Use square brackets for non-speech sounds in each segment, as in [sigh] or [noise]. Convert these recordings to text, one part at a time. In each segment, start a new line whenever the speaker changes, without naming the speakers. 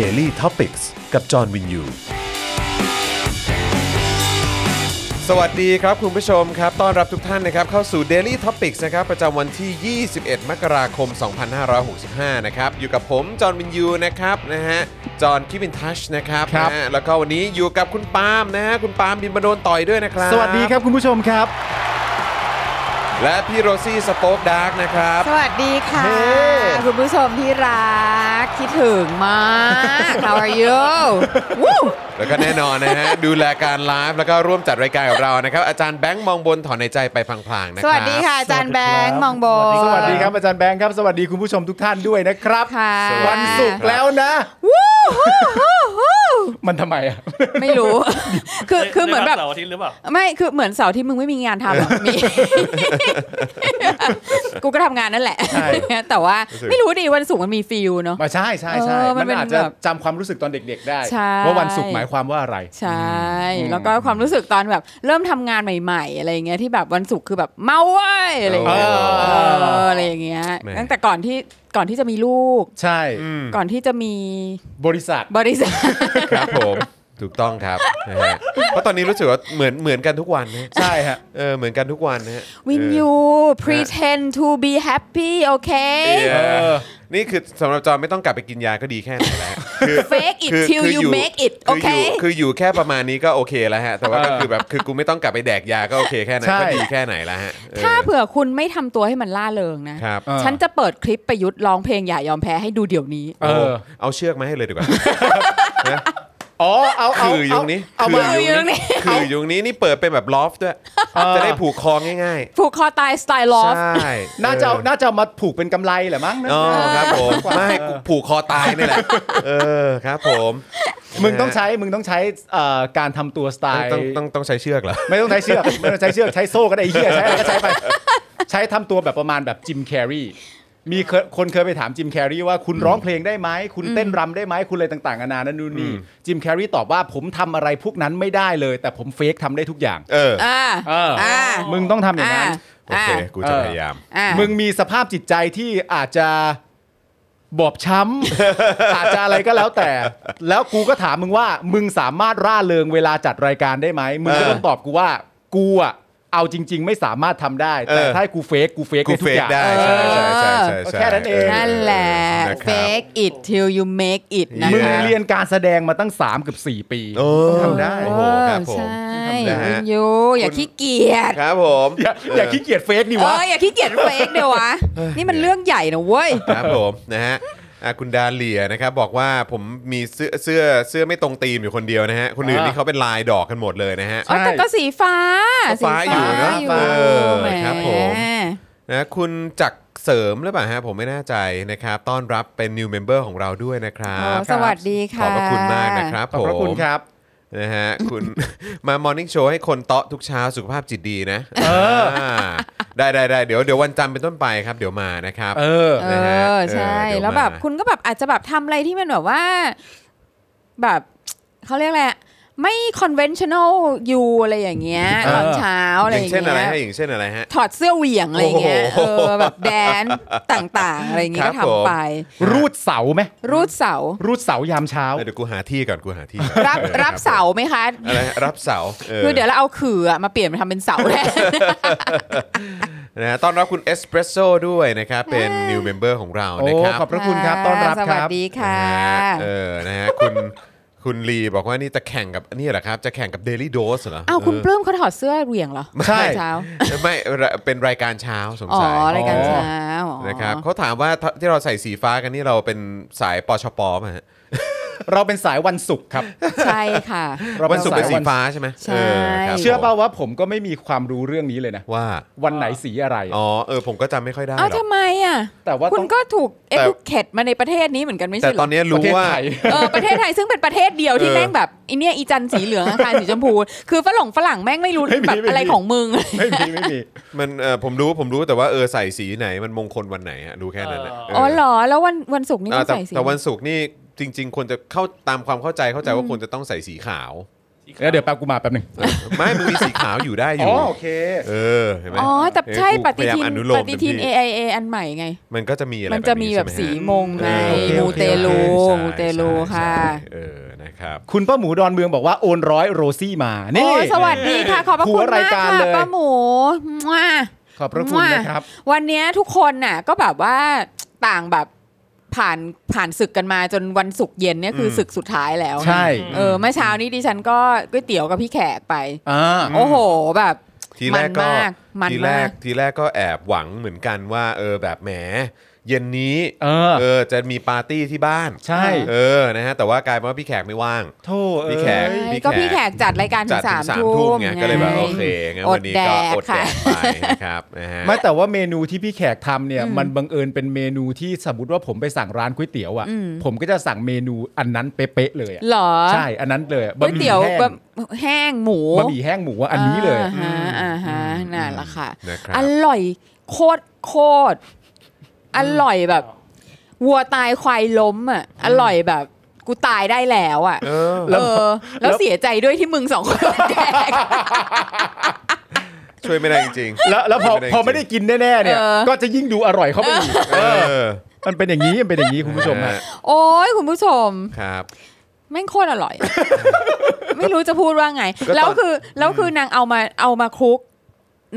Daily Topics กับจอห์นวินยู สวัสดีครับคุณผู้ชมครับ ต้อนรับทุกท่านนะครับเข้าสู่ Daily Topics นะครับประจำวันที่ 21 มกราคม 2565 นะครับ อยู่กับผม จอห์นวินยูนะครับนะฮะ จอห์นคิวินทัชนะครับ
ครับ
นะฮะแล้วก็วันนี้อยู่กับคุณปาล์มนะฮะ คุณปาล์มบินมาโดนต่อยด้วยนะครับ
สวัสดีครับคุณผู้ชมครับ
และพี่โรซี่สโป๊กดาร์กนะครับ
สวัสดีค่ะ
เฮ้
คุณผู้ชมที่รัก คิดถึงมาก How are you วู้
แล้วก็แน่นอน
[laughs]
นะฮะ ดูแลการไลฟ์แล้วก็ร่วมจัดรายการกับเรานะครับ อาจารย์แบงค์มองบนถอนในใจไปพลางๆนะค
ส
รับ
วัสดีค่ะอาจารย์แบงค์มองโบน
สวัสดีครับอาจารย์แบงค์ครับ สวัสดีคุณผู้ชมทุกท่านด้วยนะครับ
ค่ะ
สสดี
วันศุกร์แล้วนะ
วู้ฮู้ฮู้ฮู้
มันทำไมอ่ะ
ไม่รู้
[laughs]
คือคือเหมือนแบบ
เสาร์อาทิตย์หรือเปล่า
ไม่คือเหมือนเสาร์ที่มึงไม่มีงานทำอะมี [laughs] กูก็ทำงานนั่นแหละ
ใช่
[laughs] แต่ว่าไม่รู้ดิวันศุกร์มันมีฟิลเนาะ
มาใช่ใช่ใช่
เออมั
มัน
นเป็น
อาจจะ
แบบ
จำความรู้สึกตอนเด็ก ๆ ได้
ใช่
ว่าวันศุกร์หมายความว่าอะไร
ใช่ แล้วก็ความรู้สึกตอนแบบ เริ่มทำงานใหม่ ๆ อะไรอย่างเงี้ยที่แบบวันศุกร์คือแบบเมาเว้ยอะไรอย่างเงี้ย
เออ
เอออะไรอย่างเงี้ย
แหม่
ตั้งแต่ก่อนที่ก่อนที่จะมีลูก
ใช่
ก่อนที่จะมี
บริษัท
บริษัท [laughs]
ครับผมถูกต้องครับนะฮะเพราะตอนนี้รู้สึกว่าเหมือนเหมือนกันทุกวันนะ
ใช่ฮะ
เออเหมือนกันทุกวันนะฮะ
วิน
เออ
ยู pretend to be happy โอเค
เอ
เอ
อ
อ
นี่คือสำหรับจอไม่ต้องกลับไปกินยาก็ดีแค่ไหนแล้วฮะคือ
fake it
[laughs] คือ
till
คือ
you
อยู่
make it โอ
คืออยู่
เค
คืออยู่แค่ประมาณนี้ก็โอเคแล้วฮะ แต่ว่าก็
เออ
คือแบบคือกูไม่ต้องกลับไปแดกยาก็โอเคแค่ไหน
ใช่
ก็ดีแค่ไหนแล้วฮะเออ
ถ้าเผื่อคุณไม่ทำตัวให้มันล่าเริงนะ
ครับ
เออ
ฉันจะเปิดคลิปประยุทธ์ร้องเพลงอย่ายอมแพ้ให้ดูเดี๋ยวนี้
เออ
เอาเชือกมาให้เลยดีกว่า
อ๋อ เอาเอา
คือยุงนี้
เอามา
คือ ยุงนี้
คือยุงนี้นี่เปิดเป็นแบบลอฟด้วย
เออ
จะได้ผูกคอง่าย
ผูกคอตายสไตล์
ๆ
ลอฟ
ใช่
น่าจะเอาน่าจะเอามาผูกเป็นกำไรแหละมั้งนะ
อ๋อครับผมไม่กูผูกคอตายนี่แหละ เออครับผม
มึงต้องใช้มึงต้องใช้เอ่อการทำตัวสไตล์
ต้องต้องต้องใช้เชือกเหรอ
ไม่ต้องใช้เชือก ไม่ต้องใช้เชือกใช้โซ่ก็ได้ไอ้เหี้ยใช้อะไรก็ใช้ไป ใช้ทำตัวแบบประมาณแบบจิมแคร์รีมีเคยคนเคยไปถามจิมแคร์รีว่าคุณร้องเพลงได้ไหมคุณเต้นรำได้ไหมคุณอะไรต่างๆนานานั่นนู่นนี่จิมแคร์รีตอบว่าผมทำอะไรพวกนั้นไม่ได้เลย แต่ผมเฟกทำได้ทุกอย่าง
[laughs] เออ
อ่า
เออ
อ่า
มึงต้องทำอย่างนั้น
โอเคกูจะพยายาม
อ่า
มึงมีสภาพจิตใจที่อาจจะบอบช้ำ อาจจะอะไรก็แล้วแต่ แล้วกูก็ถามมึงว่า มึงสามารถร่าเริงเวลาจัดรายการได้ไหมมึงก็
เออ
ต้องตอบกูว่า กูอะเอาจริง ๆ ไม่สามารถทำได้ แต่
เออ
ถ้าให้กูเฟกกูเฟก
กู
ได้ทุ
เฟ
ก
ก
อย่าง
ได้ใช่ใช่ใช่ใช่ใช่
แค่นั้นเอง
นั่นแหละ
นะครับ
fake it till you make it นะ
มึง
คะ
เรียนการแสดงมาตั้ง3กับ4ปี
โอ้
ทำได้
โอ้โหครับผม
ใช่
ทำได้ฮะ
วินยูอย่าขี้เกียจ
ครับผม
อย่าอย่าขี้เกียจเฟกดิ
เอ
วะ
ออย่าขี้เกียจเฟกเดี๋ยววะ นี่มันเรื่องใหญ่นะเว้ย
ครับผมนะฮะอ่ะคุณดาเลียนะครับบอกว่าผมมีเสื้อเสื้อเสื้อไม่ตรงธีมอยู่คนเดียวนะฮะคนอื่น
อ่า
นี่เขาเป็นลายดอกกันหมดเลยนะฮะ
อ๋อแต่ก็สีฟ้า
ก็ฟ้าอยู่นะ
อ
ฟ้าเออ
แหม
ครับผม นะคุณจักรเสริมหรือเปล่าฮะผมไม่แน่ใจนะครับ ต้อนรับเป็น new member ของเราด้วยนะครั
โอ้
บ
สวัสดี
ข
ค่ะ
อบพระคุณมากนะครับ
ขอ
ผ
บ
ม
พระคุณครับ
นะฮะ คุณ [laughs] มามอร์นิ่งโชว์ให้คนเตาะทุกเช้าสุขภาพจิตดีนะาได้ได้ได้เดี๋ยวเดี๋ยววันจันทร์เป็นต้นไปครับ เดี๋ยวมานะครับ
เออ
เอ
นะฮะ
อใช่
เออเดี๋ยว
แล้วแบบ
มา
คุณก็แบบอาจจะแบบทำอะไรที่มันแบบว่า แบบ เขาเรียกอะไรอะไม่ conventional อยู่อะไรอย่างเงี้ย
เออ
ตอนเช้าอะไรอ
อา
ย่ย่าง ง
เช่นอะไร
เงี้ย
ฮะอย่างเช่นอะไรฮะ
ถอดเสื้อเหวี่ยงอะไรอย่างเงี้ย
โอ้
เอ
โห
อแบบแดน
[laughs]
ต่างๆ อะไรอย่างเงี้ย
ครับ
ก็ทำไป
รูดเสาไหม
รูดเสา
รูดเสายามเช้า
เดี๋ยวกูหาที่ก่อนกูหาที่ก่อน [laughs]
รับ
ออ
รับเสาไหมคะ
อะไรฮะรับเสาออ
คือเดี๋ยวเราเอาขื่ออะมาเปลี่ยนมาทำเป็นเสาแทน
นะฮะต้อนรับคุณเอสเปรสโซด้วยนะครับเป็น new member ของเรา
โอ้
นะครับ
ขอบพระคุณครับต้อนรับ
ส
ค
วัส
รับ
ดีค่ะ
เออ นะฮะ คุณ คุณลีบอกว่านี่จะแข่งกับนี่เหรอครับ จะแข่งกับ Daily Dose เหรอ
อ้าวคุณป
เอ
ลื้มเขาถอดเสื้อเหวี่ยงเหรอ
ใช่
ตอนเช้า
อไม่ เป็นรายการเช้าสง
อ๋อ
สัย
รายการ
อ๋อ
เช้าอ๋อ
นะครับเขาถามว่าที่เราใส่สีฟ้ากันนี่เราเป็นสายปชปมาฮะ
เราเป็นสายวันศุกร์ครับ
ใช่ค่ะ
เรา
วันศุกร์เป็นสี
สายวัน
ฟ้าใช่ไหม
ใช่
เออครับ
เชื่อเปล่าว่าผมก็ไม่มีความรู้เรื่องนี้เลยนะ
ว่า
วันไหนสีอะไร
อ๋อ เออ ผมก็จำไม่ค่อยได้หร
เอ้า
อ
วทำ
ก
ไมอ่ะ
แต่ว่า
คุ
ต้
ณ
อง
ก็ถูกเอ
แต่
ดูเคทมาในประเทศนี้เหมือนกันไม่
แต่
ใช่เหร
ตอ
อน
นี้รู้ว่า [laughs]
ประเทศไทย
เออประเทศไทยซึ่งเป็นประเทศเดียวที่
เออ
แม่งแบบไอเนี้ยอีจันทร์สีเหลืองอาคารสีชมพู คือฝรั่งฝรั่งแม่งไม่รู้
ไม่มี
แบบ
ไม่มี
อะไรของมึง
ไม่มีไม่มี
มันเออผมรู้ผมรู้แต่ว่าเออใส่สีไหนมันมงคลวันไหนฮะรู้แค่นั้นนะเ
อ๋อเหรอ แล้ววันวันศุกร์นี่
อ่า
ต้
แต่
องใส่สี
แต่วันศุกร์นี่จริง ๆควรจะเข้าตามความเข้าใจเข้าใจว่าควรจะต้องใส่สีขาว
แล้วเดี๋ยวแป๊บกูมาแป๊บหนึ่ง
เออไม่มึงมีสีขาวอยู่ได้อยู่ เออ เห็นไหม
อ๋อแต่ใช่
เออ
ป
กู
ฏิ
พยายาม
ทิน
อโล
ป
ม
ฏิทิน
เต็ม
AIA อันใหม่ไง
มันก็จะมีอะไร
มันจะมีแบบ
นี้
สี
ใช่ไหฮะ
มงไง
ออโอค
มูเตลู
โอคใช่
มูเตลู
ใช่
ค่ะ
ใช่เออ นะครับ
คุณป้าหมูดอนเมืองบอกว่าโอนร้อยโรซี่มา นี่
โอ้สวัสดีค่ะ ขอบพระ
หั
คุ
ว
ณมาร
าย
ก
การ
ค่ะ
เลย
ป้าหมูมั่ว
ขอบพระคุณ
มั่ว
นะครับ
วันเนี้ยทุกคนน่ะก็แบบว่าต่างแบบผ่านผ่านศึกกันมาจนวันศุกร์เย็นเนี่ยคือ
ม
ศึกสุดท้ายแล้ว
ใช่
เออเมื่อเช้านี้ดิฉันก็ก๋วยเตี๋ยวกับพี่แขกไป
อ่า
โอ้โหแบบ
ทีแรกก็
มันมากมัน
ทีแรก
มาก
ทีแรกก็แอบหวังเหมือนกันว่า เออแบบแหม เย็นนี้
เออ
เออจะมีปาร์ตี้ที่บ้าน
ใช่
เออ นะฮะ แต่ว่ากลายเป็นว่าพี่แขกไม่ว่าง
โธ่เอ
พี่
อ
แข
ใช่
พี่แขก
ก็พี่แขกจัดรายการถึ
จัด
ง
ถึ
สาง ม
สาม
ทุ่
ทุ่ม
ม
ไงก็เลยแบบ
ไง
โอเคงั้นวันนี้ก็อ
อ
ด
ด
แด
แด
ก
ก
ไป
ค่ะ
นะครับนะฮะ
ไม่แต่ว่าเมนูที่พี่แขกทำเนี่ย
อืม
มันบังเอิญเป็นเมนูที่สมมติว่าผมไปสั่งร้านก๋วยเตี๋ยวอ่ะ
อืม
ผมก็จะสั่งเมนูอันนั้นเป๊ะๆเลยอะ
เหรอ
ใช่อันนั้นเลยอะ
ก๋
บะ
วย
หมี่
เตี๋ยว
แห้ง
แบบแห้งหมู
บะหมี่แห้งหมูอะอันนี้เลย
อ่าฮะอ่าฮะนั่นแหละค่ะ
นะครับ
อร่อยโคตรโคตรอร่อยแบบ วัวตายควายล้มอ่ะ อร่อยแบบ กูตายได้แล้วอ่ะ
เออ
เออ แล้วเสียใจด้วยที่มึงสองคนแดก
ช่วยไม่ได้จริง
แล้วแล้วพอ
ไม่ได้จริง
พอไม่ได้กินแน่ๆเนี่ย
เออ
ก็จะยิ่งดูอร่อยเข้าไปอีก
ๆ เออ
มันเป็นอย่างนี้มันเป็นอย่างนี้คุณผู้ชมฮะ
โอ้ยคุณผู้ชม
ครับ
แม่งโคตรอ
[laughs]
ร่อย ไม่รู้จะพูดว่าไง
ก็ตอน
แล้วคือแล้วคือนางเอามาเอามาคลุก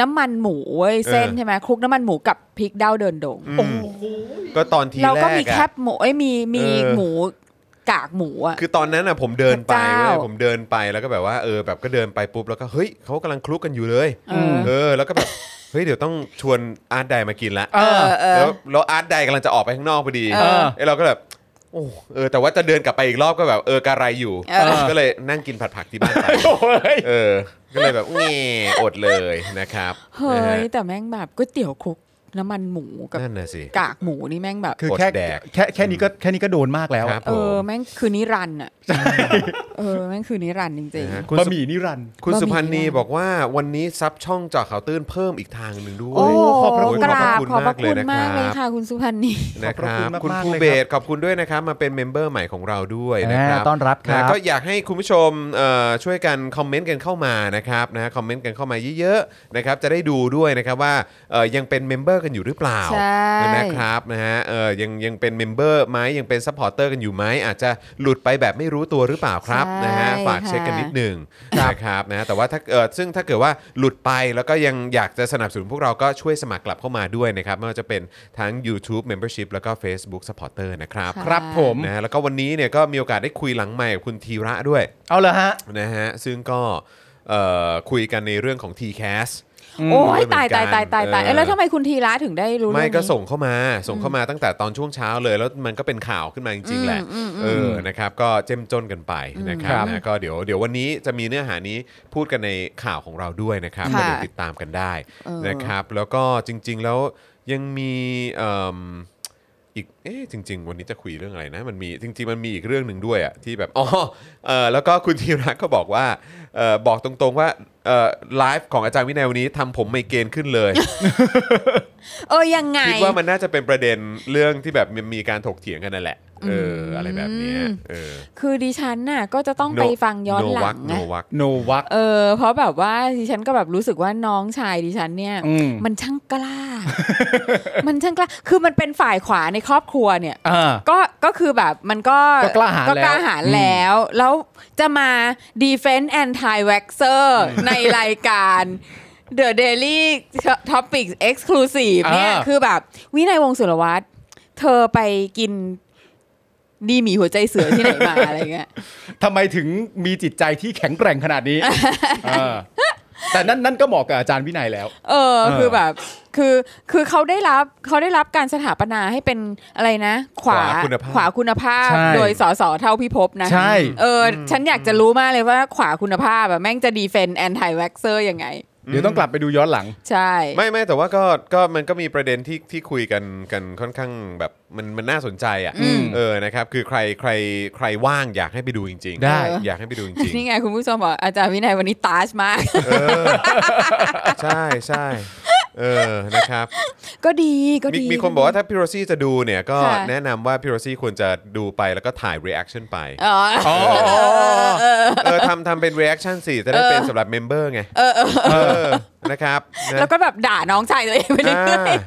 น้ำมันหมูเว้ยเส้น
เออ
ใช่ไหมคลุกน้ำมันหมูกับพริกเด้าเดินดง
โอ้ก็ตอนที
เรา
แร
ก็
ก
มีแค
อะ
บหมูเอ้ยมีมี
เออ
หมูกากหมูอ่ะ
คือตอนนั้นอ่ะผมเดินไป
พระ
เว้
เจ้า
ยผมเดินไปแล้วก็แบบว่าเออแบบก็เดินไปปุ๊บแล้วก็เฮ้ยเขากำลังคลุกกันอยู่เลย
เออ
เออ แล้วก็แบบ เฮ้ยเดี๋ยวต้องชวนอาร์ตไดมากินละ
เออ
เออ
แล้วแล้วอาร์ตไดกำลังจะออกไปข้างนอกพอดี
เออ
ไอ้เราก็แบบโอ้เออแต่ว่าจะเดินกลับไปอีกรอบก็แบบเออกระไรอยู่
เออ
ก็เลยนั่งกินผัดผักที่บ้านไป
โอ้ย
เออ ก็เลยแบบแง่อดเลยนะครับ
เฮ้
นะฮะ
ยแต่แม่งแบบก๋วยเตี๋ยวคลุกน้ำมันหมูกับ
นั่นน่ะสิ
กากหมูนี่แม่งแบบ
คือแค่
อดแดก
แค่แค่นี้ก็แค่นี้ก็โดนมากแล้ว
ครับ
เอ
ผ
อ
ม
แม่งคือนิรันดร์อ่ะเออแม่งคือนิรันดร์จริง
นะฮะ
บะหมี่นิรันดร์
คุณสุพันธ์นี
บะหมี่
บอกว่าวันนี้ซับช่องเจาะข่าวตื้นเพิ่มอีกทางหนึ่งด้วย
ๆโอ้
ขอบพระคุณ
กราบ
ขอ
ขอบบ พ
พ
ระ
ระคุณ ณา
คุมาม
ก ก
เล
เลย ยนะครับ
ค่ะ คุณสุพันธ์นี
นะค
ขอบพระ
รั
คุ
บ
ณมากๆ
คุณภู
เลยครับ
เบศขอบคุณด้วยนะครับ มาเป็นเมมเบอร์ใหม่ของเราด้วย
อ่า
นะครับ
ต้อนรับครับ
นะก็อยากให้คุณผู้ชมเอ่อช่วยกันคอมเมนต์กันเข้ามานะครับนะคอมเมนต์กันเข้ามาเยอะๆนะครับจะได้ดูด้วยนะครับว่าเอ่อยังเป็นเมมเบอร์กันอยู่หรือเปล่า
ใช่
นะครับนะฮะเอ่อยังยังเป็นเมมเบอร์ไหมยังเป็นซัพพอร์เตอร์กันอยู่ไหมอาจจะหลุดไปแบบไม่รู้ตัวหรือเปล่าครับนะฮะฝากเช็คกันนิดนึงนะครับนะแต่ว่าถ้าเอ่อซึ่งถ้าเกิดว่าหลุดไปแล้วก็ยังอยากจะสนับสนุนพวกเราก็ช่วยสมัครกลับเข้ามาด้วยนะครับไม่ว่าจะเป็นทั้ง YouTube Membership แล้วก็ Facebook Supporter นะครับ
ค่ะ
ครับผม
นะฮะแล้วก็วันนี้เนี่ยก็มีโอกาสได้คุยหลังใหม่กับคุณธีระด้วย
เอาเลยฮะ
นะฮะซึ่งก็เอ่อคุยกันในเรื่องของ TCAS
โอ้ย
เหมือน
ตาย
กั
ตาย
น
ตายตายตา
เออ
ยเอ้ยแล้วทำไมคุณธีระถึงได้รู้
ไม่
เรื่อง
ก็
นี้
ส่งเข้ามาส่งเข้ามาตั้งแต่ตอนช่วงเช้าเลย แล้วมันก็เป็นข่าวขึ้นมาจริงๆแหละ
อืมอืมอืม
เออนะครับก็เจ้มจนกันไปนะครั
ครับ บ
นะก็เดี๋ยวเดี๋ยววันนี้จะมีเนื้อหานี้พูดกันในข่าวของเราด้วยนะครับ
ค่ะ
ก็เดี๋ยวติดตามกันได้
เออ
นะครับ แล้วก็จริง ๆ แล้วยังมีเอิ่มอีกเอ๊ะจริง ๆ วันนี้จะคุยเรื่องอะไรนะ มันมีจริง ๆ มันมีอีกเรื่องหนึ่งด้วยอะที่แบบอ๋อเออแล้วก็คุณธีระก็บอกว่าเออบอกตรงๆว่าเออไลฟ์ของอาจารย์วินัยวันนี้ทำผมไมเกรนขึ้นเลย
เออยังไง
คิดว่ามันน่าจะเป็นประเด็นเรื่องที่แบบมีการถกเถียงกันนั่นแหละ เอออะไรแบบเนี้ย
อืม
เออ
คือดิฉันน่ะก็จะต้องไปฟังย้อนหลัง
โน
อะ
วัก
โนวัก
เออเพราะแบบว่าดิฉันก็แบบรู้สึกว่าน้องชายดิฉันเนี่ย
อืม
มันช่างกล้า มันช่างกล้า คือมันเป็นฝ่ายขวาในครอบครัวเนี่ย
อ่า
ก็ก็คือแบบมันก็
ก็กล้าหาญแล้ว
ล้าหาญแล้ว แล้วจะมา defense anti vaxer ในรายการ The Daily Topics Exclusive เนี่ย
อ่า
คือแบบวินัยวงศ์สุรวัตรเธอไปกินดีหมีหัวใจเสือที่ไหนมา อะไรเงี้ย
ทำไมถึงมีจิตใจที่แข็งแกร่งขนาดนี้ เออแต่นั่นนั่นก็เหมาะกับอาจารย์วินัยแล้ว
เออ
เออ
คือแบบคือคือเขาได้รับเขาได้รับการสถาปนาให้เป็นอะไรนะ ขวา
ขวาคุณภาพ
ขวาคุณภาพ
ใช่
โดยสสเท่าพิภพนะ
ใช่
เอออ ฉันอยากจะรู้มากเลยว่าขวาคุณภาพอะแม่งจะดีเฟนแอนตี้แว็กเซอร์ยังไง
เดี๋ยวต้องกลับไปดูย้อนหลัง
ใช่
ไม่ไม่แต่ว่าก็ก็มันก็มีประเด็นที่ที่คุยกันกันค่อนข้างแบบมันมันน่าสนใจอ่ะ
อืม
เออนะครับคือใครใครใครว่างอยากให้ไปดูจริง
ได้
อยากให้ไปดูจริงๆ
นี่ไงคุณผู้ชมบอกอาจารย์วินัยวันนี้ตาชมาก [laughs]
เออใช่ใช่เออนะครับ
ก็ดีก็
มี
ดี
มีคนบอกว่าถ้าพี่โรซี่จะดูเนี่ยก็
ค่ะ
แนะนำว่าพี่โรซี่ควรจะดูไปแล้วก็ถ่าย reaction ไป
อ๋อ
อ๋อ
เออทำทำเป็น reaction สิจะได้เป็นสำหรับเมมเบอร์ไง เออนะครับนะ
แล้วก็แบบด่าน้องชายตัวเองไปเรื่
อ่า
อย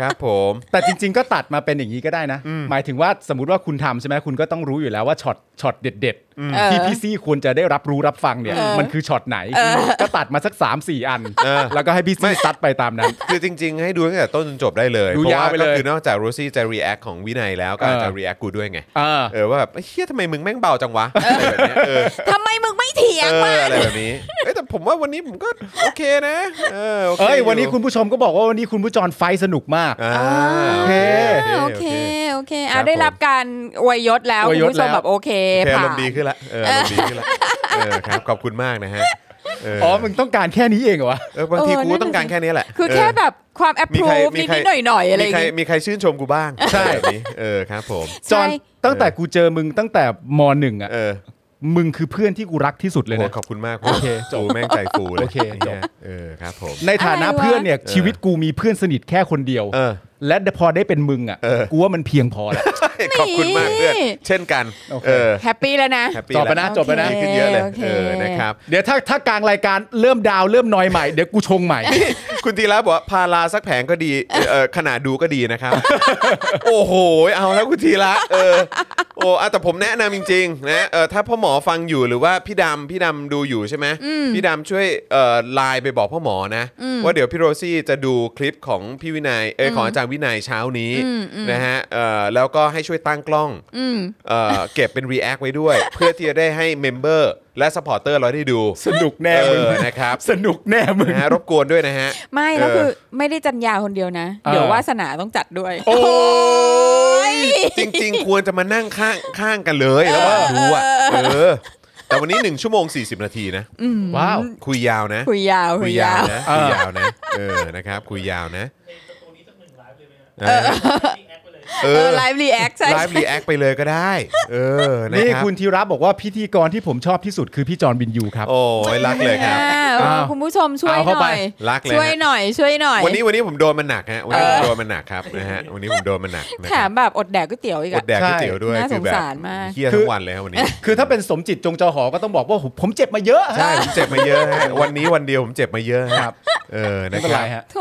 ครับผม
แต่จริง ๆ ก็ตัดมาเป็นอย่างนี้ก็ได้นะ หมายถึงว่าสมมติว่าคุณทำใช่ไหมคุณก็ต้องรู้อยู่แล้วว่าช็อตช็อตเด็ด
เอ
ๆ
อ
ที่พี่ซี่ควรจะได้รับรู้รับฟังเนี่ย
เออ
มันคือช็อตไหน ก็ตัดมาสัก 3 4 อัน
เออ
แล้วก็ให้พี่ซี่ซัดไปตามนั้น
คือจริง ๆ ให้ดูตั้งแต่ต้นจนจบได้เลย
ดู
เพราะ
ยาว
ว่า
ไป
ก็
เลย
คือนอกจากโรซี่จะ react ของวินัยแล้วก็อาจจะ
เออ
react กูด้วยไง
เออ
เออว่าแบบเฮียทำไมมึงแม่งเบาจังวะอะไรแบบเนี้ยเออ
ทำไมมึงไม่เถียง
เออ
มา
อะไรแบบนี้เอ้ยแต่ผมว่าวันนี้ผมก็โอเคนะ เออโอเค
เอ้ย วันนี้
อ
คุณผู้ชมก็บอกว่าวันนี้คุณผู้จรไฟสนุกมาก
อ่า
โอเค
โอเคโอเค
ครั
อ่ะ
บ
ได้รับการอวยยศแล้ว
อวย
คุ
ยศ
ณผู้ชม
แล้ว
แบบโอเค
โอเคอา
ผ่าร น
มณ์ดีขึ้นละเอออารมณ์ดีขึ้นละเออครับขอบคุณมากนะฮะเออ
อ๋
อ๋
อ มึงต้องการแค่นี้เองเหรอวะ
เออบางที
เออ
กู
นั่
ก็
นน่ะ
ต้องการ
สิ
แค่นี้แหละ
คือแค่
เ
แบบความแอป
มี
พรู
ใคร
ฟ
มี
นิด
ใคร
นิดหน่อยหน่อยๆอะไรอ
มี
ย่า
ใครง
งี้
มีใครชื่นชมกูบ้าง
ใช่
แบบนี้เออครับผม
จอ
ใช่
นตั้งแต่กูเจอมึงตั้งแต่มหนึ่งอ่ะ
เออ
มึงคือเพื่อนที่กูรักที่สุดเลย
โอ้
นะ
ขอบคุณมาก
โอเคจบ
กูแม่งใจฟูเลย
โอเคจบ
นี่ยเออครับผม
ในฐานะเพื่อนเนี่ย ชีวิตกูมีเพื่อนสนิทแค่คนเดียว
เออ [laughs]
และพอได้เป็นมึงอ่ะ กูว่ามันเพียงพอแล้ว
ขอบคุณมากเพื่อนเช่นกัน
โอเค
เออ
แฮปปี้แล้วนะ
แฮปปี้
จบไปนะ
แล้ว
จบไปนะ
ดีขึ้นเยอะเลย
โอเค
เออนะครับ
เดี๋ยวถ้าถ้ากลางรายการเริ่มดาวเริ่มนอยใหม่ เดี๋ยวกูชงใหม่
[laughs] คุณธีระบอกว่าพาราสักแผงก็ดีเอ่อเอ่อขนาดดูก็ดี [laughs] นะครับ โอ้โห เอาแล้วคุณธีระเออโอ้อ่ะแต่ผมแนะนำจริงๆนะเออถ้าพ่อหมอฟังอยู่หรือว่าพี่ดำพี่ดำดูอยู่ใช่ไหมพี่ดำช่วยเอ่อไลน์ไปบอกพ่อหมอนะ ว่าเดี๋ยวพี่โรซี่จะดูคลิปของพี่วินัยเอยของอาจารย์วินัยเช้านี้นะฮะเออแล้วก็ให้ช่วยตั้งกล้องเออเก็บเป็น React ไว้ [laughs] ด้วย เพื่อที่จะได้ให้เมมเบอร์และสปอร์เตอร์เราได้ดู
[laughs] สนุกแน่
เอ
มึง
อนะครับ
สนุกแน่มึง
นะฮะรบกวนด้วยนะฮะ
ไม่แล้วคือไม่ได้จันยาคนเดียวนะ
เออ
เดี๋ยววาสนาต้องจัดด้วย
โอ้ยจริง ๆ ควรจะมานั่งข้างข้างกันเลยแล้วว่าดูอ่ะเออ แต่วันนี้ 1 ชั่วโมง 40 นาทีนะ
ว้าว
คุยยาวนะ
คุยยาวคุยยาว
นะ
เอ
คุย
อ
ยาวนะเออนะครับ คุยยาวนะเอ
เอ
อ
อไลฟ์รีแอคใช่
ไลฟ์รีแอคไปเลยก็ได้ เออนะ
นี่
ครับ
คุณธีระบอกว่าพิธีกรที่ผมชอบที่สุดคือพี่จอร์นบินยูครับ
โอ้ยรักเลยครับ
อ่าเออ
เอา
คุณผู้ชมช่วย
เอา
ห
เข้าไป
น่อย
รักเลย
ช่วยหน่อยช่วยหน่อย
วันนี้วันนี้ผมโดนมันหนักฮะวันนี้ผมโดนมันหนักครับนะฮะวันนี้ผมโดนมันหนักนะ
แถ
ครับ
มแบบอดแดกก๋วยเตี๋ยวอีก
อ
อะ
ดแดกก๋วยเตี๋ยวด้วย
น่าสง
คือแบบ
สารมาก
เฮี้ยทั้งวันเลยครับวันนี้
คือถ้าเป็นสมจิตจงจอหอก็ต้องบอกว่าผมผมเจ็บมาเยอะฮะ
ใช่ผมเจ็บมาเยอะฮะวันนี้วันเดียวผมเจ็บมาเยอะ
ครับ
เออ
ไม่
นะ
เป็น
ค
ไร
รับ
ฮะ
โถ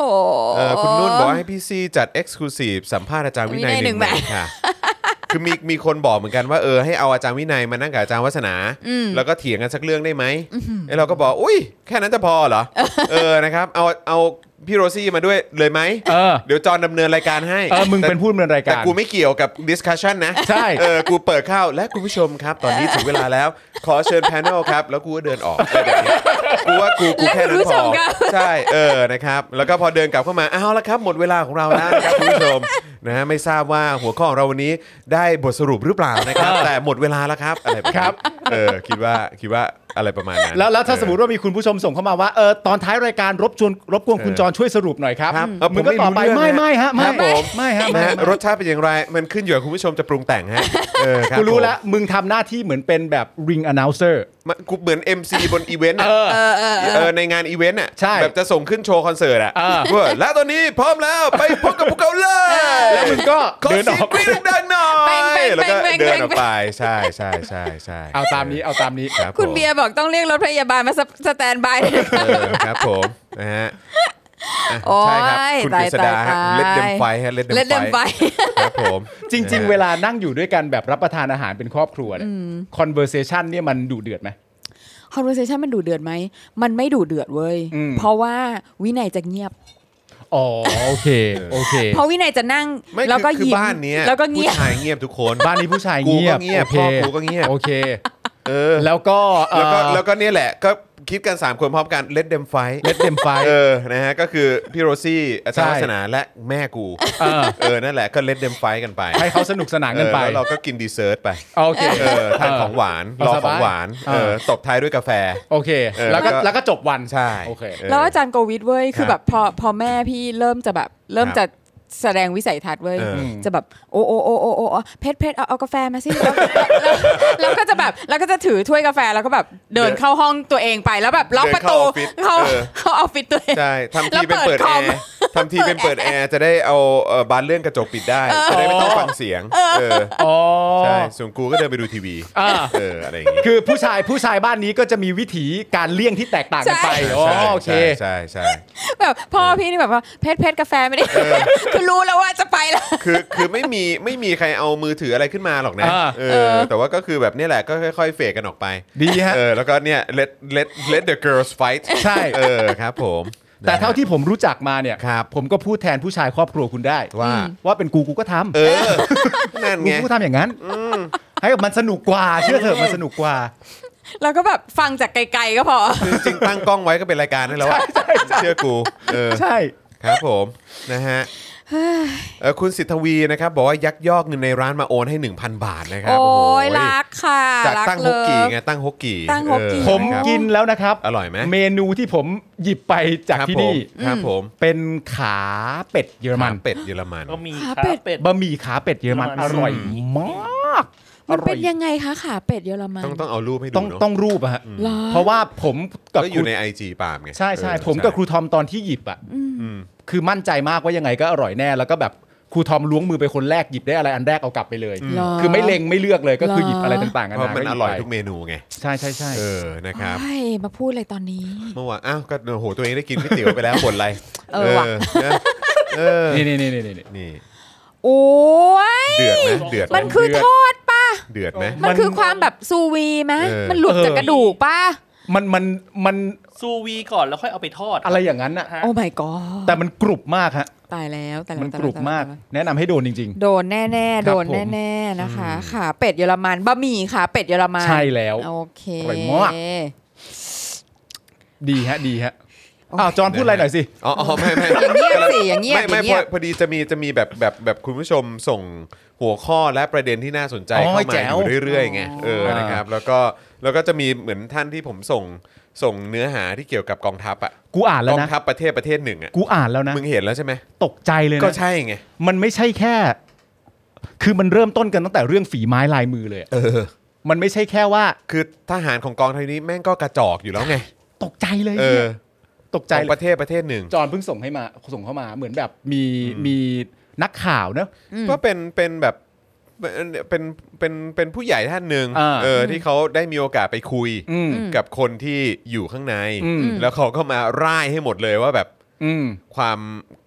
เออคุณนุ่นบอกให้พี่ซีจัด Exclusive สัมภาษณ์อาจารย์วินัย
วินัย
ห
หนึ่
นึ่ง
ง
แมต
แมตช์
ช์ค่ะ คือมีมีคนบอกเหมือนกันว่าเออให้เอาอาจารย์วินัยมานั่งกับอาจารย์วัฒนา แล้วก็เถียงกันสักเรื่องได้ไหมไอ้เราก็บอกอุ้ยแค่นั้นจะพอเหรอ เออนะครับเอาเอาพี่โรซี่มาด้วยเลยไหม
เออ
เดี๋ยวจอนดำเนินรายการให้
เออมึง
แต่
เป็นผู้ดำเนินราย
แต่
การ
กูไม่เกี่ยวกับ discussion นะ
ใช่
เออกูเปิดเข้าและคุณผู้ชมครับ ตอนนี้ถึงเวลาแล้ว ขอเชิญ panel ครับ แล้วกูก็เดินออกอะไรแบบนี้กูว่ากูกูแค่นั้น
และคุณผู้
พ
ช
อ
มครับ
ใช่เออนะครับ แล้วก็พอเดินกลับเข้ามาอ้าวแล้วครับ หมดเวลาของเราแล้วนะครับคุณผู้ชมนะฮะไม่ทราบว่าหัวข้อของเราวันนี้ได้บทสรุปหรือเปล่านะครับ แต่หมดเวลาแล้วครับอะไรแนี้
ครับ
เออคิดว่าคิดว่า อะไรประมาณนั้น
แล้วแล้วถ้าสมมติว่ามีคุณผู้ชมส่งเข้ามาว่าเออตอนท้ายรายการรบกวนรบกวนคุณจรช่วยสรุปหน่อยครับ
ครับเ
มึงก็ตอบไปไม่ไม่ฮะ
ค
ไม่
รับผม
ไม่ฮะ
นะ
ไม่
ฮะรสชาติเป็นอย่างไร มันขึ้นอยู่กับคุณผู้ชมจะปรุงแต่งฮะเออคบ
กูรู้
ผม
แล้วมึงทำหน้าที่เหมือนเป็นแบบ ring announcer
มันกูเหมือน MC บนอีเวนต์อะ
อ
เออในงานอีเวนต์อ่ะ
ใช่
แบบจะส่งขึ้นโชว์คอนเสิร์ตอ่ะ
อ่า
ว่าแล้วตอนนี้พร้อมแล้วไปพบกับพวกเขาเลย
แล้วมึงก็
ขอ
เดินอ
เสียง
อก
กรี๊ดดังๆหน่อย
แป้งแป้ง
แล้วก็
แป้งแป้ง
เดินออกไปใช่ใช่ใช่ใช่
เอาตามนี้เอาตามนี้
ครับ
คุณ
ผม
เบียร์บอกต้องเรียกรถพยาบาลมาสสแตนบาย
[laughs] เออครับผมนะฮะอ่ะ
โอ้ย
ใช่ครับ คุณกฤษดาฮะ
ตายตาย
เล็ดเดมไฟฮะเล็ด
เล่น
เด
เดิ
ม
น
ไฟ
ไป
ครับผม
จริง
นะ
ๆ
ฮะ
เวลานั่งอยู่ด้วยกันแบบรับประทานอาหารเป็นครอบครัวเนี่ย conversation เนี่ยมันดุเดือดไหม
conversation มันดูเดือดไหม มันไม่ดูเดือดเว้ย
อืม
เพราะว่าวินัยจะเงียบ
อ๋อโอเคโอเค
เพราะวินัยจะนั่ง
ไม่
แล้วก็
คือคือ
ยิ้ม
บ้านเนี้ย
แล้วก็เงียบ
ผู้ชายเงียบทุกคน
[laughs] บ้านนี้ผู้ชาย
กู
เงี
ก็
ยบ
เงียบ
โอเค
พ่อกูก็เงียบ
โอเค
เออแล้
แล้วก็เอ่
วก็
อ
แล้วก็เนี่ยแหละก็คิดกัน 3 คนพร้อมกันเล็ดเดมไฟ
เล็ดเต็มไฟ
เออ นะฮะ ก็คือพี่โรซี่ อาจารย์
ใช่
วัฒนาและแม่กู
เออ
เออ นั่นแหละ ก็เล่นเดมไฟท์กันไป
ให้เขาสนุกสนานกันไป
เออแล้วเราก็กินดีเซอร์ตไป
โอเค
เออ ทานของหวาน
เอา
รอขอบ
สาย
งหวาน
เอ
เอ
อ
อ ตบท้ายด้วยกาแฟ
โอเค
เออ
แล้วก็
แล้วก็
แล้วก็จบวัน
ใช่
โอเค
แล้วอาจารย์โกวิทย์เว้ย คือแบบพอพอแม่พี่เริ่มจะแบบ เริ่ม
ครับ
จะแสดงวิสัยทัศน์เว้ย
เออ
จะแบบ โอโอโอโอโอโอเพชรเพชรเอาเอากาแฟมาสิแล้วแล้วแล้วก็จะแบบแล้วก็จะถือถ้วยกาแฟแล้วก็แบบเดินเข้าห้องตัวเองไปแล้วแบบล็อกประตู
เดิน
เข้า
เข้าออฟฟิศ
เข้าออฟฟิศตัวเอง
ใช่ทำทีเป็น
แล้วเปิ
เปิด
ด
แอ
คอม
ร์ทำทีเป็นเปิดแอร์จะได้เอาเอ่อบานเลื่อนกระจกปิดได้ จะได้ไม่ต้องฟังเสียง เออ
อ๋อ
ใช่ ส่วนกูก็เดินไปดูทีวี
อ่า
เออ อะไรอย่างงี้
คือผู้ชายผู้ชายบ้านนี้ก็จะมีวิธีการเลี่ยงที่แตกต่างกันไปอ๋อ
ใช่
โอเค
ใช่ใช่
แบบพ่อพี่นี่แบบว่าเพชรเพชรกาแฟไม่ได้ [laughs] คือรู้แล้วว่าจะไปแล้ว
คือคือไม่มีไม่มีใครเอามือถืออะไรขึ้นมาหรอกนะ
อ่า
เออ แต่ว่าก็คือแบบเนี่ยแหละก็ค่อยๆเฟกกันออกไป
ดีฮะ
เออแล้วก็เนี่ย let let let the girls fight
ใช่
เออครับผม
แต่เท่า
นะ
ที่ผมรู้จักมาเนี่ย
ครับ
ผมก็พูดแทนผู้ชายครอบครัวคุณได้
ว่า
ว่าเป็นกูกูก็ทำ
เออนั่น
กู
ไง
กูก็ทำอย่างนั้นให้มันสนุกกว่า เชื่อเถอะมันสนุกกว่า
แล้วก็แบบฟังจากไกลๆก็พอ
คือจริงๆตั้งกล้องไว้ก็เป็นรายการได้แล้วอะเชื่อกูเออ
ใช่
ครับผมนะฮะเออคุณสิทธวีนะครับ บอกว่ายักยอกเงินในร้านมาโอนให้ 1,000 บาทนะครับ
โอ้ย
ห
รักค่ะ
จาก
รั
ตั้งฮ
เลิ
กกี่
ฟ
ไงตั้งฮกกี่
ตั้งฮกกี่
เออ
ผม
ครับ
กินแล้วนะครับ
อร่อยไหม
เมนูที่ผมหยิบไปจากที่นี่
ครับผม
เป็นขาเป็ดเยอรมัน
ขาเป็ดเยอรมัน
ก็มี
ขา
ขา
เป็ด
เป็ด
บะหมี่ขาเป็ดเยอรมัน
เยอรมั
อน ร่อยมาก
มันเป็น
อร่อ
ยังไงคะขาเป็ดเยอรมัน
ต้องต้องเอารูปให้ดู
ต้อง
เนาะ
ต้องรูปอะฮะ
หรอ
เพราะว่าผมกับ
ก็อ
ครู
ยู่ใน IG ปาล์มไง
ใช่ใช่
เออ
ผมกับครูทอมตอนที่หยิบอะ
อืม
คือมั่นใจมากว่ายังไงก็อร่อยแน่แล้วก็แบบครูทอมล้วงมือไปคนแรกหยิบได้อะไรอันแรกเอากลับไปเลย
หร
คือไม่เล็งไม่เลือกเลยก็คือหยิบอะไรต่างๆกั
เพราะ
นา
มันอร่อยทุก
ไป
เมนูไง
ใช่ใช่ใช่
เออ นะครับ
ใช่มาพูดอะไรตอนนี้
เมื่อวาน อ้าว ก็โอ้โห ตัวเองได้กินก๋วยเตี๋ยวไปแล้วบ่นอะไร
เออว่ะ
นะเออ
นี่นี่นี่นี่นี่
นี่
โอ้ย
เดือดไหมเดือดไหม
มันคือทอดป่ะ
เดือดไหม
มัน
มัน
คือความแบบซูวีไหม
เออ
มันหลุดจาก
เออ
กระดูกป่ะ
มันมันมัน
ซูวีก่อนแล้วค่อยเอาไปทอด
อะไรอย่างนั้นอะ
ฮะ
โอ้ my god
แต่มันกรุบมากฮะ
ตายแล้วตายแล้ว
มัน
ตาย
ก
แล้ว
รุบมาก
ตยแล้ว
แนะนำให้โดนจริง
โดนแน่
ครับ
ๆ โดน
ผม
แน่ๆนะคะขาเป็ดเยอรมันบะหมี่ขาเป็ดเยอรมั
ๆ
น
ใช่แล้ว
โอเค
อร่อยมาก ดีฮะดีฮะอ้าวจอห์นพูดอะไรหน่อยสิ
อ๋ออ๋อไม่ไม่
อย่างเงียบสิอย่างเงียบ
ไม่
อ
ไม่
ย่าง
พ
เงี
อย
บ
พอดีจะมีจะมีแบบแบบแบบคุณผู้ชมส่งหัวข้อและประเด็นที่น่าสนใจ
อ๋อ
เข้า
แจ๋
มาว อยู่เรื่อยๆไงเออ
อ๋อ
นะครับ แล้วก็แล้วก็จะมีเหมือนท่านที่ผมส่งส่งเนื้อหาที่เกี่ยวกับกองทัพอ่ะ
กูอ่านแล้ว
กอ
นะ
งทัพประเทศประเทศหนึ่งอ่ะ
กูอ่านแล้วนะ
มึงเห็นแล้วใช่ไหม
ตกใจเลย
ก็
นะ
ใช่ไง
มันไม่ใช่แค่ คือมันเริ่มต้นกันตั้งแต่เรื่องฝีไม้ลายมือเลยอะ
เออ
มันไม่ใช่แค่ว่า
คือทหารของกองทัพนี้แม่งก็กระจอกอยู่แล้วไง
ตกใจเลย
เออ
เนี่ยตกใจ
ของ
เลย
ประเทศประเทศหนึ่ง
จอห์นเพิ่งส่งให้มาส่งเข้ามาเหมือนแบบมีมีนักข่าวเนอะ
อืม
ก็เป็นเป็นแบบเป็นเป็นเป็นเป็นผู้ใหญ่ท่านหนึ่ง
อ่า
เออที่เขาได้มีโอกาสไปคุย
อืม
กับคนที่อยู่ข้างใน
อืม
แล้วเขาก็มาร่ายให้หมดเลยว่าแบบ
อืม
ความ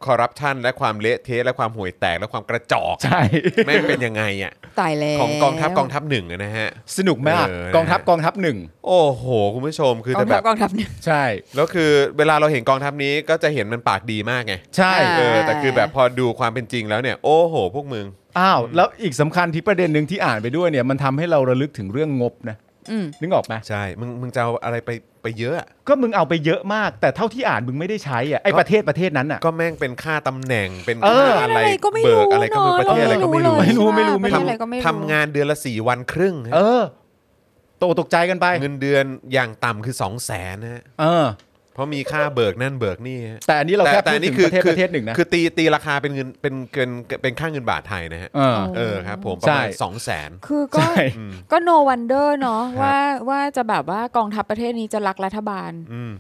คอร์รัปชันและความเละเทะและความห่วยแตกและความกระจอก
ใช่ [laughs]
แม่งเป็นยังไงอ่ะ
ตายแล้ว
ของกองทัพกองทัพหนึ่งอะนะฮะ
สนุกมาก
เออ
กองทัพกองทัพหนึ่ง
โอ้โห คุณผู้ชมคือก
อ
แต่
ง
แบ
ทัพ
บ
กองทัพเนี่ย
ใช่
แล้วคือเวลาเราเห็นกองทัพนี้ก็จะเห็นมันปากดีมากไง
ใช่
เออ
อ่า
แต่คือแบบพอดูความเป็นจริงแล้วเนี่ยโอ้โห พวกมึง
อ้าวแล้วอีกสำคัญที่ประเด็นหนึ่งที่อ่านไปด้วยเนี่ยมันทำให้เราระลึกถึงเรื่องงบนะ
อืม
นึกออกไหม
ใช่ มึง มึงจะเอาอะไรไป ไปเยอะอะ
ก็มึงเอาไปเยอะมาก แต่เท่าที่อ่านมึงไม่ได้ใช้อ่ะไอประเทศประเทศนั้นอ่ะ
ก็แม่งเป็นค่าตำแหน่ง เป็น
เออ
ค่า
อะ
อะไร ไร
ก็ไม่
เบิ
รู้
กอะไรก็ไม่รู้ประเทศอะไรก็ไม่รู้
ไม่รู้ไม่รู้
ไม่รู้
ทำทำงานเดือนละสี่วันครึ่งฮะ
เออ ตกตกใจกันไป
เงินเดือนอย่างต่ำคือ 2 0 0แสนนะฮะ
เออ
เพราะมีค่าเบิกนั่นเบิกนี่ฮะ
แต่อันนี้เราแค่พูดถึงประเทศ
คือ
ประเทศหนึ่งนะ
คือตีตีราคาเป็นเงินเป็นเกินเป็นค่าเงินบาทไทยนะฮะ
เออ
เออครับผมประมาณ
ใช่
สองแสน
คือก็
ใช่
ก็ no wonder เนาะว่าว่าจะแบบว่ากองทัพประเทศนี้จะรักรัฐบาล
อืม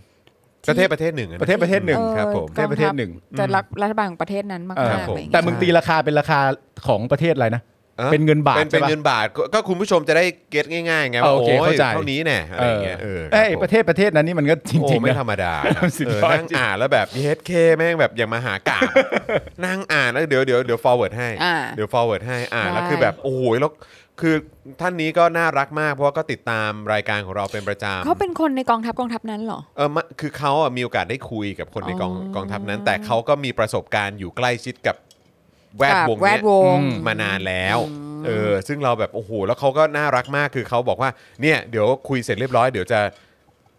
ประเทศประเทศหนึ่งอ
ประเทศประเทศหนึ่ง
ออ
ครับผม
ประเทศประเทศหนึ่ง
จะรักรัฐบาลของประเทศนั้นมาก
เออ
ๆอะไรอย่าง
แต่
เงี้ย
มึงตีราคาเป็นราคาของประเทศอะไรนะ
อ่อ
เป็นเงินบาท
เป็นเป็น
ใช่ปะ
เงินบาทก็ก็คุณผู้ชมจะได้เก็ตง่ายๆไงว่า
เออโอ
โอ้
เค
ย
เข้าใจ
เท่านี้แน่อะไรอย่างเงี้ยเออ
เอ้ย
คบผม
ประเทศประเทศนั้นนี่มันก็จ
โอ้
ริงๆ
ไม่
นะ
ธรรมดา
สุด
เออย
อด
นั่งอ่านแล้วแบบเฮดเคแม่งแบบอย่างมหากา
[laughs]
บ นั่งอ่านแล้วเดี๋ยวเดี๋ยวเดี๋ยว forward ให้
อ่า
เดี๋ยว forward ให้อ่านแล้ว
ได้
คือแบบโอ้โหแล้วคือท่านนี้ก็น่ารักมากเพราะว่าก็ติดตามรายการของเราเป็นประจำ
เขาเป็นคนในกองทัพกองทัพนั้นเหรอ
เออมะคือเขาอ่ะมีโอกาสได้คุยกับคนในกอง
อ๋อ
กองทัพนั้น แต่เขาก็มีประสบการณ์อยู่ใกล้ชิดกับแวดวง
แว
เนี้
ด
ยว
ง
อื
มานานแล้วเออซึ่งเราแบบโอ้โหแล้วเขาก็น่ารักมากคือเขาบอกว่าเนี่ยเดี๋ยวคุยเสร็จเรียบร้อยเดี๋ยวจะ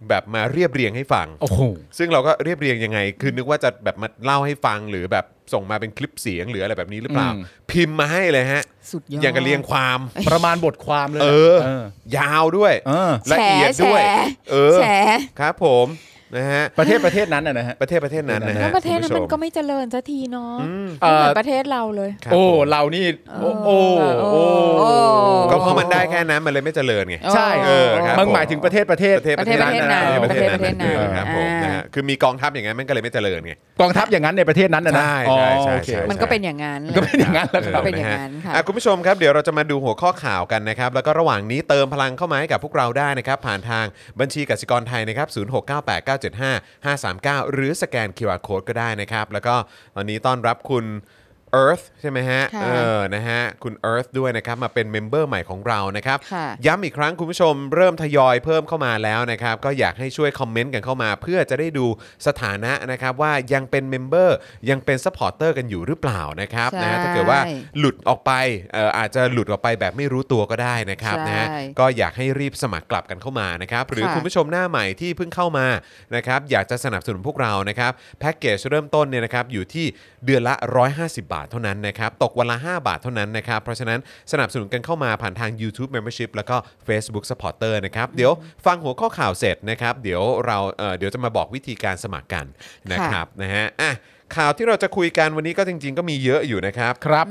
แบบมาเรียบเรียงให้ฟัง
โอ้โห
ซึ่งเราก็เรียบเรียงยังไง คือนึกว่าจะแบบมาเล่าให้ฟังหรือแบบส่งมาเป็นคลิปเสียงหรืออะไรแบบนี้หรือเปล่า
อืม
พิมพ์มาให้เลยฮะ
สุดยอด
อย่างกับเรียงความ
ประมาณบทความเลย
เออ
เออ
ยาวด้วย
เออ
ละเอียดด้วย
แฉ
เออ
แฉ
ครับผมนะฮะ
ประเทศประเทศนั้นน่ะนะฮะ
ประเทศประเทศนั้นนะ
แล้
ฮะ
วประเทศนั้น
คุณ
มัน
ผู้ช
ก็ไม่เจริญสักทีเนาะ
อืม
เอ่อ
ไม่เหมือนประเทศเราเลย
ครับ
โอ้
ผม
เรานี่โอ้โอ้
เออ
โอ้
โอ้
ก็เพราะมันได้แค่นั้นมันเลยไม่เจริญไง
ใช่
เออครับ
มึงหมายถึงประเทศประเทศ
ประเทศ
ประเทศประเทศนั้น
ประเทศนั้น
ประเทศประเทศนั้น
เออครับผม
อ่าน
นะฮะคือมีกองทัพอย่างนั้นมันก็เลยไม่เจริญไง
กองทัพอย่างนั้นในประเทศนั้นนะนะ
ใช่
อ๋อ
ใช่ใช่
โอเค
ใช่
มันก็เป็นอย่างนั้น
ก็เป็นอย่างนั้นแหล้วครับ
ก็เป็นอย่างนั้น
เออ
ค่ะ
อ่คุณผู้ชมครับเดี๋ยวเราจะมาดูหัวข้อข่าวกันนะครับ แล้วก็ระหว่างนี้เติมพลังเข้ามาให้กับพวกเราได้นะครับ ผ่านทางบัญชีกสิกรไทยนะครับ 0698975539 หรือสแกน QR Code ก็ได้นะครับ แล้วก็ตอนนี้ต้อนรับคุณ Earth ใช่ไหมฮะ
ค่ะ
เออนะฮะคุณ Earth ด้วยนะครับ มาเป็นเมมเบอร์ใหม่ของเรานะครับ
ค่ะ
ย้ำอีกครั้งคุณผู้ชมเริ่มทยอยเพิ่มเข้ามาแล้วนะครับ ก็อยากให้ช่วยคอมเมนต์กันเข้ามา เพื่อจะได้ดูสถานะนะครับว่ายังเป็นเมมเบอร์ยังเป็นซัพพอร์เตอร์กันอยู่หรือเปล่านะครับนะฮะถ้าเกิดว่า
ใช่
หลุดออกไปเอ่ออาจจะหลุดออกไปแบบไม่รู้ตัวก็ได้นะครับ
ใช่
นะฮะก็อยากให้รีบสมัครกลับกันเข้ามานะครับหรือ
ค่ะ
คุณผู้ชมหน้าใหม่ที่เพิ่งเข้ามานะครับอยากจะสนับสนุนพวกเรานะครับแพ็กเกจเริ่มต้นเนี่ยนะครับอยู่ที่เดือนละ 150 บาทเท่านั้นนะครับตกวันละ 5 บาทเท่านั้นนะครับเพราะฉะนั้นสนับสนุนกันเข้ามาผ่านทาง YouTube Membership แล้วก็ Facebook Supporter นะครับเดี๋ยวฟังหัวข้อข่าวเสร็จนะครับเดี๋ยวเราเอ่อเดี๋ยวจะมาบอกวิธีการสมัครกันนะครับนะฮะอ่ะข่าวที่เราจะคุยกันวันนี้ก็จริง ๆ ก็มีเยอะอยู่นะครับ
ครับ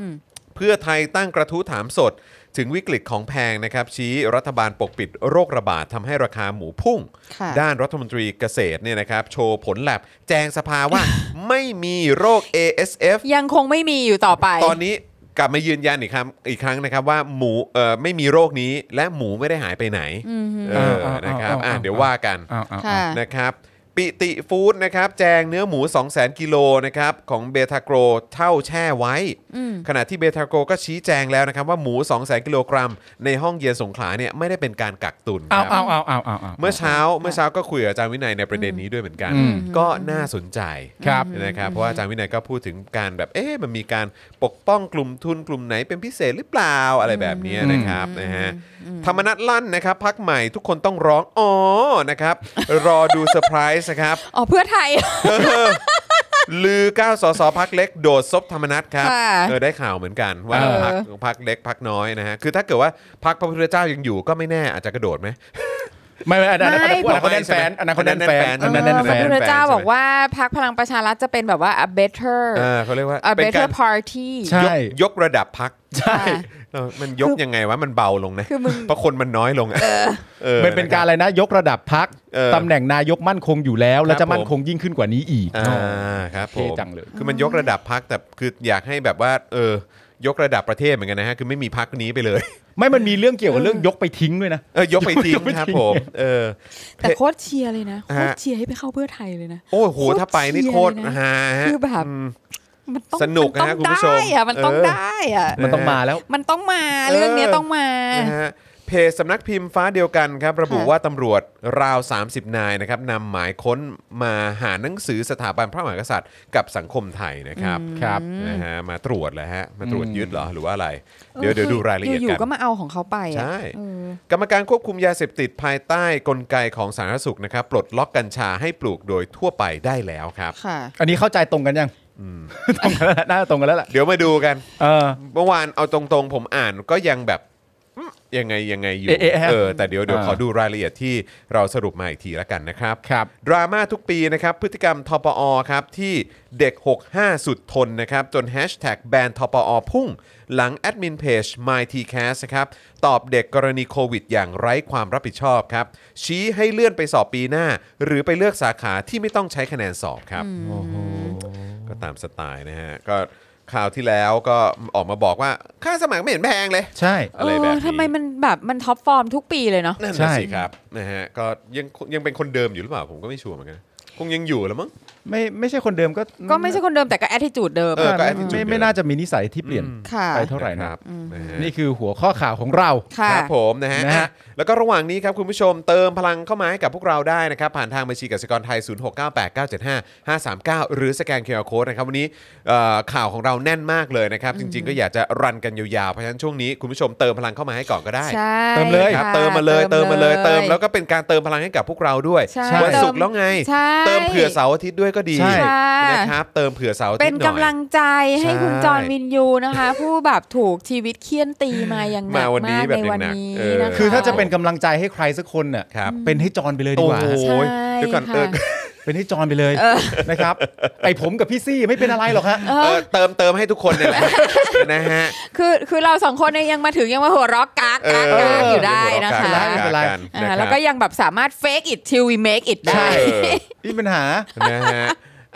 เพื่อไทยตั้งกระทู้ถามสด ถึงวิกฤตของแพงนะครับ ชี้รัฐบาลปกปิดโรคระบาดทำให้ราคาหมูพุ่ง
ค่ะ
ด้านรัฐมนตรีเกษตรเนี่ยนะครับ โชว์ผลแลบแจงสภาว่า [laughs] ไม่มีโรค ASF
ยังคงไม่มีอยู่ต่อไป
ตอนนี้กลับมายืนยันอีกครั้งอีกครั้งนะครับว่าหมูเอ่อไม่มีโรคนี้และหมูไม่ได้หายไปไหนเออ
อ่าๆๆๆ
นะครับอ่ะเดี๋ยวว่ากัน
อ้าวอ้าว
ค่ะ
นะครับปิติฟู้ดนะครับแจงเนื้อหมู 200,000กิโลนะครับของเบทาโกรเท่าแช่ไว้ ขณะที่เบทาโกรก็ชี้แจงแล้วนะครับว่าหมู 200,000กิโลกรัม ในห้องเย็นสงขลาเนี่ยไม่ได้เป็นการกักตุนค
อ้า
รั
วอ้าวอ้าวอ้าวอ้าวอ้าว
เมื่อเช้าเมื่อเช้าก็คุยกับอาจารย์วินัยในประเด็นนี้ด้วยเหมือนกัน
อืม
ก็น่าสนใจ
ครับ
นะครับเพราะว่าอาจารย์วินัยก็พูดถึงการแบบเอ๊ะมันมีการปกป้องกลุ่มทุนกลุ่มไหนเป็นพิเศษหรือเปล่าอะไรแบบนี้นะครับนะฮะธรรมนัตลั่นนะครับพักใหม่ทุกคนต้องร้องอ๋อนะครับรอดูเซอร์ไพรส์นะครับ
อ๋อเพื่อไทย
ลือ 9 สสพักเล็กโดดซบธรรมนัตครับ
ค่ะ
เออได้ข่าวเหมือนกันว่า
เออ
พักพักเล็กพักน้อยนะฮะ คือถ้าเกิดว่าพักพระพุทธเจ้ายังอยู่ก็ไม่แน่อาจจะกระโดดไหม
ไม่ไม่อันนั้น
ไม่
อันนั้นคนแน่นแฟนอันนั้นคนแน่นแฟนอันนั้น
เอ
แน่น
อ
แฟ
พระ
น
พุทธเจ้าบอกว่าพักพลังประชารัฐจะเป็นแบบว่า a better
เออเขาเรียกว่า
a
เป็นกา
better
ร
party
ใช่
ยกยกระดับพัก
ใช่
ค่ะ
มันยกยังไงวะมันเบาลงนะ
คือมึง
เพราะคนมันน้อยลงอะเออ
มันเป็นการอะไรนะยกระดับพัก
เออ
ตำแหน่งนายกมั่นคงอยู่แล้ว
ค
และ
รับ
จะมั่
ผ
น
ม
คงยิ่งขึ้นกว่านี้อีก
อ่าครับผ
เท่
ม
จังเลย
คือมันยกระดับพักแต่คืออยากให้แบบว่าเออยกระดับประเทศเหมือนกันนะฮะคือไม่มีพักนี้ไปเลย [laughs]
ไม่มันมีเรื่องเกี่ยวกับเรื่องยกไปทิ้งด้วยนะ
เออยกไปทิ้งครับผมเออ
แต่โคตรเชียร์เลยนะ โคตรเชียร์ให้ไปเข้าเพื่อไทยเลยนะ
โอ้โหถ้าไปนี่โคตร
โคตรเชียร์เลยนะ
ฮาฮะ
คือแบบ
ม
มันต้อง
สนุกนะ
มั
คุณผู้ชม
ได้อะมันต้อง
เออ
ได้อะ
มันต้องมาแล้ว
มันต้องมาเรื่องเนี้ยต้องมา
นะฮะเพจสำนักพิมพ์ฟ้าเดียวกันครับ ระบุ
ค่ะ
ว่าตำรวจราว 30 นายนะครับนำหมายค้นมาหาหนังสือสถาบันพระมหากษัตริย์ กับสังคมไทยนะครับ
ครับ
นะฮะมาตรวจแล้วฮะมาตรวจ
อืม
ยึดเหรอหรือว่าอะไร เดี๋ยวเดี๋ยวดูรายละเอียด
อยู่
กั
ๆก็
น
มาเอาของเขาไปอะ
ใช่
เออ
กรรมการควบคุมยาเสพติดภายใต้กลไกของสาธารณสุขนะครับ ปลดล็อกกัญชาให้ปลูกโดยทั่วไปได้แล้วครับ
ค่ะ
อันนี้เข้าใจตรงกันยังตรงกันแล้วน่าจะตรงกันแล้วล่ะ
เดี๋ยวมาดูกัน
เออ
เมื่อวานเอาตรงๆ ผมอ่านก็ยังแบบอืม ยังไงยังไงอยู่
เอ๊ะเอ๊ะฮะ
เออแต่เดี๋ยวเดี๋ยว
อ่า
ขอดูรายละเอียดที่เราสรุปมาอีกทีละกันนะครับ
ครับ
ดราม่าทุกปีนะครับ พฤติกรรมทปอครับ ที่เด็ก 65 สุดทนนะครับ จนแฮชแท็กแบนทปอพุ่ง หลังแอดมินเพจ MyTcast นะครับ ตอบเด็กกรณีโควิดอย่างไร้ความรับผิดชอบครับ ชี้ให้เลื่อนไปสอบปีหน้า หรือไปเลือกสาขาที่ไม่ต้องใช้คะแนนสอบครับ ก็ตามสไตล์นะฮะ ก็คราวที่แล้วก็ออกมาบอกว่าค่าสมัครไม่เห็นแพงเลย
ใช่
อะไรแบบ
เออ
นี้
ทำไมมันแบบมันท็อปฟอร์มทุกปีเลยเนาะ
นั่น
ใช่
น่ะสิครับนะฮะก็ยังยังเป็นคนเดิมอยู่หรือเปล่าผมก็ไม่ชัวร์เหมือนกันคงยังอยู่แล้วมั้ง
ไม่ไม่ใช่คนเดิมก็
ก็ไม่ใช่คนเดิมแต่ก็แอด i ิจูดเดิม
เออ ก็
ไม่
attitude
ไม่
เดิม
ไม่น่าจะมีนิสัยที่เปลี่ยน
ค่ะ
ไปเท่าไหร่นะครับ
นะฮะ
นี่คือหัวข้อข่าวของเรา
ค่ะ
ครับผมนะฮะ
นะฮะ
อ่ะแล้วก็ระหว่างนี้ครับคุณผู้ชมเติมพลังเข้ามาให้กับพวกเราได้นะครับ ผ่านทางบัญชีกสิกรไทย 0698975539 หรือสแกนเคอร์โค้ดนะครับ วันนี้เอ่อข่าวของเราแน่นมากเลยนะครับ จริง ๆ ก็อยากจะรันกันยาวๆ เพราะฉะนั้นช่วงนี้คุณผู้ชมเติมพลังเข้ามาให้ก่อนก็ได้
ใช่
เติมเลย
ครับ
ะ
เติมมาเลยเติมมาเลยเติมแล้ว
ก็
ก็เป็นการเติมพลังให้กับพวกเราด้วย
ใช่
วันศุกร์แล้วไง
ใช่
เติมเผื่อเสาร์อาทิตย์ด้วยก็ดี
ใช่
นะครับเติมเผื่อเสาร์อาทิตย์หน่อย
เป็นกำลังใจให้
ใช่
คุณจอห์นวินยูนะคะ
[laughs]
ผู้แบบถูกชีวิตเคี่ยนตีมาอย่างหนั
มาก วันนี้
มาก
แบบ
ใน
ห
วัน
นัก
นี้
ๆเออ
นะคะ
คือถ้าจะเป็นกำลังใจให้ใครสักคนน่ะ
ครับ
เป็นให้จอนไปเลยดี
โอ้
กว่า
โห
ใช่
เดี๋ยวก่อน
ค่ะ
เออ
เป็นให้จอนไปเลยนะครับ ไอผมกับพี่ซี่ไม่เป็นอะไรหรอกฮะ
เออเติมเติมให้ทุกคนเนี่ยแหละ [laughs] นะฮะ
คือคือเราสองคนเนี่ยยังมาถึงยังมาหัวเรอกกากกากกากอยู่ได้นะคะ
เออ
อ่าแล้วก็ยังแบบสามารถ fake it till we make it ได้
ใช่
นี่ปัญหา
นะฮะ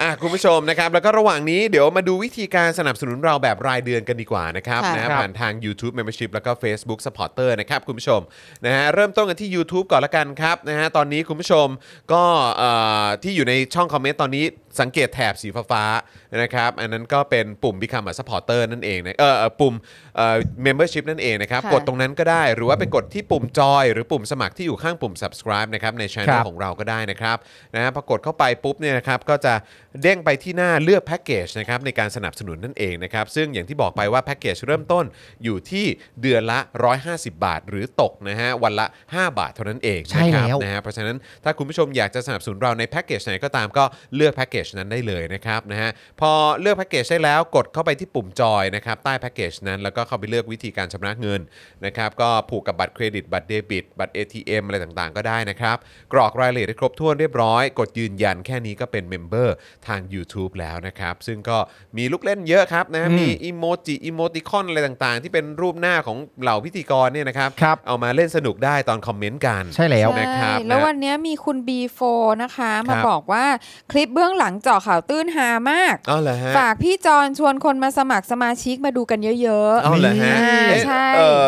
อ่ะคุณผู้ชมนะครับ แล้วก็ระหว่างนี้เดี๋ยวมาดูวิธีการสนับสนุนเราแบบรายเดือนกันดีกว่านะครับ
ค่ะ
นะฮะ
ครับ
ผ่านทาง YouTube Membership แล้วก็ Facebook Supporter นะครับ คุณผู้ชมนะฮะเริ่มต้นกันที่ YouTube ก่อนละกันครับนะฮะตอนนี้คุณผู้ชมก็เอ่อที่อยู่ในช่องคอมเมนต์ตอนนี้สังเกตแถบสีฟ้าๆนะครับ อันนั้นก็เป็นปุ่ม Become a Supporter นั่นเองนะเออเอ่อปุ่มเอ่อ Membership นั่นเองนะครับ
ค่ะ
กดตรงนั้นก็ได้หรือว่าไปกดที่ปุ่มจอยหรือปุ่มสมัครที่อยู่ข้างปุ่ม subscribe นะครับในช่อง
ครับ
ของ ของเราก็ได้นะครับนะฮะพอกดเข้าไปปุ๊บเนี่ยนะครับก็จะเด้งไปที่หน้าเลือกแพ็กเกจนะครับในการสนับสนุนนั่นเองนะครับซึ่งอย่างที่บอกไปว่าแพ็กเกจเริ่มต้นอยู่ที่เดือนละ 150 บาท หรือตกนะฮะวันละ 5 บาทเท่านั้นเอง
ใช่
นะครับ
แล้ว
นะฮะเพราะฉะนั้นถ้าคุณผู้ชมอยากจะสนับสนุนเราในแพ็กเกจไหนก็ตามก็เลือกแพ็กเกจนั้นได้เลยนะครับนะฮะพอเลือกแพ็กเกจได้แล้วกดเข้าไปที่ปุ่มจอยนะครับใต้แพ็กเกจนั้นแล้วก็เข้าไปเลือกวิธีการชำระเงินนะครับก็ผูกกับบัตรเครดิตบัตรเดบิตบัตร ATM อะไรต่างๆ ก็ได้นะครับ กรอกรายละเอียดให้ครบถ้วนเรียบร้อย กดยืนยันแค่นี้ก็เป็นเมมเบอร์ทาง YouTube แล้วนะครับ ซึ่งก็มีลูกเล่นเยอะครับนะฮะ
อืม
มีอิโมจิอิโมติคอนอะไรต่างๆ ที่เป็นรูปหน้าของเหล่าพิธีกรเนี่ยนะครับ
ครับ
เอามาเล่นสนุกได้ตอนคอมเมนต์กัน
ใช่แล้ว
นะครั
ใช่
บ
แล้ว
นะ
วันเนี้ยมีคุณ B4 นะคะ
ครั
มา
บ
บอกว่าคลิปเบื้องหลังเจาะข่าวตื้นหามาก
อ๋อเหรอฮะ
ฝากพี่จอนชวนคนมาสมัครสมาชิกมาดูกันเยอะ
อ๋อเหรอฮะ
นี่
เอ๊ะ
ใช่
เอ่อ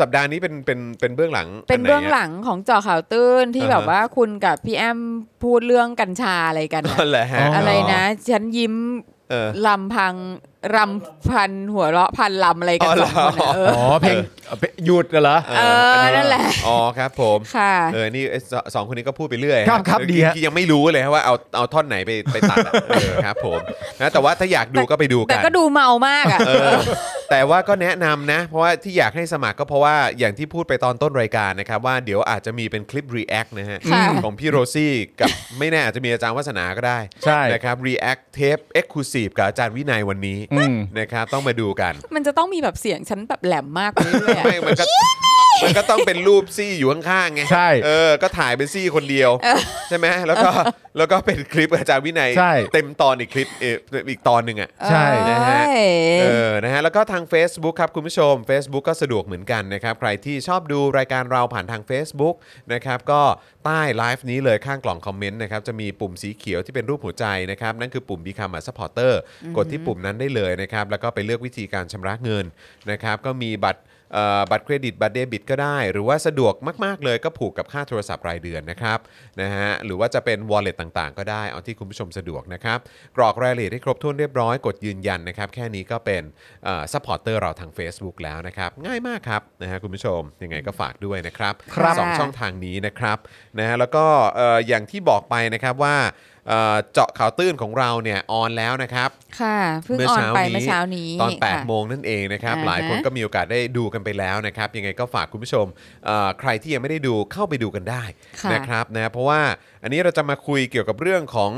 สัปดาห์นี้เป็นเป็นเป็นเบื้องหลัง
ๆ เป็น
ไะ
เบื้องหลังของเจาะข่าวตื้นที่
อ่าฮะ
แบบว่าคุณกับพี่แอมพูดเรื่องกัญชาอะไรกัน
อ๋
น่ะ
อเหรอฮะ
อะไรนะ ฉันยิ้ม
เออ
ลำพังรำพันหัวเราะพันลำอะไร
อ๋
กัน
อเหร
ส
อ
องคนน่ะเออ
อ๋อเพลงหยุดเหรอ
เออนั่นแหละ
อ๋อครับผม
ค่ะ
เออนี่ไอ้สสองคนนี้ก็พูดไปเรื่อย
ครับครับ
เออ
ดีฮะ
ยังไม่รู้เลยฮะว่าเอาเอาท่อนไหนไปไปตัดอะเออครับผมนะแต่ว่าถ้าอยากดูก็ไปดู
แต่
กัน
ก็ดูเมามากอ่ะ
เออแต่ว่าก็แนะนำนะ เพราะว่าที่อยากให้สมัครก็เพราะว่าอย่างที่พูดไปตอนต้นรายการนะครับ ว่าเดี๋ยวอาจจะมีเป็นคลิป React นะฮะ
ค่ะ
ของพี่โรซี่กับ ไม่แน่อาจจะมีอาจารย์วัฒนาก็ได้
ใช่
นะครับ React เทป Exclusive กับอาจารย์วินัยวันนี้
อืม
นะครับต้องมาดูกัน
มันจะต้องมีแบบเสียงฉันแบบแหลมมากไปเรื่อยๆอะ
ไม่มันก็มันก็ต้องเป็นรูปซี่อยู่ข้างๆไง
ใช่
เออ ก็ถ่ายเป็นซี่คนเดียว ใช่ไหมแล้วก็แล้วก็เป็นคลิปอาจารย์วินัย
ใช่
เต็มตอนอีกคลิปเอ่ออีกตอนหนึ่งอ่ะ
ใช่
นะฮะ
เอ้ย
เออ นะฮะ แล้วก็ทาง Facebook ครับ คุณผู้ชม Facebook ก็สะดวกเหมือนกันนะครับ ใครที่ชอบดูรายการเราผ่านทาง Facebook นะครับ ก็ใต้ไลฟ์นี้เลยข้างกล่องคอมเมนต์นะครับ จะมีปุ่มสีเขียวที่เป็นรูปหัวใจนะครับ นั่นคือปุ่ม Become a supporter กดที่ปุ่มนั้นได้เลยนะครับ แล้วก็ไปเลือกวิธีการชำระเงินนะครับ ก็มีบัตร เอ่อบัตรเครดิตบัตรเดบิตก็ได้ หรือว่าสะดวกมาก ๆ เลยก็ผูกกับค่าโทรศัพท์รายเดือนนะครับนะฮะหรือว่าจะเป็น wallet ต่างๆ ก็ได้ เอาที่คุณผู้ชมสะดวกนะครับ กรอกรายละเอียดให้ครบถ้วนเรียบร้อยกดยืนยันนะครับ แค่นี้ก็เป็นซัพพอร์เตอร์เราทาง Facebook แล้วนะครับ ง่ายมากครับนะฮะคุณผู้ชม ยังไงก็ฝากด้วยนะครับ
ครับ
สองช่องทางนี้นะครับนะฮะแล้วก็เอ่ออย่างที่บอกไปนะครับว่าเอ่อเจาะข่าวตื้นของเราเนี่ยออนแล้วนะครับ
ค่ะเพิ่งออนไปเมื่อเช้านี้
ตอน
ค่ะ
8 โมงนั่นเองนะครับ
อ่าฮะ
หลายคนก็มีโอกาสได้ดูกันไปแล้วนะครับ ยังไงก็ฝากคุณผู้ชมเอ่อใครที่ยังไม่ได้ดูเข้าไปดูกันได้
ค่ะ
นะครับนะเพราะว่าอันนี้เราจะมาคุยเกี่ยวกับเรื่องของ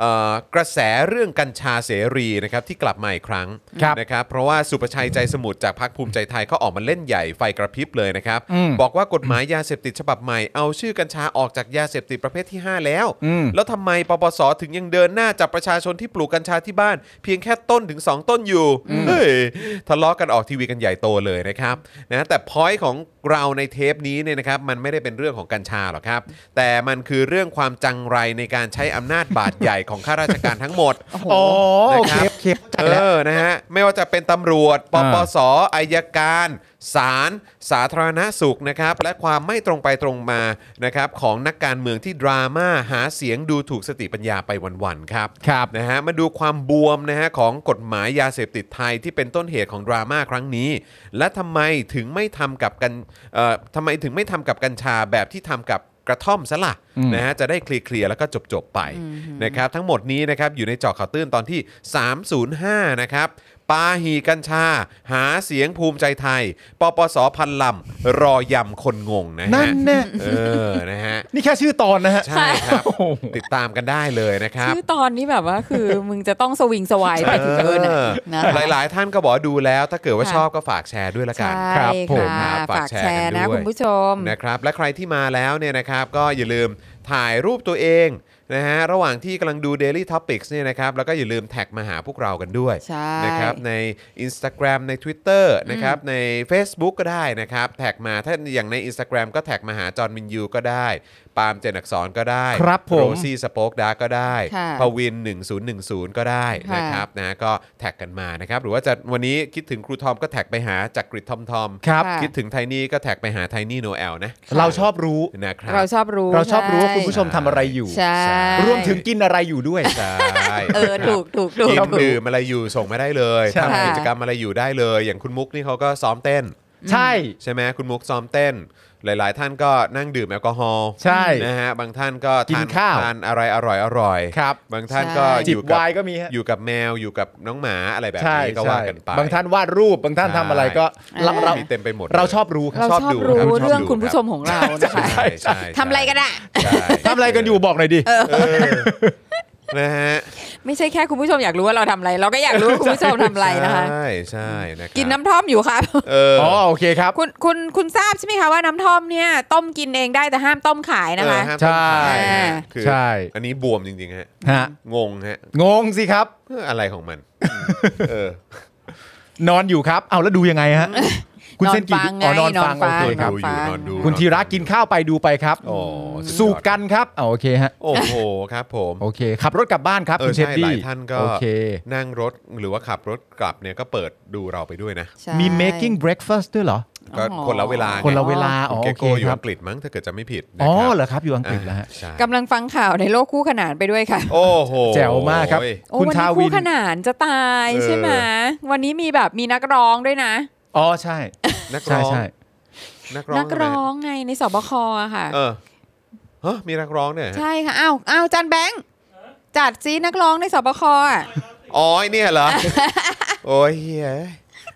เอ่อกระแสเรื่องกัญชาเสรีนะครับที่กลับมาอีกครั้ง
ครับ
นะครับเพราะว่าสุประชัยใจสมุทรจากพรรคภูมิใจไทยเขาออกมาเล่นใหญ่ไฟกระพริบเลยนะครับ บอกว่ากฎหมายยาเสพติดฉบับใหม่เอาชื่อกัญชาออกจากยาเสพติดประเภทที่ 5 แล้ว แล้วทำไมปปสถึงยังเดินหน้าจับประชาชนที่ปลูกกัญชาที่บ้าน เพียงแค่ต้นถึง 2 ต้นอยู่เฮ้ยทะเลาะกันออกทีวีกันใหญ่โตเลยนะครับนะแต่พอยของเราในเทปนี้เนี่ยนะครับมันไม่ได้เป็นเรื่องของกัญชาหรอกครับ แต่มันคือเรื่องความจังไรในการใช้อำนาจบาดใหญ่ของข้าราชการทั้งหมด
อ๋อโอเค
นะครับ
โอเคเข้าใจ
เอ
แล้ว
อ นะฮะ ไม่ว่าจะเป็นตำรวจ ป
อ่า
ปสอายการ ศาล สาธารณสุขนะครับ และความไม่ตรงไปตรงมา นะครับ ของนักการเมืองที่ดราม่า หาเสียงดูถูกสติปัญญาไปวันๆ ครับ
ครับ
นะฮะมาดูความบวมนะฮะของกฎหมายยาเสพติดไทยที่เป็นต้นเหตุของดราม่าครั้งนี้ และทำไมถึงไม่ทำกับกันเอ่อทำไมถึงไม่ทำกับกัญชาแบบที่ทำกับกระท่อมซะละ่ะ
อืม
นะฮะจะได้เคลียร์ๆแล้วก็จบๆไปนะครับทั้งหมดนี้นะครับอยู่ในเจอข่าวตื้นตอนที่ 305 นะครับ ปาหีกัญชา หาเสียงภูมิใจไทย ปปสพันลำรอยำคนงงนะฮะ
นั่นแน่
เออนะฮะ
นี่แค่ชื่อตอนนะฮะ
ใช่ครับ
โอ้โห
ติดตามกันได้เลยนะครับ
ชื่อตอนนี้แบบว่าคือ มึงจะต้องสวิงสวายไปถึงเกิน
เออ
นะ
ห
คะ
ลายๆ ท่านก็บอกว่าดูแล้ว ถ้าเกิดว่าชอบก็ฝากแชร์ด้วยละกัน
ค
ใช่
รับผม
ค่ะ
ฝา
ฝาก ก
แช
แช
ร์
ร์
กันด้
นะ
วย
คุณผู้ชม
นะครับและใครที่มาแล้วเนี่ยนะครับก็อย่าลืมถ่ายรูปตัวเองนะฮะระหว่างที่กำลังดู Daily Topics เนี่ยนะครับแล้วก็อย่าลืมแท็กมาหาพวกเรากันด้วย
ใช่
นะครับใน Instagram ใน Twitter นะครับใน Facebook ก็ได้นะครับแท็กมาถ้าอย่างใน Instagram ก็แท็กมาหาจอห์นวินยูก็ได้ ปาล์มเจนอักสอนก็ได้
ครับผม
โรซี่สป็อกดาก็ได้
ค่ะ
พวิน 1010 ก็ได้
ค่ะ
นะครับนะก็แท็กกันมานะครับหรือว่าจะวันนี้คิดถึงครูทอมก็แท็กไปหาจากกริดทอมทอม
ครับ
ค่ะ
คิดถึงไทนี่ก็แท็กไปหาไทนี่โนแอลนะ
เราชอบรู้
นะครับ
เราชอบรู้
เราชอบรู้ว่าคุณผู้ชมทำอะไรอยู่
ใช่
รวมถึงกินอะไรอยู่ด้วย
ใช่
เออถูกถูกถูก
กิน
ถูก
ดื่มอะไรอยู่ส่งมาได้เลย
ใช่
ทำกิจกรรมอะไรอยู่ได้เลย อย่างคุณมุกนี่เขาก็ซ้อมเต้น
ใช่
ใช่ไหมคุณมุกซ้อมเต้น หลาย ๆ ท่านก็นั่งดื่มแอลกอฮอล์
ใช่
นะฮะบางท่านก็
กิ
ทาน
ข้าว
ทานอะไรอร่อยอร่อย
ครับ
บางท่านก็
ใช่
อ
จิบ
ยู่กับ
วายก็มีฮะ
อยู่กับแมวอยู่กับน้องหมาอะไรแบบ
ใช่
นี้ก็
ใช่
ว่ากันไป
บางท่านวาดรูปบางท่านทำอะไรก็
ใช่
เราเรา
มีเต็มไปหมดเลย
เราชอบรู้ค
เรา
รับ
ชอบ
ชอบดู
รู้
ครับชอบดู
เรื่องคุณผู้ชมของเรานะคะ
ใช่ใช่
ทำอะไรกันอะ
ใช่
ทำอะไรกันอยู่บอกหน่อยดิ
นะฮะ
ไม่ใช่แค่คุณผู้ชมอยากรู้ว่าเราทำอะไร เราก็อยากรู้ว่าคุณผู้ชมทำอะไรนะคะ
ใช่ใช่นะครับ
กินน้ำท่อมอยู่ครับ
เออ
อ๋อโอเคครับ
คุณคุณคุณทราบใช่ไหมคะว่าน้ำท่อมเนี่ย ต้มกินเองได้แต่ห้ามต้มขายนะคะ
เออห้าม
ใช่
ต้มขายฮะคือ
ใช่
อันนี้บวมจริงๆฮะ
ฮะ
งงฮะ
งงสิครับ
เอออะไรของมัน เออ
นอนอยู่ครับ เอาแล้วดูยังไงฮะ คุณเส้นกี่
นอนฟังไง
อ๋อนอนฟัง
นอนฟั
โอง เคครับ
ดูอยู่นอนดู
คุณธีระกินข้าวไปดูไปครับ
โอ้ดยอด
สูบกันครับเอาโอเคฮะ
โอ้โหครับผม
โอเค ขับรถกลับบ้านครับ
เออ
คุณเชฟ
ใช่
ดี้
หลายท่านก็
โอเค
นั่งรถหรือว่าขับรถกลับเนี่ยก็เปิดดูเราไปด้วยนะ
ใช่
มี making breakfast ด้วยเหรอ
ก็คนละเวลาไง
คนละเวลา
คุณ
อ๋อ
เก
โอ
โก
เค
อยู่
ครับ
อังกฤษมั้งถ้าเกิดจะไม่ผิดนะ
อ๋อ
ครับ
เหรอครับ อยู่อังกฤษแล้วฮะ
ใช่
กำลังฟังข่าวในโลกคู่ขนานไปด้วยค่ะ
โอ้โห
แจ๋วมากครับ
โอ้
คุณ
วัน
ทาวิ
นี้คู่
น
ขนานจะตายใช่ไหมวันนี้มีแบบมีนักร้องด้วยนะ
อ๋อใช่
นักร้
ใช่
อง
ใช่
นักร้อง
นักร้อ
ท
งไงในสบคอะค่ะ
ำไมเออฮะมีนักร้องเนี่ยฮะ
ใช่ค่ะอ้าวอ้าวจันแบงค์จัดซีนักร้องในสบคอะ
อ๋อไอ้เนี่ย
[laughs]
เหรอ โอ้ยเฮีย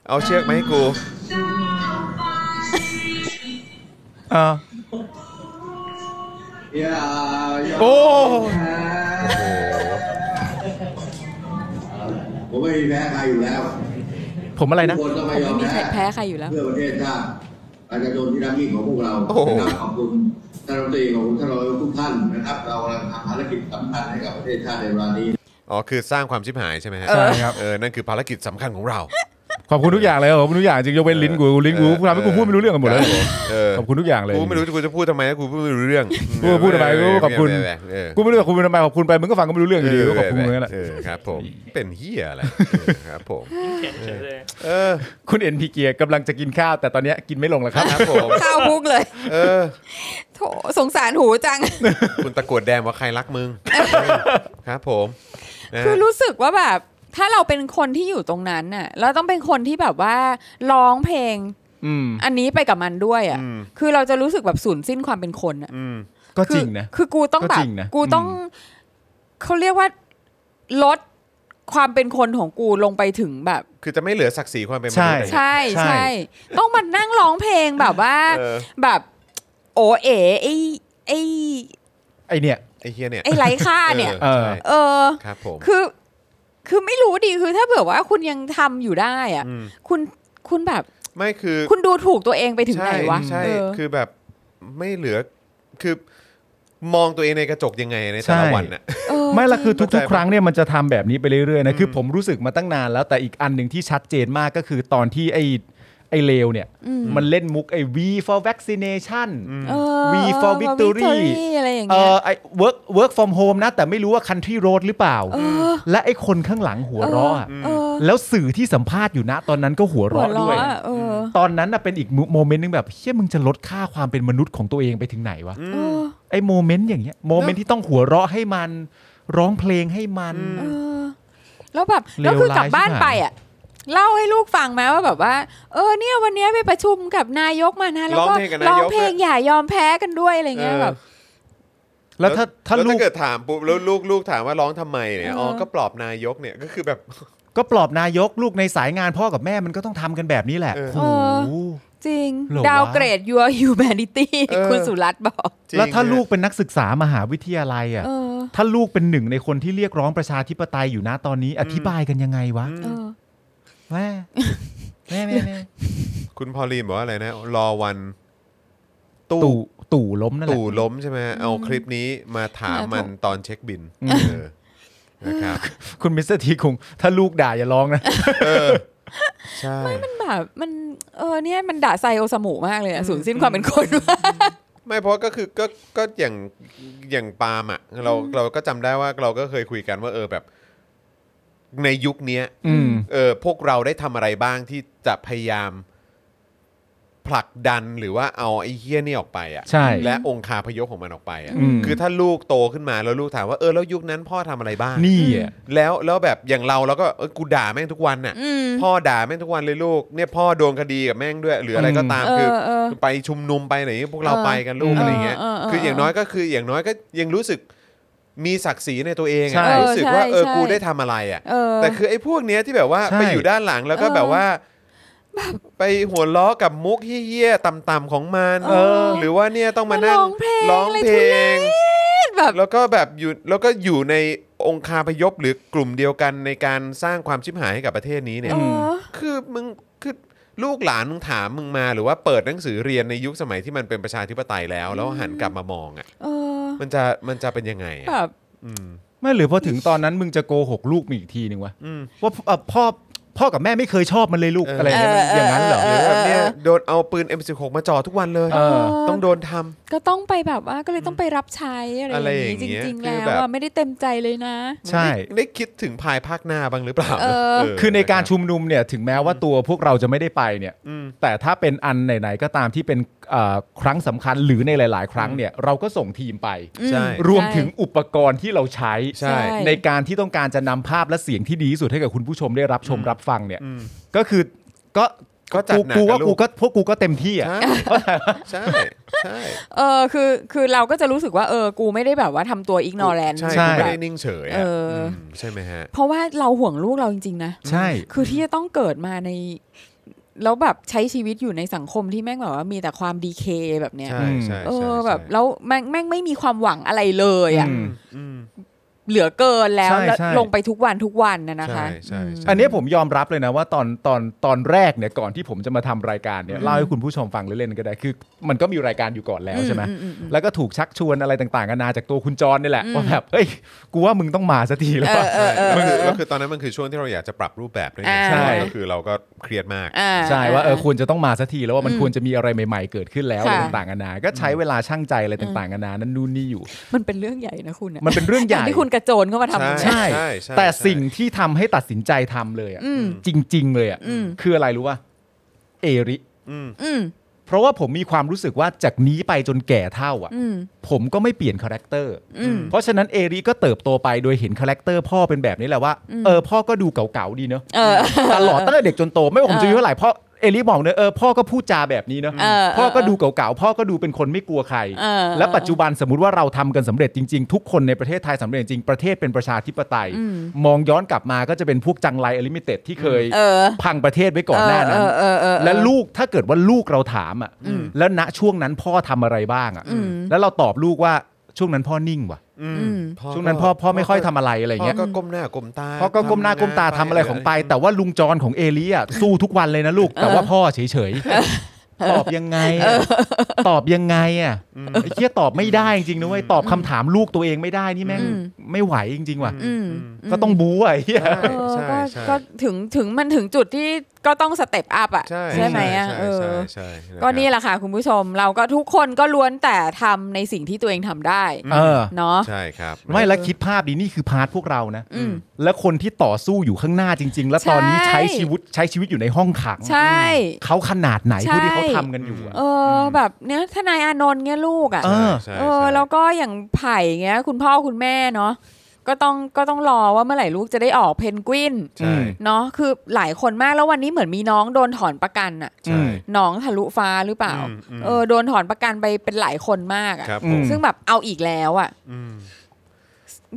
เอาเชือกมาให้กู
เออโอ้
ผมไม่มีแพ้ใครอยู่แล้ว
ผมอะไรนะ
ทุกคนต้องไม่ยอ
ไม่
ม
มีใคร
แพ้
แพ้ใครอยู่แล้ว
เพื่อประเทศชาติประชาชนที่รักยิ่งของพวกเรา
โอ้โห
นะครับขอบคุณท่านรัฐมนตรีขอบคุณท่านรองนายกทุกท่านนะครับ เรากำลังทำภารกิจสำคัญให้กับประเทศชาติในเวลานี้
อ๋อ คือสร้างความชิบหายใช่ไหมฮะ
ใช่ครับ
เออ นั่นคือภารกิจสำคัญของเรา
ขอบคุณทุกอย่างเลยขอบคุณทุกอย่างจริงยกเว้นลิ้นกูลิ้นกูทำให้กูพูดไม่รู้เรื่องกันหมดเลย
เออ
ขอบคุณทุกอย่างเลย
กูไม่รู้กูจะพูดทำไมนะกูพูดไม่รู้เรื่อง
กูพูดทำไมกูขอบคุณ
เเออ
กูไม่รู้ว่าคุณเป็นทำไมขอบคุณไปมึงก็ฟังก็ไม่รู้เรื่องอยู่ดีก็ขอบคุณมึงนั่นแหละ
เออครับผม เป็นเฮีย
[laughs]
อะไรเออครับผม
เขียนเฉยเลย
เออ
คุณเอ็นพีเกียร์กำลังจะกินข้าว แต่ตอนเนี้ยกินไม่ลงแล้วครับ
ครับผม
ข้าวพุกเลย
เออ
โถสงสารหูจัง
คุณตะกรวดแดงว่าใครรัก
[laughs]
มึงเออครับผมนะฮะ
คือรู้สึกว่าแบบถ้าเราเป็นคนที่อยู่ตรงนั้นน่ะแล้วต้องเป็นคนที่แบบว่าร้องเพลง
อืม
อันนี้ไปกับมันด้วยอ่ะ
อืม
คือเราจะรู้สึกแบบสูญสิ้นความเป็นคนอ่ะ
อืม
ก็
คื
จ
อ
ริงนะ
คือกูต้องแบ
ก็จ
บ
ริงนะ
กูต้อง
อื
เขาเรียกว่าลดความเป็นคนของกูลงไปถึงแบบ
คือจะไม่เหลือศักดิ์ศรีความเป็นมนุษย์เลย
ใช่
ใช่
ใช่ต้องมานั่งร้องเพลงแบบว่า
เออ
แบบ โอเอ๋ไอไอ
ไอเนี่ย
ไอ้เฮียเนี่ย
ไอ้ไร้ค่าเนี่ย
ออใช่
เออ
ครับผม
คือ คือไม่รู้ดีคือถ้าเผื่อว่าคุณยังทำอยู่ได้อะ
อืม
คุณคุณแบบ
ไม่คือ
คุณดูถูกตัวเองไปถึงไหน
ใช่
วะ
ใช่
เออ
คือแบบไม่เหลือคือมองตัวเองในกระจกยังไงในแต่ละ
ใช่
วันน่ะ
ไม่ละคือ
เข้า
ทุ
ใจ
ก
ปะ
ๆ ครั้งเนี่ยมันจะทำแบบนี้ไปเรื่อยๆนะคืออ
ม
ผมรู้สึกมาตั้งนานแล้วแต่อีกอันหนึ่งที่ชัดเจนมากก็คือตอนที่ไอ้ไอ้เลวเนี่ย มันเล่นมุกไอ้ V for vaccination
เออ
V
เออ
for
for
victory
victory อะไรอย่าง
เอ
เงี้ย
อไอ้ work work from home นะ แต่ไม่รู้ว่า country road หรือเปล่า
อ
และไอ้คนข้างหลังหัวเราะอะ
เออ
แล้วสื่อที่สัมภาษณ์อยู่นะ ตอนนั้นก็หัว
หัว
เราะ
ล้
ด้วย
ออะเออ
ตอนนั้นน่ะเป็นอีกโมเมนต์หนึงแบบเฮ้ยมึงจะลดค่าความเป็นมนุษย์ของตัวเองไปถึงไหนวะ
เออ
ไอ้โมเมนต์อย่างเงี้ยโมเมนต์ที่ต้องหัวเราะให้มันร้องเพลงให้มัน
เออ แล้วแบบ
เลว
แล้วคือกลับ
ร้าย
บ้าน
ชิบหาย
ไปอ่ะเล่าให้ลูกฟังไหมว่าแบบว่า เออเนี่ยวันเนี้ยไปประชุมกับนายกมานะแล้ว
ร้
ก็
องเพลงกับนายก
ร้องเพลง
ด้วย
อย่ายอมแพ้กันด้วยอะไรเงี้ยแบบ
แล้วถ้าถ้า
แล้ว
ลูก
เกิดถามปุ๊บแล้วลูกลูกถามว่าร้องทำไมเนี่ยอ๋อ
เออ
ก็ปลอบนายกเนี่ยก็คือแบบ
ก็ปลอบนายกลูกในสายงานพ่อกับแม่มันก็ต้องทำกันแบบนี้แหละ
เออ
โอ้โห
จริง
เหรอวะ
ดาวเกรด your humanity
[laughs] เออ
คุณสุรัตน์บอก
จริง
แล้วถ้า
เนี่ย
ลูกเป็นนักศึกษามหาวิทยาลัยอ่ะ
เออ
ถ้าลูกเป็นหนึ่งในคนที่เรียกร้องประชาธิปไตยอยู่นะตอนนี้ อธิบายกันยังไงวะ
เออ
แม่แม่แม่แม่
คุณพอลีนบอกว่าอะไรนะ รอวันตู้
ตู่ตู่ล้มนั่นแหละ
ตู่ล้มใช่ไหมเอาคลิปนี้มาถามมันตอนเช็คบิน
อืม
เออนะครับ
คุณมิสเตอร์ทีคงถ้าลูกด่าอย่าร้องนะ
ใช่
แบบมันเออเนี่ยมันด่าไซโอสมูมากเลยอะสูญสิ้นความเป็นคนว่ะ
ไม่เพราะก็คือก็ก็อย่างอย่างปาล์มอ่ะเราเราก็จำได้ว่าเราก็เคยคุยกันว่าเออแบบ ในยุคเนี้ย
อืม
เออพวกเราได้ทำอะไรบ้างที่จะพยายามผลักดันหรือว่าเอาไอ้เฮี้ยนี่ออกไปอ่ะ
ใช่
และองคาพยพของมันออกไปอ่ะ
อืม
คือถ้าลูกโตขึ้นมาแล้วลูกถามว่าเออแล้วยุคนั้นพ่อทำอะไรบ้าง
นี่อ่ะ
แล้วแล้วแบบอย่างเราเราก็เอ้ยกูด่าแม่งทุกวันน่ะ
อืม
พ่อด่าแม่งทุกวันเลยลูกเนี่ยพ่อโดนคดีกับแม่งด้วย หรืออะไรก็ตาม
เออ
คือ
เออ
ไปชุมนุมไปไหนพวกเรา
เออ
ไปกันลูก
เอออ
อะไรเงี้ย
เออเออ
คืออย่างน้อยก็คืออย่างน้อยก็ยังรู้สึกมีศักดิ์ศรีในตัวเอง
ใช่
อะรู้สึก
ใช่
ว่าเออ
ใช่
กูได้ทำอะไรอ่ะ
เออ
แต่คือไอ้พวกเนี้ยที่แบบว่า
ใช่
ไปอยู่ด้านหลังแล้วก็
เออ
แบบว่า ไปหัวล้อกับมุกเฮี้ยๆต่ำๆของมัน
เออ
หรือว่าเนี่ยต้องมา
มา
นั่ง
ร้องเพลง
ร้อง
อะไร
เพ
ทุ
ล
เรง แบบ
แล้วก็แบบอยู่แล้วก็อยู่ในองคาพยพหรือกลุ่มเดียวกันในการสร้างความชิบหายให้กับประเทศนี้เนี่ย
เออ
คือมึงคือลูกหลานมึงถามมึงมา หรือว่าเปิดหนังสือเรียนในยุคสมัยที่มันเป็นประชาธิปไตยแล้ว แล้วหันกลับมามองอ่ะ
เออ
มันจะมันจะเป็นยังไงอะ
แบบ
อืม
ไม่หรือพอถึงตอนนั้นมึงจะโกหกลูกมึงอีกทีหนึ่งวะ
อืม
ว่าเอ่อพ่อพ่อกับแม่ไม่เคยชอบมันเลยลูก
เอออ
อะไรอย่างเงี้ยมันอย่างนั้นเหรอ
หรือแบบเนี่ยโดนเอาปืน M16 มาจ่อทุกวันเลย
เออ
ต้องโดนทำ
ก็ต้องไปแบบว่าก็เลยต้องไปรับใช้อะไรอย่าง
อะไรอย่างเงี้
งี้
ย
จริง ๆ
คือ
แล้ว
แบบ
อะไม่ได้เต็มใจเลยนะ
ใช่
ได้ได้คิดถึงภายภาคหน้าบ้างหรือเปล่า
เออ
เ
คือในการชุมนุมเนี่ยถึงแม้ว่าตัวพวกเราจะไม่ได้ไปเนี่ย
อืม
แต่ถ้าเป็นอันไหนๆก็ตามที่เป็นเอ่อครั้งสำคัญหรือในหลาย ๆ ครั้งเนี่ยเราก็ส่งทีมไป
ใช่
รวมถึงอุปกรณ์ที่เราใช้
ใช่
ในการที่ต้องการจะนำภาพและเสียงที่ดีที่สุดให้กับคุณผู้ชมได้รับชมรับฟังเนี่ย
อืม
ก็คือก็
ก็จัดหนัก
กูว่า
นะลูก
กูก็พวกกูก็เต็มที่อ่ะ
ใช่ใช่ใช่
เออคือคือเราก็จะรู้สึกว่าเออกูไม่ได้แบบว่าทำตัว [laughs] อิกนอแลน
ใช่
ใช่
กูไม่ได้นิ่งเฉยอะ
เอออื
มใช่ไหมฮะ
เพราะว่าเราห่วงลูกเราจริง ๆ นะ
ใช่
คือที่จะต้องเกิดมาใน แล้วแบบใช้ชีวิตอยู่ในสังคมที่แม่งแบบว่ามีแต่ความดีเคแบบเนี้ย
ใช่ใช่ใช่
เออ
ใช่
แบบแล้วแม่งแม่งไม่มีความหวังอะไรเลยอ่ะ
อืม
อืม
เหลือเกินแล้ว
ใช่
แล้ว
ใช่
ลงไปทุกวันทุกวันนะนะคะ
ใช่ใช่ใช่
อันเนี้ยผมยอมรับเลยนะว่าตอนตอนตอนแรกเนี่ยก่อนที่ผมจะมาทำรายการเนี่ยเล่าให้คุณผู้ชมฟังเล่นๆก็ได้คือ มันก็มีรายการอยู่ก่อนแล้วใช่ไหม
อือือืม
แล้วก็ถูกชักชวนอะไรต่างๆนานาจากตัวคุณจรนี่แหละว่าแบบเอ้ย กูว่ามึงต้องมาสักทีแล้ว
เอ
ว่ะ
อเออเออ
ก็คือ
เอ
ก็
อ
คือตอนนั้นมันคือช่วงที่เราอยากจะปรับรูปแบบด้วยไง
อ่า
ใช่
ก็คือเราก็เครียดมาก
อ่า
ใช่ว่าเออควรจะต้องมาสักทีแล้วว่ามันควรจะมีอะไรใหม่ๆเกิดขึ้นแล้ว
ค่ะ
อะไรต่างๆนานาก็ใช้เวลาช่างใจอะไรต่างๆนานานั่นนู่นนี่อยู่
มันเป็นเรื่องใหญ่นะคุณอะ
มันเป็นเรื่องให
ย่า
ญ่
งที่คุณกระโจนเข้ามาทำเนี่ย
ใช่
ใช่
ใช่ใช่
แต่
ใช่
สิ่งที่ทำให้ตัดสินใจทำเลยอะ
อืม
จริง ๆ เลยอะ
อืม
คืออะไรรู้ว่าเอริ
อืม
อืม
เพราะว่าผมมีความรู้สึกว่าจากนี้ไปจนแก่เท่าอ่ะ
อืม
ผมก็ไม่เปลี่ยนคาแรคเตอร์
อืม
เพราะฉะนั้นเอริก็เติบโตไปโดยเห็นคาแรคเตอร์พ่อเป็นแบบนี้แหละว่า เออพ่อก็ดูเก่าๆดีเนอะ
เออ
[laughs] ตลอดตั้งแต่เด็กจนโตไม่ว่าผมจะอายุเท่าไหร่พ่อเอลิบอกเนี่ยเออพ่อก็พูดจาแบบนี้เนอะ
เออ
พ่อก็ดูเก่าๆพ่อก็ดูเป็นคนไม่กลัวใคร
เออ
และปัจจุบันสมมติว่าเราทำกันสำเร็จจริงๆ ทุกคนในประเทศไทยสำเร็จจริงประเทศเป็นประชาธิปไตย
อืม
มองย้อนกลับมาก็จะเป็นพวกจังไรอลิมิเต็ดที่เคย
เออ
พังประเทศไว้ก่อนหน้านั้น
เออเออเออเออ
และลูกถ้าเกิดว่าลูกเราถามอ่ะแล้วณช่วงนั้นพ่อทำอะไรบ้างอ่ะ
อืม
แล้วเราตอบลูกว่าช่วงนั้นพ่อนิ่งว่ะ
อืม
ช่วงนั้นพ่อพ่อไม่ค่อยทำอะไรอะไร
พ่อ
เงี้ย
ก็ก้มหน้าก้มตา
พ่อก็ก้มหน้าก้มตาทำอะไรของไป แต่ว่าลุงจรของเอลิ [laughs] อ่ะสู้ทุกวันเลยนะลูก แต่ว่าพ่อเฉยๆตอบยังไงอะตอบยังไงอ่ะไอ้เคียตอบไม่ได้จริงๆนะเว้ยตอบคำถามลูกตัวเองไม่ได้นี่แม่ง
อืม
ไม่ไหวจริง ๆ ว่ะ
อืมม
ก็ต้องบู๊อ่ะไอ้เฮีย
ใช่
เออ
ใช่
ก็
ใช่
ก็ถึงถึงมันถึงจุดที่ก็ต้องสเต็ปอัพอ่ะ
ใช่
ไหมอ่ะ
ใช่
เออ
ใช่ใช่ใช่
ก็นี่แหละค่ะคุณผู้ชม เราก็ทุกคนก็ล้วนแต่ทำในสิ่งที่ตัวเองทำได้
เออ
เนาะ
ใช่ครับ
ไม่แล้วคิดภาพดีนี่คือพาร์ทพวกเรานะ
อืม
และคนที่ต่อสู้อยู่ข้างหน้าจริง ๆ แล้วตอนนี้
ใช่
ใช้ชีวิตใช้ชีวิตอยู่ในห้องขัง
ใช่
เขาขนาดไหน
ใช่
พวกที่เขาทำกันอยู่อะ
เอออแบบเนี้ยทนายอานนท์เงี้ยลูกอ่ะ
เออ
ใช่ใช่
เออ
ใช่
แล้วก็อย่างไผ่เงี้ย คุณพ่อคุณแม่เนาะก็ต้องก็ต้องรอว่าเมื่อไหร่ลูกจะได้ออกเพนกวิน
ใช่
เนาะคือหลายคนมากแล้ววันนี้เหมือนมีน้องโดนถอนประกันอ่ะ
ใช่
น้องทะลุฟ้าหรือเปล่า
อืมอืม
เออโดนถอนประกันไปเป็นหลายคนมากอ่ะ
ครับ
อื
ผม
ม
ซึ่งแบบเอาอีกแล้วอ่ะ
อืม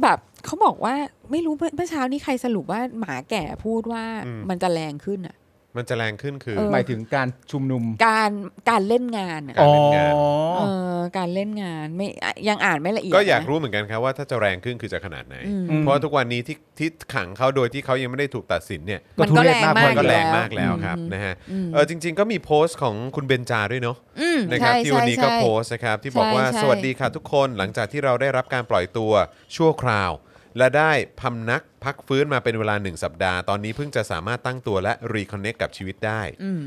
แบบเขาบอกว่าไม่รู้เมื่อเมื่อเช้านี้ใครสรุปว่าหมาแก่พูดว่า
อืม
มันจะแรงขึ้นอ่ะ
มันจะแรงขึ้นคือ
เออ
หมายถึงการชุมนุม
การการเล่นงานอะ
การเล่นงาน
อ๋
เอ
อ
อการเล่นงานไม่อ่ะยังอ่านไม่ละเอียด
ก็อยาก
นะ
รู้เหมือนกันครับว่าถ้าจะแรงขึ้นคือจะขนาดไหน
อืม
เพราะทุกวันนี้ที่ที่ขังเขาโดยที่เขายังไม่ได้ถูกตัดสินเนี่ย
มันก็แรงมาก
มันก็แรง
อยู่แล้ว
มากแล้วครับ
อืม
นะฮะ
อืม
เออจริง ๆ ก็มีโพสต์ของคุณเบนจาด้วยเนาะ
ม
นะครับ
ใช่
ที่วันนี้ก็
ใช่
โพสต์นะครับที่บอกว่า
ใช่ใช่
สวัสดีค่ะทุกคนหลังจากที่เราได้รับการปล่อยตัวชั่วคราว และได้พำนักพักฟื้นมาเป็นเวลา 1 สัปดาห์ ตอนนี้เพิ่งจะสามารถตั้งตัวและรีคอนเน c t กับชีวิตได้
อืม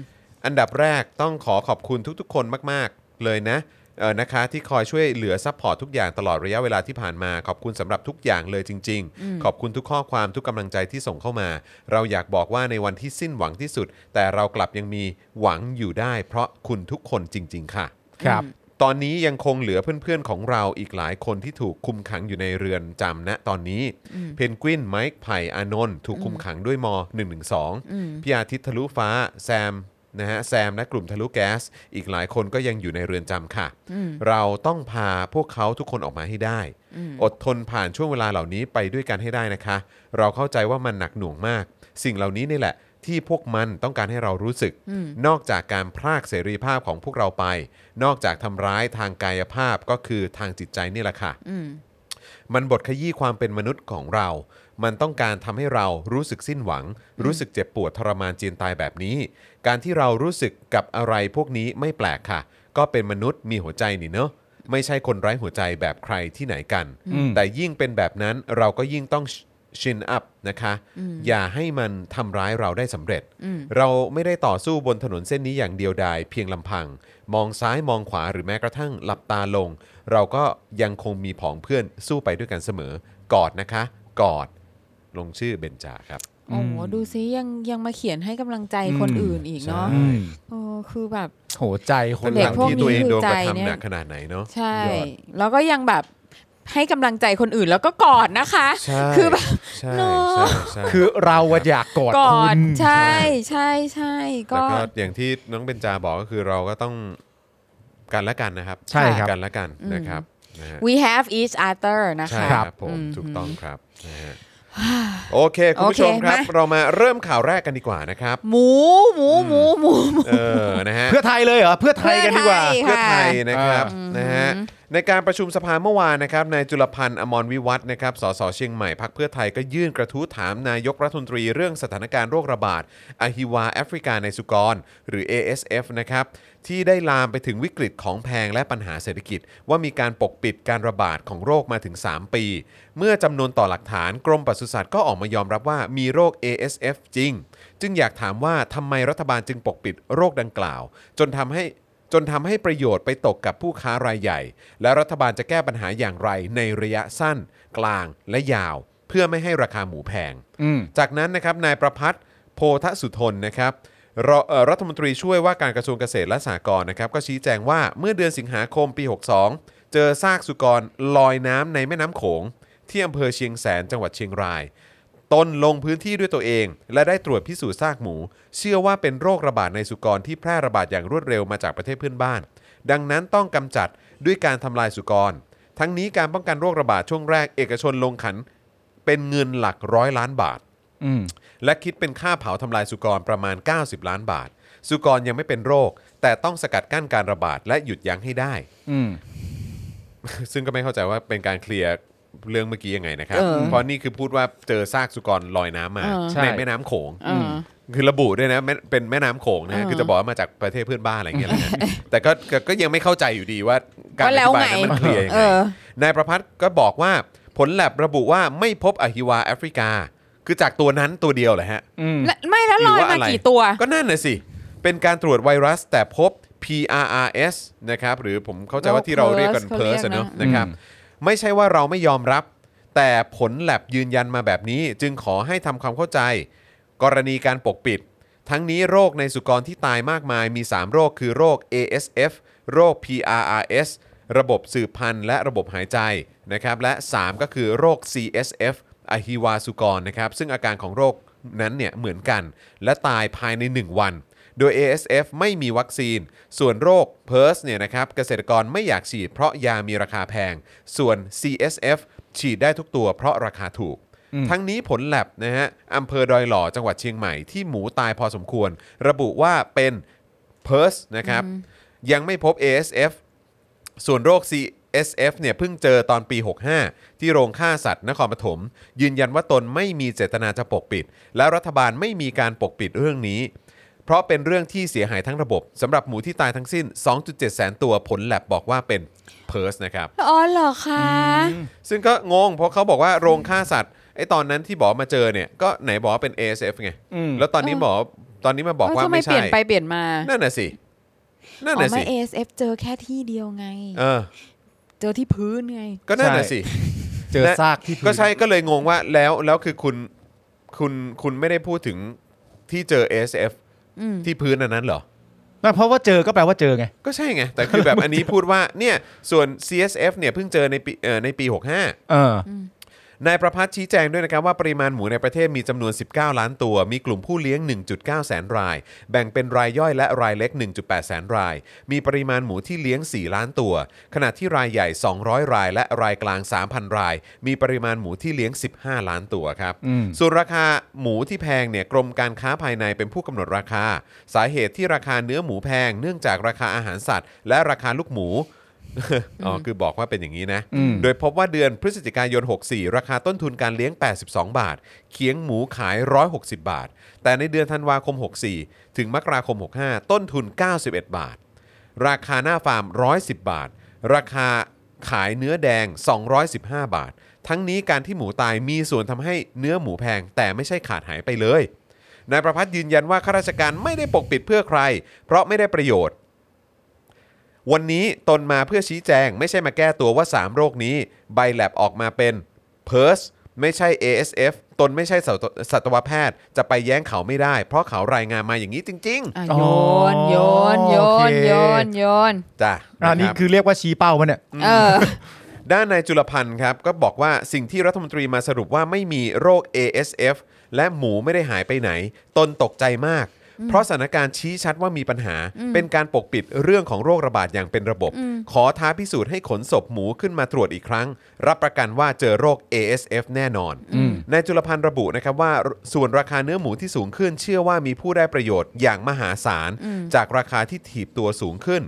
อันดับแรกต้องขอขอบคุณทุกๆ คนมาก ๆ เลยนะเออนะคะที่คอยช่วยเหลือซัพพอร์ตทุกอย่างตลอดระยะเวลาที่ผ่านมา ขอบคุณสำหรับทุกอย่างเลยจริง ๆ ขอบคุณทุกข้อความทุกกำลังใจที่ส่งเข้ามา เราอยากบอกว่าในวันที่สิ้นหวังที่สุด แต่เรากลับยังมีหวังอยู่ได้ เพราะคุณทุกคนจริง ๆ ค่ะ
ครับ
ตอนนี้ยังคงเหลือเพื่อนๆของเราอีกหลายคนที่ถูกคุมขังอยู่ในเรือนจำณตอนนี้ เพนกวินไมค์ไผ่อานนท์ถูกคุมขังด้วยม
อืม
.112 พี่อาทิตย์ทะลุฟ้า แซมนะฮะแซมและกลุ่มทะลุแก๊ส อีกหลายคนก็ยังอยู่ในเรือนจำค่ะ
อืม
เราต้องพาพวกเขาทุกคนออกมาให้ได้ อดทนผ่านช่วงเวลาเหล่านี้ไปด้วยกันให้ได้นะคะ เราเข้าใจว่ามันหนักหน่วงมาก สิ่งเหล่านี้นี่แหละ ที่พวกมันต้องการให้เรารู้สึก
อืม
นอกจากการพรากเสรีภาพของพวกเราไป นอกจากทำร้ายทางกายภาพก็คือทางจิตใจนี่แหละค่ะ
อืม
มันบทขยี้ความเป็นมนุษย์ของเรา มันต้องการทำให้เรารู้สึกสิ้นหวัง รู้สึกเจ็บปวดทรมานเจียนตายแบบนี้ การที่เรารู้สึกกับอะไรพวกนี้ไม่แปลกค่ะ ก็เป็นมนุษย์มีหัวใจนี่เนอะไม่ใช่คนไร้หัวใจแบบใครที่ไหนกัน
อืม
แต่ยิ่งเป็นแบบนั้นเราก็ยิ่งต้องชินอัพนะคะ อย่าให้มันทำร้ายเราได้สำเร็จ
อืม
เราไม่ได้ต่อสู้บนถนนเส้นนี้อย่างเดียวดายเพียงลำพัง มองซ้ายมองขวาหรือแม้กระทั่งหลับตาลง เราก็ยังคงมีผองเพื่อนสู้ไปด้วยกันเสมอ กอดนะคะ กอด ลงชื่อเบนจาครับ
โอ้โหดูซิยังยังมาเขียนให้กำลังใจคน
อืม
อื่นอีกเนาะ
ใช่
อืม
โอ้คือแบบ
โหใจค
เป็น น
เด็
ห
ก
ลัง
พวกนี้
ที่ตัวเองโดนกระ
คือใจเนี่
ทำ
ย
หนักขนาดไหนเนาะ
ใช่ แล้วก็ยังแบบให้กำลังใจคนอื่นแล้วก็กอดนะคะ
ใช่
คือแบบ
ใช่
เนอะ
ใช่ใช่
คือเราอะอยากกอด
ก
คุ
อด
ณ
ใช่ใช่ใช่
แต่
ก็
ก็อย่างที่น้องเบนจาบอกก็คือเราก็ต้องกันและกันนะครับ
ใช่ครับ
กันและกันนะครับนะฮะ
we have each other นะ
ใช่
คะ
ครับผม
อืม
ถูกต้องครับนะฮะโอเค คุณผู้ชม
โอเค
ครับ
มา
เรามาเริ่มข่าวแรกกันดีกว่านะครับ
หมู หมูหมูหมูหมู
เออนะฮะ
เพื่อไทยเลยเหรอเพื่อไทยกันดีกว่า
เพื่อไทย
เพื่อไทยนะครับ
ค่ะ
นะฮะ
อืม
ในการประชุมสภาเมื่อวานนะครับนายจุลพันธ์อมรวิวัฒน์นะครับสสเชียงใหม่พักเพื่อไทยก็ยื่นกระทู้ถามนายกรัฐมนตรีเรื่องสถานการณ์โรคระบาดอหิวาแอฟริกาในสุกร หรือ ASF นะครับที่ได้ลามไปถึงวิกฤตของแพงและปัญหาเศรษฐกิจ ว่ามีการปกปิดการระบาดของโรคมาถึง 3 ปี เมื่อจำนวนต่อหลักฐานกรมปศุสัตว์ก็ออกมายอมรับว่ามีโรค ASF จริง จึงอยากถามว่าทำไมรัฐบาลจึงปกปิดโรคดังกล่าว จนทำให้ จนทำให้ประโยชน์ไปตกกับผู้ค้ารายใหญ่ และรัฐบาลจะแก้ปัญหาอย่างไรในระยะสั้น กลางและยาว เพื่อไม่ให้ราคาหมูแพง
อืม
จากนั้นนะครับนายประพัฒน์โพธสุทนนะครับรเอ่อรัฐมนตรีช่วยว่าการกระทรวงเกษตรและสหกรณ์นะครับก็ชี้แจงว่าเมื่อเดือนสิงหาคมปี 62 เจอซากสุกรลอยน้ำในแม่น้ำโขง ที่อำเภอเชียงแสนจังหวัดเชียงราย ตนลงพื้นที่ด้วยตัวเอง และได้ตรวจพิสูจน์ซากหมู เชื่อว่าเป็นโรคระบาดในสุกรที่แพร่ระบาดอย่างรวดเร็วมาจากประเทศเพื่อนบ้าน ดังนั้นต้องกำจัดด้วยการทำลายสุกร ทั้งนี้การป้องกันโรคระบาดช่วงแรกเอกชนลงขัน เป็นเงินหลักร้อยล้านบาท
อืม
และคิดเป็นค่าเผาทำลายสุกรประมาณ 90 ล้านบาท สุกรยังไม่เป็นโรค แต่ต้องสกัดกั้นการระบาดและหยุดยั้งให้ได้ [laughs]
อืม
ซึ่งก็ไม่เข้าใจว่าเป็นการเคลียร์ เรื่องเมื่อกี้ยังไงนะครับ
เออ
เพราะนี่คือพูดว่าเจอซากสุกรลอยน้ำมา
เออ
ในแม่น้ำโขง
เออ
คือระบุด้วยนะแม่เป็นแม่น้ำโขงนะฮะ
เออ
คือจะบอกว่ามาจากประเทศเพื่อนบ้านอะไรอย่างเงี้ยแหละนะ [laughs] แต่ก็ก็ก็ยังไม่เข้าใจอยู่ดีว่าการอ
ว่าแล้ว
ธิบายนั้น
ไง
มันเคลียร์ยัง
เอ
ไง
อ
นายประพัฒน์ก็บอกว่าผลแลบระบุว่าไม่พบอหิวาแอฟริกา คือจากตัวนั้นตัวเดียวแหละฮะ
อืม
และไม่แล้วลอ
ห
ยมา
รืะไร
กี่ตัว
ก็นั่นน่ะสิ เป็นการตรวจไวรัสแต่พบ PRRS นะครับ หรือผมเข้าใจว่า
โรค
ที่เราเรียกกัน
PERS
เพิร์ส
เขาเรียกนะ
เนอะนะครับ ไม่ใช่ว่าเราไม่ยอมรับ แต่ผลแลบยืนยันมาแบบนี้ จึงขอให้ทำความเข้าใจ กรณีการปกปิด ทั้งนี้โรคในสุกรที่ตายมากมายมี 3 โรคคือโรค ASF โรค PRRS ระบบสืบพันธุ์และระบบหายใจนะครับและ 3 ก็คือโรค CSF อหิวาสุกรนะครับซึ่งอาการของโรคนั้นเนี่ยเหมือนกัน และตายภายใน 1 วัน โดย ASF ไม่มีวัคซีน ส่วนโรค p e r s เนี่ยนะครับเกษตรกรไม่อยากฉีดเพราะยามีราคาแพง ส่วน CSF ฉีดได้ทุกตัวเพราะราคาถูก ทั้งนี้ผลแลบนะฮะอำเภอดอยหล่อจังหวัดเชียงใหม่ที่หมูตายพอสมควร ระบุว่าเป็น p e r s นะครับ ยังไม่พบ ASF ส่วนโรค CSF เนี่ยเพิ่งเจอตอนปี 65 ที่โรงฆ่าสัตว์นครปฐมยืนยันว่าตนไม่มีเจตนาจะปกปิด และรัฐบาลไม่มีการปกปิดเรื่องนี้ เพราะเป็นเรื่องที่เสียหายทั้งระบบสำหรับหมูที่ตายทั้งสิ้น 2.7 แสนตัวผลแลบบอกว่าเป็นเพิร์สนะครับ
อ๋อเหรอคะ
ซึ่งก็งงเพราะเขาบอกว่าโรงฆ่าสัตว์ไอ้ตอนนั้นที่บอกมาเจอเนี่ยก็ไหนบอกว่าเป็น ASF ไง
อืม
แล้วตอนนี้
เออ
บอกตอนนี้มาบอกว่า
ทำไม
ไม่
เป
ใช่
ลี่ยนไปเปลี่ยนมา
นั่นน่ะสินั่น
อ๋อ
น่ะ
ไม่
สิ
ASF เจอแค่ที่เดียวไง
เออ
เจอที่พื้นไง
ก็นั่นน่ะสิ
เจอซากที่พื้น
ก็ใช่ก็เลยงงว่าแล้วแล้วคือคุณคุณคุณไม่ได้พูดถึงที่เจอ ASF
อืม
ที่พื้นอันนั้นเหรอ
ไม่เพราะว่าเจอก็แปลว่าเจอไง
ก็ใช่ไง แต่คือแบบอันนี้พูดว่าเนี่ยส่วน CSF เนี่ยเพิ่งเจอในปีเอ่อในปี 65
เออ
นายประพัฒน์ชี้แจงด้วยนะครับว่าปริมาณหมูในประเทศมีจำนวน 19 ล้านตัว มีกลุ่มผู้เลี้ยง 1.9 แสนราย แบ่งเป็นรายย่อยและรายเล็ก 1.8 แสนราย มีปริมาณหมูที่เลี้ยง 4 ล้านตัว ขณะที่รายใหญ่ 200 ราย และรายกลาง 3,000 ราย มีปริมาณหมูที่เลี้ยง 15 ล้านตัวครับ
อืม
ส่วนราคาหมูที่แพงเนี่ยกรมการค้าภายในเป็นผู้กำหนดราคา สาเหตุที่ราคาเนื้อหมูแพง เนื่องจากราคาอาหารสัตว์ และราคาลูกหมู อ๋ออคือบอกว่าเป็นอย่างนี้นะ
อืม
โดยพบว่าเดือนพฤศจิกายน 64 ราคาต้นทุนการเลี้ยง 82 บาท เคียงหมูขาย 160 บาท แต่ในเดือนธันวาคม 64 ถึงมกราคม 65 ต้นทุน 91 บาท ราคาหน้าฟาร์ม 110 บาท ราคาขายเนื้อแดง 215 บาท ทั้งนี้การที่หมูตายมีส่วนทำให้เนื้อหมูแพง แต่ไม่ใช่ขาดหายไปเลย นายประพัฒน์ยืนยันว่าข้าราชการไม่ได้ปกปิดเพื่อใคร เพราะไม่ได้ประโยชน์ วันนี้ตนมาเพื่อชี้แจง ไม่ใช่มาแก้ตัวว่า 3 โรคนี้ ใบแลบออกมาเป็น p e r s ไม่ใช่ ASF ตนไม่ใช่สัตวสัตวแพทย์ จะไปแย้งเขาไม่ได้ เพราะเขารายงานมาอย่างนี้จริง
อ่ะ
อ๋อ
โยนโยนโยน
โอเค
โยนโยน
ๆ จ้ะ
อันนี้
ะรับ
คือเรียกว่าชี้เป้ามันเนี่ย
เออ
ด้านนายจุลพันธ์ครับก็บอกว่าสิ่งที่รัฐมนตรีมาสรุปว่าไม่มีโรค ASF และหมูไม่ได้หายไปไหน ตนตกใจมาก เพราะสถานการณ์ชี้ชัดว่ามีปัญหา เป็นการปกปิดเรื่องของโรคระบาดอย่างเป็นระบบ ขอท้าพิสูจน์ให้ขนศพหมูขึ้นมาตรวจอีกครั้ง รับประกันว่าเจอโรค ASF แน่นอนนายจุลพันธ์ระบุนะครับว่าส่วนราคาเนื้อหมูที่สูงขึ้น เชื่อว่ามีผู้ได้ประโยชน์อย่างมหาศาล จากราคาที่ถีบตัวสูงขึ้น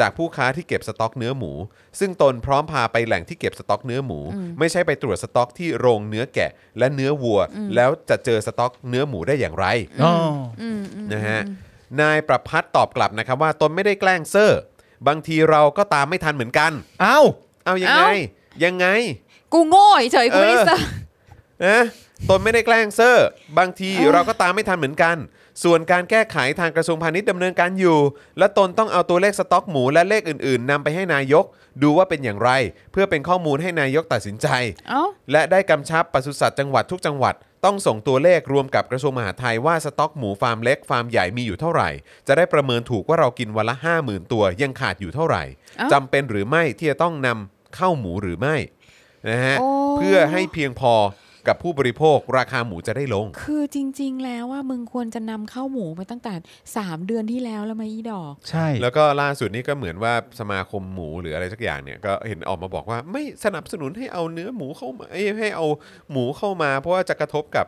จากผู้ค้าที่เก็บสต็อกเนื้อหมู ซึ่งตนพร้อมพาไปแหล่งที่เก็บสต็อกเนื้อหมู ไม่ใช่ไปตรวจสต็อกที่โรงเนื้อแกะและเนื้อวัว แล้วจะเจอสต็อกเนื้อหมูได้อย่างไร
อ๋อ
นะฮะนายประพัฒน์ตอบกลับนะครับว่าตนไม่ได้แกล้งเซอร์ บางทีเราก็ตามไม่ทันเหมือนกัน
เอ้า
เอายังไง
เอ้
ยังไง
กูโง่เฉยๆกูไม่ได้เซอร์
นะตนไม่ได้แกล้งเซอร์ บางที
เออ
เราก็ตามไม่ทันเหมือนกัน ส่วนการแก้ไขทางกระทรวงพาณิชย์ดำเนินการอยู่ และตนต้องเอาตัวเลขสต็อกหมูและเลขอื่นๆนำไปให้นายก ดูว่าเป็นอย่างไร เพื่อเป็นข้อมูลให้นายกตัดสินใจ
เอ้า
และได้กำชับปศุสัตว์จังหวัดทุกจังหวัด ต้องส่งตัวเลขรวมกับกระทรวงมหาดไทยว่าสต็อกหมูฟาร์มเล็กฟาร์มใหญ่มีอยู่เท่าไหร่ จะได้ประเมินถูกว่าเรากินวันละ 5 0,000 ตัวยังขาดอยู่เท่าไหร่
เอ้า
จำเป็นหรือไม่ที่จะต้องนำเข้าหมูหรือไม่นะฮะ
โอ้
เพื่อให้เพียงพอกับผู้บริโภคราคาหมูจะได้ลง
คือจริง ๆ แล้วว่ามึงควรจะนำเข้าหมูไปตั้งแต่ 3 เดือนที่แล้วแล้วไหมาอีดอก
ใช่
แล้วก็ล่าสุดนี้ก็เหมือนว่าสมาคมหมูหรืออะไรสักอย่างเนี่ยก็เห็นออกมาบอกว่าไม่สนับสนุนให้เอาเนื้อหมูเข้ามาเอ้ยให้เอาหมูเข้ามา เพราะว่าจะกระทบกับ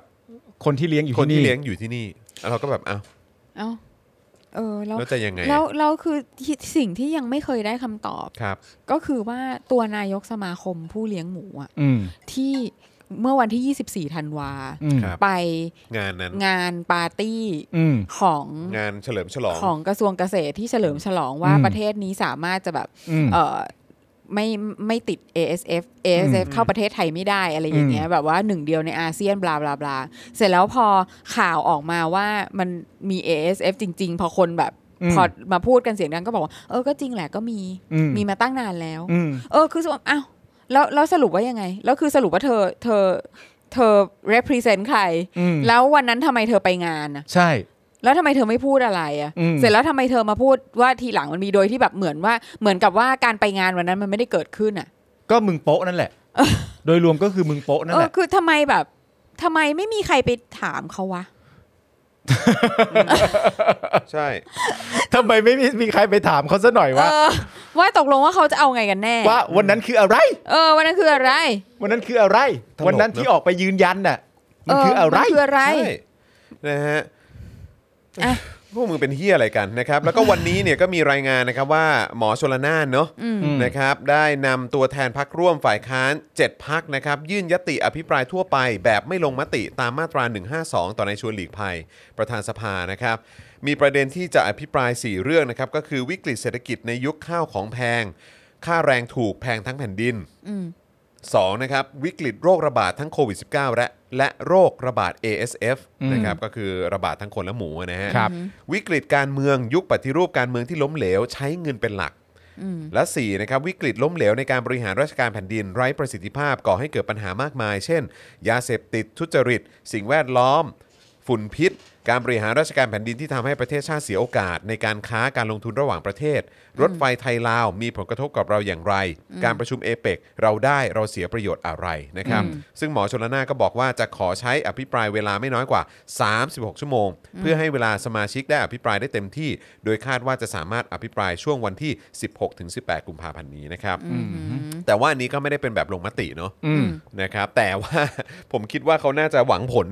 คนที่เลี้ยงอยู่
คน
ที่
ที่
นี่
เลี้ยงอยู่ที่นี่แล้วเราก็แบบอ้าว
เอ้า เออแล้ว
แล้วจะยังไง
แล้วแล้วคือที่สิ่งที่ยังไม่เคยได้คำตอบ
ครับ
ก็คือว่าตัวนายกสมาคมผู้เลี้ยงหมูอะ
อืม
ที่เมื่อวันที่ 24ธันวา
อืม
ครับ
ไป
งานนั้น
งานปาร์ตี้
อืม
ของ
งานเฉลิมฉลอง
ของกระทรวงเกษตรที่เฉลิมฉลองว่า
อืม
ประเทศนี้สามารถจะแบบ
อืม
เออไม่ไม่ติด ASF ASF เข้าประเทศไทยไม่ได้อะไรอย่างเงี้ยแบบว่าหนึ่งเดียวในอาเซียนบลาบลาบลาเสร็จแล้วพอข่าวออกมาว่ามันมี ASF จริง ๆ พอคนแบบ
อืม
พอมาพูดกันเสียงดังก็บอกว่า เออก็จริงแหละก็มี
อืม
มีมาตั้งนานแล้ว
อืม
เออคือสรุปอ้าวแล้วแล้วสรุปว่ายังไง แล้วคือสรุปว่าเธอเธอเธอ represent ใคร
อืม
แล้ววันนั้นทำไมเธอไปงานอะ
ใช่
แล้วทำไมเธอไม่พูดอะไรอะ่ะ
อืม
เสร็จแล้วทำไมเธอมาพูดว่าทีหลังมันมีโดยที่แบบเหมือนว่าเหมือนกับว่าการไปงานวันนั้นมันไม่ได้เกิดขึ้นอะ่ะ
ก็มึงโป๊ะนั่นแหละ โดยรวมก็คือมึงโป๊ะนั่น
เอ
แห
อ
ละ
คือทำไมแบบทำไมไม่มีใครไปถามเขาวะ
ใช่
ทำไมไม่มีมีใครไปถามเขาซะหน่อย
เอ
ว่า
อ ว่าตกลงว่าเขาจะเอาไงกันแน่
ว่าวันนั้นคืออะไร
เออวันนั้นคืออะไร
วันนั้นคืออะไร
ตลกนะ
วันนั้นที่ออกไปยืนยันน่ะ มันคืออะไร
มันคืออะไร
ใช่นะฮะ
อ่ะ
พวกมึงเป็นเฮียอะไรกันนะครับ แล้วก็วันนี้เนี่ยก็มีรายงานนะครับว่าหมอชลนานเนาะ
อืม
ม
นะครับ ได้นำตัวแทนพักร่วมฝ่ายค้าน 7 พักนะครับ ยื่นยติอภิปรายทั่วไป แบบไม่ลงมติตามมาตรา 152 ต่อในายชวนหลีกภัย ประธานสภานะครับ มีประเด็นที่จะอภิปราย 4 เรื่องนะครับ ก็คือวิกฤตเศรษฐกิจในยุคข้าวของแพง ค่าแรงถูกแพงทั้งแผ่นดิน
อืม
2นะครับวิกฤตโรคระบาดทั้งโควิด -19 และและโรคระบาด ASF
อืม
นะครับก็คือระบาดทั้งคนและหมูนะฮะ
ครับ
วิกฤตการเมืองยุคปฏิรูปการเมืองที่ล้มเหลวใช้เงินเป็นหลัก
อืม
และ4นะครับวิกฤตล้มเหลวในการบริหารราชการแผ่นดินไร้ประสิทธิภาพก่อให้เกิดปัญหามากมาย เช่น ยาเสพติดทุจริต สิ่งแวดล้อม ฝุ่นพิษ การบริหารราชการแผ่นดินที่ทำให้ประเทศชาติเสียโอกาส ในการค้าการลงทุนระหว่างประเทศ รถไฟไทยลาวมีผลกระทบกับเราอย่างไร การประชุมเอเปกเราได้เราเสียประโยชน์อะไรนะครับ ซึ่งหมอชนละนานก็บอกว่าจะขอใช้อภิปรายเวลาไม่น้อยกว่า 36 ชั่วโมง เพื่อให้เวลาสมาชิกได้อภิปรายได้เต็มที่ โดยคาดว่าจะสามารถอภิปรายช่วงวันที่ 16-18 กุมภาพันธ์นี้นะครับ แต่ว่าอันนี้ก็ไม่ได้เป็นแบบลงมติเนาะ
อืม
นะครับ แต่ว่า ผมคิดว่าเขาน่าจะหวังผล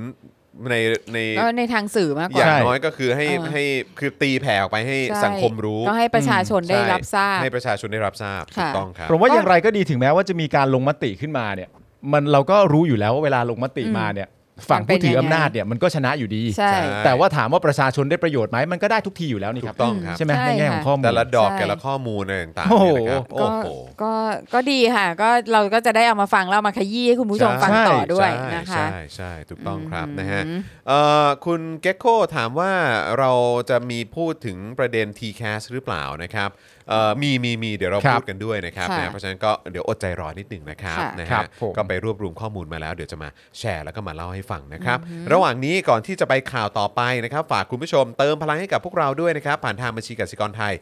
ในใน
แล้วในทางสื่อมาก
อ
กว่า
ย่าง
ใช่
น้อยก็คือให้
เออ
ให้คือตีแผ่ออกไปให้
ใช่
สังคมรู้
ก็ให้ประชาชนได้รับทราบ
ใช่ให้ประชาชนได้รับทราบ
ค่ะ
ถูกต้องครับ
ผมว่าอย่างไรก็ดีถึงแม้ว่าจะมีการลงมติขึ้นมาเนี่ย มันเราก็รู้อยู่แล้วว่าเวลาลงมติมาเนี่ย ฝั่งผู้ถืออำนาจเนี่ยมันก็ชนะอยู่ดี
ใช่
ใช่
แต่ว่าถามว่าประชาชนได้ประโยชน์ไหมมันก็ได้ทุกทีอยู่แล้วนี่
ถู
ครับ
กต้องครับ
ใช่ไหม
ใช่
ในแง่ของ
ค่ะ
ข้อมูล
แต่ละดอก
ใช่
แต่ละข้อมูลอะไรต่างๆเนี่ยนะครับ
โอ้โห
โอ้โห
ก็ก็ก็ดีค่ะ ก็เราก็จะได้เอามาฟังแล้วเอามาขยี้ให้คุณผู้ชมฟังต่อด้วย
ใช่
นะคะ
ใช่ใช่ถูกต้องครับ
อืม
นะฮะเอ่อคุณเก็กโก้ถามว่าเราจะมีพูดถึงประเด็น TCAS หรือเปล่านะครับเอ่อมีมีมีเดี๋ยวเรา
ครับ
พูดกันด้วยนะครับ
ค่ะ
นะเพราะฉะนั้นก็เดี๋ยวอดใจรอนิดหนึ่งนะครับ
ค่ะ
นะ
ครั
ฮะ
บผม
ก็ไปรวบรวมข้อมูลมาแล้วเดี๋ยวจะมาแชร์แล้วก็มาเล่าให้ฟังนะครับ ระหว่างนี้ก่อนที่จะไปข่าวต่อไปนะครับ ฝากคุณผู้ชมเติมพลังให้กับพวกเราด้วยนะครับ ผ่านทางบัญชีกสิกรไทย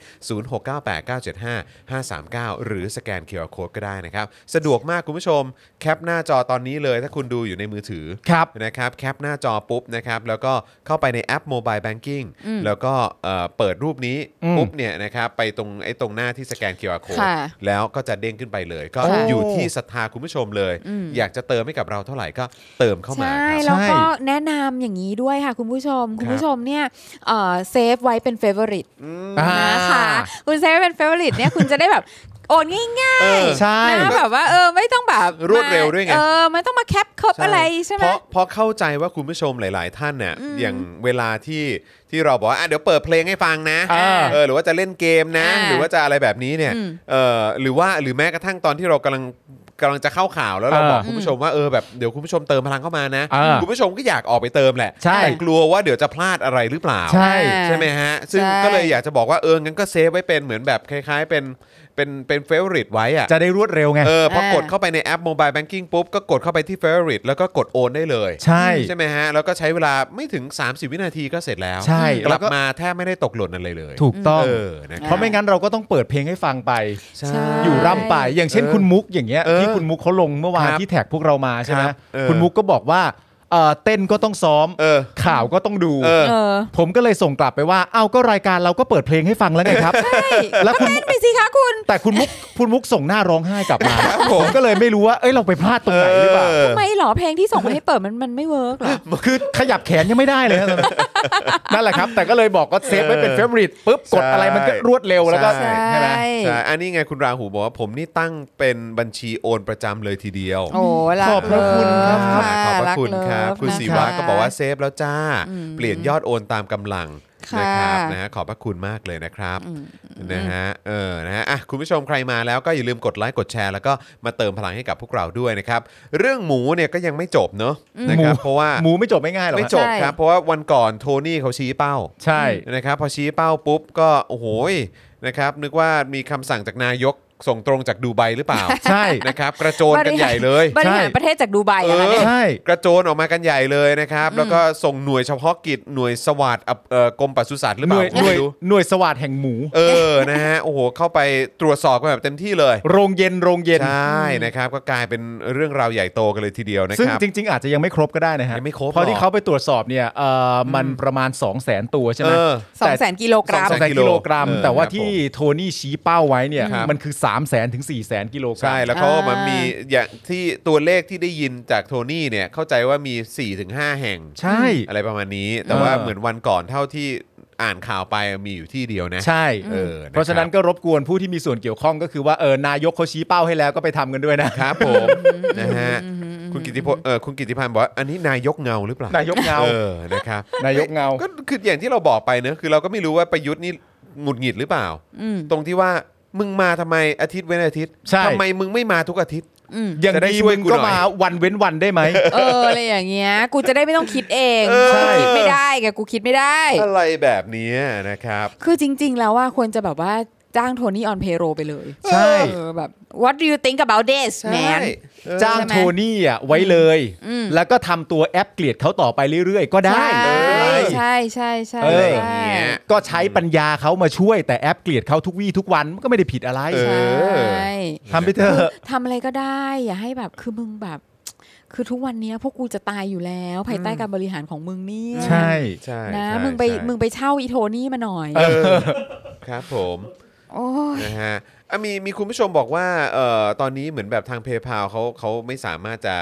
0698975539 หรือสแกนเคอร์โคดก็ได้นะครับ สะดวกมากคุณผู้ชม แคปหน้าจอตอนนี้เลยถ้าคุณดูอยู่ในมือถือ
ครับ
นะครับแคปหน้าจอปุ๊บนะครับแล้วก็เข้าไปในแอป Mobile Banking แล้วก็เอ่อเปิดรูปนี้
อืม
ปุ๊บเนี่ยนะครับไปตรงไอ้ตรงหน้าที่สแกน QR Code
ค่ะ
แล้วก็จะเด้งขึ้นไปเลย ก็
ค่ะ
อยู่ที่ศรัทธาคุณผู้ชมเลย
อืม
อยากจะเติมให้กับเราเท่าไหร่ก็เติมเข้ามาค
ใช่
รับ
แล้วก็แนะนำอย่างนี้ด้วยค่ะคุณผู้ชม คุณผู้ชมเนี่ยเอ่อเซฟไว้เป็นเฟเวอริต
อ่า
นะคะคุณเซฟไว้เป็นเฟเวอริตเนี่ยคุณจะได้แบบ [laughs] โอนง่าย
เออ
ใช่
ๆนะแบบว่าเออไม่ต้องแบบ
รวดเร็วด้วยไง
เออไม่ต้องมาแคปเคิบอะไรใช่ไหม
เพราะเพราะเข้าใจว่าคุณผู้ชมหลาย ๆ ท่านเนี่ยอย่างเวลาที่ที่เราบอกว่าอ่ะเดี๋ยวเปิดเพลงให้ฟังนะ
อ่า
เออหรือว่าจะเล่นเกมนะ
อ่า
หรือว่าจะอะไรแบบนี้เนี่ย
อืม
เออหรือว่าหรือแม้กระทั่งตอนที่เรากำลังกำลังจะเข้าข่าวแล้วเรา
อ่า
บอกคุณผู้ชมว่าเออแบบเดี๋ยวคุณผู้ชมเติมพลังเข้ามานะ
อ่า
คุณผู้ชมก็อยากออกไปเติมแหละ
ใช่
แต่กลัวว่าเดี๋ยวจะพลาดอะไรหรือเปล่า
ใช่
อ่า
ใช่ไหมฮะ ซึ่ง
ใช่
ก็เลยอยากจะบอกว่าเอองั้นก็เซฟไว้เป็นเหมือนแบบคล้าย ๆ เป็นเป็นเป็นเฟเวอริตไว้อะ
จะได้รวดเร็วไง
เออพอ
อ่าก ก
ดเข้าไปในแอป Mobile Banking ปุ๊บ ก็กดเข้าไปที่ Favorite แล้วก็กดโอนได้เลย
ใช่
ใช่ไหมฮะ แล้วก็ใช้เวลาไม่ถึง 30 วินาทีก็เสร็จแล้ว
ใช่
ก
แล้
ลับ
วก็
มาแทบไม่ได้ตกหล่นอะไรเลย
ถูกต้อง
เออนะค
เพ
รับ
ราะไม่งั้นเราก็ต้องเปิดเพลงให้ฟังไป
ใช่
ใช่
อยู่ร่ำไป อย่างเช่น
เออ
คุณมุกอย่างเงี้ย
เออ
ที่คุณมุกเขาลงเมื่อวาน
ครับ
ที่แท็กพวกเรามาใช่ไหม
ครับเออ
คุณมุกก็บอกว่าเอ่อเต้นก็ต้องซ้อม
เออ
ข่าวก็ต้องดู
เออ
เออ
ผมก็เลยส่งกลับไปว่าเอ้าก็รายการเราก็เปิดเพลงให้ฟังแล้วไงครับ
ใช่
แล้วคุณ
ก็เต้นไปสิคะคุณ
แต่คุณมุกคุณมุกส่งหน้าร้องไห้กลับมา
ครับผ
ผม มก็เลยไม่รู้ว่าเอ้ยเราไปพลาดตรงไหนหรือเปล่า
เออ
ทำไม่หรอเพลงที่ส่งมาให้เปิดมันมันไม่เวิร์กหรอ
[laughs]
คือขยับแขนยังไม่ได้เลยฮะตอนนั้น นั่นแหละครับ แต่ก็เลยบอกว่าเซฟไว้เป็นเฟเวอริตปุ๊บกด
ใช่
อะไรมันก็รวดเร็วแล้วก็
ใช่
ใช่ไหม
ใช่อันนี้ไงคุณราหูบอกว่าผมนี่ตั้งเป็นบัญชีโอนประจำเลยทีเดียว
โอ้รัก
ขอบพระคุณครับ
เลิฟ
ขอบพระ
ก
คุณ
เลิฟ
ครับ คุณ
นะะ
ศิวะก็บอกว่าเซฟแล้วจ้า
อืม
เปลี่ยนยอดโอนตามกำลัง
ค่ะ
นะครับนะฮะขอบพระคุณมากเลยนะครับ
อืม
นะฮะเออนะฮะอ่ะคุณผู้ชมใครมาแล้วก็อย่าลืมกดไลค์กดแชร์ แล้วก็มาเติมพลังให้กับพวกเราด้วยนะครับ เรื่องหมูเนี่ยก็ยังไม่จบเนอะนะครับเพราะว่า
หมูไม่จบไม่ง่ายหรอก
ไม่
ฮะ
จบครับ เพราะว่าวันก่อนโทนี่เขาชี้เป้า
ใช่
นะครับพอชี้เป้าปุ๊บก็โอ้โหยนะครับนึกว่ามีคำสั่งจากนายกส่งตรงจากดูไบหรือเปล่า
ใช่
นะครับกระโจนกันใหญ่เลย
บริหาร
ใช่
ประเทศจากดูไบ
เอ
อะคะ
อ
เนี่ย
ใช่
กระโจนออกมากันใหญ่เลยนะครับ แล้วก็ส่งหน่วยเฉพาะกิจหน่วยสวัสดเอ่อกรมปศุสัตว์หรือ
ห
เป
น่
ล่า
วย
ผม
หน่วย
ไม่รู้
หน่วยสวัสดแห่งหมู
เออนะฮะโอ้โหเข้าไปตรวจสอบกันแบบเต็มที่เลย
โรงเย็นโรงเย็น
ใช่นะครับ ก็กลายเป็นเรื่องราวใหญ่โตกันเลยทีเดียวนะ
ซึ่ง
ครับ
จริง ๆ อาจจะยังไม่ครบก็ได้นะฮะ
ยังไม่ครบ
เพราะ
หร
ที่
อ
เขาไปตรวจสอบเนี่ยเอ่ออมันประมาณ 2 0 0 0 0 0 ตัวใช่ไห
เอ
ม
อ
สองแสนกิโลกรัม
สองแสน
กิ
กิ
โล
โลกรัม
เออ
แต่ว่า
ครับผ
ที่
ม
โทนี่ชี้เป้าไว้เนี่ย
ครับ
มันคือ3 0 0แสนถึง4 0 0แสนกิโลกรัม
ใช่แล้วเขาก็มา
อ่ามี
มีอย่างที่ตัวเลขที่ได้ยินจากโทนี่เนี่ยเข้าใจว่ามี4-5แห่ง
ใช่
อะไรประมาณนี้ แต่
เออ
ว่าเหมือนวันก่อนเท่าที่อ่านข่าวไปมีอยู่ที่เดียวนะ
ใช่
เออคบ
เพราะฉะนั้นก็รบกวนผู้ที่มีส่วนเกี่ยวข้องก็คือว่าเออนายกเขาชี้เป้าให้แล้วก็ไปทำกันด้วยนะ [laughs]
ครับผมนะฮะคุณกิติพงศ์เออคุณกิติพันธ์บอกว่าอันนี้นายกเงาหรือเปล่าน
ายกเงา
เออนะครับ
นายกเงา
ก็คืออย่างที่เราบอกไปเนอะคือเราก็ไม่รู้ว่าประยุทธ์นี่หงุดหงิดหรือเปล่า
อืม
ตรงที่ว่ามึงมาทำไมอาทิตย์เว้นอาทิตย์
ใช่
ทำไมมึงไม่มาทุกอาทิตย์
อืม
อย่าง
จะได้
ดี
ช่วย
มึง
กูหน่
ก็
อย
มาวันเว้นวันได้ไหม
เอออะไรอย่างเงี้ย กูจะได้ไม่ต้องคิดเอง
เออ
กูคิดไม่ได้ไงกูคิดไม่ได้
อะไรแบบนี้นะครับ
คือจริง ๆ แล้วว่าควรจะแบบว่าจ้างโทนี่ออนเพโรไปเลย
ใช่
เออแบบ what do you think about this
ใช่
man
เออ
จ้าง
ใช่ไหม
โทนี่อ่ะไว้เลย
อืม
แล้วก็ทำตัวแอปเกลียดเขาต่อไปเรื่อย ๆ ก็ได้
เออ
ใช่ใช่ใช่
เอ
ใช่
ออย่างเงี้ย
ก็ใช้ปัญญาเขามาช่วยแต่แอปเกลียดเขาทุกวี่ทุกวันมันก็ไม่ได้ผิดอะไร
เออ
ใช่
ทำไปเถอะ
ทำอะไรก็ได้ อย่าให้แบบคือมึงแบบ คือทุกวันเนี้ยพวกกูจะตายอยู่แล้ว ภายใต้การบริหารของมึงเนี่ย
ใช่
ใช่
นะ
ใช่
มึงไป
ใช่
มึงไปเช่าอีโทนี่มาหน่อย
เออครับผม
โอ้ย
นะฮะอ่ะมีมีคุณผู้ชมบอกว่าเอ่อตอนนี้เหมือนแบบทางเพย์พาเขาเขาไม่สามารถจะ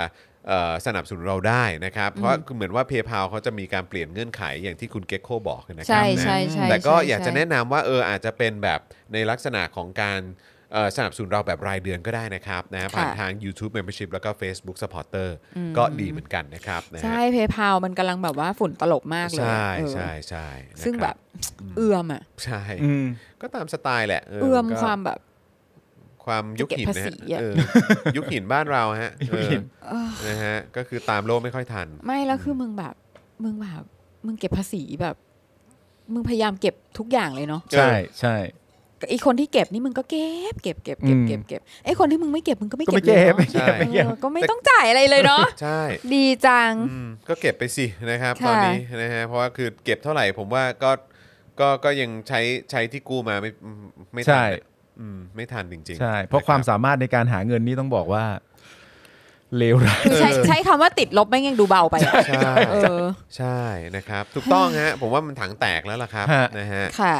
เอ่อสนับสนุนเราได้นะครับ เพราะเหมือนว่าเพย์พาเขาจะมีการเปลี่ยนเงื่อนไขอย่างที่คุณเก็กโคบอกนะค
ใช่
รั
ใช่ใช่
แต่ก็
ใช่
อยากจะ
ใช่
แนะนำว่าเอออาจจะเป็นแบบในลักษณะของการเอ่อสนับสนุนเราแบบรายเดือนก็ได้นะครับนะผ่านทาง YouTube Membership แล้วก็ Facebook Supporter ก็ดีเหมือนกันนะครับนะฮะ
ใช่เพย์พามันกำลังแบบว่าฝุ่นตลบมากเลย
ใช่
เออ
ใช่ใช่นะ
ซึ่ง
ค
แบ
รั
บเอื้อมอ่ะ
ใช่
อืม
ก็ตามสไตล์แหละ
เอื้อม
ก็
ความแบบ
ความยุคหินนะฮะ
จะเก็บภาษีอะ
เอ
[laughs]
อยุคหินบ้านเราฮะ
ยุคหิน
เออนะฮะก็คือตามโลกไม่ค่อยทัน
ไม่แล้วคือมึงแบบ มึงแบบ มึงเก็บภาษีแบบ มึงพยายามเก็บทุกอย่างเลยเนาะ
ใช่ใช่
ไอคนที่เก็บนี่มึงก็เก็บเก็บเก็บเก็บเก็บเก็บไอคนที่มึงไม่เก็บมึงก็ไม่
ก็
เก็
ไม่
บ
เก็
เลย
บ
เนาะ
ไม่เก็บ
ใช่
ไม่เก็บ
เออก็ไม่ต้องจ่ายอะไรเลยเนาะ
ใช่
ดีจัง
อืมก็เก็บไปสินะครับ
ค่ะ
ตอนนี้นะฮะเพราะว่าคือเก็บเท่าไหร่ผมว่าก็ก็ก็ยังใช้ใช้ที่กู้มาไม่ไม่ทัน
ใช่
อะอืมไม่ทันจริงๆ
ใช่ เพราะความ
นบ
สามารถในการหาเงินนี่ต้องบอกว่าเลวร้าย
คือใช้ใช้คำว่าติดลบไม่งยังดูเบาไปอะ
ใช่
เออ
ใช่นะครับ ถูกต้องฮะผมว่ามันถังแตกแล้วล่ะครับ
ฮะ
นะฮะ
ค่ะ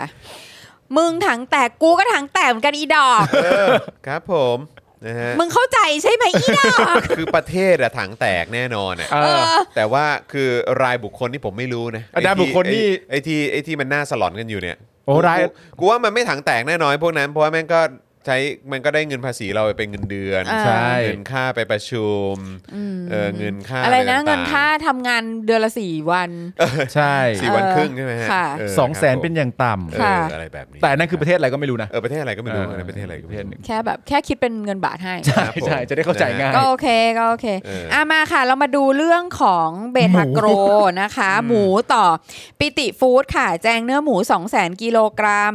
มึงถังแตกกูก็ถังแตกเหมือนกันอีดอก
เออครับผมนะฮะ
มึงเข้าใจใช่ไหมอีดอก
คือประเทศอะถังแตกแน่นอนอะ
เออ
แต่ว่าคือรายบุคคลที่ผมไม่รู้นะ
อ่ะรายบุคคลนี่
ไอ้ที่ไอ้ที่มันน่าสลอนกันอยู่เนี่ย
โอ้ราย
กูกูว่ามันไม่ถังแตกแน่นอนพวกนั้น เพราะว่าแม่งก็ใช้มันก็ได้เงินภาษีเราไปเป็นเงินเดือน
อ่า
ใช่
เงินค่าไปประชุมเออเงินค่า
อะไรนะเงิน
ต่ๆ
ค่าทำงานเดือนละสี่วัน
ใช่
สี่วันครึ่งใช่ไหมฮะ
ค่ะ
เ
สองแสน
ครับผม
เป็นอย่างต่ำ
เอ
ค่ะ
ออะไรแบบนี้
แต่อันนั่นคือประเทศอะไรก็ไม่รู้นะ
เออประเทศอะไรก็ไม่รู้นะประเทศอะไรก็
ป
ไม่
ระเทศ
รู้
หนึ่ง
แค่แบบแค่คิดเป็นเงินบาทให้
ใช่
ผม
ใช่จะได้เข้าใจง่าย
ก็โอเคก็โอเค
เอออ่
อ่ะมาค่ะ เรามาดูเรื่องของเบทาโกร
หมู
นะคะ หมูต่อปิติฟู้ดค่ะ แจงเนื้อหมู 200,000กิโลกรัม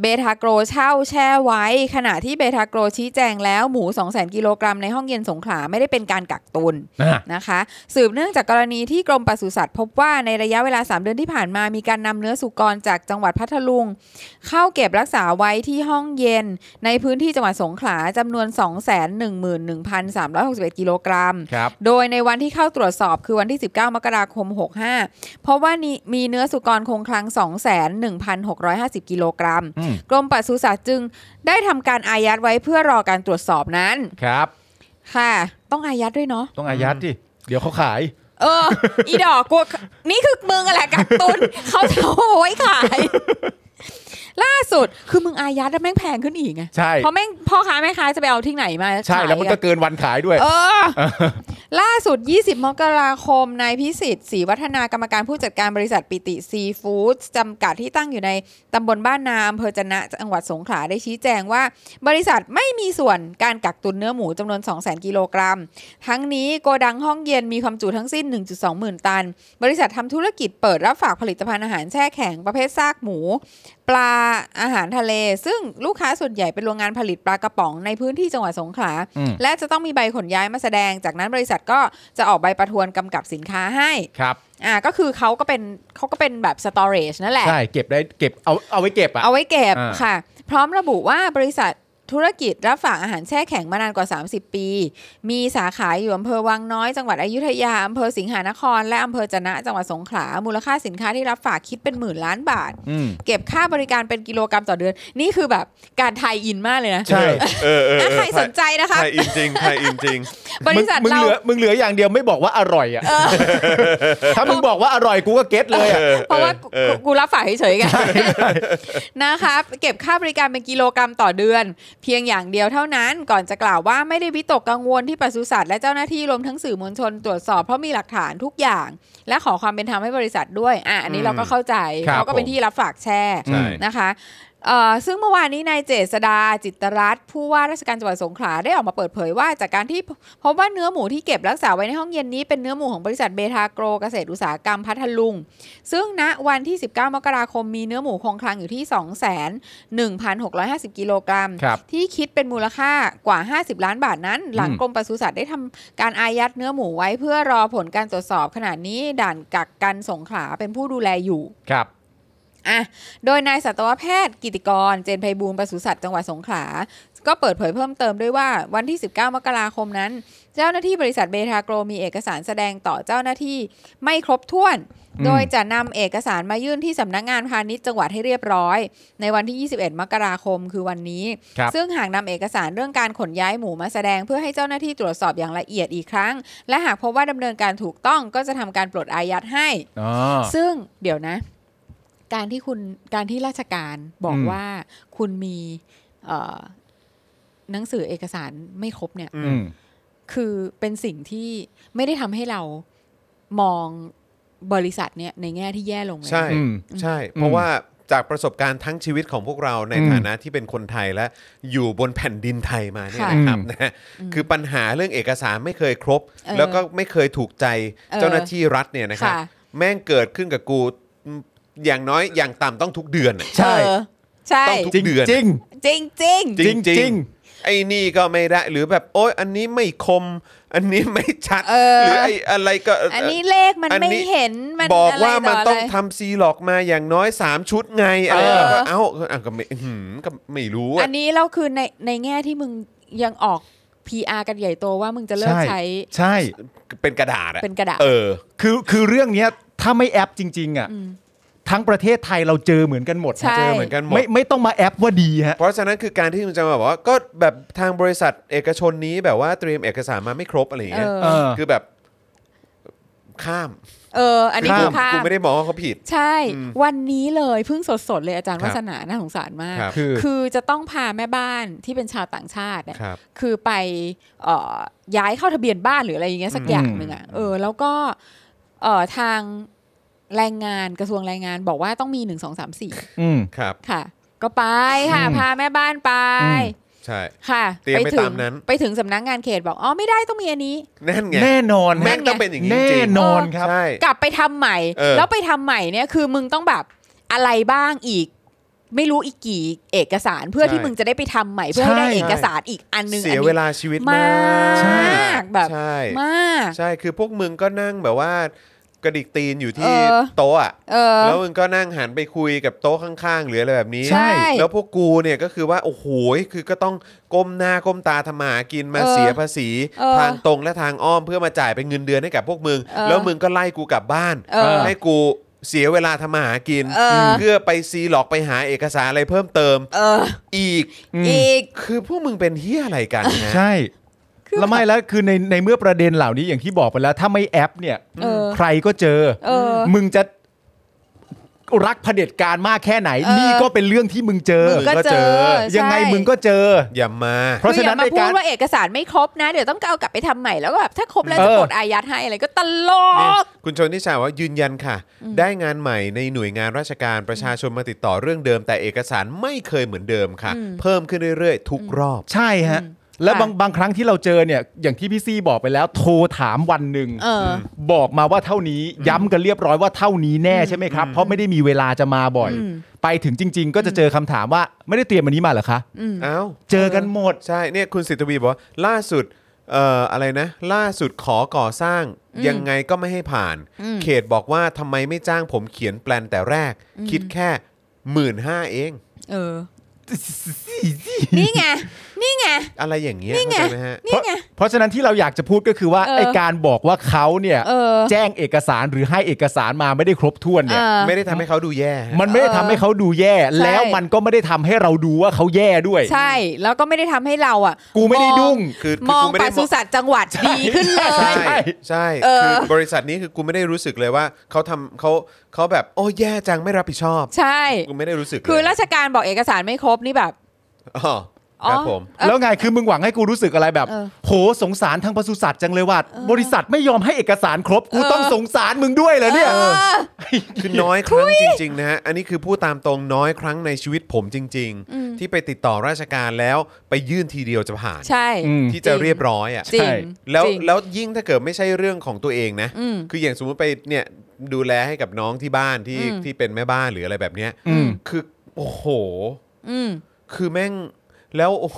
เบทาโกรเช่าแช่ไว้ ขณะที่เบทาโกรชี้แจงแล้วหมู 200,000กิโลกรัมในห้องเย็นสงขลาไม่ได้เป็นการกักตุน
นะ
นะคะ สืบเนื่องจากกรณีที่กรมปศุสัตว์พบว่าในระยะเวลา 3 เดือนที่ผ่านมามีการนำเนื้อสุกรจากจังหวัดพัทลุง เข้าเก็บรักษาไว้ที่ห้องเย็น ในพื้นที่จังหวัดสงขลาจำนวน 211,361 กิโลกรัม
ครับ
โดยในวันที่เข้าตรวจสอบคือวันที่ 19 มกราคม 65 เพราะว่านี่มีเนื้อสุกรคงคลัง 21,650 กิโลกรัม
อืม
กรมปศุสัตว์จึงได้ทำการอายัดไว้เพื่อรอการตรวจสอบนั้น
ครับ
ค่ะ ต้องอายัดด้วยเนาะ
ต้องอายัดดิเดี๋ยวเขาขาย
เออ อีดอกกลัวนี่คือมึงอะไรกัก
[laughs]
ตุนเขาจะเอาไว้ขาย ล่าสุดคือมึงอายัดแล้วแม่งแพงขึ้นอีกไง
ใช่
เพราะแม่งพ่อค้าแม่ค้าจะไปเอาที่ไหนมา
ใช่
ขาย
แล้วมันก็
อะ
เกินวันขายด้วย
เออ ล่าสุด 20 มกราคมนายพิสิทธิ์ศรีวัฒนากรรมการผู้จัดการบริษัทปิติซีฟู้ดจำกัดที่ตั้งอยู่ในตำบลบ้านนามอำเภอจะนะจังหวัดสงขลาได้ชี้แจงว่า บริษัทไม่มีส่วนการกักตุนเนื้อหมูจำนวน 200,000 กิโลกรัม ทั้งนี้โกดังห้องเย็นมีความจุทั้งสิ้น 1.2 หมื่นตัน บริษัททำธุรกิจเปิดรับฝากผลิตภัณฑ์อาหารแช่แข็งประเภทซากหมู ปลาอาหารทะเล ซึ่งลูกค้าส่วนใหญ่เป็นโรงงานผลิตปลากระป๋องในพื้นที่จังหวัดสงขลา
อืม
และจะต้องมีใบขนย้ายมาแสดง จากนั้นบริษัทก็จะออกใบประทวนกำกับสินค้าให้
ครับ
อ่าก็คือเขาก็เป็นเขาก็เป็นแบบ storage นั่นแหละ
ใช่เก็บได้เก็บเอาเอาไว้เก็บอ่ะ
เอาไว้เก็บ
อ่า
ค่ะ พร้อมระบุว่าบริษัทธุรกิจรับฝากอาหารแช่แข็งมานานกว่า 30 ปี มีสาขาอยู่อำเภอวังน้อย จังหวัดอยุธยา อำเภอสิงหานคร และอำเภอจะนะจังหวัดสงขลา มูลค่าสินค้าที่รับฝากคิดเป็นหมื่นล้านบาท
อืม
เก็บค่าบริการเป็นกิโลกรรัมต่อเดือน นี่คือแบบการไทยอินมากเลยนะ
ใช่
เออเออ
ถ้า
เออ
ใครสนใจนะ
ไท
คะ
ยอินจริงไทยอินจริง
บริษัท
มึง
เรา
เหลือมึงเหลืออย่างเดียวไม่บอกว่าอร่อยอ่ะ [laughs] ถ้ามึงบอกว่าอร่อยกูก็เก็ตเลยอะ
เพราะว่ากู
เออ
กูรับฝากเฉยๆไง [laughs] นะคะเก็บค่าบริการเป็นกิโลกรรัมต่อเดือน เพียงอย่างเดียวเท่านั้นก่อนจะกล่าวว่าไม่ได้วิตกกังวลที่ปศุสัตว์และเจ้าหน้าที่รวมทั้งสื่อมวลชนตรวจสอบเพราะมีหลักฐานทุกอย่าง และขอความเป็นธรรมให้บริษัทด้วยอ่ะอันนี้เราก็เข้าใจ
ครับ
เขาก็เป็นที่รับฝากแช่
ใช่
นะคะเอ่อซึ่งเมื่อวานนี้นายเจษดาจิตรรัตน์ผู้ว่าราชการจังหวัดสงขลาได้ออกมาเปิดเผยว่าจากการที่พพบว่าเนื้อหมูที่เก็บรักษาไว้ในห้องเย็นนี้เป็นเนื้อหมูของบริษัทเบทาโกรเกษตรอุตสาหกรรมพัทลุง ซึ่งณวันที่ 19 มกราคมมีเนื้อหมูคงคลังอยู่ที่ 201,650 กิโลกรัม
ครับ
ที่คิดเป็นมูลค่ากว่า 50 ล้านบาทนั้น หลังกรมปศุสัตว์ได้ทำการอายัดเนื้อหมูไว้เพื่อรอผลการตรวจสอบขณะนี้ด่านกักกันสงขลาเป็นผู้ดูแลอยู่
ครับ
อ่ะ โดยนายสัตวแพทย์กิติกร เจนไพบูลย์ปศุสัตว์จังหวัดสงขลา ก็เปิดเผยเพิ่มเติมด้วยว่าวันที่ 19 มกราคมนั้น เจ้าหน้าที่บริษัทเบทาโกรมีเอกสารแสดงต่อเจ้าหน้าที่ไม่ครบถ้วน
อืม
โดยจะนำเอกสารมายื่นที่สำนักงานพาณิชย์จังหวัดให้เรียบร้อย ในวันที่ 21 มกราคมคือวันนี้
ครับ
ซึ่งหากนำเอกสารเรื่องการขนย้ายหมูมาแสดงเพื่อให้เจ้าหน้าที่ตรวจสอบอย่างละเอียดอีกครั้ง และหากพบว่าดำเนินการถูกต้องก็จะทำการปลดอายัดให้
อ๋อ
ซึ่งเดี๋ยวนะ การที่คุณการที่ราชการบอก
อืม
ว่าคุณมีเอ่อหนังสือเอกสารไม่ครบเนี่ย
อืม
คือเป็นสิ่งที่ไม่ได้ทำให้เรามองบริษัทเนี่ยในแง่ที่แย่ลงเลยนะ
ใช่
อืม
ใช่ เพราะว่าจากประสบการณ์ทั้งชีวิตของพวกเราใน
อืม
ฐานะที่เป็นคนไทยและอยู่บนแผ่นดินไทยมาเนี่ย
ค่ะ
นะครับ
อืม
นะคือปัญหาเรื่องเอกสารไม่เคยครบ
เออ
แล้วก็ไม่เคยถูกใจ
เออ
เจ้าหน้าที่รัฐเนี่ยนะครับ
ค่ะ
แม่งเกิดขึ้นกับกูอย่างน้อยอย่างต่ำต้องทุกเดือนอะ
ใช่
เออใช่
ต้องทุก
จริง
เดือน
จริง
จริงจริง
จริง
จริง
จริงไอ้นี่ก็ไม่ได้หรือแบบโอ๊ยอันนี้ไม่คม อันนี้ไม่ชัด
เออ
หรือไอ้อะไรก็
อันนี้เลขมัน
อัน
ไม่
นี้
เห็นมัน
บอก
ะไร
ว่ามันต้อง
ะไร
ทำซีหลอกมาอย่างน้อย 3 ชุดไงอะไร
เออ
แล้วก็เอ้าอ่ะก็ไม่หืมก็ไม่รู้อะ
อันนี้เราคือในในแง่ที่มึงยังออก PR กันใหญ่โตว่ามึงจะเลิกใช้
ใช่
เป็นกระดาษอะ
เป็นกระดาษ
เออ
คือคือเรื่องเนี้ยถ้าไม่แอปจริง ๆ อ่ะ ทั้งประเทศไทยเราเจอเหมือนกันหมด
ใช่
ฮะ
เจอเหมือนกันหมด
ไม่ไม่ต้องมาแอปว่าดีฮะ
เพราะฉะนั้นคือการที่คุณจะมาบอกว่าก็แบบทางบริษัทเอกชนนี้แบบว่าเตรียมเอกสารมาไม่ครบอะไรอย่างเงี้ย
เออ
เออ
คือแบบข้าม
เออ อันนี้
ข้าม
คือข้า
กู
ม
ไม่ได้มองว่าเขาผิด
ใช่
อืม
วันนี้เลยเพิ่งสดๆเลยอาจาร
ค
ย์
รับ
วัฒนาน่าสงสารมาก
ครับ
คือ
คือจะต้องพาแม่บ้านที่เป็นชาวต่างชาติเนี่ย
ครับ
คือไปเอ่อย้ายเข้าทะเบียนบ้านหรืออะไรอย่างเงี้ยสัก
อืม
อย่างหนึ่งอ่ะเออแล้วก็เอ่อทางแรงงานกระทรวงแรงงานบอกว่าต้องมีหนึ่งสองสามสี่
อืม
ครับ
ค่ะ ก็ไปค่ะ
อืม
พาแม่บ้านไป
อืม
ใช่
ค่ะ
เตรียมไป
ถึ
ตาง มนั้น
ไปถึงสำนักงานเขตบอกอ๋อไม่ได้ต้องมีอันนี้
แน่นไง
แน่นอน
แม่
ฮะ
งต้องเป็นอย่างนี้
แน่
จริง
นอนครับ
ใช่
กลับไปทำใหม่
เออ
แล้วไปทำใหม่เนี่ยคือมึงต้องแบบอะไรบ้างอีก ไม่รู้อีกกี่เอกสารเพื่อที่มึงจะได้ไปทำใหม่เพื่อให้ได้
ใช่
เอกสารอีกอันหนึง
เสีย
อันนี้
เวลาชีวิต
ม
มา
ใช่
าก กแบบ
ใช่
มาก
ใช่คือพวกมึงก็นั่งแบบว่ากระดิกตีนอยู่ที่
เออ
โต๊ะอะ
เออ
แล้วมึงก็นั่งหันไปคุยกับโต๊ะข้างๆหรืออะไรแบบนี้
ใช่
แล้วพวกกูเนี่ยก็คือว่าโอ้โหคือก็ต้องก้มหน้าก้มตาทำมาหากินมา
เออ
เสียภาษี
เออ
ทางตรงและทางอ้อมเพื่อมาจ่ายเป็นเงินเดือนให้กับพวกมึง
เออ
แล้วมึงก็ไล่กูกลับบ้าน
เออ
ให้กูเสียเวลาทำมาหากิน
เออ
เพื่อไปซีหลอกไปหาเอกสารอะไรเพิ่มเติม
เออ
อีก
อีก
คือพวกมึงเป็นเฮี้ยอะไรกันนะ
ใช่
คื ด้วย
แล้วไม่แล้วคือในในเมื่อประเด็นเหล่านี้อย่างที่บอกไปแล้ว ถ้าไม่แอปเนี่ย
เออ
ใครก็เจอ
เออ
มึงจะรักเผด็จการมากแค่ไหน
เออ
นี่ก็เป็นเรื่องที่มึงเจอ
มึงก็เจอ
ยังไง
ใช่
มึงก็เจอ
อย่ามา
เพราะฉะนั้นใน
คืออย่ามาพู
กา
ด
ร
ว่าเอกสารไม่ครบนะ เดี๋ยวต้องเอากลับไปทำใหม่แล้วก็แบบถ้าครบแล้ว
เออ
จะกดอายัดให้อะไรก็ตล
เนี่ย
ก
คุณชนทิชาว่ายืนยันค่ะ ได้งานใหม่ในหน่วยงานราชการประชาชนมาติดต่อเรื่องเดิม แต่เอกสารไม่เคยเหมือนเดิมค่ะ
อืม
เพิ่มขึ้นเรื่อยๆ ทุกรอบ
ใช่ฮะ
อืม
แล้วบาง
ค่ะ
บางครั้งที่เราเจอเนี่ย อย่างที่พี่ซี่บอกไปแล้ว โทรถามวันหนึ่ง
เออ
บอกมาว่าเท่านี้ย้ำกันเรียบร้อยว่าเท่านี้แน่ใช่ไหมครับ เพราะไม่ได้มีเวลาจะมาบ่อย
อืม
ไปถึงจริง ๆ ก็จะเจอคำถามว่าไม่ได้เตรียมอันนี้มาเหรอคะ
อืม
เอ้า
เจอกันหมด
ใช่เนี่ยคุณสิทธวีบอกว่าล่าสุดเอ่ออะไรนะ ล่าสุดขอก่อสร้าง
อืม
ยังไงก็ไม่ให้ผ่าน
อืม
เขตบอกว่าทำไมไม่จ้างผมเขียนแปลนแต่แรก คิดแค่หมื่นห้าเอง
เออ นี่ไง นี่ไง
อะไรอย่างเงี้ย
นี่ไง
เข้าใจไหมฮะ
นี่ไง
เพราะฉะนั้นที่เราอยากจะพูดก็คือว่า
เออ
ไอการบอกว่าเขาเนี่ย
เออ
แจ้งเอกสารหรือให้เอกสารมาไม่ได้ครบถ้วน
เอ
เนี่ย
อ
ไม่ได้ทำให้เขาดูแย่ฮะ
มันไม่ได้
เออ
ทำให้เขาดูแย่
ใช่
แล้วมันก็ไม่ได้ทำให้เราดูว่าเขาแย่ด้วย
ใช่ แล้วก็ไม่ได้ทำให้เราอ่ะ
กูไม่ได้ดุ้ง
คือ
ม
คือ
อง
กูไม่
ป
ได้ม
ศุ
อง
สัตว์จังหวัดดีขึ้นเลย
ใช่
ใช่ใช่
เออ
คือบริษัทนี้คือกูไม่ได้รู้สึกเลยว่าเขาทำเขาเขาแบบโอ้แย่จังไม่รับผิดชอบ
ใช่
กูไม่ได้รู้สึกเลย
คือราชการบอกเอกสารไม่ครบนี่แบบ
อ๋อ
อ๋อ
ครับผม
เออ
แล้วไงคือมึงหวังให้กูรู้สึกอะไรแบบ
เออ
โหสงสารทางปศุสัตว์จังเลยว่า บริษัทไม่ยอมให้เอกสารครบ กูต้องสงสารมึงด้วยเหรอเนี่ย
เออ
คือน้อยครั้งจริงๆนะฮะอันนี้คือพูดตามตรงน้อยครั้งในชีวิตผมจริง
อืม
ๆ ที่ไปติดต่อราชการแล้วไปยื่นทีเดียวจะผ่าน
ใช่
อืม
ที่จะเรียบร้อยอ่ะ
จริง
ใช่
แล้ว
จริง
แล้วยิ่งถ้าเกิดไม่ใช่เรื่องของตัวเองนะ
อืม
คืออย่างสมมติไปเนี่ยดูแลให้กับน้องที่บ้านที่
อืม
ที่เป็นแม่บ้านหรืออะไรแบบเนี้ย
อืม
คือโอ้โห
อืม
คือแม่งแล้วโอ้โห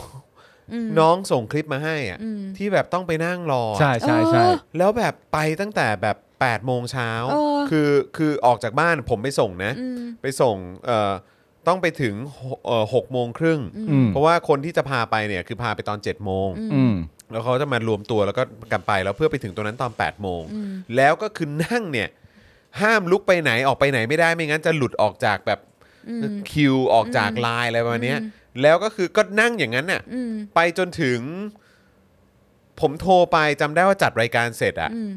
อืม
น้องส่งคลิปมาให้อ่ะ
อืม
ที่แบบต้องไปนั่งรออะ
ใช่ใช่ใช่
เออ
แล้วแบบไปตั้งแต่แบบ8ปดโมงเช้า
เออ
คือคือออกจากบ้านผมไปส่งนะ
อืม
ไปส่งเอ่อต้องไปถึงหกเอ่อหกโมงครึ่ง
อืม
เพราะว่าคนที่จะพาไปเนี่ยคือพาไปตอน7จ็ดโมง
อืม
แล้วเขาจะมารวมตัวแล้วก็กลับไปแล้วเพื่อไปถึงตรงนั้นตอน8ปดโมง
อืม
แล้วก็คือนั่งเนี่ยห้ามลุกไปไหนออกไปไหนไม่ได้ไม่งั้นจะหลุดออกจากแบบ
อืม
คิวออกจากไลน์อะไรประมาณเนี้ย
อืม
แล้วก็คือก็นั่งอย่างนั้นน่ะ
อืม
ไปจนถึง ผมโทรไปจำได้ว่าจัดรายการเสร็จอะ
อืม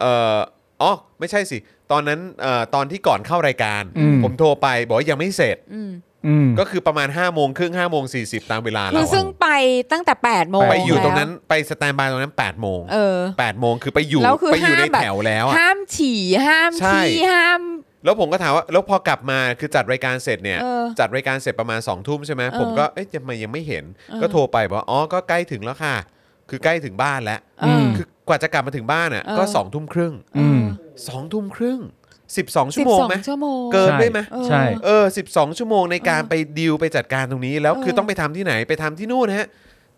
เอ่ออ๋อไม่ใช่สิ ตอนนั้นเอ่อตอนที่ก่อนเข้ารายการ
อืม
ผมโทรไปบอกว่ายังไม่เสร็จ
อืม
อืม
ก็คือประมาณ5้าโมงครึ่งห้าโมงสีตามเวลา
คื
เรา
อ
อะ
ซึ่งไปตั้งแต่8ปดโมง
ไปอยู่ตรง
แล้ว
นั้นไปสแตนบายตรงนั้น8ปดโมง
เออ
แปดโมงคือไปอยู่
แล้วคือ
ไปอยู่ใน
ห้ามแบบ
แถวแล้วอะ
ห้ามฉี่ห้าม
ใช่
ขี้ห้าม
แล้วผมก็ถามว่าแล้วพอกลับมาคือจัดรายการเสร็จเนี่ย
เออ
จัดรายการเสร็จประมาณ2องทุ่มใช่ไหม
เออ
ผมก็เอ๊ะทำไมยังไม่เห็น
เออ
ก็โทรไปบอกว่าอ๋อก็ใกล้ถึงแล้วค่ะ คือใกล้ถึงบ้านแล้ว
เออ
ม
คือกว่าจะกลับมาถึงบ้านอ่ะ
เออ
ก็สองทุ่มครึ่ง
อืม
สองทุ่มครึ่งสิบสอง
สิ
ชั่ว
บ
โมง
สอง
ไหม
ชั่วโมง
เกินด้วยไหม
ใช่
เออสิบสองชั่วโมงในการไปดิวไปจัดการตรงนี้แล้ว
เออ
คือต้องไปทำที่ไหนไปทำที่นู่นนะฮะ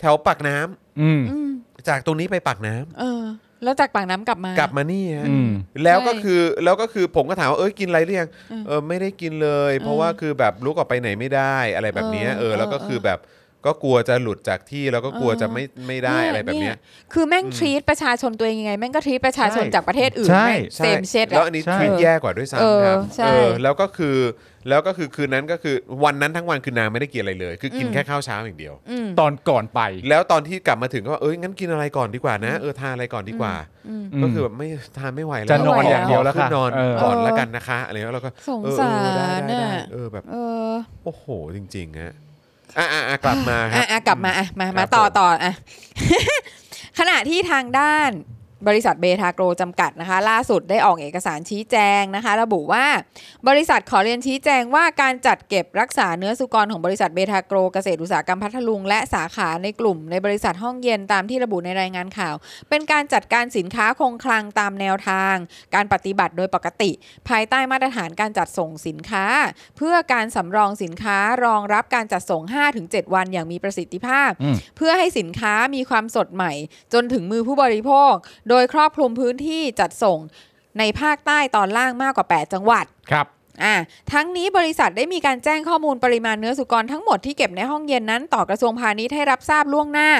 แถวปากน้ำ
อืม
อืม
จากตรงนี้ไปปากน้ำ
เออ แล้วจากปากน้ำกลับมาก ก
ลับมานี่ฮะ
อืม
แล้วก็
ใช่
คือแล้วก็คือผมก็ถามว่าเอ้ยกินอะไรหรือยัง
เออ
เออไม่ได้กินเลย เพราะว่าคือแบบลุกออกไปไหนไม่ได้อะไรแบบเนี้ยเอ
เอ
อ
อ
แล้วก็
เออ
คือแบบก็กลัวจะหลุดจากที่แล้วก็กลัวจะไม่ไม่ได้
เนี่ย
อะไรแบบเนี้ย
เนี่ย คือแม่งทรีตประชาชนตัวเองยังไง แม่งก็ทรีตประชาชน
ใช่
จากประเทศอื่น
ใช่
แม่ง
ใช่
เซมเชด
แล้ว
อะ
อันนี้
ใช่
ทวีตแย่กว่าด้วย
เออ
ซ้ำครับ
ใช่
เออแล้วก็คือแล้วก็คือคืนนั้นก็คือวันนั้นทั้งวันคือนางไม่ได้กินอะไรเลย คือกิน
อืม
แค่ข้าวเช้าอย่างเดียว
อืม
ตอนก่อนไป
แล้วตอนที่กลับมาถึงก็ว่าเอ้ยงั้นกินอะไรก่อนดีกว่านะเออทานอะไรก่อนดีกว่า
อืม
ก็คือแบบไม่ทานไม่ไหวแล้ว
จะนอน
ไม่ไหว
อย่างเดียวแล้ว
ขึ้
ค่ะ
นนอน
เออ
ก่อนแล้วกันนะคะอะไรเงี้ยแล้วก็
สง
เออ
สา
เออได้
ร
ได้ได้
น่ะ
เออแบบ
เออ
โอ้โห จริงๆฮะอ่ะอ่ะอ่ะกลับมาครั
อ่ะ
บ
อ่ะกลับมาอ่ะมา
ครั
มา
บ
ต่อ
ผม
ต่ออ่ะ [laughs] ขณะที่ทางด้านบริษัทเบทาโกรจำกัดนะคะ ล่าสุดได้ออกเอกสารชี้แจงนะคะ ระบุว่าบริษัทขอเรียนชี้แจงว่าการจัดเก็บรักษาเนื้อสุกรของบริษัทเบทาโกรเกษตรอุตสาหกรรมพัทลุง และสาขาในกลุ่มในบริษัทห้องเย็นตามที่ระบุในรายงานข่าว เป็นการจัดการสินค้าคงคลังตามแนวทาง การปฏิบัติโดยปกติ ภายใต้มาตรฐานการจัดส่งสินค้า เพื่อการสำรองสินค้ารองรับการจัดส่ง 5-7 วันอย่างมีประสิทธิภาพ
อืม
เพื่อให้สินค้ามีความสดใหม่ จนถึงมือผู้บริโภค โดยครอบคลุมพื้นที่จัดส่งในภาคใต้ตอนล่างมากกว่า 8 จังหวัด
ครับ
อ่ะทั้งนี้บริษัทได้มีการแจ้งข้อมูลปริมาณเนื้อสุกรทั้งหมดที่เก็บในห้องเย็นนั้น ต่อกระทรวงพาณิชย์ให้รับทราบล่วงหน้า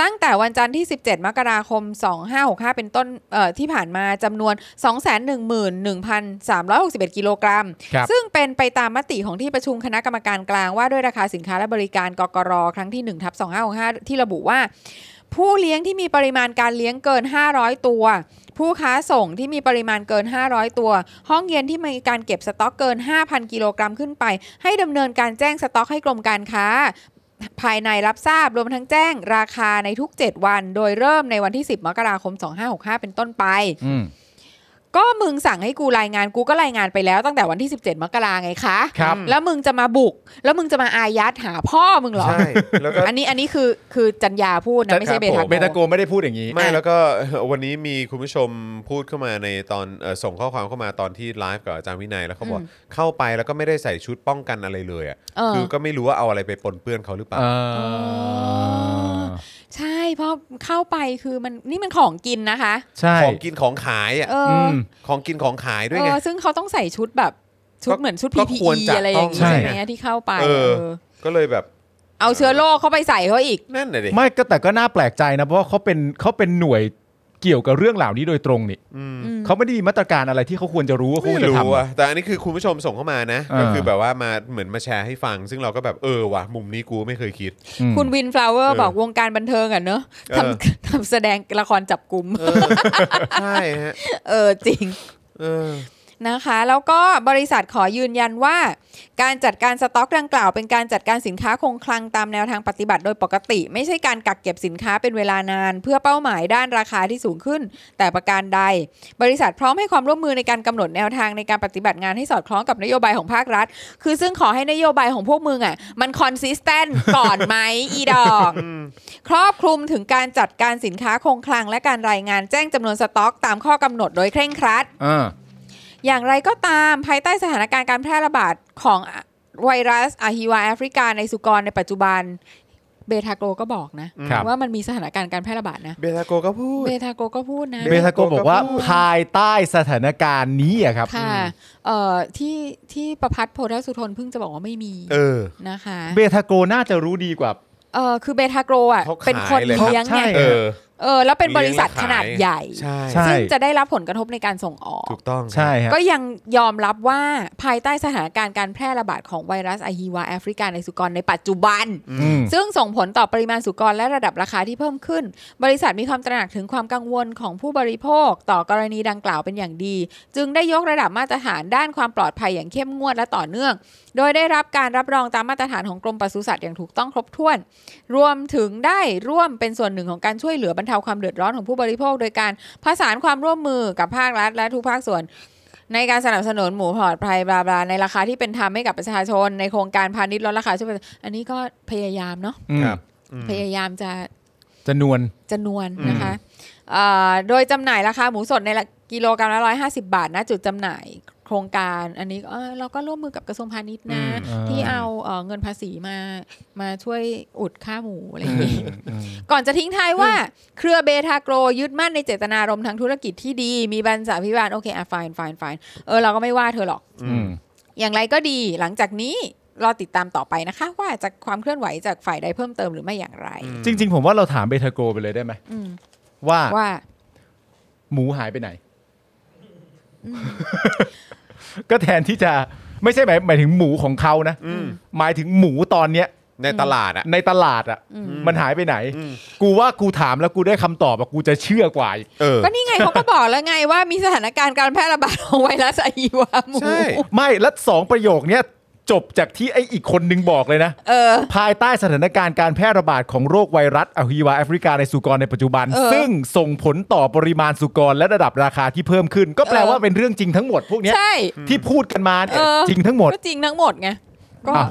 ตั้งแต่วันจันทร์ที่ 17 มกราคม 2565 เป็นต้นเอ่อที่ผ่านมาจำนวน 211,361 กิโลกรัม
ครับ
ซึ่งเป็นไปตามมติของที่ประชุมคณะกรรมการกลางว่าด้วยราคาสินค้าและบริการกกรครั้งที่1ทับ2565 ที่ระบุว่า ผู้เลี้ยงที่มีปริมาณการเลี้ยงเกิน 500 ตัว ผู้ค้าส่งที่มีปริมาณเกิน 500 ตัว ห้องเย็นที่มีการเก็บสต็อกเกิน 5,000 กิโลกรัมขึ้นไป ให้ดำเนินการแจ้งสต็อกให้กรมการค้า ภายในรับทราบรวมทั้งแจ้งราคาในทุก 7 วัน โดยเริ่มในวันที่ 10 มกราคม 2565 เป็นต้นไป
อืม
ก็มึงสั่งให้กูรายงานกูก็รายงานไปแล้วตั้งแต่วันที่ 17 มกราไงคะ
ครับ
แล้วมึงจะมาบุก แล้วมึงจะมาอายัดหาพ่อมึงเหรอ
ใช่แล้วก็
อันนี้อันนี้คือคือจัญญาพูดนะ ไม่ใช่เบ
ครั
ทา
บผม
เบตาโก
โก
ไม่ได้พูดอย่างนี้
ไม่
อ่ะ
แล้วก็ [laughs] วันนี้มีคุณผู้ชมพูดเข้ามาในตอนเอ่อส่งข้อความเข้ามาตอนที่ไลฟ์กับอาจารย์วินัยแล้วเขาบอกเข้าไปแล้วก็ไม่ได้ใส่ชุดป้องกันอะไรเลยอ่ะ
เออ
คือก็ไม่รู้ว่าเอาอะไรไปปนเปื้อนเขาหรือเปล่า
เออ
ใช่เพราะเข้าไปคือมันนี่มันของกินนะคะ
ใช่
ของกินของขายอ่ะ
เอ
อื
อ
ม
ของกินของขายด้วย
เอ
ไง
อซึ่งเขาต้องใส่ชุดแบบชุด
ก็
เหมือนชุด
ก็ควรจะ
PPE อะไรอย่าง
ต้อง
เงี้ยใช่ไหม
ใช่
ที่เข้าไป
เออ
เออ
ก็เลยแบบ
เอาเชื้อโรคเข้าไปใส่เขาอีก
นั่นน่ะดิ
ไม่ก็แต่ก็น่าแปลกใจนะ เพราะว่าเขาเป็นเขาเป็นหน่วยเกี่ยวกับเรื่องเหล่านี้โดยตรงนี่เขาไม่ได้มีมาตรการอะไรที่เขาควรจะรู้ว่าเขาคว
ไม่
รจะ
รู้
ทำ
อ่ะ
อะ
แต่อันนี้คือคุณผู้ชมส่งเข้ามานะ
เออ
ก็คือแบบว่ามาเหมือนมาแชร์ให้ฟัง ซึ่งเราก็แบบเออว่ะมุมนี้กูไม่เคยคิด
อืม
คุณวินฟลาวเวอ
เอ
ร์
อ
บอกวงการบันเทิงอ่ะเนอะ
เออ
ทำ [laughs] ทำแสดงละครจับกลุ่ม
เออใช่ฮะ
เออจริง
เออ
นะคะแล้วก็บริษัทขอยืนยันว่า การจัดการสต็อกดังกล่าว เป็นการจัดการสินค้าคงคลังตามแนวทางปฏิบัติโดยปกติ ไม่ใช่การกักเก็บสินค้าเป็นเวลานาน เพื่อเป้าหมายด้านราคาที่สูงขึ้น แต่ประการใด บริษัทพร้อมให้ความร่วมมือในการกำหนดแนวทางในการปฏิบัติงานให้สอดคล้องกับนโยบายของภาครัฐ คือซึ่งขอให้นโยบายของพวกมึงอ่ะมันคอนสิสแตนต์ ก่อนไหมอีดอก ครอบคลุมถึงการจัดการสินค้าคงคลัง และการรายงานแจ้งจำนวนสต็อก ตามข้อกำหนดโดยเคร่งครัด
อ่า
อย่างไรก็ตามภายใต้สถานการณ์การแพร่ระบาดของไวรัสอะฮิวาแอฟริกาในสุกรในปัจจุบันเบทาโกก็บอกนะ
ครับ
ว่ามันมีสถานการณ์การแพร่ระบาดนะ
เบทาโกก็พูด
เบทาโกก็พูดนะ
เบตาโกบอกว่าภายใต้สถานการณ์นี้อะครับ
ค่ะเอ่อที่ที่ประพัฒน์โพธสุทนเพิ่งจะบอกว่าไม่มี
เออ
นะคะ
เบทาโกน่าจะรู้ดีกว่า
เออคือเบทาโกอ่ะ
เขาขาย
เป็นคน
เลยครับ
เลี้ยง
ใช่
ไง
เออ
เออแล้วเป็นบริษัทขนาดใหญ่
ใช่
ใช่
ซึ่งจะได้รับผลกระทบในการส่งออก
ถูกต้องครับ
ใช่ฮะ
ก็ยังยอมรับว่าภายใต้สถานการณ์การแพร่ระบาดของไวรัสอะฮีวาแอฟริกาในสุกรในปัจจุบัน
อืม
ซึ่งส่งผลต่อปริมาณสุกรและระดับราคาที่เพิ่มขึ้น บริษัทมีความตระหนักถึงความกังวลของผู้บริโภค ต่อกรณีดังกล่าวเป็นอย่างดี จึงได้ยกระดับมาตรฐานด้านความปลอดภัยอย่างเข้มงวดและต่อเนื่อง โดยได้รับการรับรองตามมาตรฐานของกรมปศุสัตว์อย่างถูกต้องครบถ้วน รวมถึงได้ร่วมเป็นส่วนหนึ่งของการช่วยเหลือบรรเทาความเดือดร้อนของผู้บริโภค โดยการผสานความร่วมมือกับภาครัฐและทุกภาคส่วน ในการสนับสนุนหมูปลอดภัยบลาบลาในราคาที่เป็นธรรมให้กับประชาชน ในโครงการพาณิชย์ลดราคาช่วยประชาชนอันนี้ก็พยายามเนาะ
อืม
ครับ
พยายามจะ
จะนวน
จะนวลนะคะเอ่อโดยจำหน่ายราคาหมูสดในละกิโลกรัมละร้อยห้าสิบาทนะจุดจำหน่ายโครงการอันนี้เอ่อเราก็ร่วมมือกับกระทรวงพาณิชย์นะ
อืม
ที่เอาเอ่อเงินภาษีมามาช่วยอุดค่าหมูอะไรอย่างนี้ ก่อนจะทิ้งท้ายว่า เครือเบทาโกรยึดมั่นในเจตนารมณ์ทางธุรกิจที่ดี มีบรรษาพิบาลโอเคอ่ะ fine fine fine เออเราก็ไม่ว่าเธอหรอก
อืม
อย่างไรก็ดีหลังจากนี้รอติดตามต่อไปนะคะ ว่าจะความเคลื่อนไหวจากฝ่ายใดเพิ่มเติมหรือไม่อย่างไร
จริง ๆ ผมว่าเราถามเบทาโกไปเลยได้ไหม
อืม
ว่า
ว่า
หมูหายไปไหน [laughs] ก็แทนที่จะไม่ใช่หมายหมายถึงหมูของเขานะหมายถึงหมูตอนเนี้ย
ในตลาดอ่ะ
ในตลาดอ่ะ มันหายไปไหน กูว่ากูถามแล้วกูได้คำตอบอ่ะกูจะเชื่อกว่าอีก
เออ
ก็นี่ไงเขาก็บอกแล้วไงว่ามีสถานการณ์การแพร่ระบาดของไวรัสไอฮีวาหมู
ใช่
ไม่และสองประโยคเนี้ยจบจากที่ไออีกคนนึงบอกเลยนะ
เออ
ภายใต้สถานการณ์การแพร่ระบาดของโรคไวรัสอหิวาแอฟริกาในสุกรในปัจจุบัน
เออ
ซึ่งส่งผลต่อปริมาณสุกรและระดับราคาที่เพิ่มขึ้น ก็แปลว่าเป็นเรื่องจริงทั้งหมดพวกเนี้ย
ใช่
ที่พูดกันมาเนี่ย
เออ
จริงทั้งหมด
ก็จริงทั้งหมดไงก็
อ้าว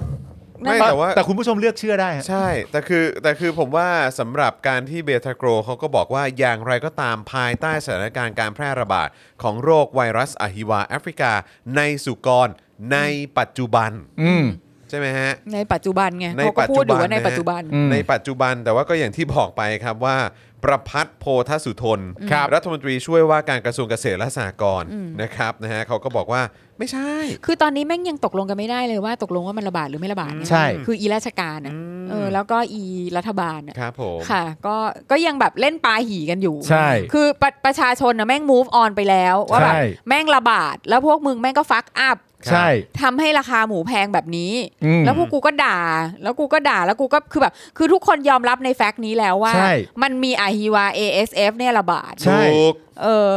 นั่น
ไม่
แหละ
แต่ว่า
แต่คุณผู้ชมเลือกเชื่อได้ฮะ
ใช่ แต่คือแต่คือผมว่าสำหรับการที่เบทาโกรเขาก็บอกว่าอย่างไรก็ตามภายใต้สถานการณ์การแพร่ระบาดของโรคไวรัสอะฮิวาแอฟริกา ในสุกรในปัจจุบัน
อืม
ใช่ไหมฮะ
ในปัจจุบันไง
ใน
เขาก็
ปัจ
พู
จุ
ด
บั
อ
น
ยู่ว่าใน
นะฮะ
ปัจจุบัน
อืม
ในปัจจุบันแต่ว่าก็อย่างที่บอกไปครับว่า ประพัฒน์โพธสุทน
ครับ
รัฐมนตรีช่วยว่าการกระทรวงเกษตรและสหกรณ์นะครับนะฮะเขาก็บอกว่าไม่ใช่
คือตอนนี้แม่งยังตกลงกันไม่ได้เลยว่าตกลงว่ามันระบาดหรือไม่ระบาดเนี่ย
ใช่
คืออีราชการอ่ะเออแล้วก็อีรัฐบาลอ่ะ
ครับผม
ค่ะ ก็ก็ยังแบบเล่นปลาหีกันอยู่
ใช่
คือประประชาชนนะแม่ง move on ไปแล้ว ว่าแบบ
ใช่
แม่งระบาด แล้วพวกมึงแม่งก็ฟักอัพ
ใช่
ทำให้ราคาหมูแพงแบบนี้
อืม
แล้วพวกกูก็ด่า แล้วกูก็ด่า แล้วกูก็คือแบบ คือทุกคนยอมรับในแฟกต์นี้แล้วว่า
ใช่
มันมีอาฮีวา ASF เนี่ยระบาด
ใช่
ถูก
เออ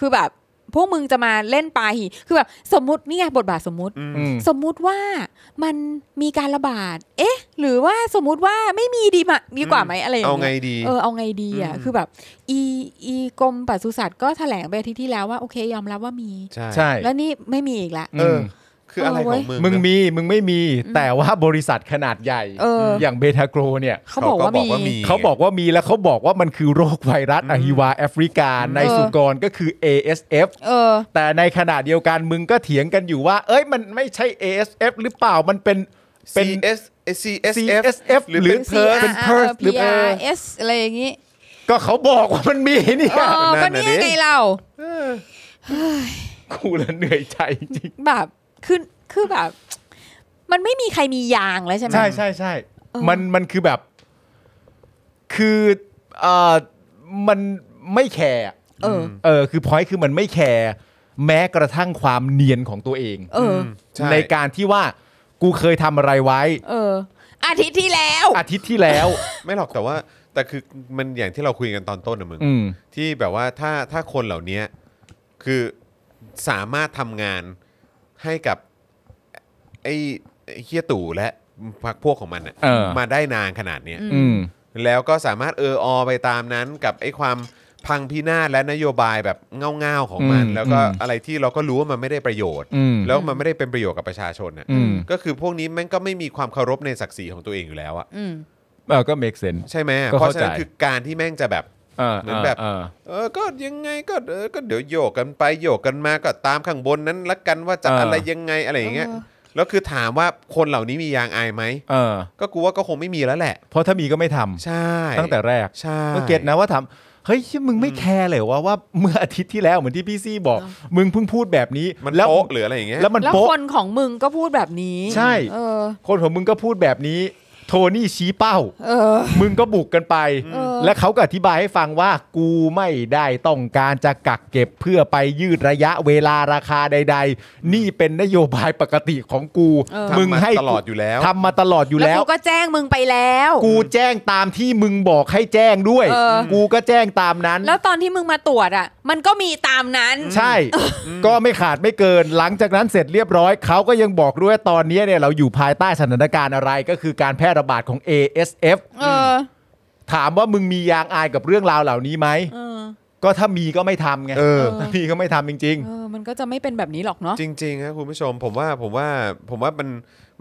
คือแบบ พวกมึงจะมาเล่นปาหี คือแบบสมมตินี่ไงบทบาทสมมติ
อืม
สมมุติว่ามันมีการระบาด เอ๊ะ หรือว่าสมมุติว่าไม่มีดีมาดีกว่าไหมอะไรอย่าง
เอาไง
เงี้ย
ดี
เออเอาไงดีอ่ะ
อืม
คือแบบ อีอีกรมปศุสัตว์ก็แถลงไปอาทิตย์ที่แล้วว่าโอเคยอมรับว่ามี
ใช่
ใช่
แล้วนี่ไม่มีอีกละ
เออ
ม
คืออะไรของมึง
มึง
นะ
มีมึงไม่มีแต่ว่าบริษัทขนาดใหญ่
เอออ
ย่างเบทาโกรเนี่ย
เขาบอกว่า
เขาก็บอกว่ามี
มี
เขาบอกว่ามีแล้วเขาบอกว่ามันคือโรคไวรัสอหิวาแอฟริกา ใน
เออ
สุกรก็คือ ASF
เออ
แต่ในขณะเดียวกันมึงก็เถียงกันอยู่ว่า เอ้ยมันไม่ใช่ ASF หรือเปล่ามันเป็นเป็น
CS CSF
CSF
หรือเป็น
หรือ Perth เป็น Perth หรือ
PRS อะไรอย่างนี้
ก็เขาบอกว่ามันมีนี่
เออ
นั่
ก็
นน่ะดิ
นี่ยังไงเรา
[laughs] กูละเหนื่อยใจจริง
แบบคือคือแบบ มันไม่มีใครมียางแล้วใช่ไหม
ใช่ใช่ใช่
เออ
มันมันคือแบบ คือเอ่อมันไม่แคร์อะ
เออ
เออคือพอยต์คือมันไม่แคร์แม้กระทั่งความเนียนของตัวเอง
เออ
ใช่
ในการที่ว่ากูเคยทำอะไรไว้
เออ อาทิตย์ที่แล้ว
อาทิตย์ที่แล้ว
ไม่หรอกแต่ว่าแต่คือมันอย่างที่เราคุยกันตอนต้นนะมึง
อืม
ที่แบบว่าถ้าถ้าคนเหล่านี้คือสามารถทำงานให้กับไอ้ไอ้เฮียตู่และพรรคพวกของมันน่ะ
เออ
มาได้นานขนาดเนี้ย
อื
อืม
แล้วก็สามารถเอออไปตามนั้นกับไอ้ความพังพินาศและนโยบายแบบเง่าๆของมัน
อืม
แล้วก็
อืม
อะไรที่เราก็รู้ว่ามันไม่ได้ประโยชน์
อืม
แล้วมันไม่ได้เป็นประโยชน์กับประชาชนน่ะ
อืม
ก็คือพวกนี้แม่งก็ไม่มีความเคารพในศักดิ์ศรีของตัวเองอยู่แล้วอะ
อืม
เออก็ make sense
ใช่ไหม
ก็
เพราะ
เข้าใจ
ฉะนั้นคือการที่แม่งจะแบบ
เออ
เหมือนแบบ
เออ
เออ ก็ยังไงก็เออ ก็เดี๋ยวโยกกันไปโยกกันมาก็ตามข้างบนนั้นละกันว่าจะอะไรยังไงอะไรอย่างเงี้ย
เออ
แล้วคือถามว่าคนเหล่านี้มียางอายไหม
เออ
ก็กูว่าก็คงไม่มีแล้วแหละ
เพราะถ้ามีก็ไม่ท
ใช่
ำตั้งแต่แรก
ใช่
ก็เก็ตนะว่าทำเฮ้ยเชี่ยมึงไม่แคร์เลยว่าว่าเมื่ออาทิตย์ที่แล้วเหมือนที่พี่ซี่บอก มึงเพิ่งพูดแบบนี้
มัน
แล้ว
โป๊ะหรืออะไรอย่างเงี้ย
แล้วมัน
แล้ว
โป๊ะ
คนของมึงก็พูดแบบนี้
ใช่
เออ
คนของมึงก็พูดแบบนี้ โทนี่ชี้เป้า
เออ
มึงก็บุกกันไป
เออ
และเขาก็อธิบายให้ฟังว่ากูไม่ได้ต้องการจะกักเก็บเพื่อไปยืดระยะเวลาราคาใด ๆ นี่เป็นนโยบายปกติของกู
เออ
มึง
ทำมา
ให้
ตลอดอยู่แล้ว
ทำมาตลอดอยู่
แล้ว
แล้ว
กูก็แจ้งมึงไปแล้ว
กูแจ้งตามที่มึงบอกให้แจ้งด้วย
เออ
กูก็แจ้งตามนั้น
แล้วตอนที่มึงมาตรวจอ่ะ มันก็มีตามนั้น
ใช่ ก็ไม่ขาดไม่เกิน หลังจากนั้นเสร็จเรียบร้อย เขาก็ยังบอกด้วยว่าตอนนี้เนี่ยเราอยู่ภายใต้สถานการณ์อะไรก็คือการแพร่ระบาดของ ASF
เออ
ถามว่ามึงมียางอายกับเรื่องราวเหล่านี้ไหม
เออ
ก็ถ้ามีก็ไม่ทำไง
เออ
ถ้ามีก็ไม่ทำจริง
เออ มันก็จะไม่เป็นแบบนี้หรอกเนาะ
จริงๆครับคุณผู้ชมผมว่าผมว่าผมว่ามัน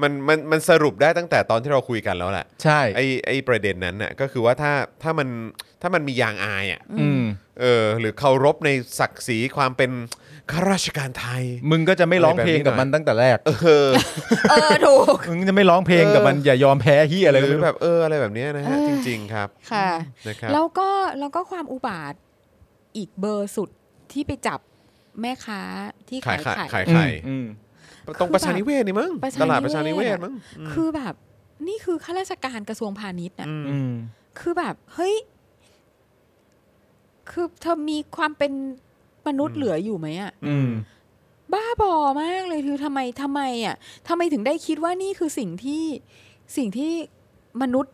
มันมันมันสรุปได้ตั้งแต่ตอนที่เราคุยกันแล้วแหละ
ๆ ใช่
ไอไอประเด็นนั้นน่ะก็คือว่าถ้าถ้ามันถ้ามันมียางอายอ่ะ
อืม
เออ หรือเคารพในศักดิ์ศรีความเป็นข้าราชการไทย
มึงก็จะไม่ร้องเพลงกับมันตั้งแต่แรก
เออ
เออ ถูก
มึงจะไม่ร้องเพลงกับมันอย่ายอมแพ้เฮียอะไร
ห
ก็
รือ
ไม่รู้
แบบเอออะไรแบบเนี้ยนะฮะ จริง ๆ ครับ
ค่ะ
นะครับ
แล้วก็แล้วก็ความอุบาทอีกเบอร์สุดที่ไปจับแม่ค้าที่
ขา
ขาย ย
ขาย
ไข่
ขาย
อื
ไข่
มอืม
ตรงประชานิเวศนี่มั้ง
ประชา
ต
นิเวศ
ลาดประชานิเวศมั้ง
คือแบบ นี่คือข้าราชการกระทรวงพาณิชย์น่ะ
อืม
คือแบบ เฮ้ย คือเธอมีความเป็นมนุษย์เหลืออยู่ไหมอะ
อืม
บ้าบอมากเลยคือทำไมทำไมอ่ะทำไมถึงได้คิดว่านี่คือสิ่งที่สิ่งที่มนุษย์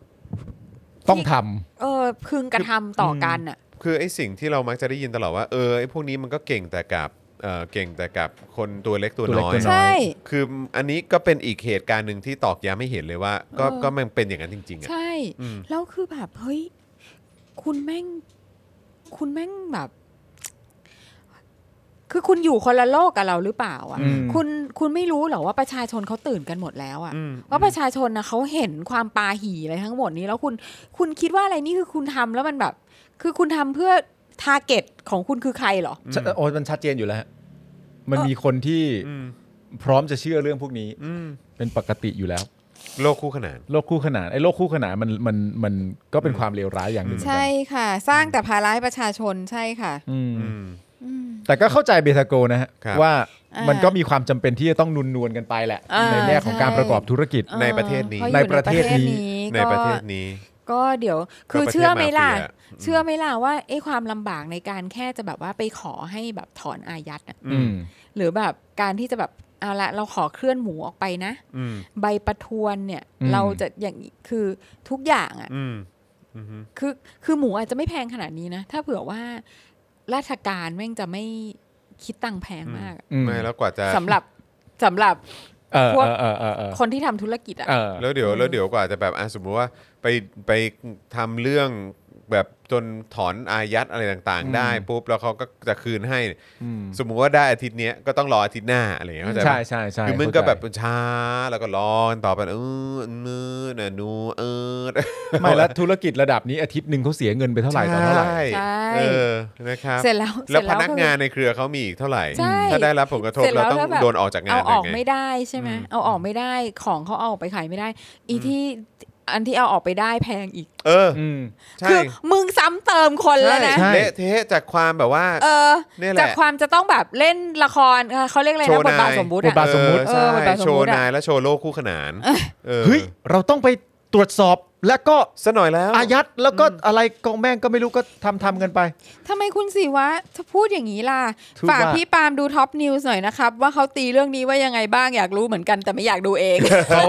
ต้องท
เออพึงกระทำต่อกันอ่ะ
คือไอ้สิ่งที่เรามักจะได้ยินตลอดว่าเออไอ้พวกนี้มันก็เก่งแต่กับเออเก่งแต่กับคนตัวเล็ก
ำ
ตัว
เล็ก
น้อย
ใช่
คืออันนี้ก็เป็นอีกเหตุการณ์หนึ่งที่ตอกย้ำให้เห็นเลยว่า ก็
เออ
ก็มันเป็นอย่างนั้นจริง ๆ อ่ะ
ใช่
อืม
แล้วคือแบบเฮ้ย คุณแม่ง คุณแม่งแบบ คือคุณอยู่คนละโลกกับเราหรือเปล่า อ่ะ
อืม
คุณคุณไม่รู้เหรอว่าประชาชนเขาตื่นกันหมดแล้วอ่ะ
อืม
ว่าประชาชนนะเขาเห็นความปาหีอะไรทั้งหมดนี้ แล้วคุณคุณคิดว่าอะไรนี่คือคุณทำแล้วมันแบบ คือคุณทำเพื่อทาร์เก็ตของคุณคือใครเหรอ
ใช่โอ้ยมันชัดเจนอยู่แล้วฮะมันมีคนที่
อืม
พร้อมจะเชื่อเรื่องพวกนี้
อืม
เป็นปกติอยู่แล้ว
โลกคู่ขนาน
โลกคู่ขนานไอ้โลกคู่ขนานมันมันมันก็เป็นความเลวร้ายอย่างหนึ่งเหมือนกัน
ใช่ค่ะ สร้างแต่ภาระให้ประชาชนใช่ค่ะ
อืม
อืม
อืม
แต่ก็เข้าใจเบทาโกนะฮะ
ครับ
ว่า
อ่ามั
มันก็มีความจำเป็นที่จะต้องนุนนวลกันไปแหละ
อ่า
ในแง่ของการ
ใช่
ประกอบธุรกิจ
เออ
ในประเทศนี้
พออยู่
ในประเทศนี้
ใน
ก็
ประเทศนี้
ก็เดี๋ยว
ก็
คือ
ประเทศ
เชื่อไหมล่ะ
มาเฟียอืม
เชื่อไหมล่ะว่าไอ้ความลำบากในการแค่จะแบบว่าไปขอให้แบบถอนอายัดน่ะ
อืม
หรือแบบการที่จะแบบ เอาละเราขอเคลื่อนหมูออกไปนะ
อืม
ใบประทวนเนี่ย
อืม
เราจะอย่างคือทุกอย่างอ่ะ
อืมอืม
คือคือหมูอาจจะไม่แพงขนาดนี้นะ ถ้าเผื่อว่าราชการแม่งจะไม่คิดตังค์แพงมากอะ
อื
ไม่แล้วกว่าจะ
สำหรับสำหรับ
เออเออเออเออเออ
คนที่ทำธุรกิจอ่ะ
เออ
แล้วเดี๋ยวแล้วเดี๋ยวกว่าจะแบบอ่ะสมมติว่าไปไปทำเรื่องแบบจนถอนอายัดอะไรต่างๆ ได้
อืม
ปุ๊บแล้วเขาก็จะคืนให้
อืม
สมมุติว่าได้อาทิตย์เนี้ยก็ต้องรออาทิตย์หน้าอะไรอย่างเงี้ยเข้าใจปะ
ใช่ใช่ใช่
คือมึงก็แบบ
เข้าใจ
ช้าแล้วก็ร้อนต่อไปเออเนื้อนะนูเออ
ไม่แล้วธุรกิจระดับนี้อาทิตย์หนึ่งเขาเสียเงินไปเท่าไหร่ต่อเท่าไหร่
ใช่
เออนะครับ
เสร็จแล้ว
แล้ว
เสร็จ
พ
แล้ว
นัก
ก็
งานในเครือเขามีอีกเท่าไหร่
ใช่
ถ้าได้รับผลกระทบ
เสร็จแล้
เรา
ว
ต้อง
แล้วแบบ
โดนออกจากงา
เอา
น
ออก
ยังไง
ไม่ได้ใช่ไหม
อืม
เอาออกไม่ได้ของเขาเอาออกไปขายไม่ได้ อีที่อันที่เอาออกไปได้แพงอีก
เออ
อืม
ใช่
คือมึงซ้ำเติมคนแล้วนะ
ใช่
เละเทะจากความแบบว่า
เออ
เนี่ยแหละ
จากความจะต้องแบบเล่นละครเอ่อเขาเรียกอะไร
โช
นะ
ว์
บทบาท
นาย
สมมุติ
บท
อะ
บาท สมมุติ
เออ
เออบทบาท
ใช่
สมมุติ
โช
อะ
ว์นายและโชว์โลกคู่ขนานเออ
เฮ้ยเราต้องไปตรวจสอบแล้วก็
ซะหน่อยแล้ว
อายัดแล้วก็อะไรกองแม่งก็ไม่รู้ก็ทำทำกันไป
ทำไมคุณศิวะพูดอย่างนี้ล่ะ
ถูก
ฝาก
ว่า
พี่ปาล์มดูท็อปนิวส์หน่อยนะครับ ว่าเขาตีเรื่องนี้ว่ายังไงบ้างอยากรู้เหมือนกันแต่ไม่อยากดูเอง
เขา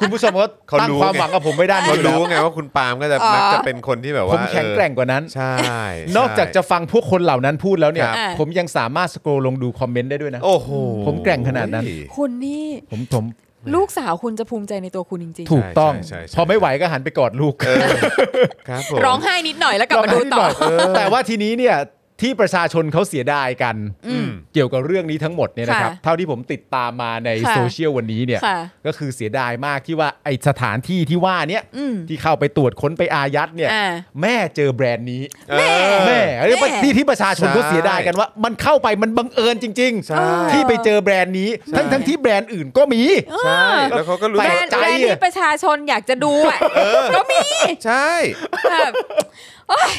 คุณผู้ชมก็
เขา
ตั้ง
รู้
ความ
ไง
หวังกับผมไม่ได้
เขา
อยู่แล้
รู้
ว
ไงว่าคุณปาล์มก็จะมักจะเป็นคนที่แบบ
ผ
ว่าม
แข็งแกร่งกว่านั้น
ใช่
นอกจากจะฟังพวกคนเหล่านั้นพูดแล้วเนี่ย
ครับ
ผมยังสามารถสโกรลงดูคอมเมนต์ได้ด้วยนะ
โอ้โห
ผมแกร่งขนาดนั้น
คุณนี่
ผมผม
ลูกสาวคุณจะภูมิใจในตัวคุณจริง
ถูกต้อง
ใช่ใช่ใช่
พอไม่ไหวก็หันไปกอดลูก
เออครับผม
ๆ ร้องไห้นิดหน่อยแล้วกลับมาดูต่
ร้งไห้
อ
นิดหน่ยแต่ว่าทีนี้เนี่ยที่ประชาชนเขาเสียดายกัน
อืม
เกี่ยวกับเรื่องนี้ทั้งหมดเนี่ยนะครับ
ค่ะ
เท่าที่ผมติดตามมาใน
ค่ะ
โซเชียลวันนี้เนี่ย
ค่ะ
ก็คือเสียดายมากที่ว่าไอสถานที่ที่ว่าเนี่ย
อืม
ที่เข้าไปตรวจค้นไปอายัดเนี่ย
อ่า
แม่เจอแบรนด์นี้
แม่
แม่อันนี้
แม่
ที่ที่ประชาชน
ใช่
เขาเสียดายกันว่า มันเข้าไปมันบังเอิญจริง
ใช่
ๆ ที่ไปเจอแบรนด์นี้ ทั้งทั้งที่แบรนด์อื่นก็มี
ใช่แล้วเขาก็รู้
แบร
สึก
นด์
ใจ
แบรนด์ที่
อะ
ประชาชนอยากจะดูอะก็มี
ใช่
แบบโอ๊ย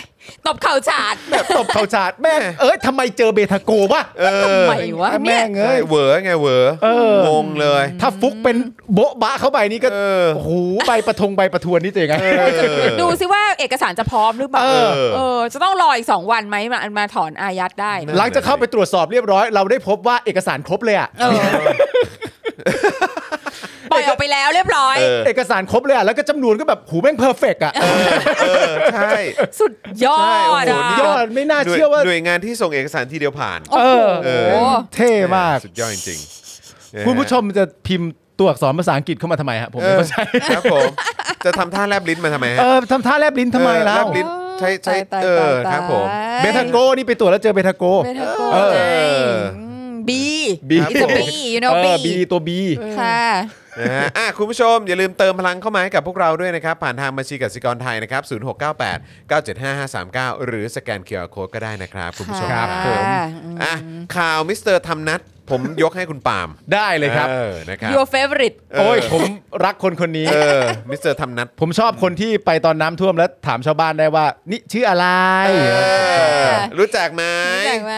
ตบเข่าฉาด
แบบตบเข่าฉาดแม่งเอ้ยทำไมเจอเบทาโกวะ
เออ
ทำไมวะ
แม่
เนี่ย
ง
ใช่
เอ้ย
เหวอไงเหวอ
เออ
งงเลย
ถ้าฟุกเป็นโบ๊ะบะเข้าไปนี่ก็
เออ
โอ้โหใบประทงใบประทวนนี่จะยังไง
ดูสิว่าเอกสารจะพร้อมหรือเปล่า
เออ
เออ จะต้องรออีกสองวันไหมมามาถอนอายัดได้นะ
หลังจากเข้าไปตรวจสอบเรียบร้อย เราได้พบว่าเอกสารครบเลยอะ
เออ ปล่อยออกไปแล้วเรียบร้อย
เออ
เอกสารครบเลยอะแล้วก็จำนวนก็แบบหูแม่งเพอร์เฟกอะ
เออใช่
สุดยอด
โอ้
อ่ะ
โหยอดไม่น่า
หน่วย
เชื่อว่า
หน่วยงานที่ส่งเอกสารทีเดียวผ่าน
โอ้
เอ
โห
อ
เท่มาก
สุดยอดจริงๆนะฮะ
คุณผู้ชมจะพิมพ์ตัวอักษรภาษาอังกฤษเข้ามาทำไมฮะผม
เอ
ไม่
อ
เข้าใจ
ครับผม จะทำท่าแลบลิ้นมาทำไมฮะ
เออทำท่าแลบลิ้นทำไม
เออ
แล้
แล
ว
บลิ้นใช้ใช้
ตายตาย
เออ
ตาย
ครับผม
เบทาโกนี่ไปตรวจแล้วเจอเบทาโก
เบทาโก
เออ
ไงบี
บี
อิสบีอยู่เนาะ
เอ
บี
อบีตัวบี
ค่ะ
นะฮะอ่ะคุณผู้ชมอย่าลืมเติมพลังเข้ามาให้กับพวกเราด้วยนะครับ ผ่านทางบัญชีกสิกรไทยนะครับ 0698 975 539 หรือสแกนเคอร์โคก็ได้นะครับคุณผู้ชม
ครับผม
อ่ะข่าวมิสเตอร์ทำนัด ผมยกให้คุณปาล์ม
ได้เลยครับ
เออนะครับ
your favorite
เออ
โอ้ยผมรักคนคนนี้
เออมิสเตอร์ทำนัด
ผมชอบคนที่ไปตอนน้ำท่วมแล้วถามชาวบ้านได้ว่า นี่ชื่ออะไร
เออรู้จักไหม
รู้จักไหม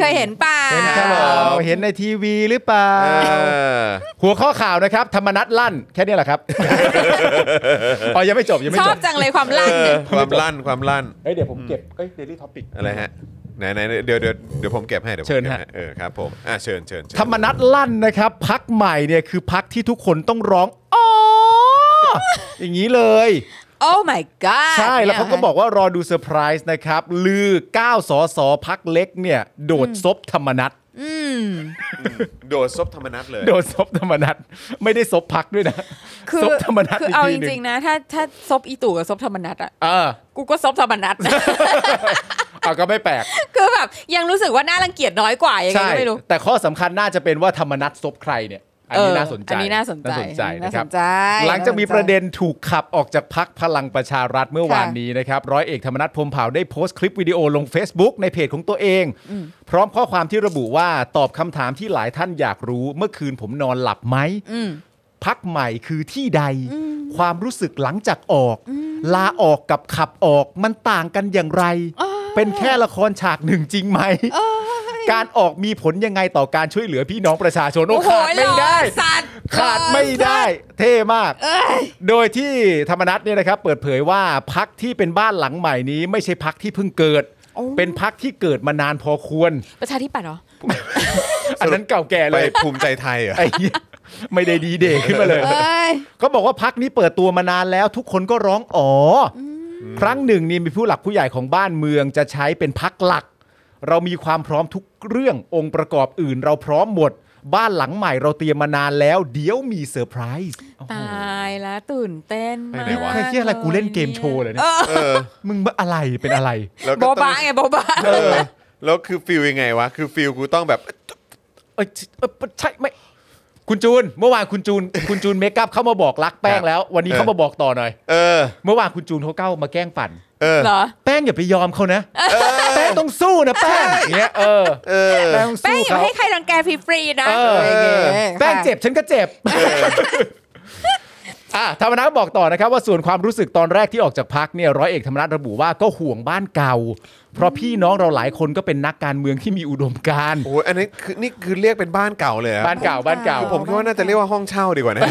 เคยเห็นป่า
เห็น
ครั
ข่า
บ
วเห็นในทีวีหรือเปล่า
เออ
หัวข้อข่าวนะครับ ธรรมนัตลั่น แค่นี้แหละครับ [laughs] อ๋อยังไม่จบยังไม่
ชอ
จ
บบ จังเลยความลั่น
เอ
เนี่
อย ความลั่นความลั่น
เฮ้ยเดี๋ยวผมเก็บเอ้ยเดลี่ท็อปิก
อะไรฮะไหนไหนเดี๋ยวเดี๋ยวเดี๋ยวผมเก็บให้เดี๋ยวผม
เชิญ
ก็บ
ฮะ
ให้เออครับผมอ่ะเชิญเชิญเชิญ
ธรรมนัตลั่นนะครับพักใหม่เนี่ยคือพักที่ทุกคนต้องร้องอ๋ออย่างนี้เลย
โอ้ my god
ใช่แล้วเขาก็บอกว่ารอดูเซอร์ไพรส์นะครับ ลือ 9สอสอพักเล็กเนี่ย โดดซบธรรมนัต
อืม
โดดซบธรรมนัตเลย
โดดซบธรรมนัตไม่ได้ซบพักด้วยนะ
คือ
ซบธรรมนัต
คือ
อีก
เอา
ที
จ
หนึ่
ริ
ง
งๆนะ ถ้าถ้าซบอีตู่กับซบธรรมนัตอะ
เออ
กูก็ซบธรรมนัต
เอาก็ไม่แปลก
[laughs] คือแบบยังรู้สึกว่าน่ารังเกียจน้อยกว่ายังไง
ใช่
ก็ไม่รู้
แต่ข้อสำคัญน่าจะเป็นว่าธรรมนัตซบใครเนี่ย อันนี้
เ
น่าสนใจ
อันนี้น่าสนใจ
นะ
น่า
ค
ส
รับ
นใจ
หลังจากมีประเด็นถูกขับออกจากพักพลังประชารัฐเมื่อวานนี้นะครับร้อยเอกธรรมนัฐพรหมเผ่าได้โพสต์คลิปวิดีโอลง Facebook ในเพจของตัวเอง พร้อมข้อความที่ระบุว่าตอบคำถามที่หลายท่านอยากรู้ เมื่อคืนผมนอนหลับไหม
อืม
พักใหม่คือที่ใด ความรู้สึกหลังจากออก ลาออกกับขับออกมันต่างกันอย่างไร เป็นแค่ละครฉากหนึ่งจริงไหม การออกมีผลยังไงต่อการช่วยเหลือพี่น้องประชาชนโอ้
โอ้โห
ขาดไม่ได้
หล่อสัตว์
ขาดไม่ได้ เท่มาก
เอ้ย
โดยที่ธรรมนัฐเนี่ยนะครับ เปิดเผยว่าพักที่เป็นบ้านหลังใหม่นี้ ไม่ใช่พักที่เพิ่งเกิด เป็นพักที่เกิดมานานพอควร
ประชาธิปัตย์เหรอ
อันนั้นเก่าแก่
ไป
เลย
ภูมิใจไทยเหรอ
ไอ้เหี้ยไม่ได้ดีเดย์ขึ้นมาเลย
เอ้ย
ก็บอกว่าพักนี้เปิดตัวมานานแล้ว ทุกคนก็ร้องอ๋ออครั้งหนึ่งนี่มีผู้หลักผู้ใหญ่ของบ้านเมืองจะใช้เป็นพักหลัก เรามีความพร้อมทุกเรื่ององค์ประกอบอื่น เราพร้อมหมด บ้านหลังใหม่เราเตรียมมานานแล้ว เดี๋ยวมีเซอร์ไพรส์โอ้โห
ตายแล้วตื่นเต้นมาก
ไปไหนวะ
ใครเชื่ออะไรกูเล่นเกมโชว์เลยเนี่ย
เออ
มึงอะไรเป็นอะไร
แล้ว
โบ
ก็ต้
บ้า
อง
ไงโบบ้า
เออแล้วคือฟิลยังไงวะ คือฟิลกูต้องแบบ
เอ้ยเอ้ยใช่ไม่คุณจูน เมื่อวานคุณจูน คุณจูนเมคอัพเข้ามาบอกรักแป้งแล้ว วันนี้
เออ
เข้ามาบอกต่อหน่อย
เออ
เมื่อวานคุณจูนเขาเก้ามาแกล้งปั่น
เออ
เหรอ
แป้งอย่าไปยอมเขานะแป้งต้องสู้นะแป้งอย่างเงี้ยเออ
เออ
แป้งต้อง
แป้
สู้
งอย่า
เขา
ให้ใครรังแกฟรีๆนะ
เออ
อะไรอย่างเงี้ย
แป้งเจ็บ
ค่ะ
ฉันก็เจ็บอ่ะธรรมนัฐบอกต่อนะครับว่าส่วนความรู้สึกตอนแรกที่ออกจากพักเนี่ยร้อยเอกธรรมนัฐระบุว่าก็ห่วงบ้านเก่า เพราะพี่น้องเราหลายคนก็เป็นนักการเมืองที่มีอุดมการณ์
โอ้ยอันนี้คือนี่คือเรียกเป็นบ้านเก่าเลยอะ
บ้านเก่าบ้านเก่า
ผมคิดว่าน่าจะเรียกว่าห้องเช่าดีกว่านะ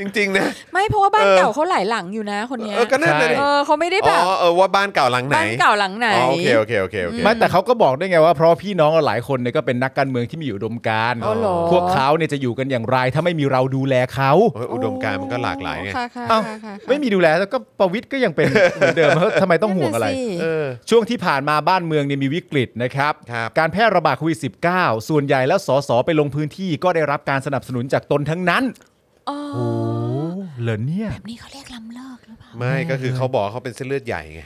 จริง ๆ นะ
ไม่เพราะว่าบ้าน
เออ
เก่าเขาหลายหลังอยู่นะคนเนี้ย
เออก็นั่นเลย
ใช่
เออเขาไม่ได้
อ๋
แบบ
อเออว่าบ้านเก่าหลังไหน
บ้านเก่าหลังไหน
อ๋อโอเคโอเคโอเคโอเค
ไม่แต่เขาก็บอกได้ไงว่าเพราะพี่น้องเราหลายคนเนี่ยก็เป็นนักการเมืองที่มีอุดมการณ์
อ๋อเหรอ
พวกเขาเนี่ยจะอยู่กันอย่างไร ถ้าไม่มีเราดูแลเขา
โอ้ยอุดมการณ์มันก็หลากหลายไง
ค่ะค่ะ
เอ้า
ค่ะค่ะ
ไม่มีดูแลแล้วก็ประวิทย์ก็ยังเป็นเหมือนเดิม [laughs] แล้วทำไมต้องห่วงอะไร
นั่นน่สิ
เออ
ช่วงที่ผ่านมาบ้านเมืองเนี่ยมีวิกฤตนะครับ
ครับ
การแพร่ระบาดโควิด -19 ส่วนใหญ่แล้วสสไปลงพื้นที่ก็ได้รับการสนับสนุนจากตนทั้งนั้น
อ๋อ
โอ้เหรอเนี่ย
นี่เขาเรียกลำเลิกหรือเปล่า
ไม่ก็คือเขาบอกเขาเป็นเส้นเลือดใหญ่ไง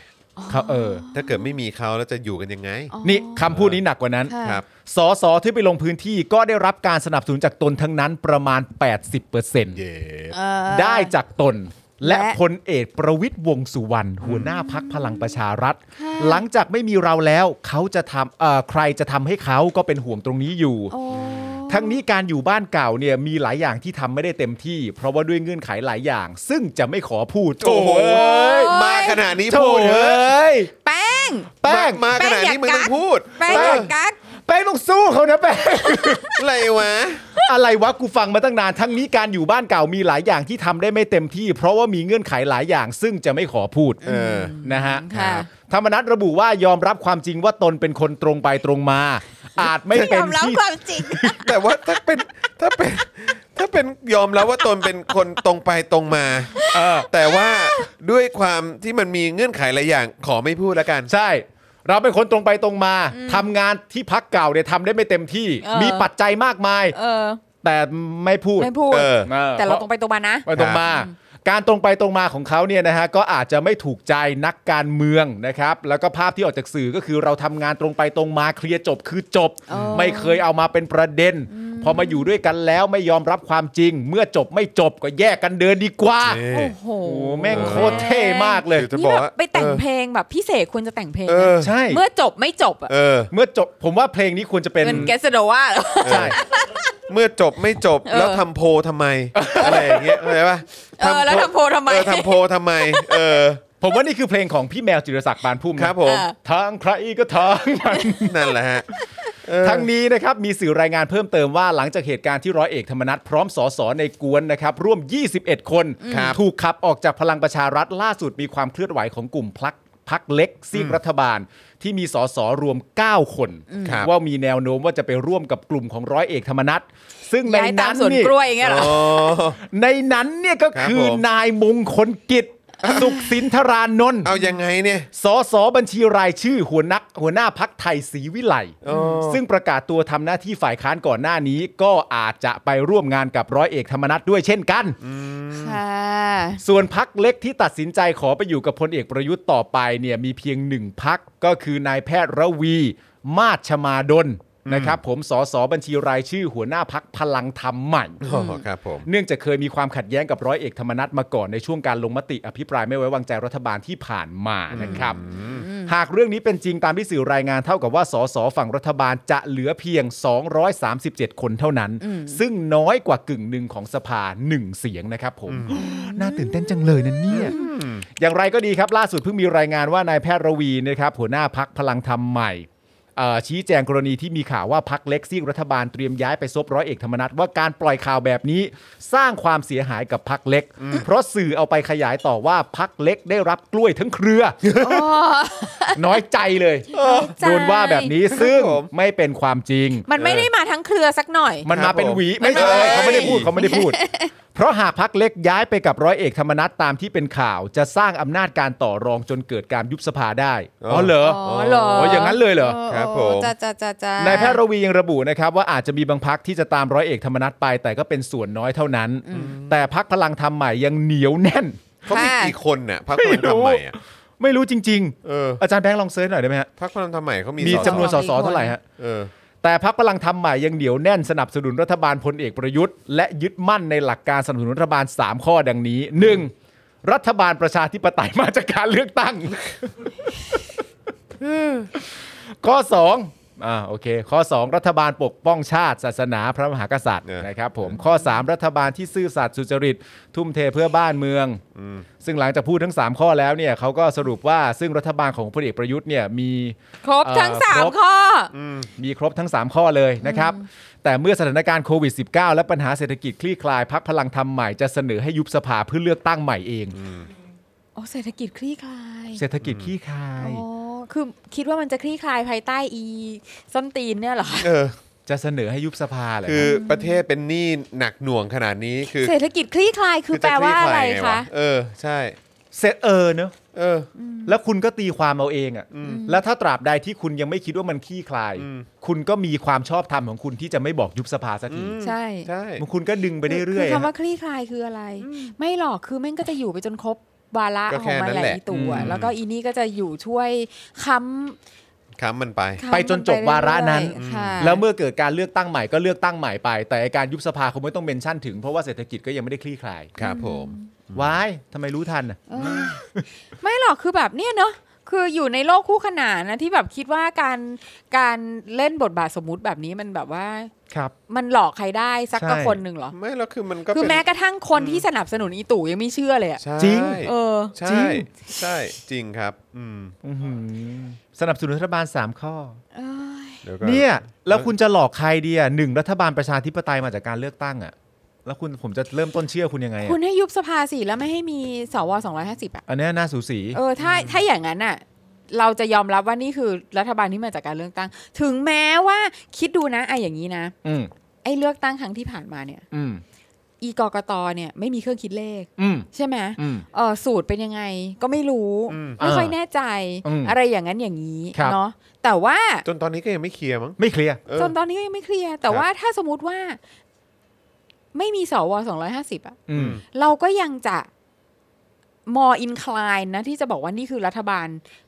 เขาเออ
ถ้าเกิดไม่มีเขาแล้วจะอยู่กันยังไง
อ๋อ
นี่คำพูดนี้หนักกว่านั้น
ค่ะ
ครับ
สสที่ไปลงพื้นที่ก็ได้รับการสนับสนุนจากตนทั้งนั้นประมาณ 80%
เย่
เออ
ได้จากตน และ
และ
พลเอกประวิทย์วงษ์สุวรรณหัวหน้าพักพลังประชารัฐ
ค่ะ
หลังจากไม่มีเราแล้วเขาจะทำเอ่อใครจะทำให้เขาก็เป็นห่วงตรงนี้อยู่
โอ้
ทั้งนี้การอยู่บ้านเก่าเนี่ยมีหลายอย่างที่ทำไม่ได้เต็มที่ เพราะว่าด้วยเงื่อนไขหลายอย่าง ซึ่งจะไม่ขอพูด
โอ้โห
เอ้ย
มาขนาดนี้
โถ่
พูดเถ
เอ
อะ
้ย
แป้ง
แป้ง
มามาขนาดนี้มึงต้องพูด
แป้งอย่ากัก
แป้งต้องสู้เขานะแป้ง [laughs]
อะไรวะ
อะไรวะกูฟังมาตั้งนานทั้งนี้การอยู่บ้านเก่ามีหลายอย่างที่ทำได้ไม่เต็มที่ เพราะว่ามีเงื่อนไขหลายอย่าง ซึ่งจะไม่ขอพูด
เออ
นะฮะ
ค่ะ
ธรรมนัฐระบุว่ายอมรับความจริงว่าตนเป็นคนตรงไปตรงมา อาจไม่
ย
เป็
อน มรับ
ที่
ความจริง
แต่ว่าถ้าเป็นถ้าเป็นถ้าเป็นยอมแล้วว่าตนเป็นคนตรงไปตรงมา แต่ว่าด้วยความที่มันมีเงื่อนไขหลายอย่างขอไม่พูดแล้วกัน
ใช่ เราเป็นคนตรงไปตรงมาทำงานที่พักเก่าเนี่ยทำได้ไม่เต็มที่
เออ
มีปัจจัยมากมาย
เออ
แต่ไม่พูด
ไม่พูด
เออ
แต่เราตรงไปตรงมานะ
ไปตรงมา การตรงไปตรงมาของเขาเนี่ยนะฮะก็อาจจะไม่ถูกใจนักการเมืองนะครับ แล้วก็ภาพที่ออกจากสื่อก็คือเราทำงานตรงไปตรงมาเคลียร์จบคือจบ
อ๋อ
ไม่เคยเอามาเป็นประเด็น พอมาอยู่ด้วยกันแล้วไม่ยอมรับความจริง เมื่อจบไม่จบก็แยกกันเดินดีกว่า
นี่
โอ้โห
โอ้โหแม่งโคตรเท่มากเลย
คือจะ
นี่
บอก
แบบ
ว่า
ไปแต่ง
เออ
เพลงแบบพี่เสกควรจะแต่งเพลง
เอ
นะ
อ
ใช่
เมื่อจบไม่จบอ่ะ
เออ
เมื่อจบผมว่าเพลงนี้ควรจะเป็น
เป็นแกสโดว่าเหรอ
ใช่
เมื่อจบไม่จบ
เออ
แล้วทำโพลทำไมอะไรอย่างเงี้ยเข้าใจปะ
เออ แล้วทำโพลทำไม
เออทำโพลทำไม เออ
ผมว่านี่คือเพลงของพี่แมวจิรศักดิ์ปานพุ่มนะครับ
ผม
เออ
ทางใครก็ทางมัน
นั่นแหละฮะเออ
ทั้งนี้นะครับมีสื่อรายงานเพิ่มเติมว่าหลังจากเหตุการณ์ที่ร้อยเอกธรรมนัฐพร้อมสสในกวนนะครับร่วม 21 คน
ครับ
ถูกขับออกจากพลังประชารัฐล่าสุดมีความเคลื่อนไหวของกลุ่มพลักพักเล็กซีกรัฐบาล ที่มีสสรวม 9 คน
ครับ
ว่ามีแนวโน้มว่าจะไปร่วมกับกลุ่มของร้อยเอกธรรมนัฐซึ่งใน
ย้ายตา
นั้
ม
น
สวน
นี่
กล้วยอย่างเงี้ยเหรอ
อ๋อ
ในนั้นเนี่ยก็
ครับ
คื
ผ
อ
ม
นายมงคลกิจ สุขสินธารานนท์
เอายังไงเนี่ย
สสบัญชีรายชื่อหัวนักหัวหน้าพักไทยศรีวิไล
อ๋อ
ซึ่งประกาศตัวทำหน้าที่ฝ่ายค้านก่อนหน้านี้ ก็อาจจะไปร่วมงานกับร้อยเอกธรรมนัฐด้วยเช่นกัน
ค่ะ
ส่วนพักเล็กที่ตัดสินใจขอไปอยู่กับพลเอกประยุทธ์ต่อไปเนี่ยมีเพียงหนึ่งพักก็คือนายแพทย์ระวี มาชมาดลนะครับ ผมสสบัญชีรายชื่อหัวหน้าพักพลังธรรมใหม่
อ๋อครับผม
เนื่องจากเคยมีความขัดแย้งกับร้อยเอกธรรมนัฐมาก่อนในช่วงการลงมติอภิปรายไม่ไว้วางใจรัฐบาลที่ผ่านมานะครับ หากเรื่องนี้เป็นจริงตามที่สื่อรายงานเท่ากับว่าสสฝั่งรัฐบาลจะเหลือเพียง 237 คนเท่านั้น ซึ่งน้อยกว่ากึ่งหนึ่งของสภา 1 เสียงนะครับผม น่าตื่นเต้นจังเลยนะเนี่ย อย่างไรก็ดีครับ ล่าสุดเพิ่งมีรายงานว่านายแพทย์ระวีนะครับหัวหน้าพักพลังธรรมใหม่ เอ่อชี้แจงกรณีที่มีข่าวว่าพักเล็กซีกรัฐบาลเตรียมย้ายไปซบร้อยเอกธรรมนัฐว่าการปล่อยข่าวแบบนี้สร้างความเสียหายกับพักเล็ก เพราะสื่อเอาไปขยายต่อว่าพักเล็กได้รับกล้วยทั้งเครือ
อ๋อ
น้อยใจเลย
ใจ
โดนว่าแบบนี้ซึ่งไม่เป็นความจริง
มันไม่ได้มาทั้งเครือสักหน่อย
มันมาเป็นหวีไม่
ไม่
ใช่
ใช่
เขาไม่ [laughs] ได้พูดเขาไม่ได้พูด เพราะหากพักเล็กย้ายไปกับร้อยเอกธรรมนัฐตามที่เป็นข่าว จะสร้างอำนาจการต่อรองจนเกิดการยุบสภาได้อ๋อเหรอ
อ๋อเหรอ
ออย่างนั้นเลยเหรอ
ครับผม
จะจะจะจะ
นายแพทย์ระวียังระบุนะครับว่าอาจจะมีบางพักที่จะตามร้อยเอกธรรมนัฐไป แต่ก็เป็นส่วนน้อยเท่านั้น แต่พักพลังธรรมใหม่ยังเหนียวแน่น
เขามีกี่คนน่ะพักพลังทำใหม่อ่ะ
ไม่รู้จริง ๆ
เออ
อาจารย์แบงค์ลองเซิร์ชหน่อยได้ไหมฮะ
พักพลังทำใหม่เขามี
มี
สอสอ
จำนวนสสเท่าไหร่ฮะ
เออ
แต่พักพลังธรรมใหม่ยังเหนียวแน่นสนับสนุนรัฐบาลพลเอกประยุทธ์ และยึดมั่นในหลักการสนับสนุนรัฐบาล 3 ข้อดังนี้ 1. รัฐบาลประชาธิปไตยมาจากการเลือกตั้ง [laughs] ข้อ2อ่าโอเค ข้อ 2 รัฐบาลปกป้องชาติ ศาสนาพระมหากษัตริย์
เออ
นะครับผมข้อ 3 รัฐบาลที่ซื่อสัตย์สุจริต ทุ่มเทเพื่อบ้านเมือง ซึ่งหลังจากพูดทั้ง 3 ข้อแล้วเนี่ยเขาก็สรุปว่าซึ่งรัฐบาลของพลเอกประยุทธ์เนี่ยมี
ครบทั้ง
เอ่อ
สาม
ครบ
ข้อ
มีครบทั้ง 3 ข้อเลยนะครับ แต่เมื่อสถานการณ์โควิด -19 และปัญหาเศรษฐกิจคลี่คลายพักพลังธรรมใหม่จะเสนอให้ยุบสภาเพื่อเลือกตั้งใหม่เอง
โอ้เศรษฐกิจคลี่คลาย
เศรษฐกิจคลี่คลาย
อ๋อ คือคิดว่ามันจะคลี่คลายภายใต้อีส้นตีนเนี่ยเหรอ
เออ
จะเสนอให้ยุบสภาเหรอ
คือประเทศเป็นหนี้หนักหน่วงขนาดนี้คือ
เศรษฐกิจคลี่คลายคือแปลว่าอะไร
จลี่ยงว
คะ
เออใช่
เสร็จเออเนอะ
เออ
แล้วคุณก็ตีความเอาเองอะ่ะแล้วถ้าตราบใดที่คุณยังไม่คิดว่ามันคลี่คลาย
อืม
คุณก็มีความชอบธรรมของคุณที่จะไม่บอกยุบสภาสักที
ใช่
ใช่
มันคุณก็ดึงไปเรื่อย
คื
ๆ
คำ
ฮะ
ว่าคลี่คลายคืออะไร ไม่หรอกคือแม่งก็จะอยู่ไปจนครบวาระ
ก็
ข
แค่
องมัน
นั้น
แห
แห
ละ
ละ
อีตัว
อืม
แล้วก็อีนี่ก็จะอยู่ช่วยค้ำ
ค้ำมันไป
ค้ำ
ไปจนจบวาระนั้น
ไปเอยๆค่ะ
แล้วเมื่อเกิดการเลือกตั้งใหม่ก็เลือกตั้งใหม่ไป แต่ไอ้การยุบสภาคงไม่ต้องเมนชั่นถึงเพราะว่าเศรษฐกิจก็ยังไม่ได้คลี่คลาย
ครับผม
วายทำไมรู้ทันอ่ะ
เออไม่หรอกคือแบบเนี้ยเนาะคืออยู่ในโลกคู่ขนานนะที่แบบคิดว่าการการเล่นบทบาทสมมุติแบบนี้มันแบบว่า
ครับ
มันหลอกใครได้สัก
ใช่
ก็คนหนึ่งเหรอ
ไม่แล้วคือมันก็
คือ
เป็น
แม้กระทั่งคนที่สนับสนุนอีตู่ยังไม่เชื่อเลยอะ
ใช่
จริง
เออ
ใช่
จริ
ใช่
ง
ใช่ จริงครับ อืม
สนับสนุนรัฐบาล 3 ข้อ
เดี๋ยวก่อน
เนี่ย แล้วคุณจะหลอกใครดีอ่ะหนึ่งรัฐบาลประชาธิปไตยมาจากการเลือกตั้งอ่ะ แล้วคุณผมจะเริ่มต้นเชื่อคุณยังไงอะ
คุณให้ยุบสภาสิแล้วไม่ให้มีสวสองร้อยห้าสิบอะ
อันเนี้ยน่าสูสี
เออถ้าถ้าอย่างนั้นน่ะเราจะยอมรับว่านี่คือรัฐบาลที่มาจากการเลือกตั้ง ถึงแม้ว่าคิดดูนะไอ้อย่างนี้นะ
อืม
ไอ้เลือกตั้งครั้งที่ผ่านมาเนี่ย
อืม
อีกกตเนี่ยไม่มีเครื่องคิดเลข
อืม
ใช่ไหม
อืม
เออสูตรเป็นยังไงก็ไม่รู้ไม่ค่อยแน่ใจ
อืม
อะไรอย่างนั้นอย่างนี้
ครับ
เนาะแต่ว่า
จนตอนนี้ก็ยังไม่เคลียร์มั้ง
ไม่เคลียร์
เออ
จนตอนนี้ก็ยังไม่เคลียร์แต่
ครับ
ว่าถ้าสมมติว่า ไม่มีสวสองร้อยห้าสิบอะ
อืม
เราก็ยังจะมออินคลายนะที่จะบอกว่านี่คือรัฐบาล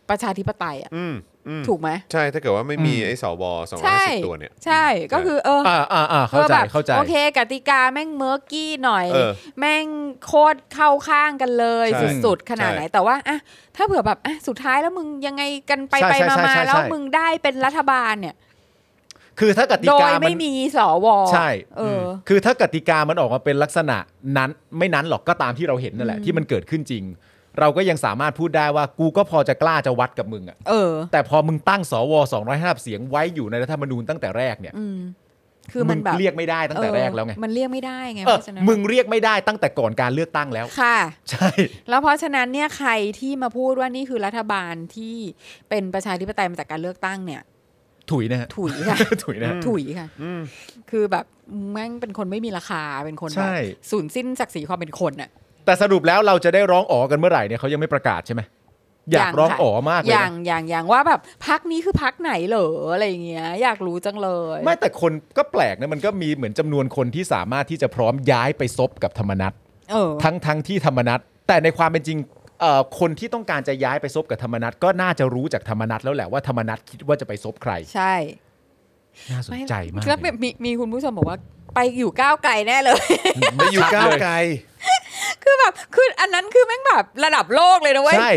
ประชาธิปไตยอะ
อืมอืม
ถูกไหม
ใช่ ถ้าเกิดว่าไม่มี
อืม
ไอ้สวสองร้
ใช่
อยสิบตัวเนี่ย
ใช่ก็คือเออ
อ่าอ่าอ่าเข้า
ออ
ใจ
แบบ
เข้าใจ
โอเค กติกาแม่งเมอร์กี้หน่อย
เออ
แม่งโคตรเข้าข้างกันเลย
ใช่
สุดๆขนาดไหน แต่ว่าอ่ะถ้าเผื่อแบบอ่ะสุดท้ายแล้วมึงยังไงกันไป
ใช่
ไป
ใช่
มา
ใช่
มา
ใช่
แล้ว
ใช่
มึงได้เป็นรัฐบาลเนี่ย
คือถ้ากติ
โด
กาย มั
ไม่
น
มีสว
ใช่
เอออ
คือถ้ากติกามันออกมาเป็นลักษณะนั้นไม่นั้นหรอกก็ตามที่เราเห็นนั่นแหละ ที่มันเกิดขึ้นจริง เราก็ยังสามารถพูดได้ว่ากูก็พอจะกล้าจะวัดกับมึงอ่ะ
เออ
แต่พอมึงตั้งสว250เสียงไว้อยู่ในรัฐธรรมนูญตั้งแต่แรกเนี่ย
อืม คือมันแบบ
งเรียกไม่ได้ตั้งแต่แรกแล้วไง
เออมันเรียกไม่ได้ไง
เอ
เพ
อ
ราะฉะนั้น
มึงเรียกไม่ได้ตั้งแต่ก่อนการเลือกตั้งแล้ว
ค่ะ
ใช่
แล้วเพราะฉะนั้นเนี่ยใครที่มาพูดว่านี่คือรัฐบาลที่เป็นประชาธิปไตยมาจากการเลือกตั้งเนี่ย
ถุยนะฮะ
ถุยค่ะ
ถุยนะฮะ
ถุยค่ะ คือแบบแม่งเป็นคนไม่มีราคา เป็นคน
ใช่
แบบสูญสิ้นศักดิ์ศรีความเป็นคนอ่ะ
แต่สรุปแล้วเราจะได้ร้องอ๋อกันเมื่อไหร่เนี่ยเขายังไม่ประกาศใช่ไหมอยาก
ยัง
ร้อง
ค่ะ
อ๋อมากเล
อย ย่าง
นะ
อย่างอย่างว่าแบบพักนี้คือพักไหนเหรออะไรอย่างเงี้ย อยากรู้จังเลย
ไม่แต่คนก็แปลกนะมันก็มีเหมือนจำนวนคนที่สามารถที่จะพร้อมย้ายไปซบกับธรรมนัต
เออ
ทั้งทั้งที่ธรรมนัตแต่ในความเป็นจริงเอ่อคนที่ต้องการจะย้ายไปซบกับธรรมนัตก็น่าจะรู้จากธรรมนัตแล้วแหละว่าธรรมนัตคิดว่าจะไปซบใคร
ใช่
น่าสนใจมาก
แล้วแบบมีมีคุณผู้ชมบอกว่า ไปอยู่ก้าวไกลแน่เลย [laughs]
ไปอยู่ก้าวไกล
คือแบบคืออันนั้นคือแม่งแบบระดับโลกเลยนะเว้ย [laughs]
ใช่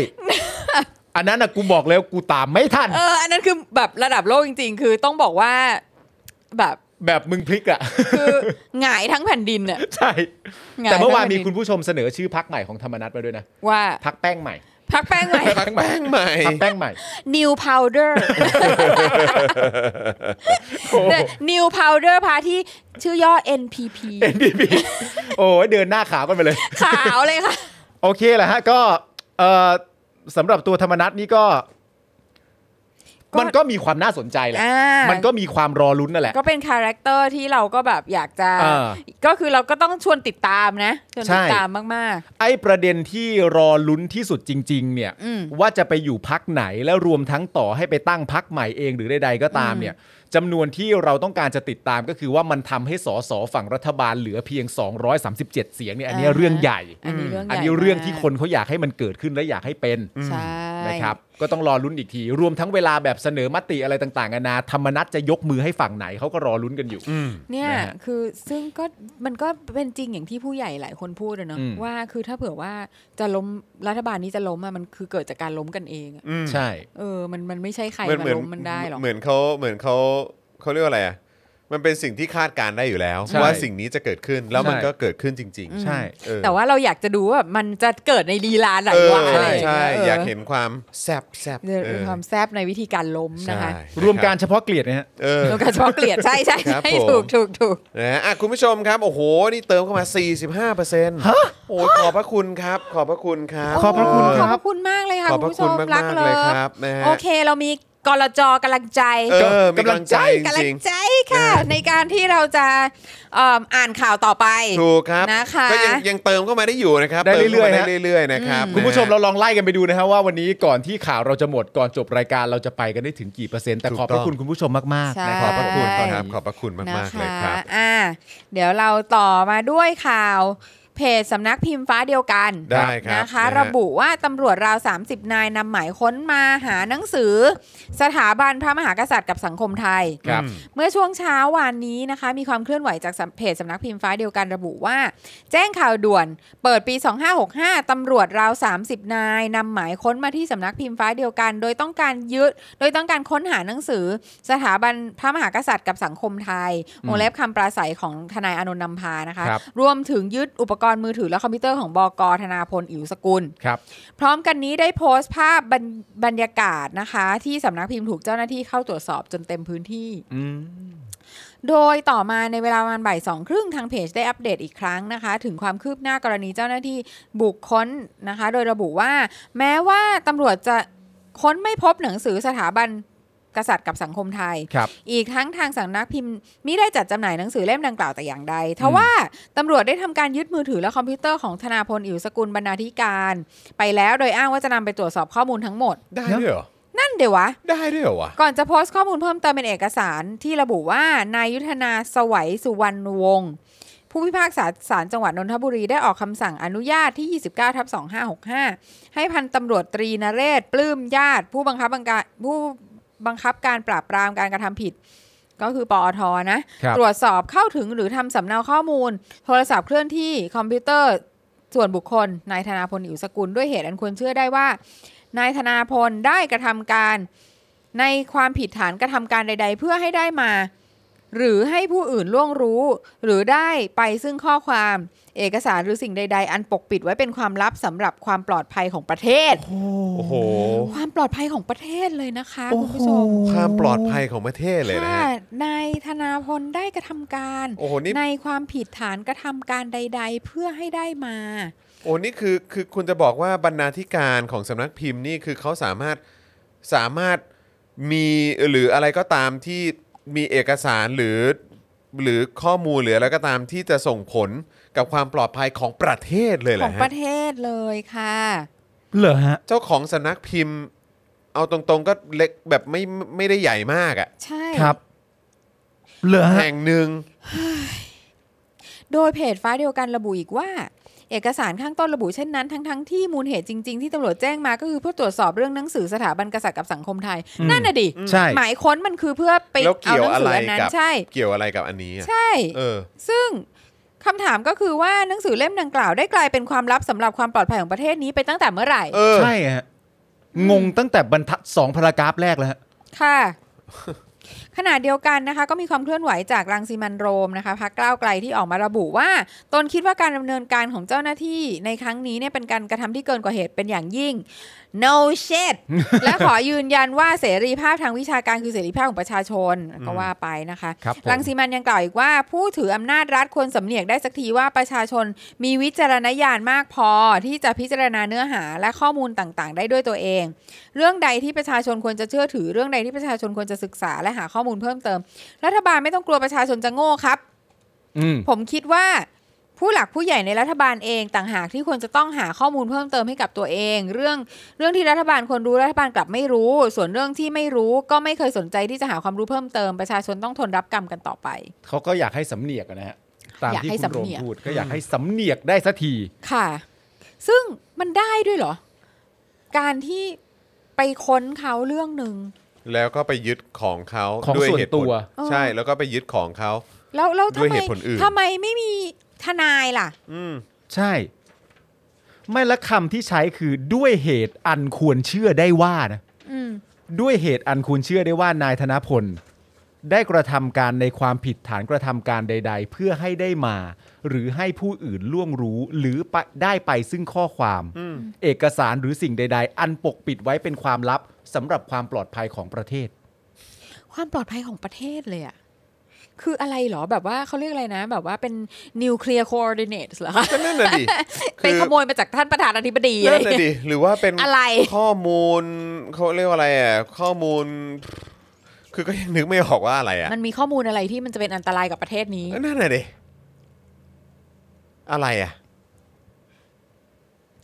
อันนั้นนะกูบอกแล้วกูตามไม่ทัน
เอออันนั้นคือแบบระดับโลกจริง ๆ คือต้องบอกว่าแบบ
แบบมึงพลิกอะ [laughs]
คือ [laughs] หงายทั้งแผ่นดินอ่ะ
ใช่
หงย
แต่เมื่อวาน
ทั้ง
มี
แผ่ดิ
คุณผู้ชมเสนอชื่อพักใหม่ของธรรมนัตมาด้วยนะ
ว่า
พักแป้งใหม่
พักแป้งใหม่
พักแป้งใหม่
ทำแป้งใหม่
new powder The new powder พาที่ชื่อย่อ NPP
NPP [laughs] โอ้ยเดินหน้าขาวกันไปเลย
ขาวเลยค่ะ
โอเคแหละฮะก็เอ่อสำหรับตัวธรรมนัตนี่ก็
ก็
มันก็มีความน่าสนใจแหละ
อ่า
มันก็มีความรอลุ้นนั่นแหละ
ก็เป็นคาแรคเตอร์ที่เราก็แบบอยากจะ
อ่า
ก็คือเราก็ต้องชวนติดตามนะ ชวนติด
ใช่
ตามมาก
ไอ้ประเด็นที่รอลุ้นที่สุดจริง ๆ เนี่ย
อืม
ว่าจะไปอยู่พักไหนแล้วรวมทั้งต่อให้ไปตั้งพักใหม่เองหรือใดๆก็ตามเนี่ยจำนวนที่เราต้องการจะติดตามก็คือว่ามันทำให้สสฝั่งรัฐบาลเหลือเพียง 237 เสียงเนี่ยอันเนี้ยเรื่องใหญ่
ๆ อันนี้เรื่องใหญ่
อันนี้เรื่อง
มาก
ที่คนเขาอยากให้มันเกิดขึ้นและอยากให้เป็น
ใช่
นะครับก็ต้องรอลุ้นอีกที รวมทั้งเวลาแบบเสนอมติอะไรต่างๆนานาธรรมนัตจะยกมือให้ฝั่งไหนเขาก็รอลุ้นกันอยู่
เนี่ย
นะฮะ
คือซึ่งก็มันก็เป็นจริงอย่างที่ผู้ใหญ่หลายคนพูดอะเนาะ
อืม
ว่าคือถ้าเผื่อว่าจะล้มรัฐบาลนี้จะล้มอะมันคือเกิดจากการล้มกันเองอะ
ใช่
เออมันมันไม่ใช่ใคร
เหมือนเห
มา
มือน
ล้มมันได้หรอก
เหมือนเขาเหมือนเขาเขาเรียกว่าอะไรอ่ะมันเป็นสิ่งที่คาดการณ์ได้อยู่แล้ว
ใช่
ว่าสิ่งนี้จะเกิดขึ้นแล้วมัน
ใช่
ก็เกิดขึ้นจริง ๆ
ใช่
เออ
แต่ว่าเราอยากจะดูว่าแบบมันจะเกิดในลีลาไหน
เออ
วะอะไรอย่าง
ใช่
เงี้ย
อยากเห็นความแซบแซบ
เออ
เอ
เออ
อ
ความแซบในวิธีการล้มนะคะ
ใช่
รวมการเฉพาะเกลียดนะฮะ
เออ
แล้วก็ชอบเกลียดใช่ใช่
ครับ
ใช่
ผม
ถูกถูกถูก
นะอ่ะคุณผู้ชมครับ โอ้โห นี่เติมเข้ามา 45%ฮะโอ้ยขอบพระคุณครับ ขอบพระคุณครับ
ขอบพระคุณ
ข
ค
อบ
รั
พระคุณมากเลยค่ะ
ขอบ
คุ
พระ
ณผู้ช
คุณ
ม
มาก
รัก
มาก
เล
เลย ยครับนะฮะ
โอเคเรามีกรจกำลังใจ
เออมีกำลังใจจ
กำลั
ริง
งใจค่ะ
นะฮะ
ในการที่เราจะเอิ่มอ่านข่าวต่อไป
ๆถูกครับ
นะคะ
ก็ยังยังเติมเข้ามาได้อยู่นะครับ
ได้
ติมข้ามา
เรื่อยๆฮะ
ได้เรื่อยๆนะครับ
คุณผู้ชม
นะ
เรา
ฮะ
ลองไล่กันไปดูนะฮะว่าวันนี้ก่อนที่ข่าวเราจะหมดก่อนจบรายการเราจะไปกันได้ถึงกี่เปอร์เซ็นต์แต่
ถูก
ขอบพระ
ต้อง
คุณคุณผู้ชมมาก
ใช่
ๆนะ
ขอบพระคุณ
ใช่
ครับขอบพระคุณ
นะ
มากๆ
คะ
เลยครับ
อ่าเดี๋ยวเราต่อมาด้วยข่าว เพจสำนักพิมพ์ฟ้าเดียวกัน
ได้ครับ
นะ
นะฮะ
คะ ระบุว่าตำรวจราว 30 นายนำหมายค้นมาหาหนังสือ สถาบันพระมหากษัตริย์กับสังคมไทย
ครับ
เมื่อช่วงเช้าวานนี้นะคะ มีความเคลื่อนไหวจากสำเพจสำนักพิมพ์ฟ้าเดียวกันระบุว่า แจ้งข่าวด่วน เปิดปี 2565ตำรวจราว 30 นายนำหมายค้นมาที่สำนักพิมพ์ฟ้าเดียวกัน โดยต้องการยึด โดยต้องการค้นหาหนังสือ สถาบันพระมหากษัตริย์กับสังคมไทย วงเล็บคำปราศัยของทนายอานนท์นำพานะคะ
ครับ
วมถึงยึดอุปกรณ์มือถือและคอมพิวเตอร์ของบกธนาพลอิ๋วสกุล
ครับ
พร้อมกันนี้ได้โพสต์ภาพบรรบรรยากาศนะคะ ที่สำนักพิมพ์ถูกเจ้าหน้าที่เข้าตรวจสอบจนเต็มพื้นที่
อืม
โดยต่อมาในเวลาประมาณบ่ายสองครึ่งทางเพจได้อัปเดตอีกครั้งนะคะ ถึงความคืบหน้ากรณีเจ้าหน้าที่บุกค้นนะคะ โดยระบุว่า แม้ว่าตำรวจจะค้นไม่พบหนังสือสถาบันกษัตริย์กับสังคมไทย
ครับ
อีกทั้งทางสำนักพิมพ์มิได้จัดจำหน่ายหนังสือเล่มดังกล่าวแต่อย่างใดทว่าตำรวจได้ทำการยึดมือถือและคอมพิวเตอร์ของธนาพลอิ๋วสกุลบรรณาธิการ ไปแล้วโดยอ้างว่าจะนำไปตรวจสอบข้อมูลทั้งหมด
ได้ด้วยเหรอ
นั่นเดี๋ยววะ
ได้ด้วยเหรอวะ
ก่อนจะโพสต์ข้อมูลเพิ่มเติมเป็นเอกสารที่ระบุว่านายยุทธนาสวัยสุวรรณวงศ์ผู้พิพากษาศาลจังหวัดนนทบุรีได้ออกคำสั่งอนุญาตที่ 29ทับ2565 ให้พันตำรวจตรีนเรศ ปลื้มญาติ ผู้บังคับบังการผู้บังคับการปราบปรามการกระทำผิด ก็คือปอทนะ
ครับ
ตรวจสอบเข้าถึงหรือทำสำเนาข้อมูล โทรศัพท์เคลื่อนที่คอมพิวเตอร์ส่วนบุคคลนายธนาพลอิ๋วสกุลด้วยเหตุอันควรเชื่อได้ว่า นายธนาพลได้กระทำการ ในความผิดฐานกระทำการใด ๆ เพื่อให้ได้มา หรือให้ผู้อื่นล่วงรู้ หรือได้ไปซึ่งข้อความ เอกสารหรือสิ่งใด ๆ อันปกปิดไว้เป็นความลับสำหรับความปลอดภัยของประเทศ
โอ้โห
ความปลอดภัยของประเทศเลยนะคะ
โอ้
คุณ
โห
ผู้ชม
ความปลอดภัยของประเทศเลยนะ
ค่ะ
ฮะ
นายธนาพลได้กระทำการ
โอ้โหนี่
ในความผิดฐานกระทำการใด ๆ เพื่อให้ได้มา
โอ้นี่คือคือคุณจะบอกว่าบรรณาธิการของสำนักพิมพ์นี่คือเขาสามารถสามารถมีหรืออะไรก็ตามที่มีเอกสารหรือ หรือข้อมูลหรืออะไรก็ตามที่จะส่งผลกับความปลอดภัยของประเทศเลยแห
ข
ละ
อง
ฮะ
ประเทศเลยค่ะ
เหรอฮะ
เจ้าของสำนักพิมพ์ เอาตรงๆก็เล็กแบบไม่ไม่ได้ใหญ่มากอะ
ใช่
ครับ เหรอฮะ
แห่งหนึ่ง
โดยเพจฟ้าเดียวกันระบุอีกว่า เอกสารข้างต้นระบุเช่นนั้นทั้งๆที่มูลเหตุจริง ๆ ที่ตำรวจแจ้งมาก็คือเพื่อตรวจสอบเรื่องหนังสือสถาบันกษัตริย์กับสังคมไทย
อืม
นั่นน่ะดิ
ใช่
หมายค้นมันคือเพื่อไป
แล้วเกี่ย
เอา
ว
หนัง
อะ
สื
ไร
ออันนั้น
กับ
ใช่
เกี่ยวอะไรกับอันนี้อะ
ใช่
เออ
ซึ่งคำถามก็คือว่าหนังสือเล่มดังกล่าวได้กลายเป็นความลับสำหรับความปลอดภัยของประเทศนี้ไปตั้งแต่เมื่อไหร่
เออ
ใช่ฮะงงตั้งแต่บรรทัดสองพารากราฟแรกแล้วฮะ
ค่ะ ขณะเดียวกันนะคะ ก็มีความเคลื่อนไหวจากรังสีมันโรมนะคะพักกล้าวไกลที่ออกมาระบุว่า ตนคิดว่าการดำเนินการของเจ้าหน้าที่ในครั้งนี้เนี่ยเป็นการกระทำที่เกินกว่าเหตุเป็นอย่างยิ่ง no shit และขอยืนยันว่าเสรีภาพทางวิชาการคือเสรีภาพของประชาชนก็ว่าไปนะคะ
ครับผม
รังสีมันยังกล่าวอีกว่า ผู้ถืออำนาจรัฐควรสำเนียกได้สักทีว่าประชาชนมีวิจารณญาณมากพอที่จะพิจารณาเนื้อหาและข้อมูลต่างๆ ได้ด้วยตัวเอง เรื่องใดที่ประชาชนควรจะเชื่อถือเรื่องใดที่ประชาชนควรจะศึกษาและหาข้อมูลเพิ่มเติม รัฐบาลไม่ต้องกลัวประชาชนจะโง่ครับ
อืม
ผมคิดว่าผู้หลักผู้ใหญ่ในรัฐบาลเองต่างหากที่ควรจะต้องหาข้อมูลเพิ่มเติมให้กับตัวเอง เรื่องเรื่องที่รัฐบาลควรรู้รัฐบาลกลับไม่รู้ ส่วนเรื่องที่ไม่รู้ก็ไม่เคยสนใจที่จะหาความรู้เพิ่มเติมประชาชนต้องทนรับกรรมกันต่อไป
เขาก็อยากให้สำเนียกอะนะฮะตาม
อยาก
ที่
ให้
คุณโร
สำ
ม
เนียก
พูดก็อยากให้สำเนียกได้สักที
ค่ะ ซึ่งมันได้ด้วยเหรอ การที่ไปค้นเขาเรื่องหนึ่ง
แล้วก็ไปยึดของเขา
ของ
ด้วย
ส่วน
เหตุผ
ตั
ล
ว
เออ
ใช่แล้วก็ไปยึดของเขา
แล้วแล้ว
ด้วย
ทำไม
เหตุผลอื่น
ทำไมไม่มีทนายล่ะ
อืม
ใช่ ไม่และคำที่ใช้คือด้วยเหตุอันควรเชื่อได้ว่านะ
อืม
ด้วยเหตุอันควรเชื่อได้ว่านายธนพล ได้กระทำการในความผิดฐานกระทำการใด ๆ เพื่อให้ได้มา หรือให้ผู้อื่นล่วงรู้หรือไปได้ไปซึ่งข้อความ เอกสารหรือสิ่งใด ๆ อันปกปิดไว้เป็นความลับสำหรับความปลอดภัยของประเทศ
ความปลอดภัยของประเทศเลยอะคืออะไรเหรอแบบว่าเขาเรียกอะไรนะ แบบว่าเป็นนิวเคลียร์คอ r d i n a t e s เหรอคะ
ก็นั่นน่ะ
[laughs]
ดิ
ไปขโมยมาจากท่านประธานาธิบดีอะไร
นั่นน่ะดิหรือว่าเป็น
อะไร
ข้อมูลเขาเรียกว่าอะไรอ่ะข้อมูล คือก็ยังนึกไม่ออกว่าอะไรอ่ะ
มันมีข้อมูลอะไรที่มันจะเป็นอันตรายกับประเทศนี้
ก็นั่นน่ะดิอะไรอ่ะ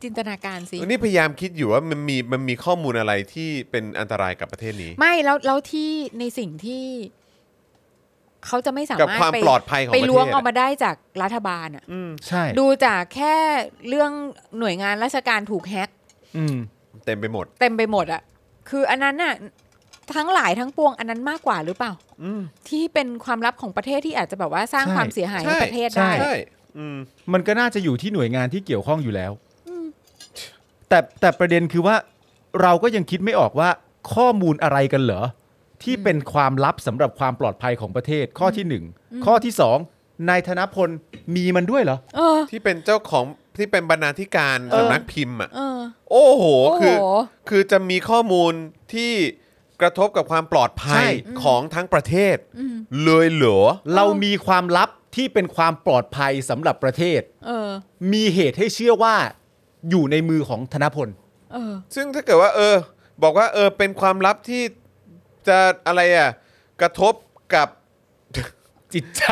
จินตนาการสิ
นี่พยายามคิดอยู่ว่ามันมีมันมีข้อมูลอะไรที่เป็นอันตรายกับประเทศนี้
ไม่แล้วแล้วที่ในสิ่งที่ เขาจะไม่สา
กับ
มารถ
ความ
ไป
ปลอดภัยของป
ไป
ระเทศ
ล้วงเอา
อะ
มาได้จากรัฐบาลอะ
อืม
ใช่
ดูจากแค่เรื่องหน่วยงานราชการถูกแฮ็ก
อืม
เต็มไปหมด
เต็มไปหมดอะคืออันนั้นน่ะทั้งหลายทั้งปวงอันนั้นมากกว่าหรือเปล่าที่เป็นความลับของประเทศที่อาจจะแบบว่าสร้าง
ใช่
ความเสียหายให้
ใช่
ประเทศ
ใช่
ได้
อืม
มันก็น่าจะอยู่ที่หน่วยงานที่เกี่ยวข้องอยู่แล้ว แต่แต่ประเด็นคือว่า เราก็ยังคิดไม่ออกว่า ข้อมูลอะไรกันเหรอ ที่เป็นความลับสำหรับความปลอดภัยของประเทศ ข้อที่หนึ่งข้อที่สองนายธนพลมีมันด้วยเหรอ
เออ
ที่เป็นเจ้าของที่เป็นบรรณาธิการ
เออ
สำนักพิมพ์อ่ะ
เออ
โอ้โห
โอ้โห
คือ คือจะมีข้อมูลที่กระทบกับความปลอดภั
ใช่
ยของทั้งประเทศ เลยเหรอ
เรามีความลับที่เป็นความปลอดภัยสำหรับประเทศ
เออ
มีเหตุให้เชื่อว่า อยู่ในมือของธนพล
เออ
ซึ่งถ้าเกิดว่า เออ บอกว่า เออ เป็นความลับที่จะอะไรอ่ะ กระทบกับ
จิตใจ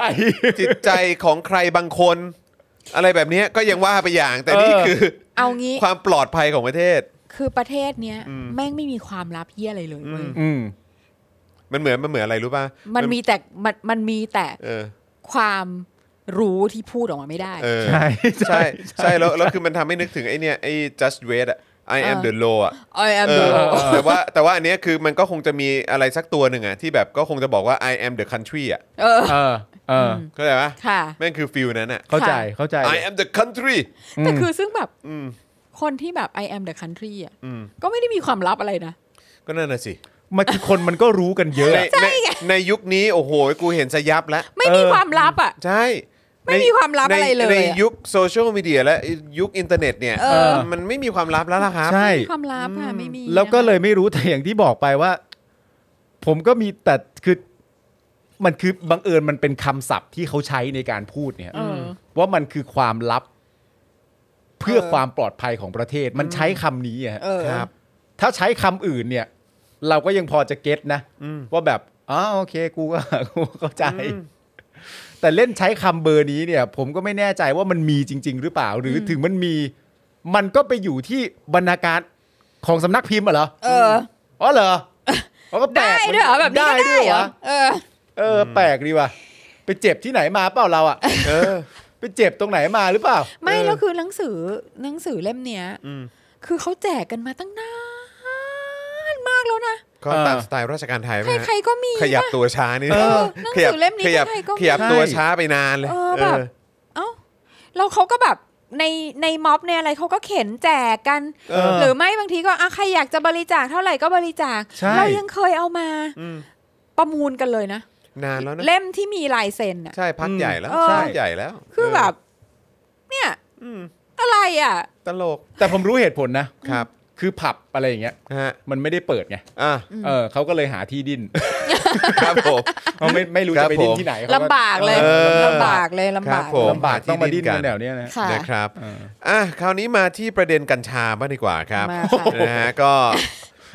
จิตใจของใครบางคน อะไรแบบเนี้ยก็ยังว่าไปอย่าง แต่นี่
เออ
คือ
เอางี้
ความปลอดภัยของประเทศ
คือประเทศเนี้ยแม่งไม่มีความลับเยี่ยอะไรเลยเว้ย
อืม
มันเหมือนมันเหมือนอะไรรู้ป่ะ
มันมีแต่มันมันมีแต่
เออ
ความรู้ที่พูดออกมาไม่ได้
เออ
ใช่
ใช่ใช่แล้วแล้วคือมันทำให้นึกถึงไอเนี่ยไอ just wait อะ I am
เออ
the law อะ
I am
เอ
the
อ
law
แต่ว่าแต่ว่าอันเนี้ยคือมันก็คงจะมีอะไรสักตัวหนึ่งอะที่แบบก็คงจะบอกว่า I am the country อะ
เออ
เออเอออ
เข้าใจปะ
ค่ะ
แม่งคือฟิลนั้นอะ
เข้าใจเข้าใจ
I am the country
แต่คือซึ่งแบบ
อืม
คนที่แบบ I am the country อ่ะ
อืม
ก็ไม่ได้มีความลับอะไรนะ
ก็นั่นน่ะสิ
มันคือคนมันก็รู้กันเยอะ
ในในในยุคนี้โอ้โห กูเห็นสยับแล้ว
ไม่มี
เออ
ความลับอ่ะ
ใช่
ไม่มีความลับ
ใน
อะไรเลย
ใน
อะ
ยุคโซเชียลมีเดียและยุคอินเทอร์เน็ตเนี่ย
เออ
มันไม่มีความลับแล้วล่ะครับ
ใช่
มีความลับอ่ะไม่มี
แล้วก็
นะคะ
เลยไม่รู้แต่อย่างที่บอกไปว่า ผมก็มีแต่คือมันคือบังเอิญมันเป็นคำศัพท์ที่เขาใช้ในการพูดเนี่ย
เออ
ว่ามันคือความลับ เพื่อความปลอดภัยของประเทศ มันใช้คำนี้อะ
เออ
ครับ
ถ้าใช้คำอื่นเนี่ย เราก็ยังพอจะเก็ตนะว่าแบบอ๋อโอเค กูก็ [laughs] กูเข้าใจ แต่เล่นใช้คำเบอร์นี้เนี่ย ผมก็ไม่แน่ใจว่ามันมีจริง ๆ หรือเปล่า หรือถึงมันมี มันก็ไปอยู่ที่บรรณาการของสำนักพิมพ์อะเหรอ
เออ
อ๋อเหรออ๋อก็แปล
ได้
ก
ด้วยเหรอ แบบนี้ก็ได้เหรอ
วะ
เออ
เออ แปลกดีว่ะ ไปเจ็บที่ไหนมาเปล่าเราอ่ะ
เออ
ไปเจ็บตรงไหนมาหรือเปล่า
ไม่แล้วคือหนังสือหนังสือเล่มเนี้ย
อืม
คือเขาแจกกันมาตั้งนานมากแล้วนะ
ก็ตามสไตล์ราชการไทยไหมฮะ
ใครๆก็มี
ขยับ
ป่ะ
ตัวช้านี่
เออ
หนัง
ขยั
สือเล่มนี้
ขยับ
ใครๆก็มี
ขยับตัว
ใช่
ช้าไปนานเลย
เออแบบ
เออ
เอ้าแล้วเขาก็แบบในในม็อบในอะไรเขาก็เข็นแจกกัน
เออ
หรือไม่บางทีก็อ่ะใครอยากจะบริจาคเท่าไหร่ก็บริจาค
ใช่
เรายังเคยเอามา ประมูลกันเลยนะ
นานแล้วนะ
เล่มที่มีลายเซ็นอะ
ใช่พักใหญ่แล้ว
เออ
พักใหญ่แล้ว
คือแบบ เนี่ยอะไรอ่ะ
ตลก
แต่ผมรู้เหตุผลนะครับ คือผับอะไรอย่างเงี้ย
ฮะ
มันไม่ได้เปิดไง
อ่ะ
เออเขาก็เลยหาที่ดิ้น [laughs]
ครับผม
เขาไม่ไม่รู้
ครั
จะ
บ
ไปดิ้
ผ
น
ม
ที่ไหนเข
ลำบากเลย
เออ
ลำบากเลยลำบาก
ครับผม
ลำบากต้องมาดิ้
หา
น
ที่ดิ้นกั
กัน นแถวเนี้ยนะ
ค่ะ
นะครับ
เออ
อ่ะคราวนี้มาที่ประเด็นกัญชาบ้างดีกว่าครับ
มาค่ะ
นะฮะก็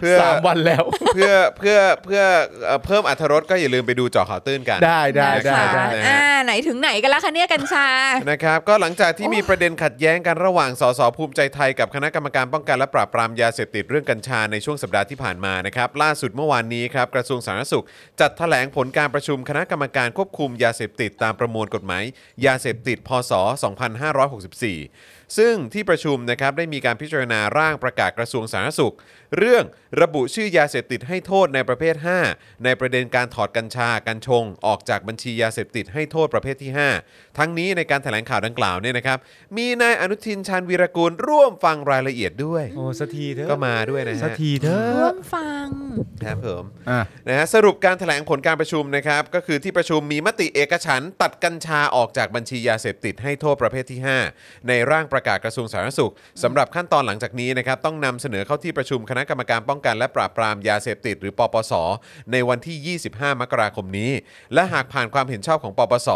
เพื่อ
สามวัน
[laughs]
แล้ว
เพื่อเพื่อเพื่อเอ่อเพิ่มอรรถรสก็อย่าลืมไปดูเจาะข่าวตื้นกัน
ได้ได้ได้
นะคะ
ได้
ได้
อ่าไหนถึงไหนกันแล้วคะเนี่ยกัญชา
นะครับก็หลังจากที่มีประเด็นขัดแย้งกันระหว่างสสภูมิใจไทยกับคณะกรรมการป้องกันและปราบปรามยาเสพติดเรื่องกัญชาในช่วงสัปดาห์ที่ผ่านมานะครับล่าสุดเมื่อวานนี้ครับกระทรวงสาธารณสุข จัดแถลงผลการประชุมคณะกรรมการควบคุมยาเสพติดตามประมวลกฎหมาย ยาเสพติดพศ 2564 ซึ่งที่ประชุมนะครับได้มีการพิจารณาร่างประกาศกระทรวงสาธารณสุข เรื่องระบุชื่อยาเสพติดให้โทษในประเภท 5 ในประเด็นการถอดกัญชากัญชง ออกจากบัญชียาเสพติดให้โทษประเภทที่ 5 ทั้งนี้ในการแถลงข่าวดังกล่าวเนี่ยนะครับ มีนายอนุทินชาญวีรกูลร่วมฟังรายละเอียดด้วย
โอ้สักทีเถอะ
ก็มาด้วยนะ
สัก
ฮะ
ทีเถอะ
ร่วมฟัง
ครับผม
อ่ะ
นะฮะสรุปการแถลงผลการประชุมนะครับ ก็คือที่ประชุมมีมติเอกฉันท์ตัดกัญชาออกจากบัญชียาเสพติดให้โทษประเภทที่ 5 ในร่างประกาศกระทรวงสาธารณสุขสำหรับขั้นตอนหลังจากนี้นะครับต้องนำเสนอเข้าที่ประชุมคณะกรรมการป้องกันและปราบปรามยาเสพติดหรือปปส ในวันที่ 25 มกราคมนี้ และหากผ่านความเห็นชอบของปปส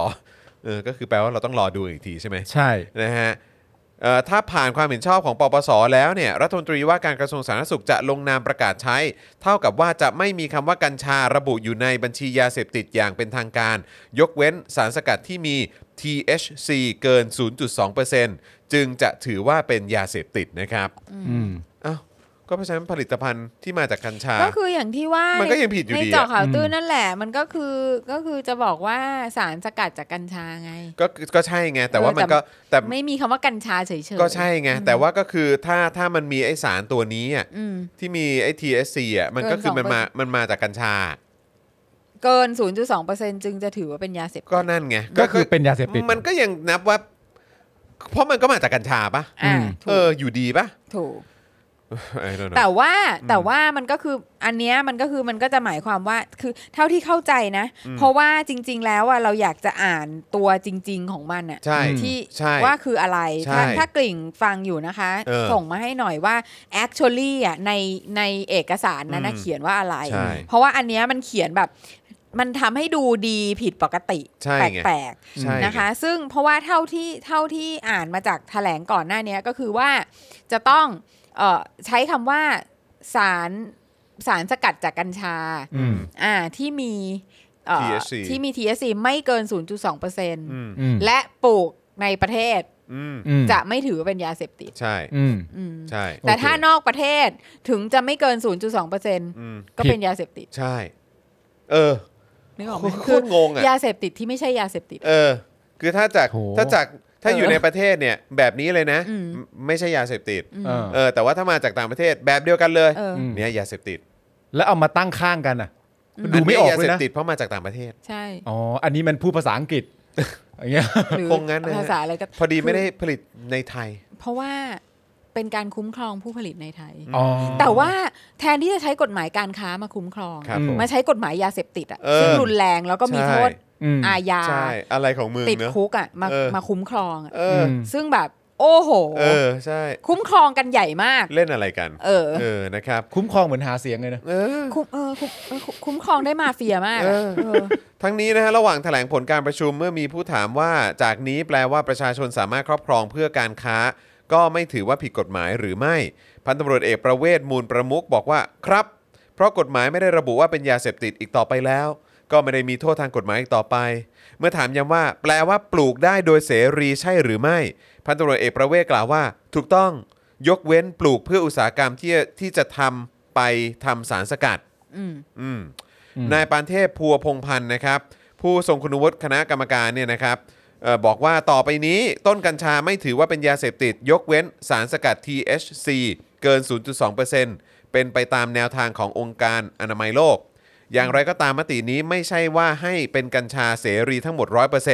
เออก็คือแปลว่าเราต้องรอดูอีกทีใช่ไหม
ใช่
นะฮะเอ่อถ้าผ่านความเห็นชอบของปปส แล้วเนี่ยรัฐมนตรีว่าการกระทรวงสาธารณสุขจะลงนามประกาศใช้ เท่ากับว่าจะไม่มีคำว่ากัญชาระบุอยู่ในบัญชียาเสพติดอย่างเป็นทางการ ยกเว้นสารสกัดที่มี THC เกิน 0.2%จึงจะถือว่าเป็นยาเสพติดนะครับ
อืม
อ้าวก็เพราะฉะนั้นผลิตภัณฑ์ที่มาจากกัญชา
ก็คืออย่างที่ว่า
มั
มัน
ก็ยังผิดอยู่
ใน
ดีอะ
เจาะข่าวตื้นนั่นแหละ มันก็คือก็คือจะบอกว่าสารสกัดจากกัญชาไง
ก็ก็ใช่ไงแต่ว่ามันก็แต่
ไม่มีคำว่ากัญชาเฉยๆ
ก็ใช่ไง แต่ว่าก็คือถ้าถ้ามันมีไอสารตัวนี้อะ
อืม
ที่มีไอ THC อ่ะมันก็คือมันมามันมาจากกัญชา
เกิน 0.2%จึงจะถือว่าเป็นยาเสพติด
ก็นั่นไง
ก็คือเป็นยาเสพติด
มันก็ยังนับว่า เพราะมันก็มาจากกัญชาปะ
อ่า
อืม
เอ
ถูก
ออยู่ดีปะ
ถูก
I don't know
แต่ว่าแต่ว่ามันก็คืออันเนี้ยมันก็คือมันก็จะหมายความว่าคือเท่าที่เข้าใจนะ เพราะว่าจริง ๆ แล้วอ่ะเราอยากจะอ่านตัวจริง ๆ ของมันอ่ะ
ใช่
ที่
ใช่
ว่าคืออะไร
ใช่
ถ้าถ้ากลิ่งฟังอยู่นะคะ
เออ
ส่งมาให้หน่อยว่า actually อ่ะในในเอกสารนั้นนะ
อืม
เขียนว่าอะไร
ใช่
เพราะว่าอันเนี้ยมันเขียนแบบ มันทำให้ดูดีผิดปกติ
ใช่
แ
ไง
ปลก
ใช่
ๆ
ไง
นะคะ ซึ่งเพราะว่าเท่าที่เท่าที่อ่านมาจากแถลงก่อนหน้าเนี้ยก็คือว่าจะต้องเออใช้คำว่าสารสารสกัดจากกัญชา
อืม
อ่าที่มีเอ่อ
THC
ที่มี THC ไม่เกิน 0.2%เปอร์เซ็นต์
อืม
อืม
และปลูกในประเทศ
อืม
อืม
จะไม่ถือเป็นยาเสพติด
ใช่
อืม
อืม
ใช่
แต่
โอเค
ถ้านอกประเทศถึงจะไม่เกิน 0.2%
อืม
ก็
ผิด
เป็นยาเสพติด
ใช่ เออ
นึกออกไหม
โค
คือ
ตรงงอ่ะ
ยาเสพติดที่ไม่ใช่ยาเสพติด
เออ คือถ้าจาก
โห
ถ้าจากถ้า
เออ
อ
อยู่
ในประเทศเนี่ย แบบนี้เลยนะ
อืม
ไม่ใช่ยาเสพติด
เออ
เออแต่ว่าถ้ามาจากต่างประเทศแบบเดียวกันเลย
เออ
เนี่ยยาเสพติด
แล้วเอามาตั้งข้างกันอ่ะ
อืม
ดูไม่ออก
ยา
เล
เส
ย
พ
นะ
ติดเพราะมาจากต่างประเทศ
ใช่
อ๋ออันนี้มันพูดภาษาอังกฤษอย่างเงี้ย
หรือ
คงงั้นนะฮะ
ภาษาอะไรก็
พอดีไม่ได้ผลิตในไทย
เพราะว่าเป็นการคุ้มครองผู้ผลิตในไทย
อ๋อ
แต่ว่าแทนที่จะใช้กฎหมายการค้ามาคุ้มครอง
ครับผม
มาใช้กฎหมายยาเสพติดอ่ะ
เออ
ซึ่งรุนแรงแล้วก็มีโทษ
อืม
อาญา
ใช่ อะไรของมึง
ติด
เนอะ
คุกอ่ะมา
เออ
มาคุ้มครองอะ
เอออ
ม
ซึ่งแบบโอ้โห
เออใช่
คุ้มครองกันใหญ่มาก
เล่นอะไรกัน
เออ
เออนะครับ
คุ้มครองเหมือนหาเสียงเลยนะ
เออ
คุ้มเออคุ้มเออคุ้มคุ้มครองได้มาเฟียมากอะ
เออ
เออ
ทั้งนี้นะฮะระหว่างแถลงผลการประชุมเมื่อมีผู้ถามว่าจากนี้แปลว่าประชาชนสามารถครอบครองเพื่อการค้า ก็ไม่ถือว่าผิดกฎหมายหรือไม่ พันตำรวจเอกประเวศมูลประมุกบอกว่าครับ เพราะกฎหมายไม่ได้ระบุว่าเป็นยาเสพติดอีกต่อไปแล้ว ก็ไม่ได้มีโทษทางกฎหมายอีกต่อไป เมื่อถามย้ำว่าแปลว่าปลูกได้โดยเสรีใช่หรือไม่ พันตำรวจเอกประเวศกล่าวว่า ถูกต้องยกเว้นปลูกเพื่ออุตสาหกรรมที่ที่จะทำไปทำสารสกัด
อืม
อืม
อืม
นายปานเทพพัวพงพันธ์นะครับ ผู้ทรงคุณวุฒิคณะกรรมการเนี่ยนะครับเอ่อบอกว่าต่อไปนี้ต้นกัญชาไม่ถือว่าเป็นยาเสพติด ยกเว้นสารสกัด THC เกิน 0.2%เป็นไปตามแนวทางขององค์การอนามัยโลก อย่างไรก็ตามมตินี้ไม่ใช่ว่าให้เป็นกัญชาเสรีทั้งหมด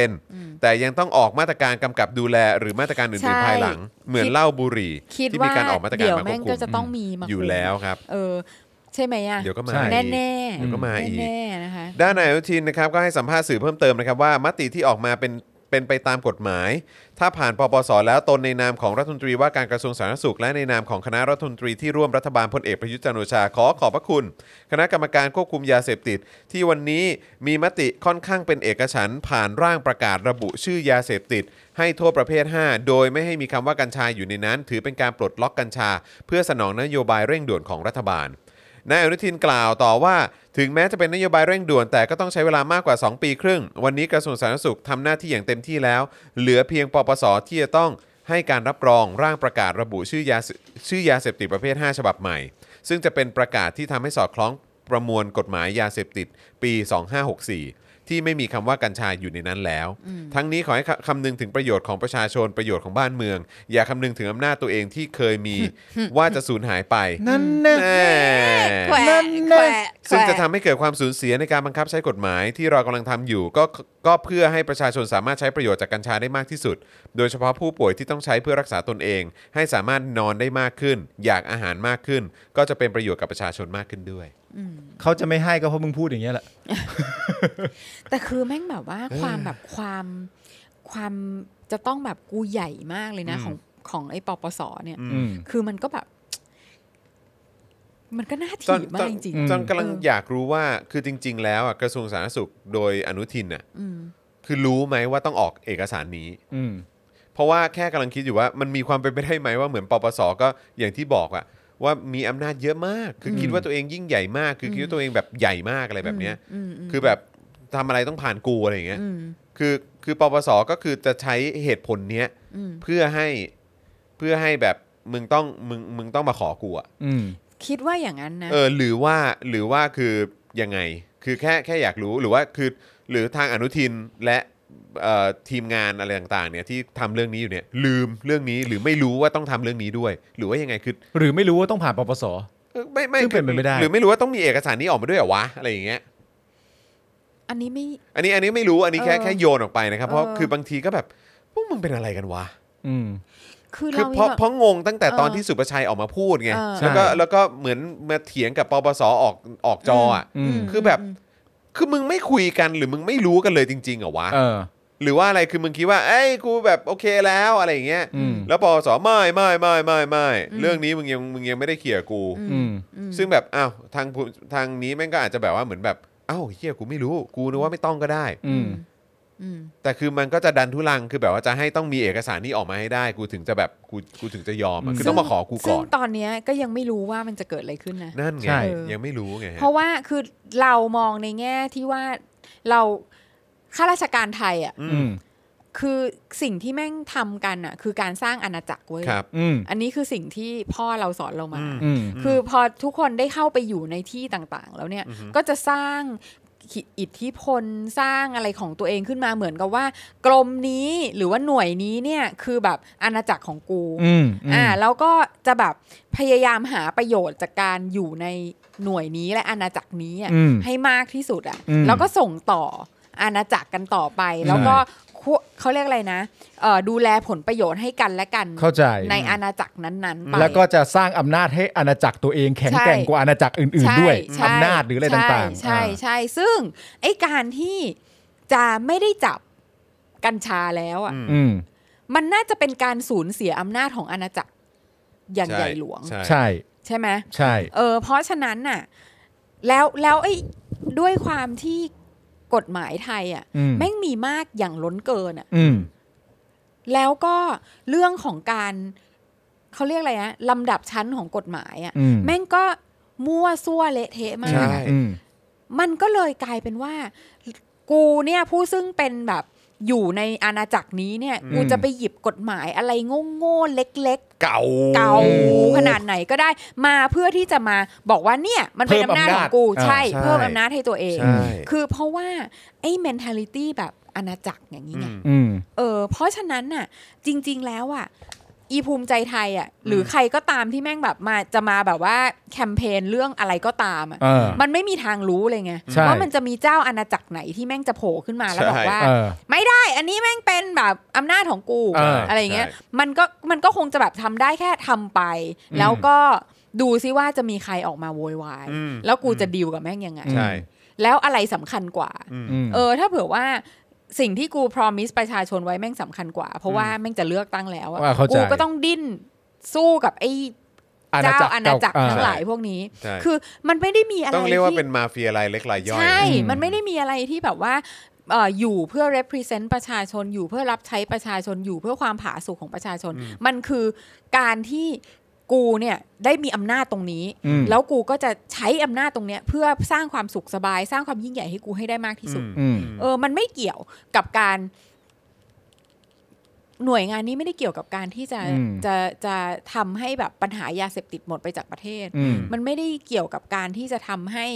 100%แต่ยังต้องออกมาตรการกำกับดูแลหรือมาตรการอื่นๆภายหลัง
ใช่
เหมือน
คิด
เหล้าบุหรี่
คิด
ที่มี
ว่า
การออกมาตรการ
เดี๋ยว
มาค
แม่
วบ
ง
คุ
ก็
ม
จะต้องมีมา
อยู่แล้วครับ
เออ ใช่ไหมอ่ะ
เดี๋ยวก็มา
ใช่
อีก
แน่แน่
เดี๋ยวก็มาอีก
แน่ๆนะคะ
ด้านนายอนุทินนะครับก็ให้สัมภาษณ์สื่อเพิ่มเติมนะครับว่ามติที่ออกมาเป็นเป็นไปตามกฎหมาย ถ้าผ่านปปสแล้วตนในนามของรัฐมนตรีว่าการกระทรวงสาธารณสุข และในนามของคณะรัฐมนตรีที่ร่วมรัฐบาลพลเอกประยุทธ์จันทร์โอชาขอขอบพระคุณ คณะกรรมการควบคุมยาเสพติด ที่วันนี้มีมติค่อนข้างเป็นเอกฉันท์ผ่านร่างประกาศระบุชื่อยาเสพติด ให้โทษประเภท 5 โดยไม่ให้มีคำว่ากัญชาอยู่ในนั้น ถือเป็นการปลดล็อกกัญชา เพื่อสนองนโยบายเร่งด่วนของรัฐบาล นายอนุทินกล่าวต่อว่า ถึงแม้จะเป็นนโยบายเร่งด่วนแต่ก็ต้องใช้เวลามากกว่า 2 ปีครึ่ง วันนี้กระทรวงสาธารณสุขทำหน้าที่อย่างเต็มที่แล้ว เหลือเพียงปปสที่จะต้องให้การรับรองร่างประกาศระบุชื่อยาชื่อยาเสพติดประเภท 5 ฉบับใหม่ ซึ่งจะเป็นประกาศที่ทำให้สอดคล้องประมวลกฎหมายยาเสพติดปี 2564 ที่ไม่มีคำว่ากัญชายอยู่ในนั้นแล้ว ทั้งนี้ขอให้คำนึงถึงประโยชน์ของประชาชนประโยชน์ของบ้านเมือง อย่าคำนึงถึงอำนาจตัวเองที่เคยมีว่าจะสูญหายไป
นั่นนะ
แน่
แขวะแขวะ
ซึ่งจะทำให้เกิดความสูญเสียในการบังคับใช้กฎหมายที่เรากำลังทำอยู่ก็ก็เพื่อให้ประชาชนสามารถใช้ประโยชน์จากกัญชาได้มากที่สุด โดยเฉพาะผู้ป่วยที่ต้องใช้เพื่อรักษาตนเอง ให้สามารถนอนได้มากขึ้น อยากอาหารมากขึ้น ก็จะเป็นประโยชน์กับประชาชนมากขึ้นด้วย
เขาจะไม่ให้ก็เพราะมึงพูดอย่างเงี้ยแหละ
แต่คือแม่งแบบว่าความแบบความความจะต้องแบบกูใหญ่มากเลยนะ
อืม
ของของไอ้ปปสเนี่ย
อืม
อืม
คือมันก็แบบ มันก็น่า
ตอ
ถี
น
บมา
ตอก น
จริง
อืม
ตอนกำลังอยากรู้ว่าคือจริง ๆ แล้วอะกระทรวงสาธารณสุขโดยอนุทินน่ะ
ๆอืม
คือรู้ไหมว่าต้องออกเอกสารนี้
อืม
เพราะว่าแค่กำลังคิดอยู่ว่ามันมีความเป็นไปได้ไหมว่าเหมือนปปสก็อย่างที่บอกอะว่ามีอำนาจเยอะมาก คืออ
ม
คิดว่าตัวเองยิ่งใหญ่มาก คืออ
ม
คิดว่าตัวเองแบบใหญ่มากอะไรแบบเนี้ย
อืมม
คือแบบทำอะไรต้องผ่านกูอะไรอย่างเงี้ย
อืม
คือคือปปสก็คือจะใช้เหตุผลเนี้ย
อืม
เพื่อให้เพื่อให้แบบมึงต้องมึงมึงต้องมาขอกูอะ
อืม
คิดว่าอย่างนั้นนะ
เออหรือว่าหรือว่าคือยังไง คือแค่แค่อยากรู้หรือว่าคือหรือทางอนุทินและเอ่อทีมงานอะไรต่างๆเนี่ยที่ทำเรื่องนี้อยู่เนี่ยลืมเรื่องนี้หรือไม่รู้ว่าต้องทำเรื่องนี้ด้วย หรือว่ายังไงคือ
หรือไม่รู้ว่าต้องผ่านปปส
เออไม่ไม่
ซึ่งเป็นไปไม่ได้
หรือไม่รู้ว่าต้องมีเอกสารนี้ออกมาด้วยเหรอวะอะไรอย่างเงี้ย
อันนี้ไม่
อันนี้อันนี้ไม่รู้อันนี้แค่
เออ
แค่โยนออกไปนะครับเพราะ
เออ
คือบางทีก็แบบพวกมึงเป็นอะไรกันวะ
อืม
คือ
คือ
เรา
เพราะ
ยัง
เพราะงงตั้งแต่ตอน
เออ
ที่สุประชัยออกมาพูดไง
เออ
แล้วก็
ใช่
แล้วก็เหมือนมาเถียงกับปปสออกออกจออ่ะ
อืม
คือแบบ คือมึงไม่คุยกันหรือมึงไม่รู้กันเลยจริงๆเหรอวะ
เออ
หรือว่าอะไรคือมึงคิดว่าเอ้ยกูแบบโอเคแล้วอะไรอย่างเงี้ย
อืม
แล้วปปสไม่ไม่ไม่ไม่ไม่เรื่องนี้มึงยังมึงยังไม่ได้เคลียร์กู
อืม
ซึ่งแบบอ้าวทางผู้ทางนี้แม่งก็อาจจะแบบว่าเหมือนแบบอ้าวเฮียกูไม่รู้กูนึกว่าไม่ต้องก็ได้
อืม
อืม
แต่คือมันก็จะดันทุลังคือแบบว่าจะให้ต้องมีเอกสารนี้ออกมาให้ได้ กูถึงจะแบบกูกูถึงจะยอมอะคือต้องมาขอกู
ซึ่
ก่
ง
อน
ตอนเนี้ยก็ยังไม่รู้ว่ามันจะเกิดอะไรขึ้นนะ
นั่นไง
ใช่
ยังไม่รู้ไงฮะ
เพราะว่าคือเรามองในแง่ที่ว่าเราข้าราชการไทยอ่ะ
อื
อื
ม
ม
คือสิ่งที่แม่งทำกันอ่ะ คือการสร้างอาณาจักรเว้ย
ครับ
อืม
อันนี้คือสิ่งที่พ่อเราสอนเรามา
อืม
อืม
คือพอทุกคนได้เข้าไปอยู่ในที่ต่างๆ แล้วเนี่ย
อือฮึ
ก็จะสร้างอิทธิพลสร้างอะไรของตัวเองขึ้นมาเหมือนกับว่า กรมนี้หรือว่าหน่วยนี้เนี่ยคือแบบอาณาจักรของกู
อืม
อ่าแล้วก็จะแบบพยายามหาประโยชน์จากการอยู่ในหน่วยนี้และอาณาจักรนี้อะ
อืม
ให้มากที่สุดอ่ะ
อืม
แล้วก็ส่งต่ออาณาจักรกันต่อไป แล้วก็คุเขาเรียกอะไรนะเอ่อดูแลผลประโยชน์ให้กันและกัน
เข้าใจ
อาณาจักรนั้นๆไป
แล้วก็จะสร้างอำนาจให้อาณาจักรตัวเองแข็งแกร่ง
ใช่
กว่าอาณาจักรอื่น
ใช่
ๆ ด้วย
ใช่
อำนาจหรืออะไร
ใช่
ต่างๆ
ใช่
อ่า
ใช่ซึ่งไอ้การที่จะไม่ได้จับกัญชาแล้วอ่ะ
อืม
อืม
มันน่าจะเป็นการสูญเสียอำนาจของอาณาจักรอย่างใหญ่หลวง
ใช่
ใช่
ใช่ไหม
ใช่
เออเพราะฉะนั้นน่ะแล้วแล้วไอ้ด้วยความที่กฎหมายไทยอ่ะ
อืม
แม่งมีมากอย่างล้นเกินอ่ะ
อืม
แล้วก็เรื่องของการเขาเรียกอะไรนะลำดับชั้นของกฎหมายอ่ะ
อืม
แม่งก็มั่วซั่วเละเทะมา
ใช่
ก
อืม
มันก็เลยกลายเป็นว่า กูเนี่ยผู้ซึ่งเป็นแบบอยู่ในอาณาจักรนี้เนี่ย
อืม
กูจะไปหยิบกฎหมายอะไรโง่ๆเล็ก ๆ
เก่า
เกาขนาดไหนก็ได้มาเพื่อที่จะมาบอกว่าเนี่ย มันเป็นอำนาจ
เพิ่มอำนา
ขอ
จ
งกู
อ่า
ใช่
ใช่
เพิ่มอำนาจให้ตัวเอง
ใช่
คือเพราะว่า ไอ้ mentality แบบอาณาจักรอย่างนี้
อื
ไง
ม
ืม
เออเพราะฉะนั้นน่ะ จริง ๆ แล้วอ่ะ อีภูมิใจไทยอ่ะ หรืออ
ม
ใครก็ตามที่แม่งแบบมาจะมาแบบว่าแคมเปญเรื่องอะไรก็ตามอ่ะ
เออ
มันไม่มีทางรู้เลยไง
ใช่
ว่ามันจะมีเจ้าอาณาจักรไหนที่แม่งจะโผล่ขึ้นมาแล้วบอกว่า
เออ
ไม่ได้ อันนี้แม่งเป็นแบบอำนาจของกู
เอออ
ไรอย่างเงี้ย
ใช่
มันก็มันก็คงจะแบบทำได้แค่ทำไป
อืม
แล้วก็ ดูซิว่าจะมีใครออกมาโวยวาย
อืม
แล้วกูจะดีลกับแม่งยังไง
ใช่
แล้วอะไรสำคัญกว่า
อืม
เออ ถ้าเผื่อว่าสิ่งที่กูพรอมิสประชาชนไว้แม่งสำคัญกว่า เพราะว่าแม่งจะเลือกตั้งแล้วอะ
ว่าเข้าใจ
กูก็ต้องดิ้นสู้กับไอ้เจ้าอาณาจักร
เ
ทั้งหลายพวกนี้
ใช่
คือมันไม่ได้มีอะไร
ต้องเรียกว่า
ที่
เป็นมาเฟียรายเล็กรายย่อย
ใช่
อืม
มันไม่ได้มีอะไรที่แบบว่าเอ่ออยู่เพื่อ represent ประชาชน อยู่เพื่อรับใช้ประชาชน อยู่เพื่อความผาสุกของประชาชน
อืม
มันคือการที่กูเนี่ยได้มีอำนาจตรงนี้
อืม
แล้วกูก็จะใช้อำนาจตรงเนี้ยเพื่อสร้างความสุขสบาย สร้างความยิ่งใหญ่ให้กูให้ได้มากที่สุด
อืม
เออ มันไม่เกี่ยวกับการ หน่วยงานนี้ไม่ได้เกี่ยวกับการที่จะ
อืม
จะจะทำให้แบบปัญหายาเสพติดหมดไปจากประเทศ
อืม
มันไม่ได้เกี่ยวกับการที่จะทำให้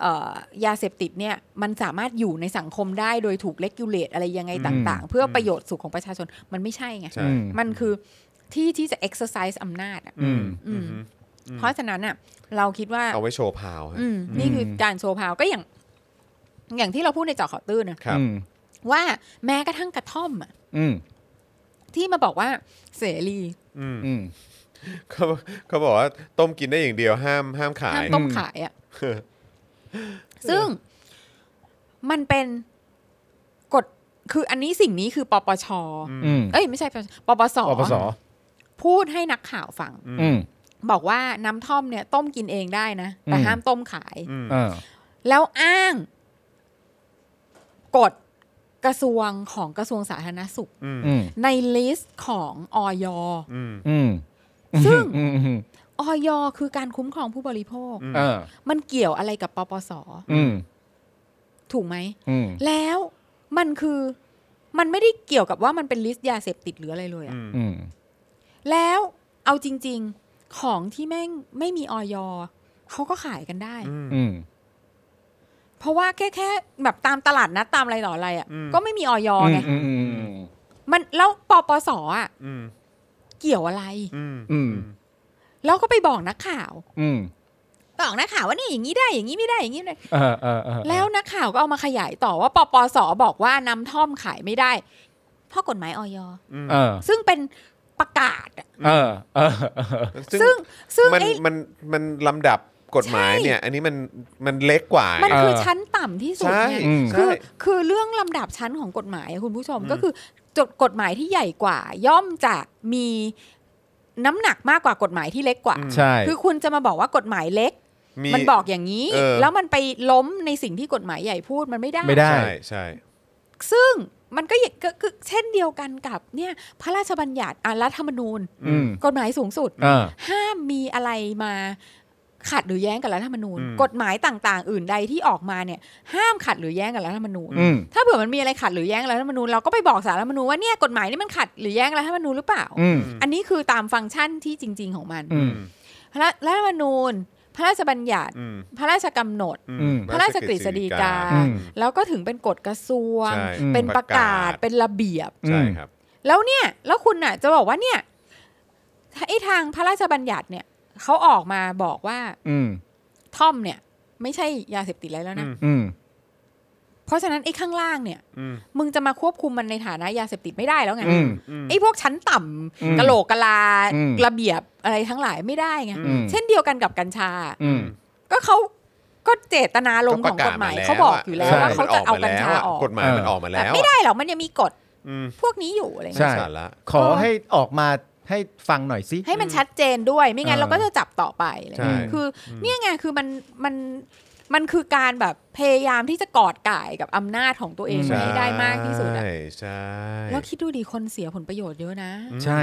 เอ่อยาเสพติดเนี่ยมันสามารถอยู่ในสังคมได้โดยถูกเลกูเลตอะไรยังไงต่าง ๆ เพื่อประโยชน์สุขของประชาชนมันไม่ใช่ไง
ใช่
มันคือที่ที่จะ exercise อำนาจอะ
อืม
อืม
อืม
เพราะฉะนั้นอ่ะเราคิดว่า
เอาไว้โชว์พาวฮะ
อืมนี่คือการโชว์พาวก็อย่าง อย่างที่เราพูดในเจาะข่าวตื้นนะครับ
อืม
ว่าแม้กระทั่งกระท่อมอะ
อืม
ที่มาบอกว่าเสรี
อืม
อืม
เขาเขาบอกว่าต้มกินได้อย่างเดียวห้ามห้ามขา
ห้าม
ย
ต้มขายอ่ะ ซึ่งมันเป็นกฎคืออันนี้สิ่งนี้คือปปช
อืม
เอ้ยไม่ใช่ปปชปปส
อปส
พูดให้นักข่าวฟัง
อืม
บอกว่าน้ำท่อมเนี่ยต้มกินเองได้นะ แต่
อืม
ห้ามต้มขาย
อืม
เออ
แล้วอ้างกฎกระทรวงของกระทรวงสาธารณสุข
อืม
อืม
ในลิสต์ของออย
[laughs] อืม
อืม
ซึ่ง
อืมอืม
ออยคือการคุ้มครองผู้บริโภค
เออ
มันเกี่ยวอะไรกับปปส
อืม
ถูกไหม
อืม
แล้วมันคือมันไม่ได้เกี่ยวกับว่ามันเป็นลิสต์ยาเสพติดหรืออะไรเลยอะ
อืม
อืม
แล้วเอาจริง ๆ ของที่แม่งไม่มีออยเขาก็ขายกันได้
อืม
อืม
เพราะว่าแค่แค่แบบตามตลาดนัดตามอะไรต่ออะไร
อืม
อะ่ะก็ไม่มีออยไง
อืมอืมอืม
มันแล้วปปสอ่ะ
อืม
เกี่ยวอะไร
อืม
อืม
แล้วก็ไปบอกนักข่าว
อืม
บอกนักข่าวว่านี่อย่างนี้ได้อย่างนี้ไม่ได้อย่างนี้ไม่ได้
เออเออเออ
แล้วนักข่าวก็เอามาขยายต่อว่าปปสบอกว่านำท่อมขายไม่ได้ เพราะกฎหมายออย
อืม
เออ
ซึ่งเป็นประกาศอะ
เออเออ
ซึ่ง
ซึ่งซึ่ง
มัน
ไอ้
มันมันลำดับกฎหมาย
ใช่
เนี่ย อันนี้มันมันเล็กกว่า
มันคือ
เออ
ชั้นต่ำที่สุด
ใช่
ไง
อืม
คือ
ใช่
คือเรื่องลำดับชั้นของกฎหมายอะคุณผู้ชม
อืม
ก็คือจดกฎหมายที่ใหญ่กว่า ย่อมจะมีน้ำหนักมากกว่ากฎหมายที่เล็กกว่า
ใช่
คือคุณจะมาบอกว่ากฎหมายเล็ก
มี
มันบอกอย่างนี้
เออ
แล้วมันไปล้มในสิ่งที่กฎหมายใหญ่พูดมันไม่ได้
ไม่ได้
ใช่ใช่
ซึ่งมันก็อย่างก็คือเช่นเดียวกันกับเนี่ยพระราชบัญญัติอ่ะรัฐธรรมนูญ
อืม
กฎหมายสูงสุด
เออ
ห้ามมีอะไรมาขัดหรือแย้งกับรัฐธรรมนูญ
อืม
กฎหมายต่างๆ อื่นใดที่ออกมาเนี่ย ห้ามขัดหรือแย้งกับรัฐธรรมนูญ
อืม
ถ้าเผื่อมันมีอะไรขัดหรือแย้งกับรัฐธรรมนูญเราก็ไปบอกสารรัฐธรรมนูญว่าเนี่ยกฎหมายนี่มันขัดหรือแย้งกับรัฐธรรมนูญหรือเปล่า
อืม
อันนี้คือตามฟังก์ชันที่จริง ๆ ของมัน
อืม
รัฐรัฐธรรมนูญ พระราชบัญญัติ
อืม
พระราชกำหนด
อืม
อืม
พระราชกฤษฎีกา
อืม
แล้วก็ถึงเป็นกฎกระทรวง
ใช่
อืม
เป็นประกาศเป็นระเบียบ
ใช่ครับ
แล้วเนี่ย แล้วคุณน่ะ จะบอกว่าเนี่ยไอ้ทางพระราชบัญญัติเนี่ยเขาออกมาบอกว่า
อืม
ท่อมเนี่ย ไม่ใช่ยาเสพติดอะไรแล้วนะ
อืม
อืม
เพราะฉะนั้นไอ้ข้างล่างเนี่ย
อืม
มึงจะมาควบคุมมันในฐานะยาเสพติดไม่ได้แล้วไง
อืม
อืม
ไอ้พวกชั้นต่ำ
อืม
กะโหลกกะลา
อืม
ระเบียบอะไรทั้งหลายไม่ได้ไง
อืม
เช่นเดียวกันกับกัญชา
อืม
ก็เขาก็เจตนาลมณ์ของกฎหมายเขาบอกอยู่แล้ว
ใช่
ว่าเขาจะเอากัญชาออก
กฎหมายมันออกมา
แต่
แล้ว
ไม่ได้หรอกมันยังมีกฎ
อืม
พวกนี้อยู่อะไร
ใช่
เงี้ย
สาระ
ขอให้ออกมาให้ฟังหน่อยสิ
ให้มันชัดเจนด้วยไม่งั้น
เออ
เราก็จะจับต่อไปอะไร
ใช่
เงี้ยคืออเนี่ยไงคือมันมันมันคือการแบบพยายามที่จะกอดก่ายกับอำนาจของตัวเอง
ใช่
ไว้ให้ได้มากที่สุดอะ
ใช่ใช่
แล้วคิดดูดิคนเสียผลประโยชน์เยอะนะ
ใช่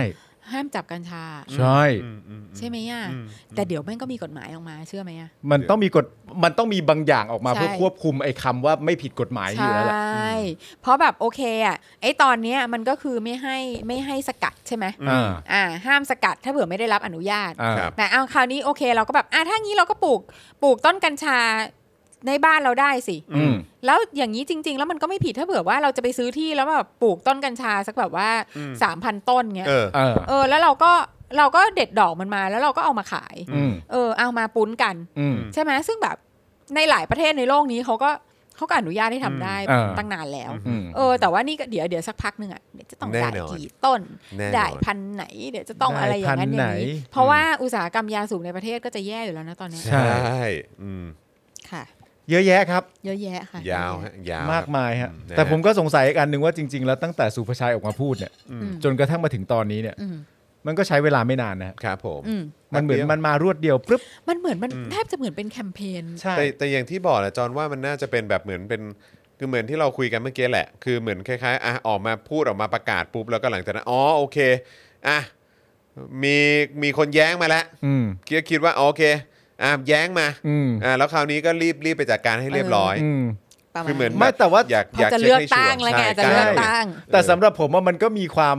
ห้ามจับกัญชา
ใช่
อืมอืมอืม
ใช่ไหมอ่ะ
อืม
แต่เดี๋ยวแม่งก็มีกฎหมายออกมาเชื่อไหมอ่ะ
มันต้องมีกฎมันต้องมีบางอย่างออกมา
ใช่
เพื่อควบคุมไอ้คำว่าไม่ผิดกฎหมาย
ใช
อยู่แล้วแหละ
่ เพราะแบบโอเคอ่ะไอ้ตอนเนี้ยมันก็คือไม่ให้ไม่ให้สกัดใช่ไหม
อ่า
อ่า ห้ามสกัดถ้าเผื่อไม่ได้รับอนุญาต
อ่า
ครับ
แต่เอาคราวนี้โอเคเราก็แบบอ่ะถ้างี้เราก็ปลูกปลูกต้นกัญชาในบ้านเราได้สิ
อืม
แล้วอย่างนี้จริง ๆ แล้วมันก็ไม่ผิดถ้าเผื่อว่าเราจะไปซื้อที่แล้วแบบปลูกต้นกัญชาสักแบบว่า
อืม
สามพันต้นเงี้ย
เออ
เออ
เออแล้วเราก็เราก็เด็ดดอกมันมาแล้วเราก็เอามาขาย
อืม
เออเอามาปุ้นกัน
อืม
ใช่ไหมซึ่งแบบในหลายประเทศในโลกนี้เขาก็เขาก็อนุญาตให้ทำได้
อืมอ่า
ตั้งนานแล้ว
อืม
เออ แต่ว่านี่ก็เดี๋ยวเดี๋ยวสักพักหนึ่งอ่ะ ดี๋ยวจะต้อง
แน่
ได้
นอน
กี่ต้น
แน่นอน
ได้พันธุ์ไหน เดี๋ยวจะต้องอะไรอย่างนั้นอย่างนี้
ได้พันธุ์ไหน
เพราะว่าอุตสาหกรรมยาสูบในประเทศก็จะแย่อยู่แล้วนะตอนเนี้ย
ใ
ใช่
ช่อืม
ค่ะ
เยอะแยะครับ
เยอะแยะค่ะ
ยาวฮะยาว
มากมายฮะ
อืมนะฮะ
แต่ผมก็สงสัยอีกอันหนึ่งว่าจริง ๆ แล้วตั้งแต่สุภาชัยออกมาพูดเนี่ย
อืม
จนกระทั่งมาถึงตอนนี้เนี่ย
อืม
มันก็ใช้เวลาไม่นานนะฮะ
ครับผม
อืม
มันเหมือนมันมารวดเดียวปึ๊บ
มันเหมือนมันแทบจะเหมือนเป็นแคมเปญ
ใช่
แต่แต่อย่างที่บอกนะจอนว่ามันน่าจะเป็นแบบเหมือนเป็นคือเหมือนที่เราคุยกันเมื่อกี้แหละ คือเหมือนคล้ายๆอ่ะออกมาพูดออกมาประกาศปุ๊บแล้วก็หลังจากนั้นอ๋อโอเคอ่ะมีมีคนแย้งมาแล้ว
อืม
คิดคิดว่าอ๋อโอเคอ่ะแย้งมา
อืม
อ่ะแล้วคราวนี้ก็รีบรีบไปจัดการให้เรียบร้อย
อืม
ประมาณ
คือเหมือน
ไม่แต่ว่า
อยาก
พอย
อาก
จะ
ช็ค
เลือก
ให้ชัว
ตั้
ร์
งแล้วไง
ใช่
จะเลือก
ใช่
ตั้ง
แต่สำหรับผมว่ามันก็มีความ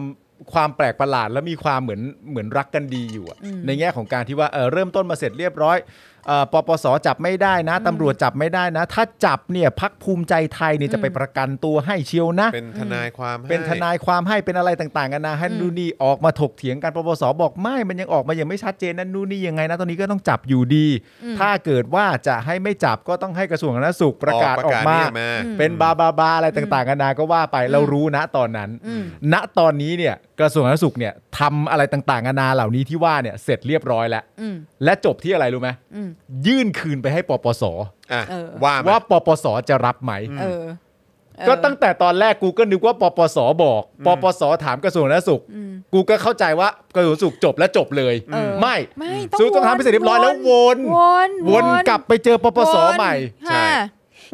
ความแปลกประหลาด และมีความเหมือนเหมือนรักกันดีอยู่อะ
อืม
ในแง่ของการที่ว่าเออเริ่มต้นมาเสร็จเรียบร้อยเอ่อปปสจับไม่ได้นะตำรวจจับไม่ได้นะ ถ้าจับเนี่ยพักภูมิใจไทยเนี่ยจะไปประกันตัวให้เชียวนะ
เป็นทนายความให้
เป็นทนายความให้เป็นอะไรต่างๆกันนะให้นู่นนี่ออกมาถกเถียงกันปปสบอกไม่มันยังออกมายังไม่ชัดเจนนั่นนู่นนี่ยังไงนะตอนนี้ก็ต้องจับอยู่ดี ถ้าเกิดว่าจะให้ไม่จับก็ต้องให้กระทรวงสาธารณสุขประกาศออกมา
นี้มา
เป็นบาบาบาอะไรต่างๆกันานาก็ว่าไปเรารู้นะตอนนั้น ณตอนนี้เนี่ยกระทรวงสาธารณสุขเนี่ยทำอะไรต่างๆกันานาเหล่านี้ที่ว่าเนี่ยเสร็จเรียบร้อยแล้ว
อืม
และจบที่อะไรรู้ไหม
อืม
ยื่นคืนไปให้ปปส
อ่ะ
เออ
ว่ามา
ว่าปปสจะรับไหม
เออเออ
ก็ตั้งแต่ตอนแรกกูก็นึกว่าปปสบอก ปปสถามกระทรวงสาธารณสุข
อืม
กูก็เข้าใจว่ากระทรวงสาธารณสุขจบและจบเลย
เออ
ไม่
ไม่
สู้ต้องทำให้เสร็จเรียบร้อยแล้ววน
วน
วนกลับไปเจอปปส
วน
ใหม่
ค่ะ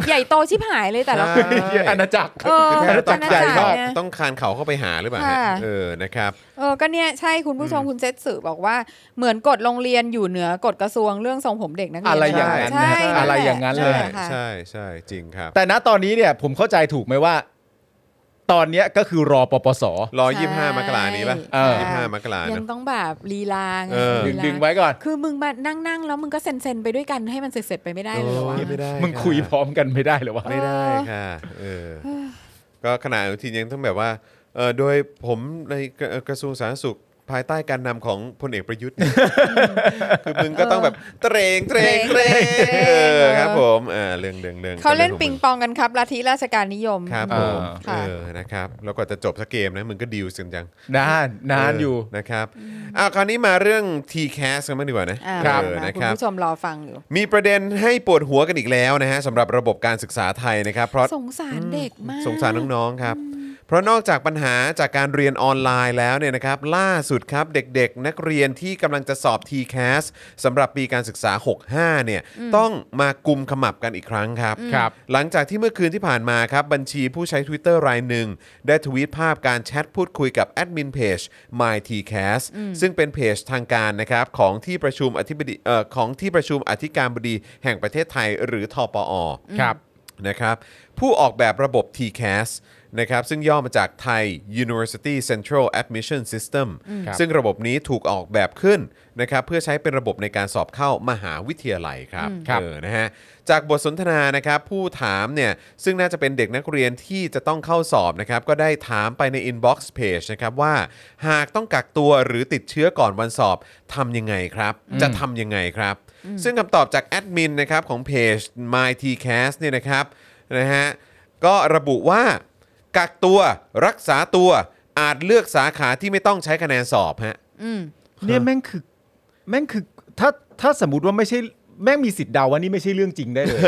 ใหญ่โตชิบหายเลยแต่ละคน
เหี้ยอาณาจักร
เออ
คือแทบจะต้อง
ให
คา
ญ่
น
มาก
เนี่ย
ต้องคานเข่าเข้าไปหาหรือเปล่าฮะ
ค่ะ
เออนะครับ
เออก็เนี่ยใช่คุณผู้ชมคุณเซตสื่อบอกว่าเหมือนกฎโรงเรียนอยู่เหนือกฎกระทรวงเรื่องทรงผมเด็กนักเรียน
อะไรอย่างนั้น
ใช่
นะฮะอะไรอย่างนั้นเลย
ใช่ค่ะ
ใช่ใช่จริงครับ
แต่ณตอนนี้เนี่ยผมเข้าใจถูกไหมว่า ตอนเนี้ยก็คือรอปปส
รอ
ใช่
25 มกรานี้ป่ะ
เออ
ยี่สิบห้ามกรา
ยั
นะ
งต้องแบบลีลาไง
เออ
ลี
ดึง
ลา
ดึงไว้ก่อน
คือมึงมานั่งนั่งๆแล้วมึงก็เซ็นเซ็นๆไปด้วยกันให้มันเสร็จๆไปไม่ได้เลยเหรอวะ
โอ้ยไม่ได้
มึงคุยพร้อมกันไม่ได้เหรอวะ
ไม่ได้ค่ะเออก็ขณะอนุทินยังต้องแบบว่าเออโดยผมในกระเอ่อกระทรวงสาธารณสุขภายใต้การนำของพลเอกประยุทธ์
[laughs]
เนี่ยคือมึงก็ต้องแบบเตรงเตรงเตรง
เตรง
เออครับผมอ่าเรื่องเรื่องเรื่อง
เขาเล่น
รื่องของ
ปิง
มึ
ปองกันครับลัทธิราชการนิยม
ครับ
เอ
ผ
อ
ม
ค่ะ
เออนะครับแล้วกว่าจะจบสักเกมนะมึงก็ดีลสิจัง
นานนานอยู่
เนะครับอ้าวคราวนี้มาเรื่อง TCAS กันบ้างดีกว่านะ
อ่า
เออ
มา
นะค
คุณ
รับ
ผู้ชมรอฟังอยู่
มีประเด็นให้ปวดหัวกันอีกแล้วนะฮะสำหรับระบบการศึกษาไทยนะครับเพราะ
สงสารเด็กมาก
สงสารน้อง ๆ ครับ เพราะนอกจากปัญหาจากการเรียนออนไลน์แล้วเนี่ยนะครับ ล่าสุดครับเด็กๆ นักเรียนที่กำลังจะสอบ TCAS สำหรับปีการศึกษา 65 เนี่ยต้องมากุมขมับกันอีกครั้งครับ
ครับ
หลังจากที่เมื่อคืนที่ผ่านมาครับ บัญชีผู้ใช้ Twitter รายหนึ่ง ได้ทวีตภาพการแชทพูดคุยกับแอดมินเพจ My TCAS ซึ่งเป็นเพจทางการนะครับของที่ประชุมอธิบดีเอ่อของที่ประชุมอธิการบดีแห่งประเทศไทยหรือทปอ
ครับ
นะครับผู้ออกแบบระบบ TCAS นะครับซึ่งย่อมาจากไทย University Central Admission System
ครับ
ซึ่งระบบนี้ถูกออกแบบขึ้นนะครับเพื่อใช้เป็นระบบในการสอบเข้ามหาวิทยาลัยครับเออนะฮะจากบทสนทนานะครับผู้ถามเนี่ยซึ่งน่าจะเป็นเด็กนักเรียนที่จะต้องเข้าสอบนะครับก็ได้ถามไปใน Inbox Page นะครับว่าหากต้องกักตัวหรือติดเชื้อก่อนวันสอบทำยังไงครับ จะทำยังไงครับ ซึ่งคำตอบจากแอดมินนะครับของเพจ mytcast เนี่ยนะครับนะฮะก็ระบุว่า กักตัวรักษาตัวอาจเลือกสาขาที่ไม่ต้องใช้คะแนนสอบฮะ
เนี่ยแม่งคือแม่งคือถ้าถ้าสมมติว่าไม่ใช่แม่งมีสิทธิ์เดาว่านี่ไม่ใช่เรื่องจริงได้เลย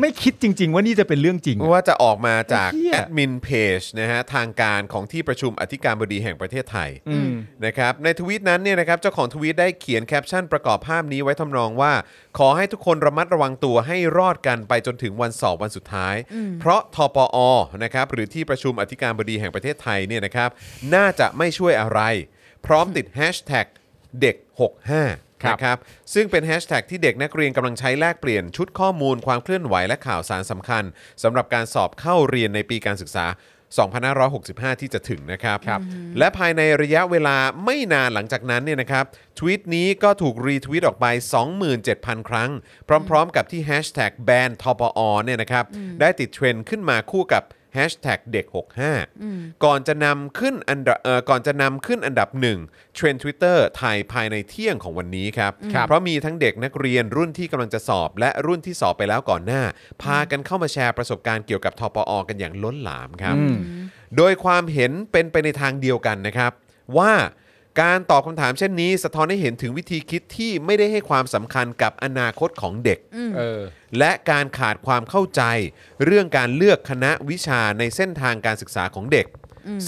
ไม่คิดจริง ๆ ว่านี่จะเป็นเรื่องจริง
ว่าจะออกมาจาก
ไอ้เหี้ย
แอดมินเพจนะฮะทางการของที่ประชุมอธิการบดีแห่งประเทศไทย
อืม
นะครับในทวีตนั้นเนี่ยนะครับเจ้าของทวีตได้เขียนแคปชั่นประกอบภาพนี้ไว้ทำนองว่า ขอให้ทุกคนระมัดระวังตัวให้รอดกันไปจนถึงวันสอบวันสุดท้าย เพราะทปอนะครับหรือที่ประชุมอธิการบดีแห่งประเทศไทยเนี่ยนะครับน่าจะไม่ช่วยอะไร พร้อมติดแฮชแท็กเด็ก 65
ครับ
นะครับซึ่งเป็นแฮชแท็กที่เด็กนักเรียนกำลังใช้แลกเปลี่ยนชุดข้อมูลความเคลื่อนไหวและข่าวสารสำคัญสำหรับการสอบเข้าเรียนในปีการศึกษา 2565 ที่จะถึงนะครับ และภายในระยะเวลาไม่นานหลังจากนั้นเนี่ยนะครับทวีตนี้ก็ถูกรีทวีตออกไป 27,000 ครั้ง พร้อมๆ กับที่แฮชแท็กแบนทปอเนี่ยนะครับได้ติดเทรนด์ขึ้นมาคู่กับ Hashtag เด็ก 65 ก่อนจะนำขึ้นอันดับเอ่อก่อนจะนำขึ้นอันดับหนึ่งเทรนด์ Twitter ไทยภายในเที่ยงของวันนี้ครับ
ครับ
เพราะมีทั้งเด็กนักเรียนรุ่นที่กำลังจะสอบ และรุ่นที่สอบไปแล้วก่อนหน้า พากันเข้ามาแชร์ประสบการณ์เกี่ยวกับทปอ กันอย่างล้นหลามครับ โดยความเห็นเป็นไปในทางเดียวกันนะครับ ว่าการตอบคำถามเช่นนี้ สะท้อนให้เห็นถึงวิธีคิดที่ไม่ได้ให้ความสำคัญกับอนาคตของเด็ก
เออ
และการขาดความเข้าใจ เรื่องการเลือกคณะวิชาในเส้นทางการศึกษาของเด็ก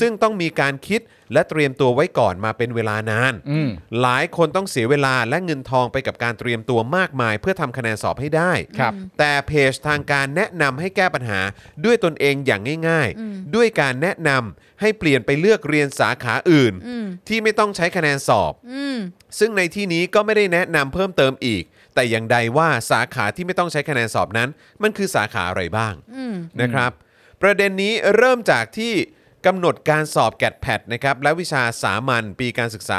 ซึ่งต้องมีการคิดและเตรียมตัวไว้ก่อนมาเป็นเวลานาน
อืม
หลายคนต้องเสียเวลาและเงินทองไปกับการเตรียมตัวมากมาย เพื่อทำคะแนนสอบให้ได้
ครับ
แต่เพจทางการแนะนำให้แก้ปัญหาด้วยตนเองอย่างง่าย ๆ ด้วยการแนะนำให้เปลี่ยนไปเลือกเรียนสาขาอื่น
อืม
ที่ไม่ต้องใช้คะแนนสอบ
อืม
ซึ่งในที่นี้ก็ไม่ได้แนะนำเพิ่มเติมอีก แต่อย่างใดว่าสาขาที่ไม่ต้องใช้คะแนนสอบนั้น มันคือสาขาอะไรบ้าง
อืม
นะครับ ประเด็นนี้เริ่มจากที่กำหนดการสอบแกดแพดนะครับและวิชาสามัญปีการศึกษา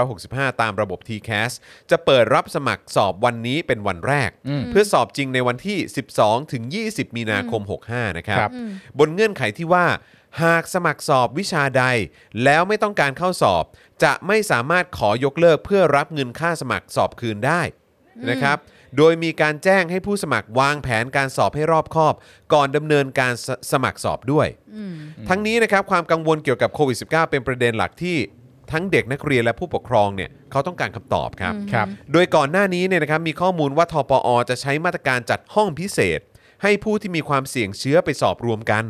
2565 ตามระบบ TCAS จะเปิดรับสมัครสอบวันนี้เป็นวันแรก เพื่อสอบจริงในวันที่ 12 ถึง 20 มีนาคม 65 นะครับ
ครับ
บนเงื่อนไขที่ว่า หากสมัครสอบวิชาใด แล้วไม่ต้องการเข้าสอบ จะไม่สามารถขอยกเลิกเพื่อรับเงินค่าสมัครสอบคืนได้นะครับ โดยมีการแจ้งให้ผู้สมัครวางแผนการสอบให้รอบคอบ ก่อนดำเนินการสสมัครสอบด้วย ทั้งนี้นะครับความกังวลเกี่ยวกับโควิด -19 เป็นประเด็นหลักที่ทั้งเด็กนักเรียนและผู้ปกครองเนี่ยเขาต้องการคำตอบครับ
ครับ
โดยก่อนหน้านี้เนี่ยนะครับมีข้อมูลว่าทปอจะใช้มาตรการจัดห้องพิเศษ ให้ผู้ที่มีความเสี่ยงเชื้อไปสอบรวมกัน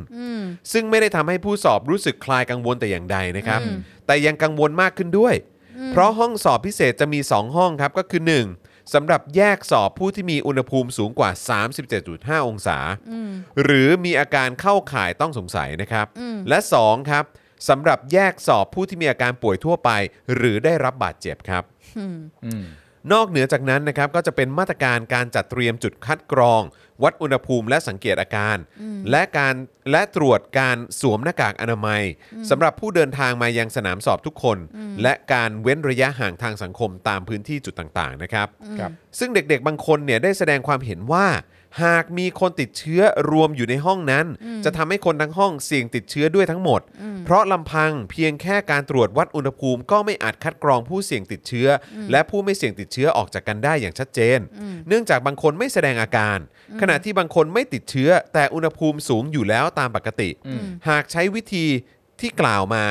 ซึ่งไม่ได้ทำให้ผู้สอบรู้สึกคลายกังวลแต่อย่างใดนะครับ แต่ยังกังวลมากขึ้นด้วย เพราะห้องสอบพิเศษจะมี 2 ห้องครับก็คือ 1สำหรับแยกสอบผู้ที่มีอุณหภูมิสูงกว่า 37.5 องศา หรือมีอาการเข้าข่ายต้องสงสัยนะครับ และ2ครับสำหรับแยกสอบผู้ที่มีอาการป่วยทั่วไป หรือได้รับบาดเจ็บครับ
อืม
นอกเหนือจากนั้นนะครับก็จะเป็นมาตรการการจัดเตรียมจุดคัดกรอง วัดอุณหภูมิและสังเกตอาการ และการและตรวจการสวมหน้ากากอนามัยสำหรับผู้เดินทางมายังสนามสอบทุกคน และการเว้นระยะห่างทางสังคมตามพื้นที่จุดต่างๆนะครับ
ครับ
ซึ่งเด็กๆ บางคนเนี่ยได้แสดงความเห็นว่า หากมีคนติดเชื้อรวมอยู่ในห้องนั้น จะทำให้คนทั้งห้องเสี่ยงติดเชื้อด้วยทั้งหมด เพราะลำพังเพียงแค่การตรวจวัดอุณหภูมิก็ไม่อาจคัดกรองผู้เสี่ยงติดเชื้ออและผู้ไม่เสี่ยงติดเชื้อออกจากกันได้อย่างชัดเจน เนื่องจากบางคนไม่แสดงอาการ ขณะที่บางคนไม่ติดเชื้อ แต่อุณหภูมิสูงอยู่แล้วตามปกติ หากใช้วิธีที่กล่าวมา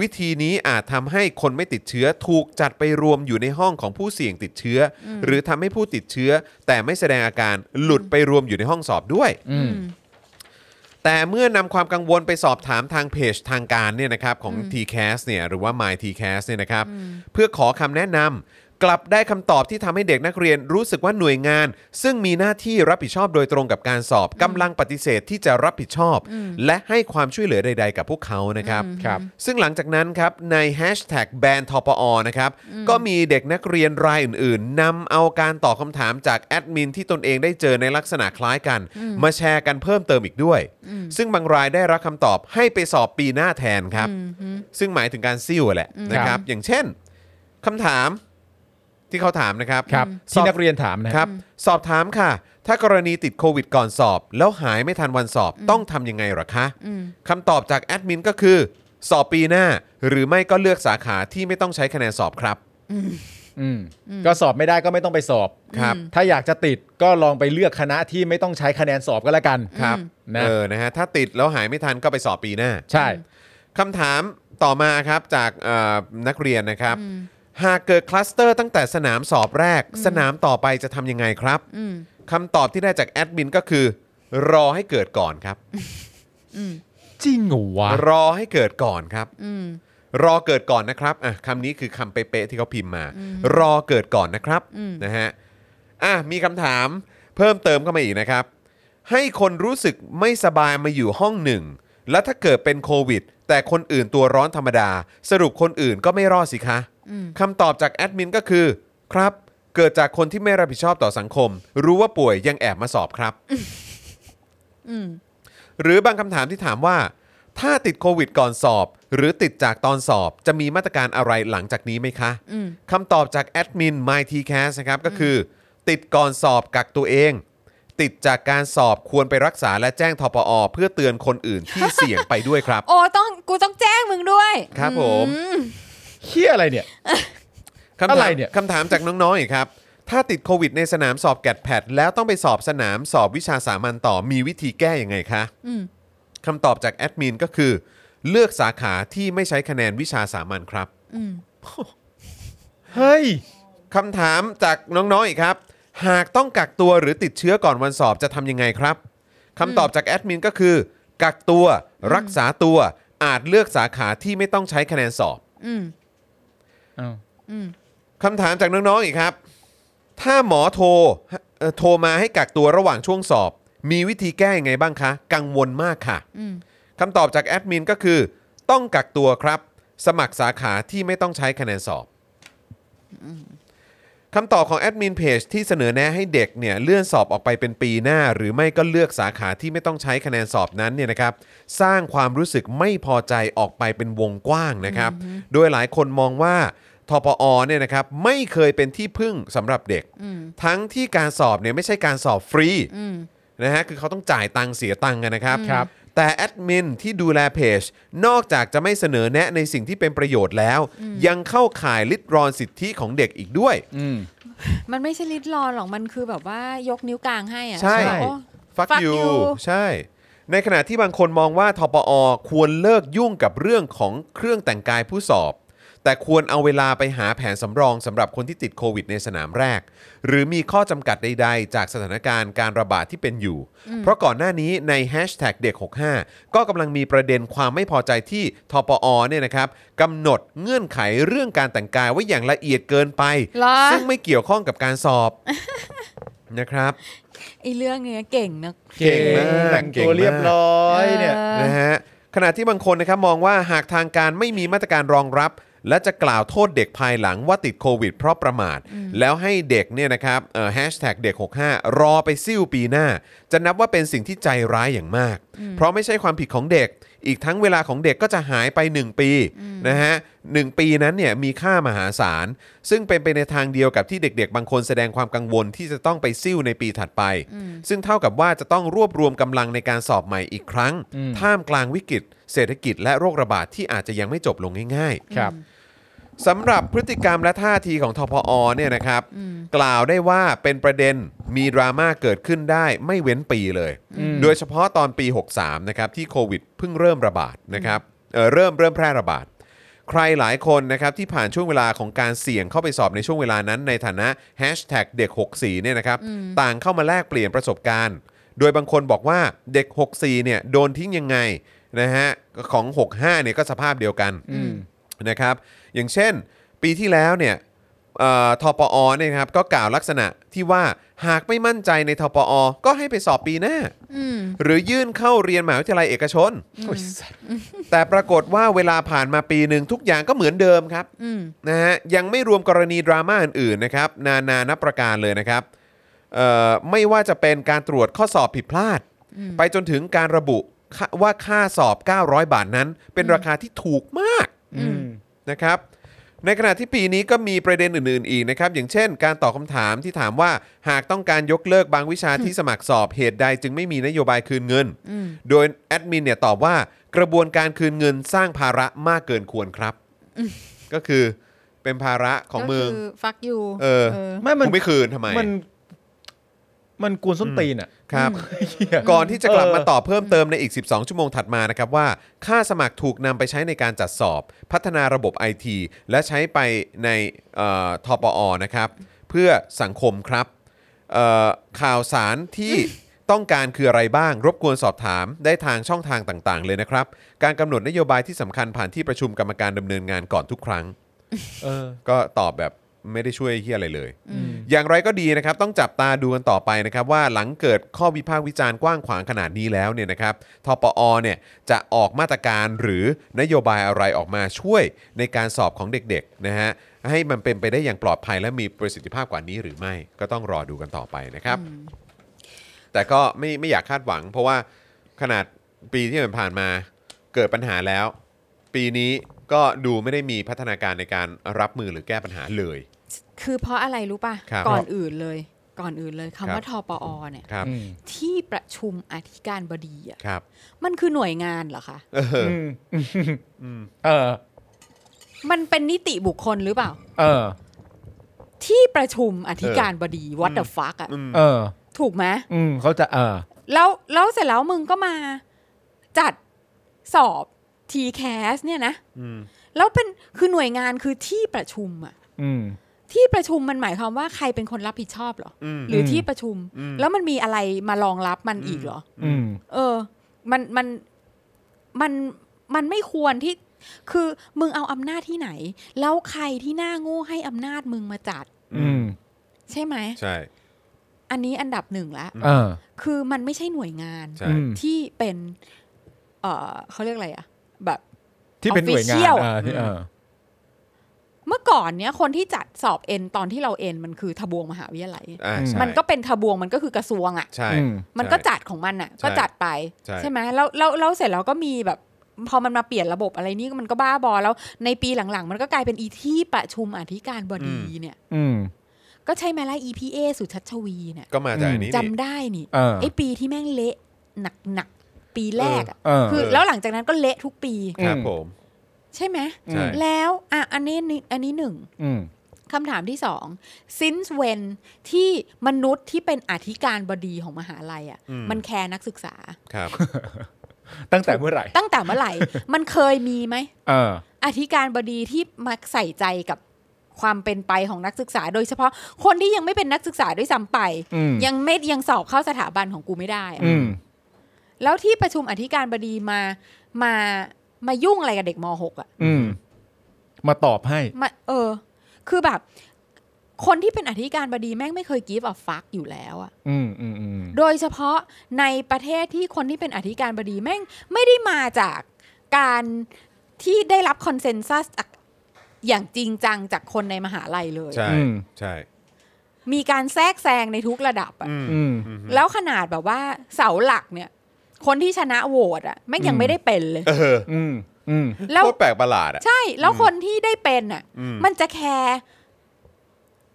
วิธีนี้อาจทำให้คนไม่ติดเชื้อถูกจัดไปรวมอยู่ในห้องของผู้เสี่ยงติดเชื้ออหรือทำให้ผู้ติดเชื้อ แต่ไม่แสดงอาการหลุดไปรวมอยู่ในห้องสอบด้วย
อืม
แต่เมื่อนำความกังวลไปสอบถามทางเพจทางการเนี่ยนะครับของ TCAS เนี่ยหรือว่า My TCAS เนี่ยนะครับเพื่อขอคำแนะนำกลับได้คำตอบที่ทำให้เด็กนักเรียนรู้สึกว่าหน่วยงาน ซึ่งมีหน้าที่รับผิดชอบโดยตรงกับการสอบกำลังปฏิเสธที่จะรับผิดชอบ และให้ความช่วยเหลือใด ๆ กับพวกเขานะครับ
ครับ
ซึ่งหลังจากนั้นครับ ใน hashtag แบนทปอนะครับ ก็มีเด็กนักเรียนรายอื่นๆนำเอาการตอบคำถามจากแอดมินที่ตนเองได้เจอในลักษณะคล้ายกัน มาแชร์กันเพิ่มเติมอีกด้วย ซึ่งบางรายได้รับคำตอบให้ไปสอบปีหน้าแทนครับ ซึ่งหมายถึงการซิ่วแหละนะครับ อย่างเช่นคำถามที่เขาถามนะครับ
ครับ
สอ
ที่
บ
นักเรียนถามนะ
ครับสอบถามค่ะ ถ้ากรณีติดโควิดก่อนสอบ แล้วหายไม่ทันวันสอบต้องทำยังไงเหรอคะคำตอบจากแอดมินก็คือ สอบปีหน้า หรือไม่ก็เลือกสาขาที่ไม่ต้องใช้คะแนนสอบครับ
อืมก็สอบไม่ได้ก็ไม่ต้องไปสอบ
ครับ
ถ้าอยากจะติดก็ลองไปเลือกคณะที่ไม่ต้องใช้คะแนนสอบก็แล้วกัน
ครับ
นะ
เออนะฮะถ้าติดแล้วหายไม่ทันก็ไปสอบปีหน้า
ใช่
คำถามต่อมาครับจากเอ่อนักเรียนนะครับ หากเกิดคลัสเตอร์ตั้งแต่สนามสอบแรก สนามต่อไปจะทำยังไงครับคำตอบที่ได้จากแอดมินก็คือ รอให้เกิดก่อนครับ
จริงเหรอวะ
รอให้เกิดก่อนครับ รอเกิดก่อนนะครับอ่ะคำนี้คือคำเป๊ะๆที่เขาพิมพ์มา รอเกิดก่อนนะครับนะฮะอ่ะมีคำถามเพิ่มเติมเข้ามาอีกนะครับ ให้คนรู้สึกไม่สบายมาอยู่ห้องหนึ่ง แล้วถ้าเกิดเป็นโควิด แต่คนอื่นตัวร้อนธรรมดา สรุปคนอื่นก็ไม่รอดสิคะคำตอบจากแอดมินก็คือ ครับ เกิดจากคนที่ไม่รับผิดชอบต่อสังคม รู้ว่าป่วยยังแอบมาสอบครับ หรือบางคำถามที่ถามว่า ถ้าติดโควิดก่อนสอบ หรือติดจากตอนสอบจะมีมาตรการอะไรหลังจากนี้ไหมคะคำตอบจากแอดมิน MyTCast นะครับก็คือ ติดก่อนสอบกักตัวเอง ติดจากการสอบควรไปรักษาและแจ้งทปอ เพื่อเตือนคนอื่นที่ เสี่ยงไปด้วยครับ
โอ้ต้องกูต้องแจ้งมึงด้วย
ครับผม
เฮียอะไรเนี่ย
คำถาม
อะไรเนี่ย
คำถามจากน้องๆอีกครับ ถ้าติดโควิดในสนามสอบแกดแพดแล้วต้องไปสอบสนามสอบวิชาสามัญต่อมีวิธีแก้ยังไงคะ คำตอบจากแอดมินก็คือ เลือกสาขาที่ไม่ใช้คะแนนวิชาสามัญครับ
อืม
เฮ้ย
คำถามจากน้องๆอีกครับ หากต้องกักตัวหรือติดเชื้อก่อนวันสอบจะทำยังไงครับคำตอบจากแอดมินก็คือ กักตัว รักษาตัว อาจเลือกสาขาที่ไม่ต้องใช้คะแนนสอบ
อืมอืม
คำถามจากน้องๆอีกครับ ถ้าหมอโทรเอ่อโทรมาให้กักตัวระหว่างช่วงสอบ มีวิธีแก้ยังไงบ้างคะ กังวลมากค่ะ
อืม
คำตอบจากแอดมินก็คือ ต้องกักตัวครับ สมัครสาขาที่ไม่ต้องใช้คะแนนสอบ คำตอบของแอดมินเพจที่เสนอแนะให้เด็กเนี่ยเลื่อนสอบออกไปเป็นปีหน้า หรือไม่ก็เลือกสาขาที่ไม่ต้องใช้คะแนนสอบนั้นเนี่ยนะครับสร้างความรู้สึกไม่พอใจออกไปเป็นวงกว้างนะครับ โดยหลายคนมองว่าทปอเนี่ยนะครับไม่เคยเป็นที่พึ่งสำหรับเด็ก
อืม
ทั้งที่การสอบเนี่ยไม่ใช่การสอบฟรี
อืม
นะฮะคือเขาต้องจ่ายตังค์เสียตังค์กันนะครับ
ครับ
แต่แอดมินที่ดูแลเพจ นอกจากจะไม่เสนอแนะในสิ่งที่เป็นประโยชน์แล้ว ยังเข้าข่ายลิดรอนสิทธิของเด็กอีกด้วย
อืม
มันไม่ใช่ลิดรอนหรอกมันคือแบบว่ายกนิ้วกลางให้อ่ะ
ใช่
แล้วก็
ฟัก
Fuck
ยู
you
ใช่ ในขณะที่บางคนมองว่าทปอ ควรเลิกยุ่งกับเรื่องของเครื่องแต่งกายผู้สอบ แต่ควรเอาเวลาไปหาแผนสำรองสำหรับคนที่ติดโควิดในสนามแรก หรือมีข้อจำกัดใดๆ จากสถานการณ์การระบาดที่เป็นอยู่ เพราะก่อนหน้านี้ใน hashtag เด็ก 65 ก็กำลังมีประเด็นความไม่พอใจที่ทปอเนี่ยนะครับกำหนดเงื่อนไขเรื่องการแต่งกายไว้อย่างละเอียดเกินไป
เหรอ
ซึ่งไม่เกี่ยวข้องกับการสอบ [laughs] นะครับ
ไอ้เรื่องเนี้ยเก่งนะ
เก่งมาก
แต่ง
เก่ง
ตั
มาว ก
เรียบร้อยเนี่ย
นะฮะขณะที่บางคนนะครับมองว่าหากทางการไม่มีมาตรการรองรับ และจะกล่าวโทษเด็กภายหลังว่าติดโควิดเพราะประมาท แล้วให้เด็กเนี่ยนะครับเอ่อแฮชแท็กเด็ก 65 รอไปซิ่วปีหน้า จะนับว่าเป็นสิ่งที่ใจร้ายอย่างมาก เพราะไม่ใช่ความผิดของเด็ก อีกทั้งเวลาของเด็กก็จะหายไป 1 ปีนะฮะหนึ่งปีนั้นเนี่ยมีค่ามหาศาล ซึ่งเป็นไปในทางเดียวกับที่เด็ก ๆ บางคนแสดงความกังวลที่จะต้องไปซิ่วในปีถัดไป ซึ่งเท่ากับว่าจะต้องรวบรวมกำลังในการสอบใหม่อีกครั้ง
อืม
ท่ามกลางวิกฤต เศรษฐกิจและโรคระบาดที่อาจจะยังไม่จบลงง่าย
ครับ
ๆสำหรับพฤติกรรมและท่าทีของทพอเนี่ยนะครับ กล่าวได้ว่าเป็นประเด็นมีดราม่าเกิดขึ้นได้ไม่เว้นปีเลย
อืม
โดยเฉพาะตอนปี 63 นะครับ ที่โควิดเพิ่งเริ่มระบาดนะครับเอ่อเริ่มเริ่มแพร่ระบาด ใครหลายคนนะครับที่ผ่านช่วงเวลาของการเสี่ยงเข้าไปสอบในช่วงเวลานั้นในฐานะแฮชแท็กเด็ก 64 เนี่ยนะครับต่างเข้ามาแลกเปลี่ยนประสบการณ์ โดยบางคนบอกว่าเด็ก 64 เนี่ยโดนทิ้งยังไงนะฮะของ 65 เนี่ยก็สภาพเดียวกัน
อืม
นะครับอย่างเช่นปีที่แล้วเนี่ยเอ่อทปอเนี่ยนะครับก็กล่าวลักษณะที่ว่าหากไม่มั่นใจในทปอ ก็ให้ไปสอบปีหน้า
อืม
หรือยื่นเข้าเรียนมหาวิทยาลัยเอกชน
โอ้ยสัตว์
แต่ปรากฏว่าเวลาผ่านมาปีหนึ่งทุกอย่างก็เหมือนเดิมครับ
อืม
นะฮะยังไม่รวมกรณีดราม่าอื่นๆนะครับนานานับประการเลยนะครับเอ่อไม่ว่าจะเป็นการตรวจข้อสอบผิดพลาด ไปจนถึงการระบุค่าว่าค่าสอบ 900 บาทนั้น เป็นราคาที่ถูกมาก
อืม
นะครับในขณะที่ปีนี้ก็มีประเด็นอื่น ๆ อีกนะครับ อย่างเช่น การตอบคำถามที่ถามว่าหากต้องการยกเลิกบางวิชาที่สมัครสอบเหตุใดจึงไม่มีนโยบายคืนเงิน โดยแอดมินเนี่ยตอบว่ากระบวนการคืนเงินสร้างภาระมากเกินควรครับ ก็คือเป็นภาระของมึง
ก็คือ fuck you
เออ
ไม่มัน
กูไม่คืนทำไม
มัน มันกวนส้นตีนอ่ะ
ครับ [laughs] ก่อนที่จะกลับมาตอบเพิ่มเติมในอีก 12 ชั่วโมงถัดมานะครับว่า ค่าสมัครถูกนำไปใช้ในการจัดสอบ พัฒนาระบบไอทีและใช้ไปในเอ่อทปอนะครับ เพื่อสังคมครับเอ่อข่าวสารที่ ต้องการคืออะไรบ้าง รบกวนสอบถามได้ทางช่องทางต่างๆ เลยนะครับ การกำหนดนโยบายที่สำคัญผ่านที่ประชุมกรรมการดำเนินงานก่อนทุกครั้ง
เออ
ก็ตอบแบบไม่ได้ช่วยเฮียอะไรเลย อย่างไรก็ดีนะครับ ต้องจับตาดูกันต่อไปนะครับ ว่าหลังเกิดข้อวิพากษ์วิจารณ์กว้างขวางขนาดนี้แล้วเนี่ยนะครับทปอเนี่ยจะออกมาตรการหรือนโยบายอะไรออกมาช่วยในการสอบของเด็กๆนะฮะให้มันเป็นไปได้อย่างปลอดภัยและมีประสิทธิภาพกว่านี้หรือไม่ก็ต้องรอดูกันต่อไปนะครับ แต่ก็ไม่ไม่อยากคาดหวัง เพราะว่าขนาดปีที่ผ่านมาเกิดปัญหาแล้ว ปีนี้ก็ดูไม่ได้มีพัฒนาการในการรับมือหรือแก้ปัญหาเลย
คือเพราะอะไรรู้ป่ะ
ครับ
ก่อนอื่นเลย ก่อนอื่นเลย
ครับ
คำว่าทปอเนี่ย
ครับ
อืม
ที่ประชุมอธิการบดีอ่ะ
ครับ
มันคือหน่วยงานเหรอคะ
เออ
อืมอืมเออ
มันเป็นนิติบุคคลหรือเปล่า
เออ
ที่ประชุมอธิการบดีวัตเดอะฟักอ่ะ
เออ
ถูกไหม
อืมเขาจะ เออ
แล้วแล้วเสร็จแล้วมึงก็มาจัดสอบ ทีแคสเนี่ยนะแล้วเป็นคือหน่วยงานคือที่ประชุมอะ
อืม
ที่ประชุมมันหมายความว่าใครเป็นคนรับผิดชอบเหรอ
อืม
หรืออ
ม
ที่ประชุม
อืม
แล้วมันมีอะไรมารองรับมันอีกเหรอ
อืม
เออ มันมันมันมันไม่ควรที่ คือมึงเอาอำนาจที่ไหน แล้วใครที่หน้าโง่ให้อำนาจมึงมาจัด
อืม
ใช่ไหม
ใช่
อันนี้อันดับหนึ่งละ
อ่า
คือมันไม่ใช่หน่วยงาน
ใช่
อืม
ที่เป็น เออเขาเรียกอะไรอะแบบ
ที่เป็นหน่วยงาน
Official
อ่าที่เออ
เมื่อก่อนเนี้ยคนที่จัดสอบเอ็นตอนที่เราเอ็นมันคือทบวงมหาวิทยาลัย
อ่าใช่
มันก็เป็นทบวงมันก็คือกระทรวงอะ
ใช่
อืม
มันก็จัดของมันอ่ะ ก็จัดไป
ใช่
ไหมแล้วแล้วแล้วเสร็จแล้วก็มีแบบ พอมันมาเปลี่ยนระบบอะไรนี่มันก็บ้าบอแล้วในปีหลังๆ มันก็กลายเป็นอีที่ประชุมอธิการบดีเนี่ย
อืม
ก็ใช่ไหมล่ะ EPA สุชัชวีเนี่ย
ก็มาจากอันนี้
จำ
นี่
ได้นี่
เออ
ไอปีที่แม่งเละหนักๆ ปีแรกอะ
เออ
คือ
เออ
แล้วหลังจากนั้นก็เละทุกปี
ครับ
อืม
ผม
ใช่ไหม
ใช่
แล้วอ่ะอันนี้หนึ่งอันนี้หนึ่ง
อืม
คำถามที่สอง since when ที่มนุษย์ที่เป็นอธิการบดีของมหาลัยอะ
อืม
มันแคร์นักศึกษา
ครับ
ตั้งแต่เมื่อไหร่
ตั้งแต่เมื่อไหร่ มันเคยมีไหม
เออ
อธิการบดีที่มาใส่ใจกับความเป็นไปของนักศึกษา โดยเฉพาะคนที่ยังไม่เป็นนักศึกษาด้วยซ้ำไป
อืม
ยังไม่ยังสอบเข้าสถาบันของกูไม่ได้อะ
อืม
แล้วที่ประชุมอธิการบดีมามามายุ่งอะไรกับเด็กม .6 อ่ะ
อืม มาตอบให้
มาเออ คือแบบ คนที่เป็นอธิการบดีแม่งไม่เคย give a fuck อยู่แล้วอ่ะ
อืมอืมอืม
โดยเฉพาะในประเทศที่คนที่เป็นอธิการบดีแม่งไม่ได้มาจากการที่ได้รับคอนเซนแซสจากอย่างจริงจังจากคนในมหาลัยเลย
ใช่
อืม
ใช่
มีการแทรกแซงในทุกระดับอะ
อืม
อืม
แล้วขนาดแบบว่าเสาหลักเนี่ย คนที่ชนะโหวตอะแม่งยัง
อืม
ไม่ได้เป็นเลย
เออ
อืมอืม
แล้ว
โคตรแปลกประหลาดอ่ะ
ใช่แล้วคนที่ได้เป็นอะ
อืม
มันจะแคร์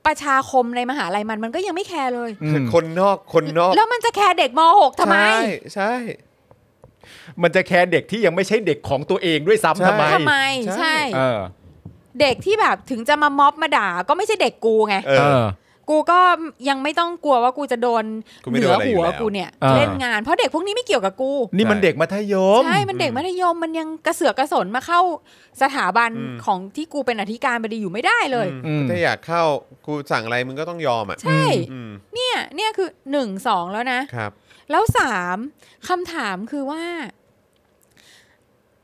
ประชาคมในมหาลัยมันมันก็ยังไม่แคร์เลย
อืม
คนนอกคนนอก
แล้วมันจะแคร์เด็กม .6 ทำไม
ใช่ใช่
มันจะแคร์เด็กที่ยังไม่ใช่เด็กของตัวเองด้วยซ้ำทำไม
ทำไม
ใช่
ใช่
เออ
เด็กที่แบบถึงจะมาม็อบมาด่าก็ไม่ใช่เด็กกูไง
เอ
เอ
อ
อ
กูก็ยังไม่ต้องกลัวว่ากูจะโดน
กูไม่
เห
โดน
นือ
อะไรอยู่
หัว
แล้ว
กูเนี่ย
อ่า
เล่นงานเพราะเด็กพวกนี้ไม่เกี่ยวกับกู
นี่มัน
ใช่
เด็กมัธยม
ใช่มันเด็กมัธยมมันยังกระเสือกกระสนมาเข้าสถาบันของที่กูเป็นอธิการบดีอยู่ไม่ได้เลย
อืม
ถ้าอยากเข้ากูสั่งอะไรมึงก็ต้องยอมอ่ะ
ใช่
อืม
เนี่ยเนี่ยคือหนึ่งสองแล้วนะ
ครับ
แล้วสามคำถามคือว่า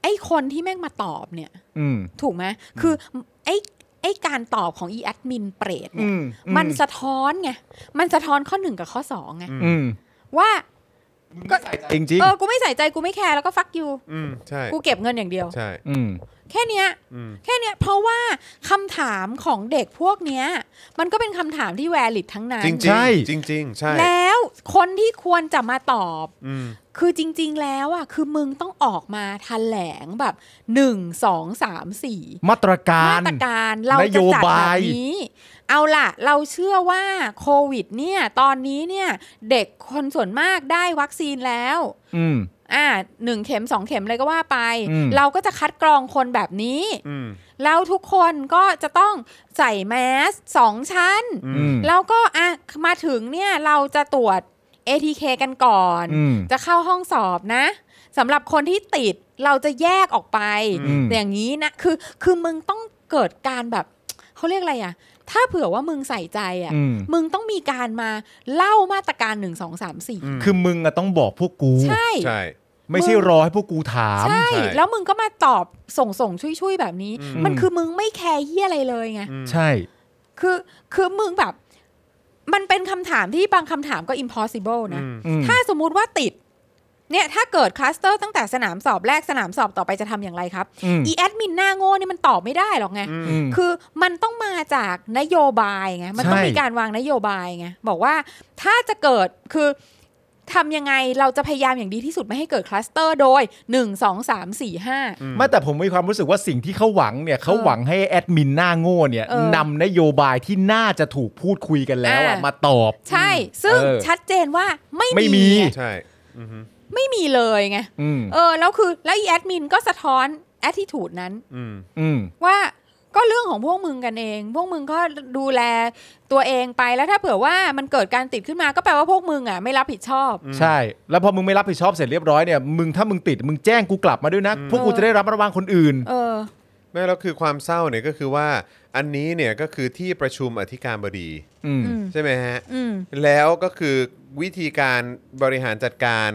ไอ้คนที่แม่งมาตอบเนี่ย
อืม
ถูกไหมคือไอ้ไอ้การตอบของอีแอดมินเปรต
อื
เนี่ย
ม
มันสะท้อนไง มันสะท้อนข้อหนึ่งกับข้อสองไง
อืม
ว่า ก็
จริงจริง
เออ กูไม่ใส่ใจกูไม่แคร์แล้วก็ฟักยู
อืมใช่
กูเก็บเงินอย่างเดียว
ใช่
อืม
แค่เนี้ย
อืม
แค่เนี้ย เพราะว่าคำถามของเด็กพวกเนี้ย มันก็เป็นคำถามที่แวลิดทั้งนั้น
จริงจริงจริงจริง ๆ ใช่
แล้วคนที่ควรจะมาตอบ
อืม
คือจริง ๆ แล้วอ่ะคือมึงต้องออกมาแถลงแบบหนึ่งสองสามสี่
มาตรการ
มาตรการเรา
นโย
จะจัดแบบ
าย
บนี้ เอาล่ะ เราเชื่อว่าโควิดเนี่ย ตอนนี้เนี่ย เด็กคนส่วนมากได้วัคซีนแล้ว
อืม
อ่าหนึ่งเข็มสองเข็มอะไรก็ว่าไป
อืม
เราก็จะคัดกรองคนแบบนี้
อืม
แล้วทุกคนก็จะต้องใส่แมสสองชั้น
อืม
แล้วก็อ่ะมาถึงเนี่ย เราจะตรวจ ATK กันก่อน
อืม
จะเข้าห้องสอบนะสำหรับคนที่ติดเราจะแยกออกไป
อืม
อย่างนี้นะ คือคือมึงต้องเกิดการแบบ เขาเรียกอะไรอ่ะ ถ้าเผื่อว่ามึงใส่ใจอ่ะ
อืม
มึงต้องมีการมาเล่ามาตรการหนึ่งสองสามสี่
คือมึงอะต้องบอกพวกกู
ใช่
ใช่
ไม่ใช่รอให้พวกกูถาม
ใช่
ใช่
แล้วมึงก็มาตอบส่งส่งช่วยช่วยๆแบบนี้
อืม
มันคือมึงไม่แคร์เหี้ยอะไรเลยไง
อืม
ใช่
คือคือมึงแบบ มันเป็นคำถามที่บางคำถามก็ impossible นะ
อืม
อืม
ถ้าสมมุติว่าติด เนี่ยถ้าเกิดคลัสเตอร์ตั้งแต่สนามสอบแรกสนามสอบต่อไปจะทำอย่างไรครับ
อืม
อีแอดมินหน้าโง่นี่มันตอบไม่ได้หรอกไง
อืม
คือมันต้องมาจากนโยบายไง มันต้อง
ใช่
มีการวางนโยบายไง บอกว่าถ้าจะเกิดคือทำยังไงเราจะพยายามอย่างดีที่สุดไม่ให้เกิดคลัสเตอร์โดย 1 2 3 4 5
ไม่แต่ผมมีความรู้สึกว่าสิ่งที่เขาหวังเนี่ยเขาหวังให้แอดมินหน้าโง่เนี่ย
เออน
ำนโยบายที่น่าจะถูกพูดคุยกันแล้วอะ
อ่าม
มาตอบ
ใช่ ซึ่ง
เออ
ชัดเจนว่าไม่
ไม่มี
ไง
ใช่อือฮึ
ไม่มีเลยไง
อืม
เออ แล้วคือแล้วอีแอดมินก็สะท้อนแอ t i t u d e นั้น
อืม
อืม
ว่าก็ ก็เรื่องของพวกมึงกันเอง พวกมึงก็ดูแลตัวเองไปแล้วถ้าเผื่อว่ามันเกิดการติดขึ้นมาก็แปลว่าพวกมึงอ่ะไม่รับผิดชอบ
ใช่ แล้วพอมึงไม่รับผิดชอบเสร็จเรียบร้อยเนี่ยมึงถ้ามึงติดมึงแจ้งกูกลับมาด้วยนะพวกกูจะได้รับระวังคนอื่น
เออ
ไม่แล้วคือความเศร้าเนี่ยก็คือว่าอันนี้เนี่ยก็คือที่ประชุมอธิการบดี
อืม
อืม
ใช่ไหมฮะ
อืม
แล้วก็คือวิธีการบริหารจัดการ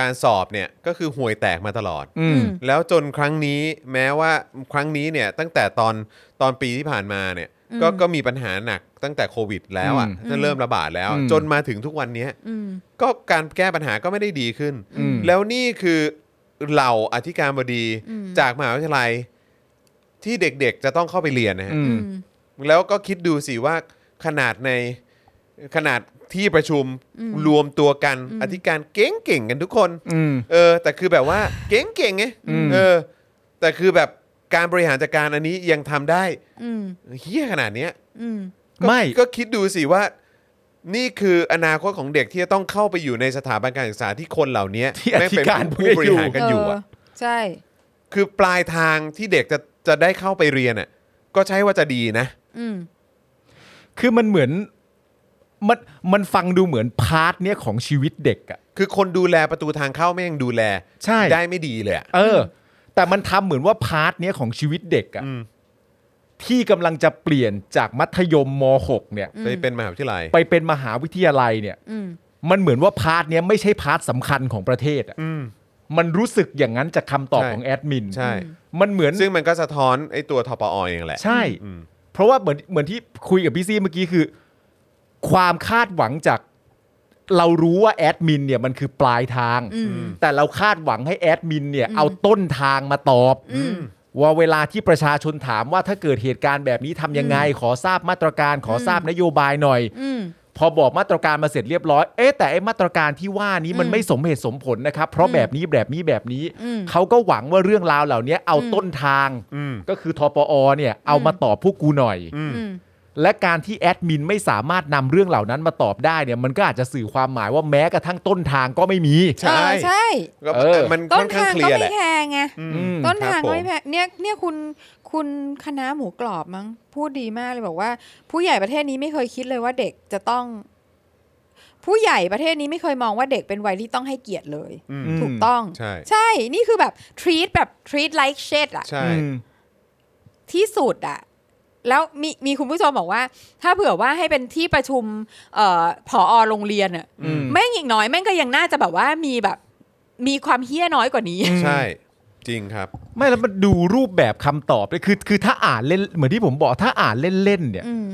การสอบเนี่ยก็คือห่วยแตกมาตลอด
อืม
แล้วจนครั้งนี้แม้ว่าครั้งนี้เนี่ยตั้งแต่ตอนตอนปีที่ผ่านมาเนี่ยก็ก็มีปัญหาหนักตั้งแต่โควิดแล้วอ่ะ
อืม
จะเริ่มระบาดแล้ว
อืม
จนมาถึงทุกวันเนี้ย
อืม
ก็การแก้ปัญหาก็ไม่ได้ดีขึ้น
อืม
แล้วนี่คือเหล่าอธิการบดี
อืม
จากมหาวิทยาลัยที่เด็กๆจะต้องเข้าไปเรียนนะฮะ
อื
อื
ม
ม
แล้วก็คิดดูสิว่าขนาดในขนาดที่ประชุม
อืม
รวมตัวกัน
อืม
อธิการเก่งเก่งๆกันทุกคน
อืม
เออ แต่คือแบบว่าเก่งเก่งๆไง
อืม
เออ แต่คือแบบการบริหารจัดการอันนี้ยังทำได้
อืม
เฮี้ยขนาดเนี้ย
อืม
ก็
ไม่
ก็คิดดูสิว่า นี่คืออนาคตของเด็กที่จะต้องเข้าไปอยู่ในสถาบันการศึกษาที่คนเหล่านี้
ที่อธิการ
แม่งเป็นผู้บริหาร
ไม่อยู่
กันอยู่อะ
เใช่
คือปลายทางที่เด็กจะจะได้เข้าไปเรียนอ่ะก็ใช่ว่าจะดีนะ
อืม
คือมันเหมือนมันมันฟังดูเหมือนพาร์ทเนี้ยของชีวิตเด็กอะ
คือคนดูแลประตูทางเข้าไม่ยังดูแล
ใช่
ได้ไม่ดีเลยอะ
เออ แต่มันทำเหมือนว่าพาร์ทเนี้ยของชีวิตเด็กอะที่กำลังจะเปลี่ยนจากมัธยมม .6 เนี่ย
ไปเป็นมหาวิทยาลัย
ไปเป็นมหาวิทยาลัยเนี่ย
อืม
มันเหมือนว่าพาร์ทเนี้ยไม่ใช่พาร์ทสำคัญของประเทศอะ
อืม
มันรู้สึกอย่างนั้นจากคำตอบ
ใช่
ของแอดมิน
ใช่
มันเหมือน
ซึ่งมันก็สะท้อนไอ้ตัวทปอเองแหละ
ใช่
อืม
เพราะว่าเหมือนเหมือนที่คุยกับพี่ซี่เมื่อกี้คือ ความคาดหวังจากเรารู้ว่าแอดมินเนี่ยมันคือปลายทาง
อืม
แต่เราคาดหวังให้แอดมินเนี่ยเอาต้นทางมาตอบ
อืม
ว่าเวลาที่ประชาชนถามว่าถ้าเกิดเหตุการณ์แบบนี้ทำยังไง ขอทราบมาตรการขอทราบนโยบายหน่อย
อืม
พอบอกมาตรการมาเสร็จเรียบร้อย เอ๊ะแต่ไอ้มาตรการที่ว่านี้มัน
อืม
ไม่สมเหตุสมผลนะครับ เพราะ
อืม
แบบนี้แบบนี้แบบนี้
อืม
เขาก็หวังว่าเรื่องราวเหล่านี้เอา
อืม
ต้นทาง
อืม
ก็คือทปอเนี่ยเอามาตอบพวกกูหน่อย
อืม
อืม
และการที่แอดมินไม่สามารถนำเรื่องเหล่านั้นมาตอบได้เนี่ยมันก็อาจจะสื่อความหมายว่าแม้กระทั่งต้นทางก็ไม่มี
ใช่
เออใช่
ก็
เออ
มัน
ต้
ค่
น
อนข้าง
ทาง
เคลี
ก็
ยร์แห
ไม่
ละ
แพงไง
อื
อื
ม
ม
ต้นทาง
ครับผม
ก็ไม่แพงเนี่ยเนี่ยคุณคุณคณะหมูกรอบมั้งพูดดีมากเลยบอกว่า ผู้ใหญ่ประเทศนี้ไม่เคยคิดเลยว่าเด็กจะต้อง ผู้ใหญ่ประเทศนี้ไม่เคยมองว่าเด็กเป็นวัยที่ต้องให้เกียรติเลย
อืม
ม
ถูกต้อง
ใช่
ใช่นี่คือแบบ treat แบบ treat like shit อะ
ใช่
อืม
ที่สุดอะแล้วมีมีคุณผู้ชมบอกว่า ถ้าเผื่อว่าให้เป็นที่ประชุมเอ่อผอโรงเรียนอะ
อืม
แม่งอย่างน้อยแม่งก็ยังน่าจะแบบว่ามีแบบ มีความเฮี้ยน้อยกว่านี้
ใช่ จริงครับ
ไม่แล้วมันดูรูปแบบคำตอบเลยคือ คือถ้าอ่านเล่นเหมือนที่ผมบอกถ้าอ่านเล่นๆเนี่ย
อืม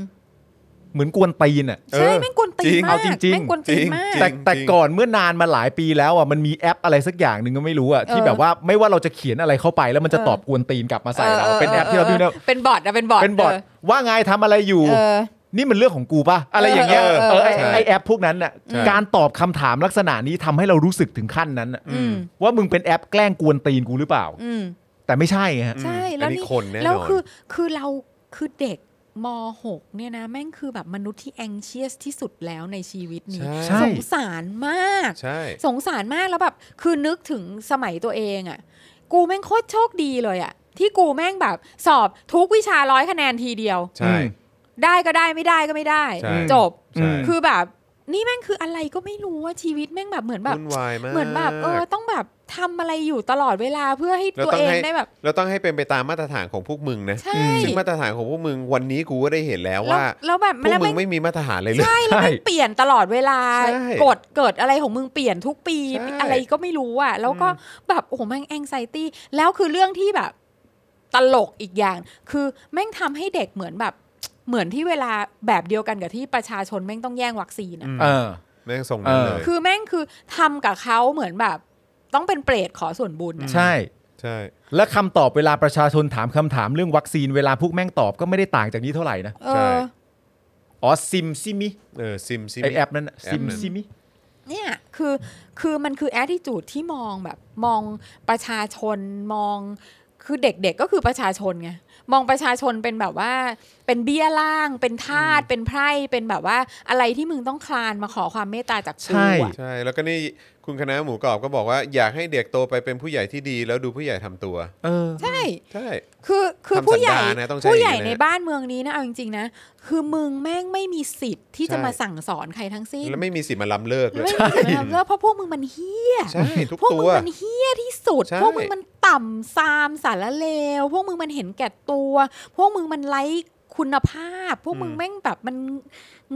เหมือนกวนตีนอ่ะ
ใช่แม่งกวนตีน
จริง
มา
เอา
ก
จริงๆ
แม่งกวนตีนมาก
จริง
แต่แต่ก่อนเมื่อนานมาหลายปีแล้วอ่ะมันมีแอปอะไรสักอย่างหนึ่งก็ไม่รู้อ่ะที่แบบว่าไม่ว่าเราจะเขียนอะไรเข้าไป แล้วมันจะ
เออ
ตอบกวนตีนกลับมาใส่เราเป็นแอปที่เราดูเนี่ย
เป็นบอทนะเป็นบอท
เป็นบอทว่าไงทำอะไรอยู่
เออ
นี่มันเรื่องของกูปะอะไรอย่างเงี้ย
เออ
เอ
เออ
อไอ
ใช่
ไอแอปพวกนั้นน่ะ
ใช่
การตอบคำถามลักษณะนี้ทำให้เรารู้สึกถึงขั้นนั้นน่ะ
อืม
ว่ามึงเป็นแอปแกล้งกวนตีนกูหรือเปล่า
อืม
แต่ไม่ใช่ไงฮะ
ใช่
อืม
แล้ว
อันนี้
นี่
คนแน่นอน
แล้วคือคือเราคือเด็กม .6 เนี่ยนะ แม่งคือแบบมนุษย์ที่ anxious ที่สุดแล้วในชีวิตนี้
ใช่
สงสารมาก
ใช่
สงสารมากแล้วแบบ คือนึกถึงสมัยตัวเองอะ่ะ กูแม่งโคตรโชคดีเลยอะ่ะ ที่กูแม่งแบบสอบทุกวิชาร้อยคะแนนทีเดียว
ใช่
ได้ก็ได้ไม่ได้ก็ไม่ได้
ใช่
จ
จบ
ใช่
คือแบบนี่แม่งคืออะไรก็ไม่รู้ว่าชีวิตแม่งแบบเหมือนแบบ
วุ่นวายมาก
เหมือนแบบเออต้องแบบทำอะไรอยู่ตลอดเวลาเพื่อให้
แล้ว
ตัว
ต้อ
เอง
ให้
ได้แบบ
เราต้องให้เป็นไปตามมาตรฐานของพวกมึงนะ
ใช่
ซึ่งมาตรฐานของพวกมึงวันนี้กูก็ได้เห็นแล้ว
แล้ว
ว่า
แล้วแบบ
พวก
แล้ว
มึ
แม่
ง
ง
ไม่มีมาตรฐานเลยเลย
ใช่แล้วแม่ง
ใช่
เปลี่ยนตลอดเวลา
ใช่
กฎเกิดอะไรของมึงเปลี่ยนทุกปี
ใช่
อะไรก็ไม่รู้อ่ะ แล้วก็แบบโอ้โหแม่งแองไซตี้แล้วคือเรื่องที่แบบตลกอีกอย่าง คือแม่งทำให้เด็กเหมือนแบบ เหมือนที่เวลาแบบเดียวกันกับที่ประชาชนแม่งต้องแย่งวัคซีนอะ
เออ
แม่งส่งนั้นเลย
คือแม่งคือทำกับเขาเหมือนแบบ ต้องเป็นเปรตขอส่วนบุญน่ะ
ใช่
ใช่
และคำตอบเวลาประชาชนถามคำถามเรื่องวัคซีนเวลาพวกแม่งตอบก็ไม่ได้ต่างจากนี้เท่าไหร่นะ
เอ
ใช่
อ
อ๋อซิมซิมิ
เออซิมซิม
ไอแอปนั้นน่ะ
แอ
ซิ
ป
ม
นั้น
ซิมิ
เนี่ยคือคือมันคือแอ t i ิจูดที่มองแบบมองประชาชนมองคือเด็กๆก็คือประชาชนไงมองประชาชนเป็นแบบว่า เป็นเบี้ยล่าง เป็นทาสเป็นไพร่เป็นแบบว่าอะไรที่มึงต้องคลานมาขอความเมตตาจากกู
ใช่
อะ
ใช่ แล้วก็นี่คุณคณะหมูกรอบก็บอกว่า อยากให้เด็กโตไปเป็นผู้ใหญ่ที่ดี แล้วดูผู้ใหญ่ทำตัว
เออ
ใช่
ใช่
คือคือ คือผู้ใหญ่
คำสั่งด่านะต้องใช้
ผู้ใหญ่
อย่างนี้
ใน
นะ
บ้านเมืองนี้นะเอาจริงๆนะ คือมึงแม่งไม่มีสิทธิ์ที่จะ
ใช่
มาสั่งสอนใครทั้งสิ้น
แล้วไม่มีสิทธิ์มาล้ำเลิกเลย
ไม่มีสิทธิ์นะครับแล้วเพราะพวกมึงมันเฮี้ย
ใช่ ทุก
พวก
ตั
มึง
ว
มันเฮี้ยที่สุด
ใช่
พวกมึงมันต่ำซามสารเลว พวกมึงมันเห็นแก่ตัว พวกมึงมันไร้คุณภาพ พวกมึงแม่งแบบมัน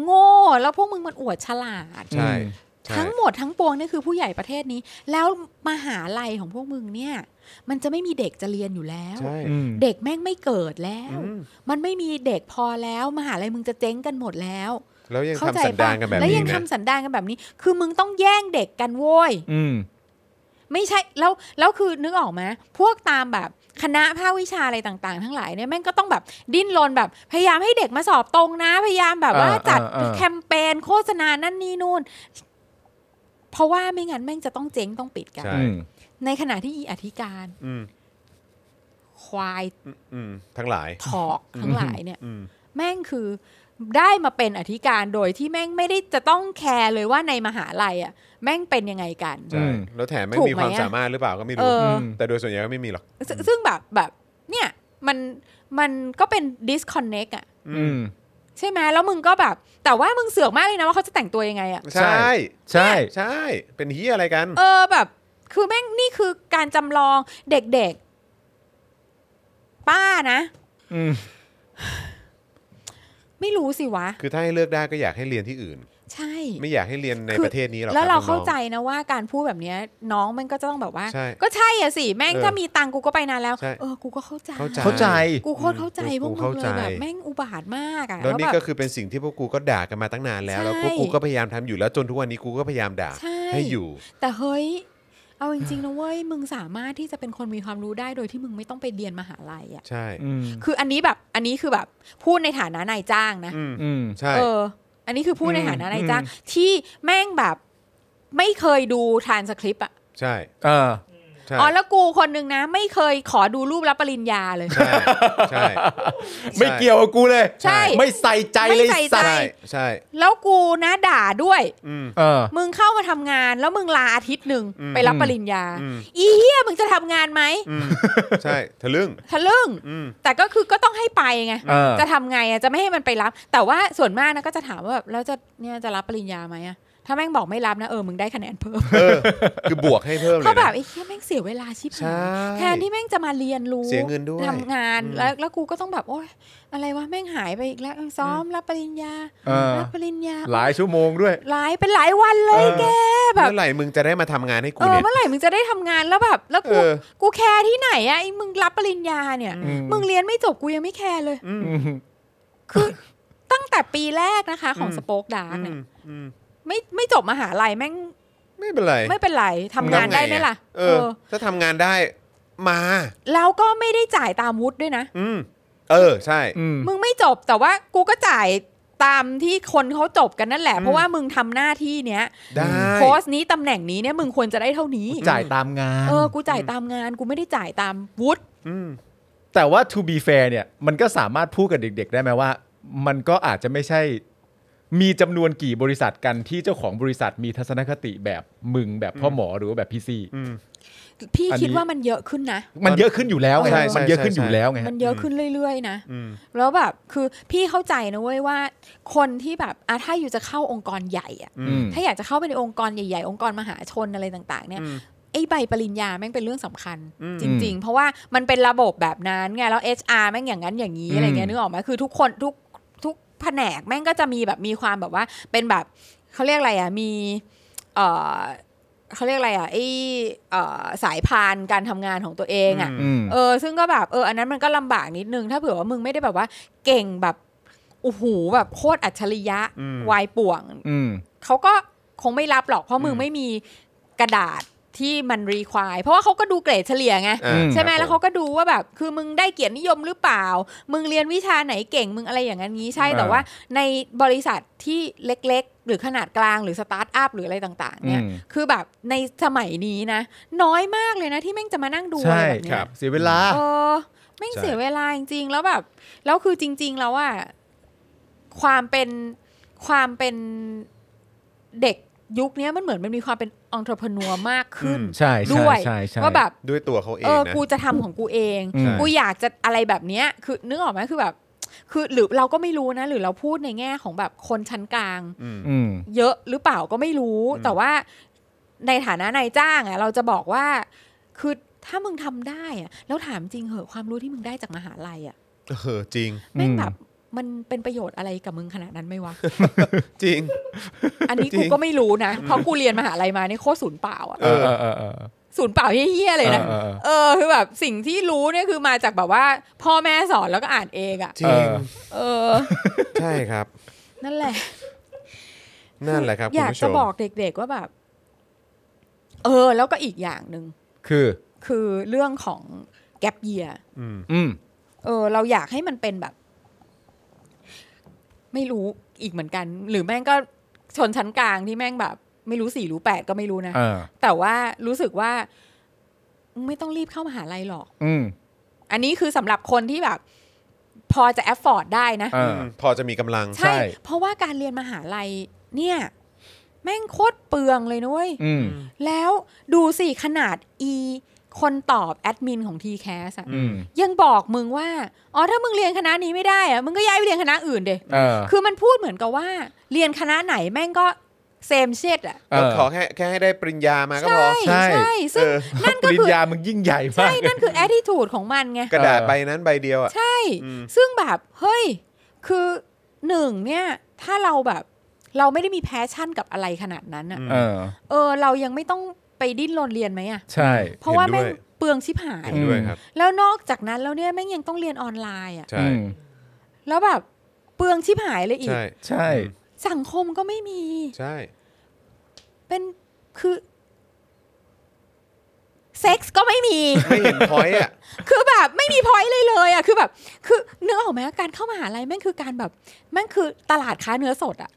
โง่ แล้วพวกมึงมันอวดฉลาด
ใช่ใช่
ทั้งหมดทั้งปวงนี่คือผู้ใหญ่ประเทศนี้ แล้วมหาลัยของพวกมึงเนี่ย มันจะไม่มีเด็กจะเรียนอยู่แล้ว
ใช่
อืม
เด็กแม่งไม่เกิดแล้ว
อืม
มันไม่มีเด็กพอแล้ว มหาลัยมึงจะเจ๊งกันหมดแล้ว
แล้วยัง
เข้าใจ
ทำสัน
ปะ
ดานกันแบบ
แล้ว
นี้
ยัง
นะ
ทำสันดานกันแบบนี้ คือมึงต้องแย่งเด็กกันโว้ย
อืม
ไม่ใช่แล้วแล้วคือนึกออกไหมพวกตามแบบคณะภาควิชาอะไรต่างๆ ทั้งหลายเนี่ยแม่งก็ต้องแบบดิ้นรนแบบพยายามให้เด็กมาสอบตรงนะ พยายามแบบว่า
เออ
จัด
เออเออ
แคมเปญโฆษณานั่นนี่นู่น เพราะว่าไม่งั้นแม่งจะต้องเจ๊งต้องปิดกัน
ใช่
อืม
ในขณะที่อีอธิการ
อืม
ควาย
อืมอืมทั้งหลาย
ถอกทั้งหลายเนี่ย
อืม
แม่งคือได้มาเป็นอธิการโดยที่แม่งไม่ได้จะต้องแคร์เลยว่าในมหาลัยอ่ะแม่งเป็นยังไงกัน
ใช่
อืม
แล้วแถมไม่
ถูก
มีความ
ไหมอะ
สามารถหรือเปล่าก็ไม่ร
เอ
ู้
อ
แต่โดยส่วนใหญ่ก็ไม่มีหรอก
ซึ่งซึ่งแบบแบบเนี่ยมันมันก็เป็น disconnect อะ
อืม
ใช่ไหมแล้วมึงก็แบบ แต่ว่ามึงเสือกมากเลยนะว่าเขาจะแต่งตัวยังไง
[laughs]
อะ
ใช่
ใช่
ใช่ เป็นเฮียอะไรกัน
เออแบบ คือแม่งนี่คือการจำลองเด็กๆ ป้านะ
อืม
ไม่รู้สิวะ
คือถ้าให้เลือกได้ก็อยากให้เรียนที่อื่น
ใช่
ไม่อยากให้เรียนใน
คือ
ประเทศนี้หรอก
แล้ว
คบ
เรา
น้องๆ
เข้าใจนะว่าการพูดแบบเนี้ยน้องมันก็จะต้องแบบว่า
ใช่
ก็ใช่อะสิ แม่ง
เออ
ถ้ามีตังค์กูก็ไปนานแล้ว
ใช่
เออ กูก็เข้าใจ
เข้าใจ
เข้าใจ
กูโคตรเข้าใจพวกมึงเลยแบบแม่งอุบาทมากอะ
แล้วนี่
แบบ
ก็คือเป็นสิ่งที่พวกกูก็ด่ากันมาตั้งนานแล้ว แล้ว
ใช่
พวกกูก็พยายามทำอยู่แล้วจนทุกวันนี้กูก็พยายามด่า
ใช่
อยู่
แต่เฮ้ย เอาจ
[laughs]
ริงๆนะเว้ย มึงสามารถที่จะเป็นคนมีความรู้ได้โดยที่มึงไม่ต้องไปเรียนมหาลัยอ่ะ
ใช่
อืม
คืออันนี้แบบ อันนี้คือแบบพูดในฐานะนายจ้างนะ
อืม
อืม
ใช่
เออ อันนี้คือพูดในฐานะนายจ้าง
อื
ที่แม่งแบบไม่เคยดูทรานสคริปต์อ่ะ
ใช่
เออ
ใช่
อ๋อแล้วกูคนหนึ่งนะ ไม่เคยขอดูรูปรับปริญญาเลย
ใช่ใช่
ไม่เกี่ยวกับกูเลย
ใช่
ไม่ใส่ใจเลย
ไม่ใส่ใจ
สัตว์
ใช่ใช่
แล้วกูนะด่าด้วย
อืม
เออ
มึงเข้ามาทำงานแล้วมึงลาอาทิตย์หนึ่ง
อืม
ไปรับปริญญา
อืม
อีเหี้ยมึงจะทำงานไหม
อืมใช่ทะลึ่ง
ทะลึ่ง
อืม
แต่ก็คือก็ต้องให้ไปไง
เออ
จะทำไงอะจะไม่ให้มันไปรับ แต่ว่าส่วนมากนะก็จะถามว่าแบบแล้วจะเนี่ยจะรับปริญญาไหมอะถ้าแม่งบอกไม่รับนะเออมึงได้คะแนนเพิ่ม
[laughs] เออ คือบวกให้เพิ่มเล
เพราะ
ย
แบ
นะ
บไอ้เหี้ยแม่งเสียเวลาชิบ
ใช่
หายแทนที่แม่งจะมาเรียนรู้
เสียเงินด้วย
ทำงาน
อืม
แล้วแล้วกูก็ต้องแบบโอ๊ยอะไรวะแม่งหายไปอีกแล้วเออซ้อมรับปริญญา
เออ
รับปริญญา
หลายชั่วโมงด้วย
หลายเป็นหลายวันเลย
เออ
แกแบบ
เมื่อไหร่มึงจะได้มาทำงานให้กู
เออ
เนี่ย
เมื่อไหร่มึงจะได้ทำงานแล้วแบบ แล้วกู
เออ
กูแคร์ที่ไหนอะไอ้มึงรับปริญญาเนี่ย
อืม
มึงเรียนไม่จบกูยังไม่แคร์เลย
อืม
อืม
คือ ตั้งแต่ปีแรกนะคะของสป o กดาร์ก
อื
เนี่ย
มอืม
ไม่ไม่จบมหาลัยแม่ง
ไม่เป็นไร
ไม่เป็นไรทำงานได้ไหมล่ะ
เออ ถ้าทำงานได้มา
แล้วก็ไม่ได้จ่ายตามวุฒิด้วยนะ
อืม เออ ใช่
อืม
มึงไม่จบแต่ว่ากูก็จ่ายตามที่คนเขาจบกันนั่นแหละ
อืม
เพราะว่ามึงทำหน้าที่เนี้ย
ได้
โพสต์นี้ตำแหน่งนี้เนี่ยมึงควรจะได้เท่านี้
จ่ายตามงาน
เออกูจ่ายตามงานกูไม่ได้จ่ายตามวุฒิ
อืม
แต่ว่า to be fair เนี่ย มันก็สามารถพูดกับเด็ก ๆ ได้ไหมว่า มันก็อาจจะไม่ใช่ มีจำนวนกี่บริษัทกันที่เจ้าของบริษัทมีทัศนคติแบบมึงแบบพ่อหมอหรือว่าแบบพี่ซี่
อืม
พี่
อันนี้
คิดว่ามันเยอะขึ้นนะ
มันเยอะขึ้นอยู่แล้วไง
ใช่ใช่
มันเยอะขึ้นอยู่แล้วไง
มันเยอะขึ้นเรื่อยๆนะ
อืม
แล้วแบบคือพี่เข้าใจนะเว้ยว่า คนที่แบบอ่ะถ้าอยู่จะเข้าองค์กรใหญ่อะ
อื
อื
ม
ม
ถ้าอยากจะเข้าไปในองค์กรใหญ่ๆ องค์กรมหาชนอะไรต่าง ๆ เนี่ย
อืม
ไอ้ใบปริญญาแม่งเป็นเรื่องสำคัญ
อืม
จริง ๆ เพราะว่ามันเป็นระบบแบบนั้นไงแล้ว HR แม่งอย่างนั้นอย่างนี้
อืม
อะไรเงี้ยนึกออกไหมคือทุกคนทุกทุกแผนกแม่งก็จะมีแบบมีความแบบว่าเป็นแบบเขาเรียกอะไรอ่ะมีเออเขาเรียกอะไรอ่ะไอเอ่อสายพานการทำงานของตัวเองอ่ะ
อืม
เออซึ่งก็แบบเอออันนั้นมันก็ลำบากนิดนึง ถ้าเผื่อว่ามึงไม่ได้แบบว่าเก่งแบบโอ้โหแบบโคตรอัจฉริยะ
อืม
วายป่วง
อืม
เขาก็คงไม่รับหรอกเพราะมึง
อืม
ไม่มีกระดาษที่มันรีควายเพราะว่าเขาก็ดูเกรดเฉลี่ยไง
อ่า
ใช่ไหม
ครับ
แล้วเขาก็ดูว่าแบบคือมึงได้เกียรตินิยมหรือเปล่า มึงเรียนวิชาไหนเก่งมึงอะไรอย่างนั้นงี้ใช่
อ่า
แต่ว่าในบริษัทที่เล็กๆ หรือขนาดกลางหรือสตาร์ทอัพหรืออะไรต่าง ๆ เนี่ย
อืม
คือแบบในสมัยนี้นะ น้อยมากเลยนะที่แม่งจะมานั่งดูอะไร
ใช่
แบบ
ค
เนี้
รั
ย
บ เสียเวลา
เออไม่งเสียเวลาจริงๆ แล้วแบบแล้วคือจริง ๆ แล้วอะความเป็นความเป็นเด็ก ยุคเนี้ยมันเหมือนมันมีความเป็นองค์ประกอบมากขึ้น
ใช่ใช่
ด้วย
ใช่ใช่
ว่าแบบ
ด้วยตัวเขาเอ
เอง อ
นะ
กูจะทำของกูเอง
ใช่
กูอยากจะอะไรแบบเนี้ย คือนึกออกไหมคือแบบ คือหรือเราก็ไม่รู้นะ หรือเราพูดในแง่ของแบบคนชั้นกลาง
อืม
อืม
เยอะหรือเปล่าก็ไม่รู้
อืม
แต่ว่าในฐานะนายจ้างอะเราจะบอกว่า คือถ้ามึงทำได้อะแล้วถามจริงเหอะความรู้ที่มึงได้จากมหาลัยอะ
เออจริง
แม่ง
อืม
แบบมันเป็นประโยชน์อะไรกับมึงขนาดนั้นไหม
[laughs]
วะ
จริง
อันนี้
จริง
กูก็ไม่รู้นะ เพราะกูเรียนมหาลัยมานี่โคตรศูนย์เปล่าอะ
เออเออเออเออ
ศูนย์เปล่าเฮี้ยๆเลยนะ
ออออ
เออคือแบบสิ่งที่รู้เนี่ยคือมาจากแบบว่า พ่อแม่สอนแล้วก็อ่านเองอะ่ะ
จริง
เออ
เออ
ใช่ครับ
นั่นแหละ
นั่นแหละครับ
อ
คุณ
ยาก
ผู้ช
จะ
ม
บอกเด็กๆว่าแบบ เออ แล้วก็อีกอย่างหนึ่ง
คือ
คือเรื่องของแกปเยีย
อืม
อืม
เออ เราอยากให้มันเป็นแบบ ไม่รู้อีกเหมือนกัน หรือแม่งก็ชนชั้นกลางที่แม่งแบบ ไม่รู้สี่รู้แปดก็ไม่รู้นะ
เออ
แต่ว่ารู้สึกว่าไม่ต้องรีบเข้ามหาลัยหรอก
อืม
อันนี้คือสำหรับคนที่แบบ พอจะแอฟฟอร์ดได้นะ
เออ
พอจะมีกำลัง
ใช่
ใช่
เพราะว่าการเรียนมหาลัยเนี่ย แม่งโคตรเปลืองเลยนุ้ย
อืม
แล้วดูสิ ขนาด e คนตอบแอดมินของ t c a s อะ
อืม
ยังบอกมึงว่า อ๋อ ถ้ามึงเรียนคณะนี้ไม่ได้อะมึงก็ย้ายไปเรียนคณะอื่นเด
เออ
คือมันพูดเหมือนกับว่า เรียนคณะไหนแม่งก็เซมเชดอะ
ก็ขอ
เ
แค่แค่ให้ได้ปริญญามาก็พอ
ใช่
ใช่
ใช่ซึ่ง
เออ
นั่นก็
ปริ
คื
ญ
อ
ญามึงยิ่งใหญ่มา
ใช่
ก
นั่นคือ attitude ของมันไง
กระดาษใบนั้นใบเดียวอ่ะ
ใช่
อืม
ซึ่งแบบเฮ้ย คือหนึ่งเนี่ย ถ้าเราแบบเราไม่ได้มีแพชชั่นกับอะไรขนาดนั้นอะ
เออ
เออ เรายังไม่ต้องไปดิ้นรนเรียนไหมอะ
ใช่
เพราะว่า
เห็นด้ว
แม่
ย
งเปลืองชิบหาย
เห็นด้วยครับ
แล้วนอกจากนั้นแล้วเนี่ยแม่งยังต้องเรียนออนไลน์อะ
ใช่
อืม
แล้วแบบเปลืองชิบหายเลยอีก
ใช่
ใช่
สังคมก็ไม่มี
ใช่
เป็นคือเซ็กส์ก็ไม่มี [laughs]
ไม่เห็นพอยต์อ่ะ
คือแบบไม่มีพอยต์เลยเลยอ่ะคือแบบ คือเนื้อออกไหมการเข้ามหาลัยแม่งคือการแบบแม่งคือตลาดค้าเนื้อสดอ่ะ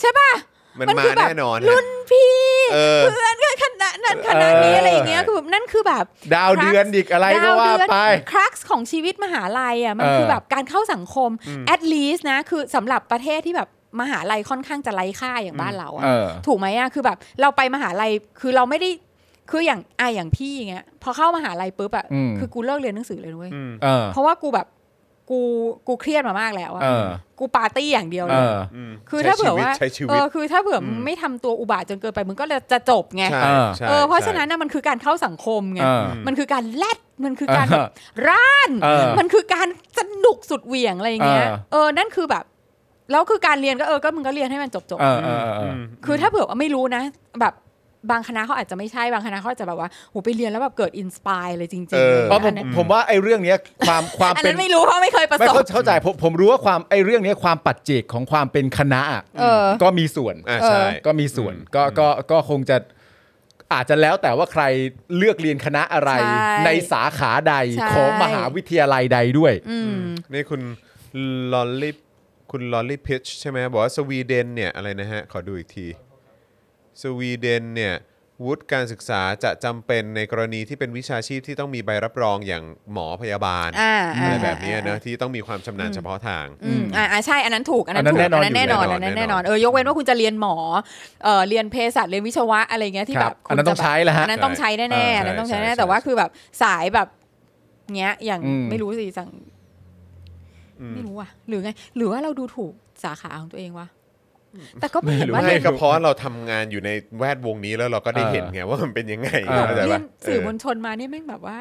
ใช่ป่ะ
มัน
มัน
มา
คือแบบ
แน่นอน
รุ่
ฮะ
นพี่
เออ
เพื่อนก็ขนาดนั้นขนาดนี้อะไรอย่างเงี้ยคือแบบนั่นคือแบบ
ดาวเดือนอีกอะไรก็ว่าไป
ครักของชีวิตมหาลัยอ่ะมัน
เออ
คือแบบการเข้าสังคม
อืม
at least นะ คือสำหรับประเทศที่แบบมหาลัยค่อนข้างจะไร้ค่าอย่างบ้านเราอ่ะ
เออ
ถูกไหมอะคือแบบเราไปมหาลัยคือเราไม่ได้คืออย่างไอะอย่างพี่อย่างเงี้ยพอเข้ามหาลัยปุ๊บอะ
อืม
คือกูเลิกเรียนหนังสือเลยนะเว้ย
อืม
เออ
เพราะว่ากูแบบกูกูเครียดมามากแล้วอะ
เออ
กูปาร์ตี้อย่างเดียวเล
เอย อ
อืม
คือถ้าเผื่อว่า
ใช้ชี
เอ
วิต
อคือถ้าเผื่ออ
ม
ไม่ทำตัวอุบาทจนเกินไปมึงก็จะจบไง
ใช่
เออ
ใช่
เออเพราะ
ใช่
ฉะนั้นนะมันคือการเข้าสังคมไง
เออ
มันคือการแลดมันคือการแบบร่าน
เออ
มันคือการสนุกสุดเหวี่ยงอะไรอย่างเงี้ย
เออ
เออนั่นคือแบบแล้วคือการเรียนก็เออก็มึงก็เรียนให้มันจบจบ
เออเออเออ
คือถ้าเผื่อว่าไม่รู้นะ แบบบางคณะเขาอาจจะไม่ใช่บางคณะเขาอาจจะแบบว่าโหไปเรียนแล้วแบบเกิดอินสปายเลยจริงๆ
เออ
อะไรอย่า
เพ
งเงี้
ราะผม
ยอันนั้น
ผมว่าไอ้เรื่องเนี้ยความความ
อัน
เป็
นั้นนไม่รู้เพราะไม่เคยประ
ไม่
สบ
เข้าเข้าใจผมผมรู้ว่าความไอ้เรื่องเนี้ยความปัจเจกของความเป็นคณะอะ
เออ
ก็มีส่วน
อ่าใช่
ก็มีส่วน
อืม
ก็ก็ก็คงจะอาจจะแล้วแต่ว่าใครเลือกเรียนคณะอะไร
ใช่
ในสาขาใด
ใช่
ของมหาวิทยาลัยใดด้วย
อืม
นี่คุณลอลลี่คุณลอลลี่พิชใช่ไหมบอกว่าสวีเดนเนี่ยอะไรนะฮะ ขอดูอีกที สวีเดนเนี่ย วุฒิการศึกษาจะจำเป็นในกรณีที่เป็นวิชาชีพที่ต้องมีใบรับรองอย่างหมอพยาบาล
อ่า
อะไร
อ่า
แบบเนี้ยนะ
อ่า
ที่ต้องมีความชำนาญเฉพาะทาง
อืมอ่าอ่าใช่อันนั้นถูกอันนั้น
อันนั้น
ถูกอันนั้น
แน่
แน่
นอ
นอ
อ
น น
ยู่
อันนั้น
แน่นอน
แน่นอนเออยกเว้นว่าคุณจะเรียนหมอเออเรียนเภสัชเรียนวิศวะอะไรเงี้ยที่
ค
แบ
รับบ อันนั้นต้องใช้แล้วฮะ
อันนั้นต้องใช้แน่ๆอันนั้นต้องใช้
ใช่
แน่
ใช่
แต่ว่าคือแบบสายแบบเงี้ยอย่าง
อืม
ไม่รู้สิสั่ง
อืม
ไม่รู้อะหรือไง หรือว่าเราดูถูกสาขาของตัวเองวะแต่ก็ไม่
ห
เห็น
รือ
ว่า
ไม่ก็เพราะเราทำงานอยู่ในแวดวงนี้แล้วเราก็ได้
เออ
เห็นไงว่ามันเป็นยังไง
เออ
เข้าใจ
เรีย
ปะ
นสื่อมวล
เอ
ชนมาเนี่ยแม่งแบบว่า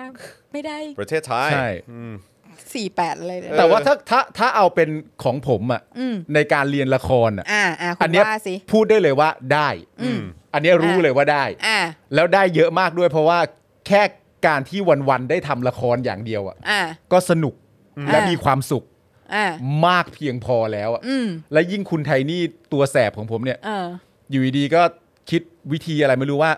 ไม่ได้
อประเทศไทย
ใช่
อืม
สี่แปดเลยเนี่ย
แต่ว่าถ้าถ้าถ้าเอาเป็นของผมอ่ะ
อืม
ในการเรียนละครอ่ะ
อ่าอ่าคุ
อัน
ณ
เนี้ย
ว่าสิ
พูดได้เลยว่าได้
อืม
อันเนี้ยรู้เลยว่าได้
อ่า
แล้วได้เยอะมากด้วยเพราะว่าแค่การที่วันๆได้ทำละครอย่างเดียวอ่ะ
อ่า
ก็สนุก
อืม
และมีความสุข
อ่าม
ากเพียงพอแล้วอะ
อืม
และยิ่งคุณไทนี่ตัวแสบของผมเนี่ย
เออ
อยู่ดีๆก็คิดวิธีอะไรไม่รู้ว่า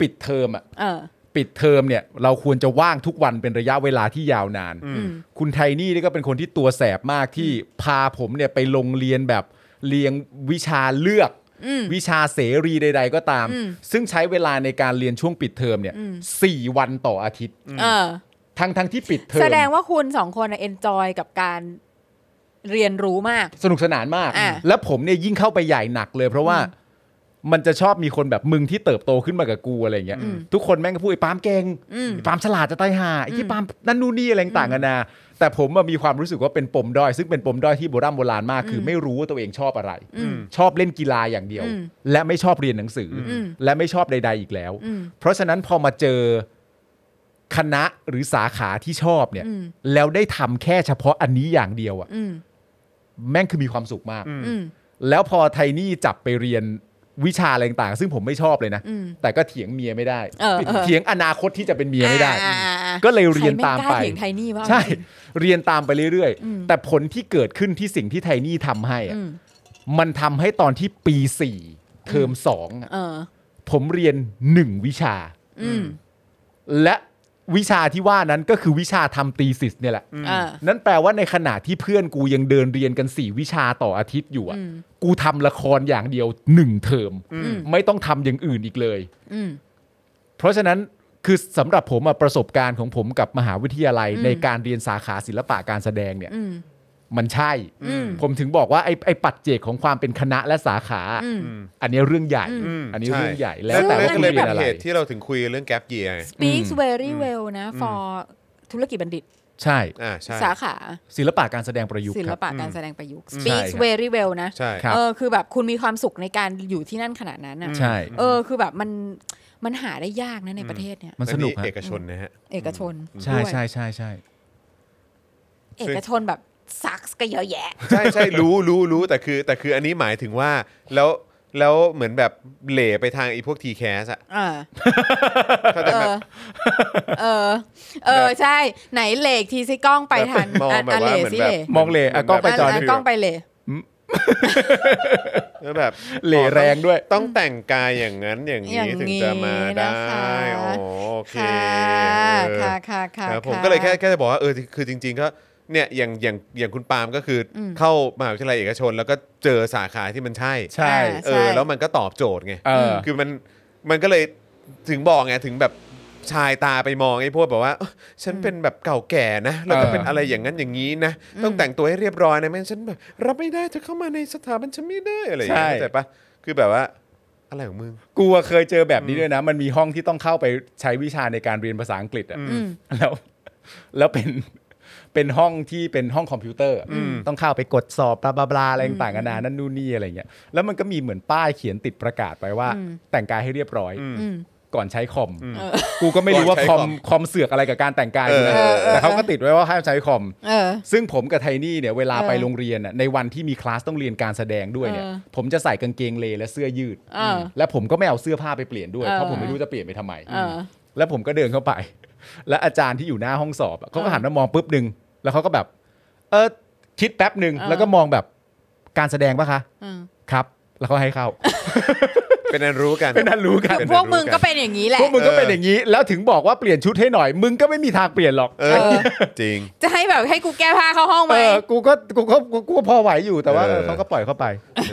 ปิดเทอมอ่ะ
เออ
ปิดเทอมเนี่ย เราควรจะว่างทุกวันเป็นระยะเวลาที่ยาวนาน
อื
อืม
คุณไทนี่นี่ก็เป็นคนที่ตัวแสบมากที่พาผมเนี่ยไปลงเรียนแบบเรียงวิชาเลือก
อืม
วิชาเสรีใด ๆ ก็ตาม
อืม
ซึ่งใช้เวลาในการเรียนช่วงปิดเทอมเนี่ย
อืม
สี่วันต่ออาทิตย์
เออ
ทั้งทั้งๆที่ปิดเทอม
แสดงว่าคุณสองคนเอนจอยกับการเรียนรู้มาก
สนุกสนานมาก
อ่ะ
และผมเนี่ยยิ่งเข้าไปใหญ่หนักเลย เพราะว่า มันจะชอบมีคนแบบมึงที่เติบโตขึ้นมากับกูอะไรเงี้ย
อืม
ทุกคนแม่งก็พูดไอ้ปาล์มเก่ง
อืม
ไอ้ปาล์มฉลาดจะตายห่าไอ้ที่
อืม
ปาล์มนั่นนู่นนี่อะไรต่างกันานาแต่ผมอะมีความรู้สึกว่าเป็นปมด้อยซึ่งเป็นปมด้อยที่โบราณโบราณมากคืออไม่รู้ว่าตัวเองชอบอะไร
อืม
ชอบเล่นกีฬาอย่างเดียว
อืม
และไม่ชอบเรียนหนังสืออ
ม
และไม่ชอบใด ๆ อีกแล้ว
อืม
เพราะฉะนั้นพอมาเจอคณะหรือสาขาที่ชอบเนี่ย
อืม
แล้วได้ทำแค่เฉพาะอันนี้อย่างเดียวอะ
อืม
แม่งคือมีความสุขมาก
อืม
แล้วพอไทนี่จับไปเรียนวิชาอะไรต่างๆซึ่งผมไม่ชอบเลยนะ
อืม
แต่ก็เถียงเมียไม่ได้
เออเออ
เถียงอนาคตที่จะเป็นเมียไม่ได้
อ่าอ่าอ่า
ก็เลยเรียนตาม
ใค
ไป
รแงกล้เถียงไทนี่ว่า
ใช่ เรียนตามไปเรื่อยๆ แต่ผลที่เกิดขึ้นที่สิ่งที่ไทนี่ทำให้อะ
อืม
มันทำให้ตอนที่ปีสี่เทอมสองอะ
เออ
ผมเรียนหนึ่งวิชา
อืม
และวิชาที่ว่านั้นก็คือวิชาทำตีสิสเนี่ยแหละ
เออ
นั่นแปลว่าในขณะที่เพื่อนกูยังเดินเรียนกันสี่วิชาต่ออาทิตย์อยู่อะ
อืม
กูทำละครอย่างเดียวหนึ่งเทอม
อืม
ไม่ต้องทำอย่างอื่นอีกเลย
อืม
เพราะฉะนั้นคือสำหรับผมอะประสบการณ์ของผมกับมหาวิทยาลัย
อืม
ในการเรียนสาขาศิลปะการแสดงเนี่ย
อืม
มันใช่
อืม
ผมถึงบอกว่าไอ้ไอ้ปัจเจกของความเป็นคณะและสาขา
อืม
อันนี้เรื่องใหญ่
อืม
อันนี้เรื่องใหญ่
ช่
แล้วแต่
นั่
ว่าน คุ
ก็
ณ
เลย
เรี
เป็
ย
น
นอะไร
เหตุที่เราถึงคุยเรื่องแกลบเยีย
speaks
อืม
very well นะ for ธุรกิจบัณฑิต
ใช่
อ่าใช่
สาขา
ศิลปะการแสดงประยุกต์
ศิ
ค
ล
รับ
ปะการแสดงประยุกต์
ใช่
speaks
ครับ
very well นะ
ใช่
ครับ
เออคือแบบคุณมีความสุขในการอยู่ที่นั่นขนาดนั้นอ่ะ
ใช่
เออคือแบบมันมันหาได้ยากนะในประเทศเนี่ย
มันสนุก
และ
ฮะ
เอกชนนะฮะ
เอกชน
ใช่
ด้วย
ใช่ใช่ใช่
เอกชนแบบซักก็เยอะแยะ
ใช่ใช่รู้รู้รู้แต่คือ แต่คืออันนี้หมายถึงว่าแล้วแล้วเหมือนแบบเหล่ไปทางไอ้พวกทีแคสอะ
เออ
เข้าใจไห
เอ
ม
อ เออ เออ ใช่ ไหนเหล็กทีซิกล้องไปทัน
มอง
อ่ะ
แบบ
อ่ะ
ว่า
เหล่
เหมือน
สิ
แบบ
เหล่
มองเหล่อ่ะกล้องไปจ
อ่ะ
นี่
อ่ะกล้องไปเหล่
แล้วแบบ
เหล่แรงด้วย
ต้องแต่งกายอย่างนั้นอย่าง
อย่า
นี้
งนี้
ถึงจะมาได้
นะคะ
อ๋อโอเค
ค่ะ
เออ
ค่ะค่ะค่ะ
ครับผม
ะ
ก็เลยแค่แค่จะบอกว่าเออคือจริง ๆ ก็เนี่ยอย่างอย่างอย่างคุณปาล์มก็คืออ
ม
เข้ามหาวิทยาลัยเอกชน แล้วก็เจอสาขาที่มันใช่
ใช่
อ่า
เออแล้วมันก็ตอบโจทย์ไง
เออ
คือมันมันก็เลยถึงบอกไงถึงแบบชายตาไปมองไอ้พวกแบบว่าเอ้อฉันเป็นแบบเก่าแก่นะแล้วก็
เออ
เป็นอะไรอย่างนั้นอย่างนี้นะ ต้องแต่งตัวให้เรียบร้อยนะไม่งั้นฉันแบบรับไม่ได้เธอเข้ามาในสถาบันฉันไม่ได้อะไรอย่างเงี้ยเข้าใจปะคือแบบว่าอะไรของมึง
กูอะเคยเจอแบบนี้ด้วยนะ มันมีห้องที่ต้องเข้าไปใช้วิชาในการเรียนภาษาอังกฤษอ่ะแล้ว แล้วเป็นเป็นห้องที่เป็นห้องคอมพิวเตอร์อะต้องเข้าไปกดสอบบลาบลาบลาอะไรต่างๆนานานั่นนู่นนี่อะไรเงี้ยแล้วมันก็มีเหมือนป้ายเขียนติดประกาศไปว่า แต่งกายให้เรียบร้อย
อืม
ก่อนใช้คอม กูก็ไม่รู้ว่า
ก่อนใช้ค
คอ
อ
ม
ม
คอมเสือกอะไรกับการแต่งกายอยู่นะ
เออเออ
แต่เขาก็ติดไว้ว่าห้ามใช้คอม
เออ
ซึ่งผมกับไทนี่เนี่ยเวลา
เออ
ไปโรงเรียนน่ะในวันที่มีคลาสต้องเรียนการแสดงด้วยเนี่ย
เออ
ผมจะใส่กางเกงเลและเสื้อยืด
เออ
และผมก็ไม่เอาเสื้อผ้าไปเปลี่ยนด้วย
เออ
เพราะผมไม่รู้จะเปลี่ยนไปทำไม
เออ
แล้วผมก็เดินเข้าไป [laughs] และอาจารย์ที่อยู่หน้าห้องสอบอะเขาก็หันมามองปุ๊บหนึ่งแล้วเขาก็แบบ เออคิดแป๊บหนึ่งแล้วก็มองแบบการแสดงปะคะ
เออ
ครับ แล้วเขาให้
[laughs]
เข้า
เป็นอันรู้กัน
เป็นอันรู้กัน
เป็น
พวกมึง
รู้กัน
ก็เป็นอย่างนี้แหละ
พวกมึงก็เป็นอย่างนี้ แล้วถึงบอกว่าเปลี่ยนชุดให้หน่อย มึงก็ไม่มีทางเปลี่ยนหรอก
เออจริง [laughs]
จะให้แบบให้กูแก้ผ้าเข้าห้องไหม
เออ กูก็กูก็กูก็พอไหวอยู่แต่ว่า
เออ
เขาก็ปล่อยเข้าไป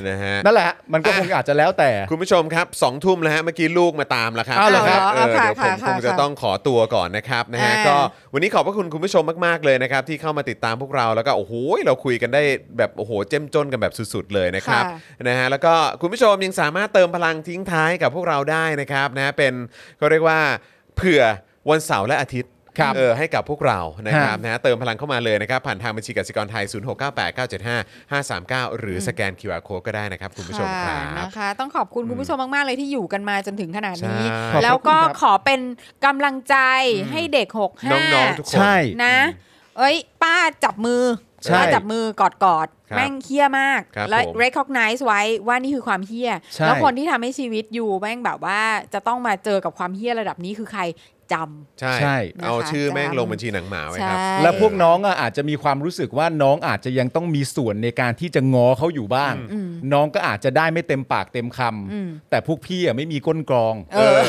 นะฮะ
นั่นแหละฮะมันก็
อ่ะ
คงอาจจะแล้วแต่
คุณผู้ชมครับสองทุ่มแล้วฮะเมื่อกี้ลูกมาตามแล้วครับ
อ้าวเหรอครับ
เออเดี๋ยวผม
ค่ะ
ค
ค่ะ
งจะต้องขอตัวก่อนนะครับนะฮะ
อ่า
ก็วันนี้ขอบพระคุณคุณผู้ชมมากๆเลยนะครับ ที่เข้ามาติดตามพวกเราแล้วก็โอ้โหเราคุยกันได้แบบโอ้โหเจ้มจนกันแบบสุดๆเลยนะครับ นะฮะแล้วก็คุณผู้ชมยังสามารถเติมพลังทิ้งท้ายกับพวกเราได้นะครับนะฮะเป็นเขาเรียกว่าเผื่อวันเสาร์และอาทิตย์
ครับ
เออให้กับพวกเรานะครับ
ฮะ
นะฮะเติมพลังเข้ามาเลยนะครับ ผ่านทางบัญชีกสิกรไทย 0698975539 หรือสแกน QR Code ก็ได้นะครับคุณผู้ชมค
ค่ะ
รับ
นะคะ ต้องขอบคุณคุณผู้ชมมาก ๆ เลยที่อยู่กันมาจนถึงขนาดนี้
ใช่
แล้วก็
ขอบคุณครับ
ขอเป็นกำลังใจให้เด็กหกห้า
น้องๆทุกคน
ใช่
นะ เอ้ย ป้าจับมือ
ใช่
ป้าจับมือกอดกอด
ครับ
แม่งเฮี้ยมาก
ครับ
และ
ผม
recognize ไว้ว่านี่คือความเฮี้ย
ใช่
แล้วคนที่ทำให้ชีวิตอยู่แม่งแบบว่าจะต้องมาเจอกับความเฮี้ยระดับนี้คือใครจำ
ใช่
ใช่
เอา
นะคะ
ชื่อแม่ง
จำ
ลงบัญชีหนังหมาไว้
ใช่
ครับ
และพวกน้องอะอาจจะมีความรู้สึกว่าน้องอาจจะยังต้องมีส่วนในการที่จะง้อเขาอยู่บ้าง
อืม
น้องก็อาจจะได้ไม่เต็มปากเต็มคำ
อืม
แต่พวกพี่อะไม่มีก้นกรอง
เออ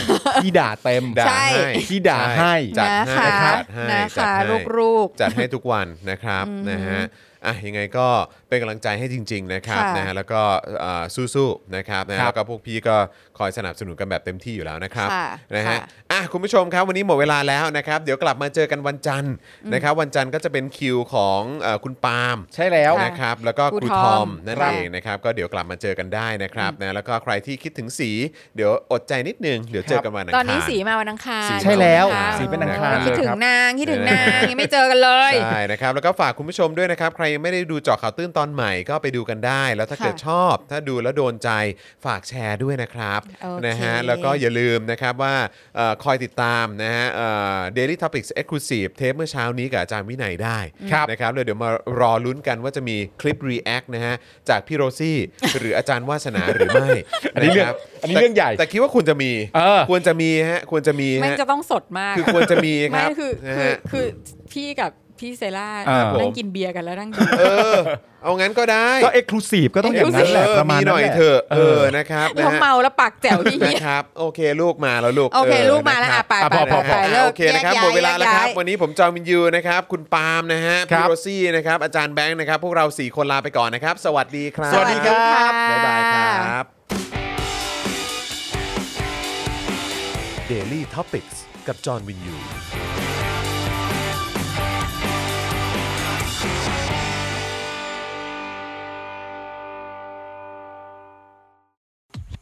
พี่ด่าเต็ม
ด่า
ใช่
ให้
ที่ด่าให้
จัด
นะ
ให้
คะ
จัดให้
นะ
จัด
คะ
ให้
ลูก
จัดให้ทุกวันนะครับนะฮะ อ่ะยังไงก็เป็นกำลังใจให้จริง ๆ นะครับ
ค่ะ
นะฮะแล้วก็เอ่อสู้ๆนะครับนะฮะ
ครับ
แล้วก็พวกพี่ก็คอยสนับสนุนกันแบบเต็มที่อยู่แล้วนะครับ
ค่ะ
นะฮะ
ค่ะ
อ่ะคุณผู้ชมครับวันนี้หมดเวลาแล้วนะครับ เดี๋ยวกลับมาเจอกันวันจันทร์นะครับวันจันทร์ก็จะเป็นคิวของเอ่อคุณปาล์ม
ใช่แล้ว
ค่ะ
นะครับแล้วก็ค
ครู
รูท
ท
อ
อ
ม
ม
นั่น
ครับ
เองนะครับก็เดี๋ยวกลับมาเจอกันได้นะครับนะแล้วก็ใครที่คิดถึงสีเดี๋ยวอดใจนิดนึงเดี๋ยวเจอกันวันอังคาร
ตอนนี้สีมาวันอังคาร
สีมา
ใช่แล้ว
วันอังคาร
สีเป็นอังคาร
คิดถึงนางคิดถึงนางยังไม่เจอกันเลย
ใช่นะครับแล้วก็ฝากคุณผู้ชมด้วยนะครับ ใครยังไม่ได้ดูเจาะข่าวตื้นตอนใหม่ก็ไปดูกันได้ แล้วถ้าเกิด
ค่ะ
ชอบ ถ้าดูแล้วโดนใจฝากแชร์ด้วยนะครับ
โอเค
นะฮะแล้วก็อย่าลืมนะครับว่าเอ่อคอยติดตามนะฮะเอ่อ Daily Topics Exclusive เทปเมื่อเช้านี้กับอาจารย์วินัยได้
ครับ
นะครับเลยเดี๋ยวมารอลุ้นกันว่าจะมีคลิป React นะฮะจากพี่โร
[laughs]
ซี่ หรืออาจารย์วาสนาหรือไม่
อันนี้เรื่อ
ะ
ง
คบ
อันนี้เรื่องใหญ่
แต่คิดว่าควรจะมี
เออ
ควรจะมีฮะควรจะมี
มัน
ฮะ
จะต้องสดมาก
คือควรจะมีค
ไม่
รับ
คือ
นะ
คือ
ฮะ
คือพี่กับพี่เซล่า
อ่า
นั่งกินเบียร์กันแล้วนั่งดู
เออ เอางั้นก็ได้
ก็เอ็กซ์คลูซีฟก็ต้องอย่างนั้นแหละ
เออ
ประมาณ
หน่อย
แล
เถอะเออนะครับนะ
เรา
ฮะ
เมาแล้วปากแจ๋วที่เฮีย
นะครับ โอเคลูกมาแล้วลูก
โอเค
ออ
ลูกมาแล้ว
นะค
อ่ะ
รับ
ไปไป
อ่ะพอพอ
ไปไป
พอ
เลิก
โอเคนะครับ
แยกย้ย
หมดเวลาแล้วครับ
แยกย้ย
วันนี้ผมจอมินยูนะครับ คุณปาล์มนะฮะ
ครั
พี่
บ
โรซี่นะครับ อาจารย์แบงค์นะครับ พวกเรา 4 คนลาไปก่อนนะครับ สวัสดีครับ
สวัสดีครับ
บ๊ายบายครับ Daily Topics กับจอห์นวินยู